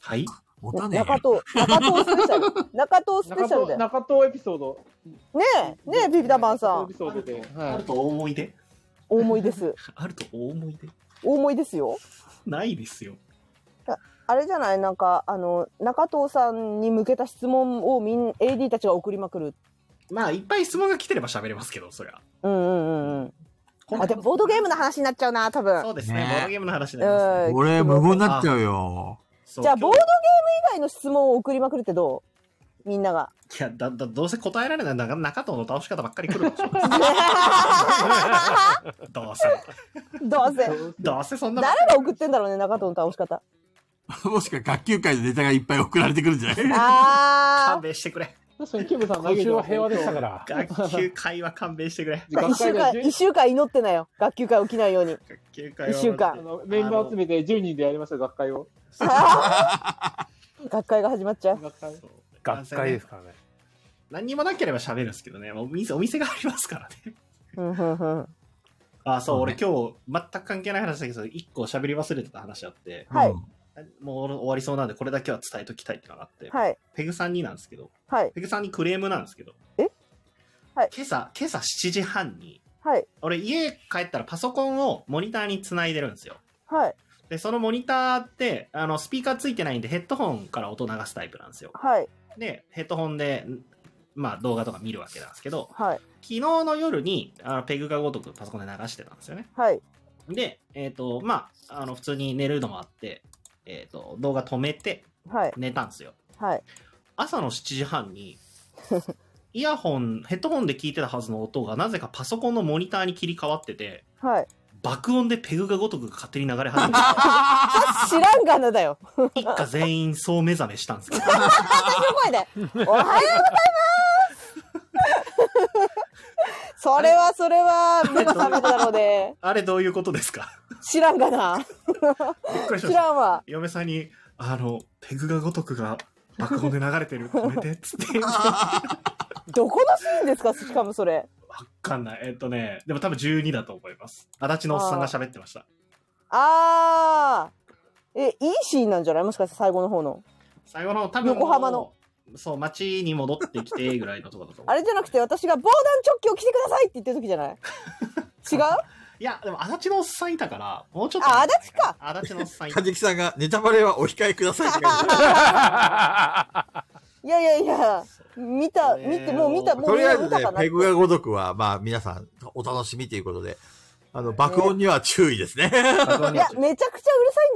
はい
持たねえ
中。藤、中藤スペシャ ル。中藤スペ
中
シャルだ
東、
よ。ね
中東エピソード。
え、ねえ、ビビタパンさ
中
ん。
東エピソードで。
あ
は
ると大思い出
大思いです。
あると大思い出
大思いですよ。
ないですよ。
あれじゃないなんか、あの、中藤さんに向けた質問をみん、AD たちが送りまくる。
まあ、いっぱい質問が来てれば喋れますけど、そりゃ。
うんうんうんうん。あ、でもボードゲームの話になっちゃうな、多分。
そうですね。
ね
ボードゲームの話になりますね。
うん
俺、無言になっちゃうよ。
そう
じゃあ、
今
ボード
日
ゲーム以外の質問を送りまくるってどうみんなが。
いやだだどうせ答えられない中中藤の倒し方ばっかり来るかもしれ ないどうせ
どうせ。
どうせそんなばっか
誰が送ってんだろうね、中藤の倒し方。
もしくは学級会でネタがいっぱい送られてくるんじゃない
り
あ
勘弁してくれ
確かに、キムさん
今
投げて
週は
ますね
平和でしたから。
学級会は勘弁してく れ
ー。一週間、一週間祈ってなよ。学級会起きないように。
学級会は
一週間
あのメンバー集めて10人でやりました、学会を。
学会が始まっちゃう。
学会。
そう
学会ですからね。
何にもなければ喋るんですけどねお店お店がありますから ね
うんうんうん
あそ
そ
う
う
俺
ね
今日全く関係ない話だけど一個喋り忘れてた話あって
はい。
もう終わりそうなんでこれだけは伝えときたいってのがあって、
はい。
ペグさんになんですけど
はい。
ペグさんにクレームなんですけど
えはい
今朝今朝7時半に
はい。
俺家帰ったらパソコンをモニターにつないでるんですよ
はい。
でそのモニターってあのスピーカーついてないんでヘッドホンから音流すタイプなんですよ
はい。
でヘッドホンでまあ動画とか見るわけなんですけど
はい。
昨日の夜にあのペグがごとくパソコンで流してたんですよね
はい。
でえっ、とまああの普通に寝るのもあってえっ、と動画止めて
はい。
寝たんですよ
はい。
朝の7時半にイヤホンヘッドホンで聞いてたはずの音がなぜかパソコンのモニターに切り替わってて
はい。
爆音でペグがごとく勝手に流れ始めて
知らんがなだよ。
一家全員そう目覚めしたんですけど
私の声で。おはようございます。それはそれは目が覚めただろうね。
あれどういうことですか
知らんがな。
びっくりしまし
知
た
らんわ。
嫁さんに「あのペグがごとくが爆音で流れてる止め て」っつって
どこのシーンですかしかもそれ。
わかんない。えっとね、でも多分12だと思います。足立のおっさんが喋ってました。
あー。え、いいシーンなんじゃないもしかして最後の方の。
最後の多分もう
横浜の。
そう、街に戻ってきてぐらいのとこだと思
あ
う。
れじゃなくて私が防弾チョッキを着てくださいって言ってる時じゃない違う
いや、でも足立のおっさんいたから、もうちょっと。
あ足立か。
足立のおっさんいた
か。じきさんがネタバレはお控えくださいって書いてあ
いやいやいや、見た、
ねえ
見て、もう見た、
る
もう
とりあえず
見
ね
たか、な。
ペグがごとくは、まあ皆さんお楽しみということで、あの、爆音には注意ですね。
いや、めちゃくちゃうるさいん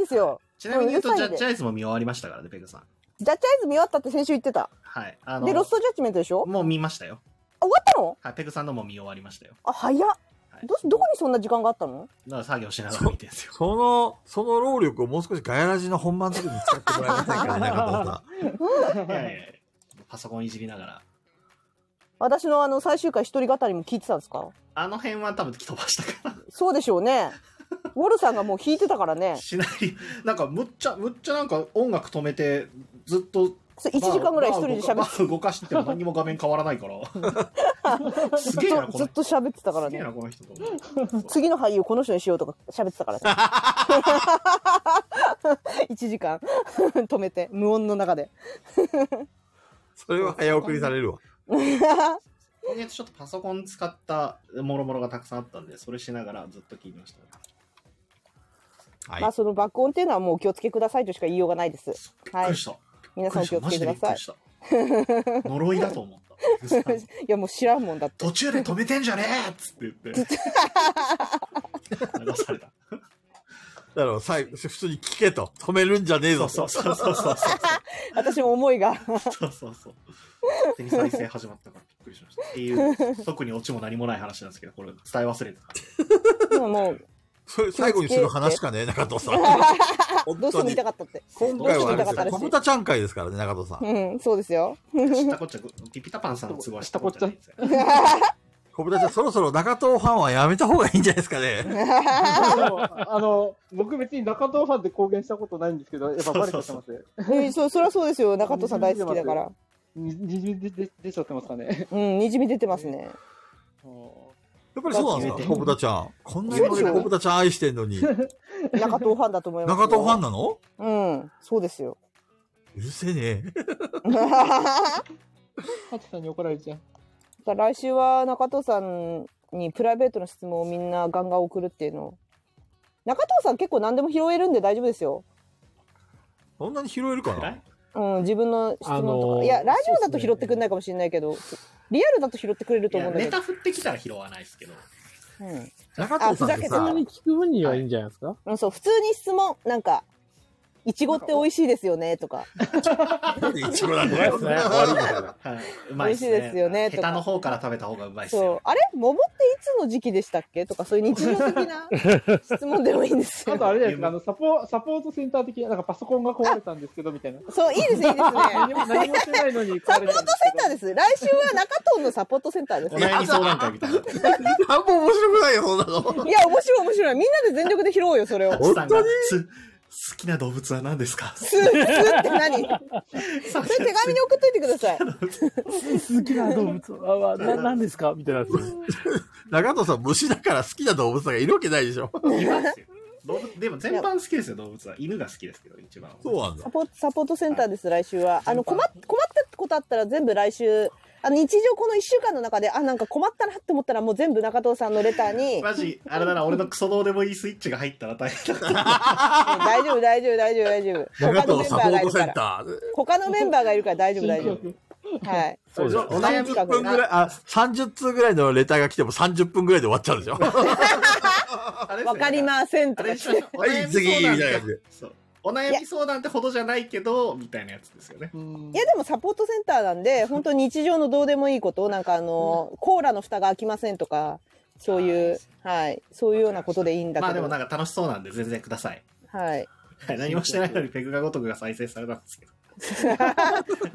ですよ。
ちなみに言う
う
と、
る
ジ
さ
ャ
い
ッ
んで
ジアイズも見終わりましたからね、ペグさん。
ジャッジアイズ見終わったって先週言ってた。
はい。あの、
で、ロストジャッジメントでしょ
もう見ましたよ。
あ、終わったの
はい、ペグさんのも見終わりましたよ。
あ、早っ
はい。
どうし、どこにそんな時間があったの
だから作業しながら見てるん ですよ。
その、その労力をもう少しガヤラジの本番の時に使ってもらえませんかね、 中藤さん。
いやいやいやパソコンいじりながら。
私のあの、最終回一人語りも聞いてたんですか
あの辺は多分吹き飛ばしたから。
そうでしょ うね。ウォルさんがもう弾いてたからね。
シナリオ、なんかむっちゃ、むっちゃなんか音楽止めて、ずっと
それ1時間ぐらい一人で喋
ま
っ
あまあ動かして も何も画面変わらないから。
て、
すげえな、こ
ず
の
っと喋ってたから
すげえ
ね。
な、この人と思って。
次の俳優この人にしようとか喋ってたからね。1時 間止めて、無音の中で。
それは早送りされるわ。
今月ちょっとパソコン使ったもろもろがたくさんあったんで、それしながらずっと聞いてました、
はい
まあ。その爆音っていうのはもうお気をつけくださいとしか言いようがないです。
びっ
は
く
い
り。した。
皆さんお気をつけください。
マジでびっくり した。呪いだと思った。
いやもう知らんもんだって。
途中で止めてんじゃねえっつって言って。流された。
だから、最後、普通に聞けと。止めるんじゃねえ
そ
ぞ
う
と。
そうそうそうそう
私も思いが。
そうそうそう。勝手に再生始まったからびっくりしました。っていう、特にオチも何もない話なんですけど、これ伝え忘れてた。
でももう、
それ最後にする話かね、中藤さん。
ど
本
うして
当
も言い
に
た。かったって。
今
どう
回
しても言いた
はあれで
か
す
ったらし
ね、小
い
豚ちゃん会ですからね、中藤さん。
うん、そうですよ。
知ったこっちゃ、ピピタパンさんの都合は知ったこっちゃないんですよ。
小豚ちゃん、そろそろ中藤ファンはやめた方がいいんじゃないですかね。
でもあの、僕別に中東ファンで公言したことないんですけど、やっぱバレちゃってますね。
うんそそりゃそうですよ。中藤さん大好きだから。
ににじみ出出出ちゃってますかね。
うん、にじみ出てますね。
やっぱりそうなんですか、小豚ちゃん。こんなに俺小豚ちゃん愛してんのに、
中藤ファンだと思います。
中藤ファン
ン
なの
うん、そうです よ。
うるせえね。
ハチさんに怒られちゃう。
だから来週は中藤さんにプライベートの質問をみんなガンガン送るっていうのを中藤さん結構何でも拾えるんで大丈夫ですよ。
そんなに拾えるか
暗
ない
うん、自分の質問とか、
あのー
いやラジオだ
そう
と
っす
拾
ね
ってくれないかもしれないけど、リアルだと拾ってくれると
い
思
や
うんだ
ネ
けど、
タ振ってきたら拾わないですけど。
うん
中藤さんって
あ
普
ふざ
さ
け
通、に聞く分にはいいんじゃないですか
うん、そう普通に質問なんかいちごって美味しいですよねとか、
いちごなん
うまいっ
だ よ
す。ね。 悪いことだ。
はい、うまいっすね。
美味しいですよねと
下
か
手の方から食べた方がうまいっす
そう
よ。
あれ桃っていつの時期でしたっけとかそういう日常的な質問でもいいんです
あ
よ。
とあれじゃないですか、あの、サポ、サポートセンター的な、なんかパソコンが壊れたんですけど、みたいな。
そういいですねいいですね。
何も、何もしてないのに
サ
壊
ポートセン
れたんですけど。
ターです。来週は中東のサポートセンターです
お。 悩み相談会みたいな。
あんま面白くないよ、そんなの。
いや面白い面白い。みんなで全力で拾おうよそれを。
本
さん
当
が
に
す好きな動物は何ですか
すすって何？それ手紙に送っといてください。
好きな動物は、な、なんですかみたいなやつ。
中藤さん、虫だから好きな動物がいるわけないでしょ。
いますよ。動物、でも全般好きですよ、動物は。犬が好きですけど、一番。
そうなんだ
サ。ポートサポートセンターです来週は。あの困っ困ったことあったら全部来週。あの日常この一週間の中であなんか困ったなって思ったらもう全部中藤さんのレターに
マジ、あれだな、俺のクソどうでもいいスイッチが入ったら大変だ。
大丈夫大丈夫大丈夫大丈夫。
中
他の
藤
メン
サ
バ
ポ
ー
ー
がい
ト
る
セ
か
ン
ら。
ター。
他のメンバーがいるから大丈夫大 丈夫。はい。
そうじゃん。
お悩み10分ぐらい、あ、30通ぐらいのレターが来ても30分ぐらいで終わっちゃうでしょ。
あれですね
わかりません
あ
とか
れ
言っ
で
て
しょお
はい、
悩 み
次、みたいな
相
感
談
じで。
そうお悩み相談ってほどじゃないけど、みたいなやつですよね。
うん
いやでもサポートセンターなんで本当に日常のどうでもいいことなんかあの、コーラの蓋が開きませんとかそういうはいそういうようなことでいいんだ
まあ
け
でも
ど、
なんか楽しそうなんで全然ください。
はい
はい何もしてないのにペ グがごとくが再生されたんですけど。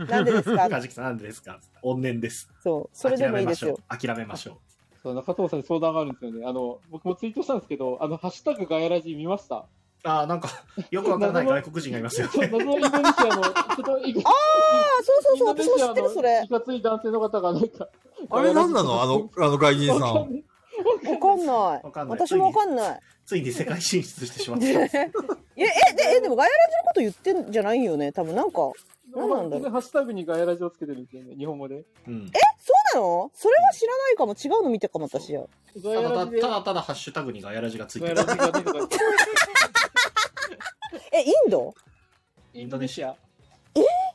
なん でですか
カジキさんなんでですか怨念です。
そうそれでもいいですよ
諦めましょう。
そう、中藤さんに相談があるんですよね。あの、僕もツイートしたんですけど、あの、ハッシュタグガヤラジ見ました。
ああ、なんか、 よくわからない外国人がいますよ
そう、
ね。
謎のインドネシアの、ちょっとインド、あ
あそうそうそう私も知ってるそれ
いかつい男性の方が、なんか、
あれ何なのあの、あの外人さ
わか
ん。
んない
わかんない
わかんない
私もわかんない
ついに世界進出してしまっ
え
た。
えでえでもガヤラジのこと言ってんじゃないよね多分なんか何なんだろう
でハッシュタグにガヤラジをつけてるんですよね、日本語で。
うん
そうなのそれは知らないかも違うの見てかも私は
ガ
た
ヤ
だた
ラジで、
た
ガ
だただハッシュタグにガヤラジがついて
ヤ
る。
ラジが出てた。
えインド
インドネシア。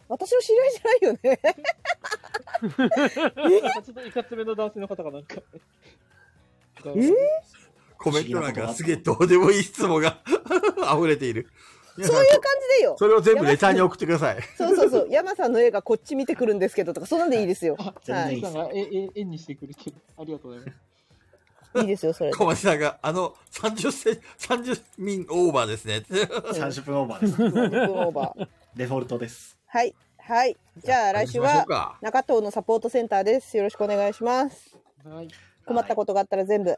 私の知り合いじゃないよね
なんかちょっといかつめの男性の方がなんか。
コメントなんかすげえどうでもいい質問が 溢れている。皆
そ
さ
うんいう感じでよ
それを全部レターに送ってください。
そうそうそう。山さんの映画こっち見てくるんですけどとか、そんなんでいいですよ。
全
は
然い
い
い。
さ
で
ん
す。
が、え、え、縁にしてくれてる。ありがとうございます。
いいですよ、それ。
小町さんが、あの、30せ、30民オーバーですね。
30分オーバーです。
10分オーバー。
デフォルトです。
はい。はい。じゃあ来週
行きましょ
は
う、か
中東のサポートセンターです。よろしくお願いします。
はい。
困ったことがあったら全部、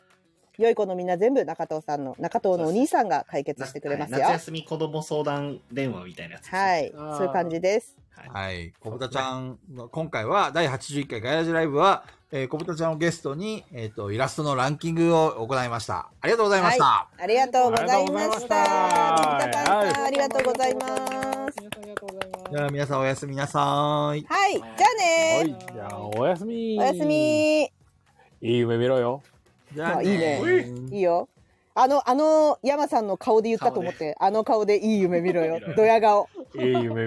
良い子のみんな全部、中東さんの、中東のお兄さんが解決してくれます
はい
よ。
夏休み子供相談電話みたいなやつですね。
はい。
あー
そういう感じです。
は
はい。小豚ちゃんの、今回は第81回ガヤラジライブは、えー、小豚ちゃんをゲストに、えっ、と、イラストのランキングを行いました。ありがとうございました。
ありがとうございました。
あ
ピ
り
ピ
が
タ
とうございました
パンさん、ありがとうございます。
皆さんありがとうございます
じ。ゃあ皆さんおやすみなさーい。
はい。じゃあ
は
ね
い。じゃあ、おやすみ。
おやす。み。
いい夢見ろよ。
じゃあ
あいいね
ー
いいよ。あの、あの、山さんの顔で言ったと思って、あの顔でいい夢見ろよ。ドヤ顔。
いい夢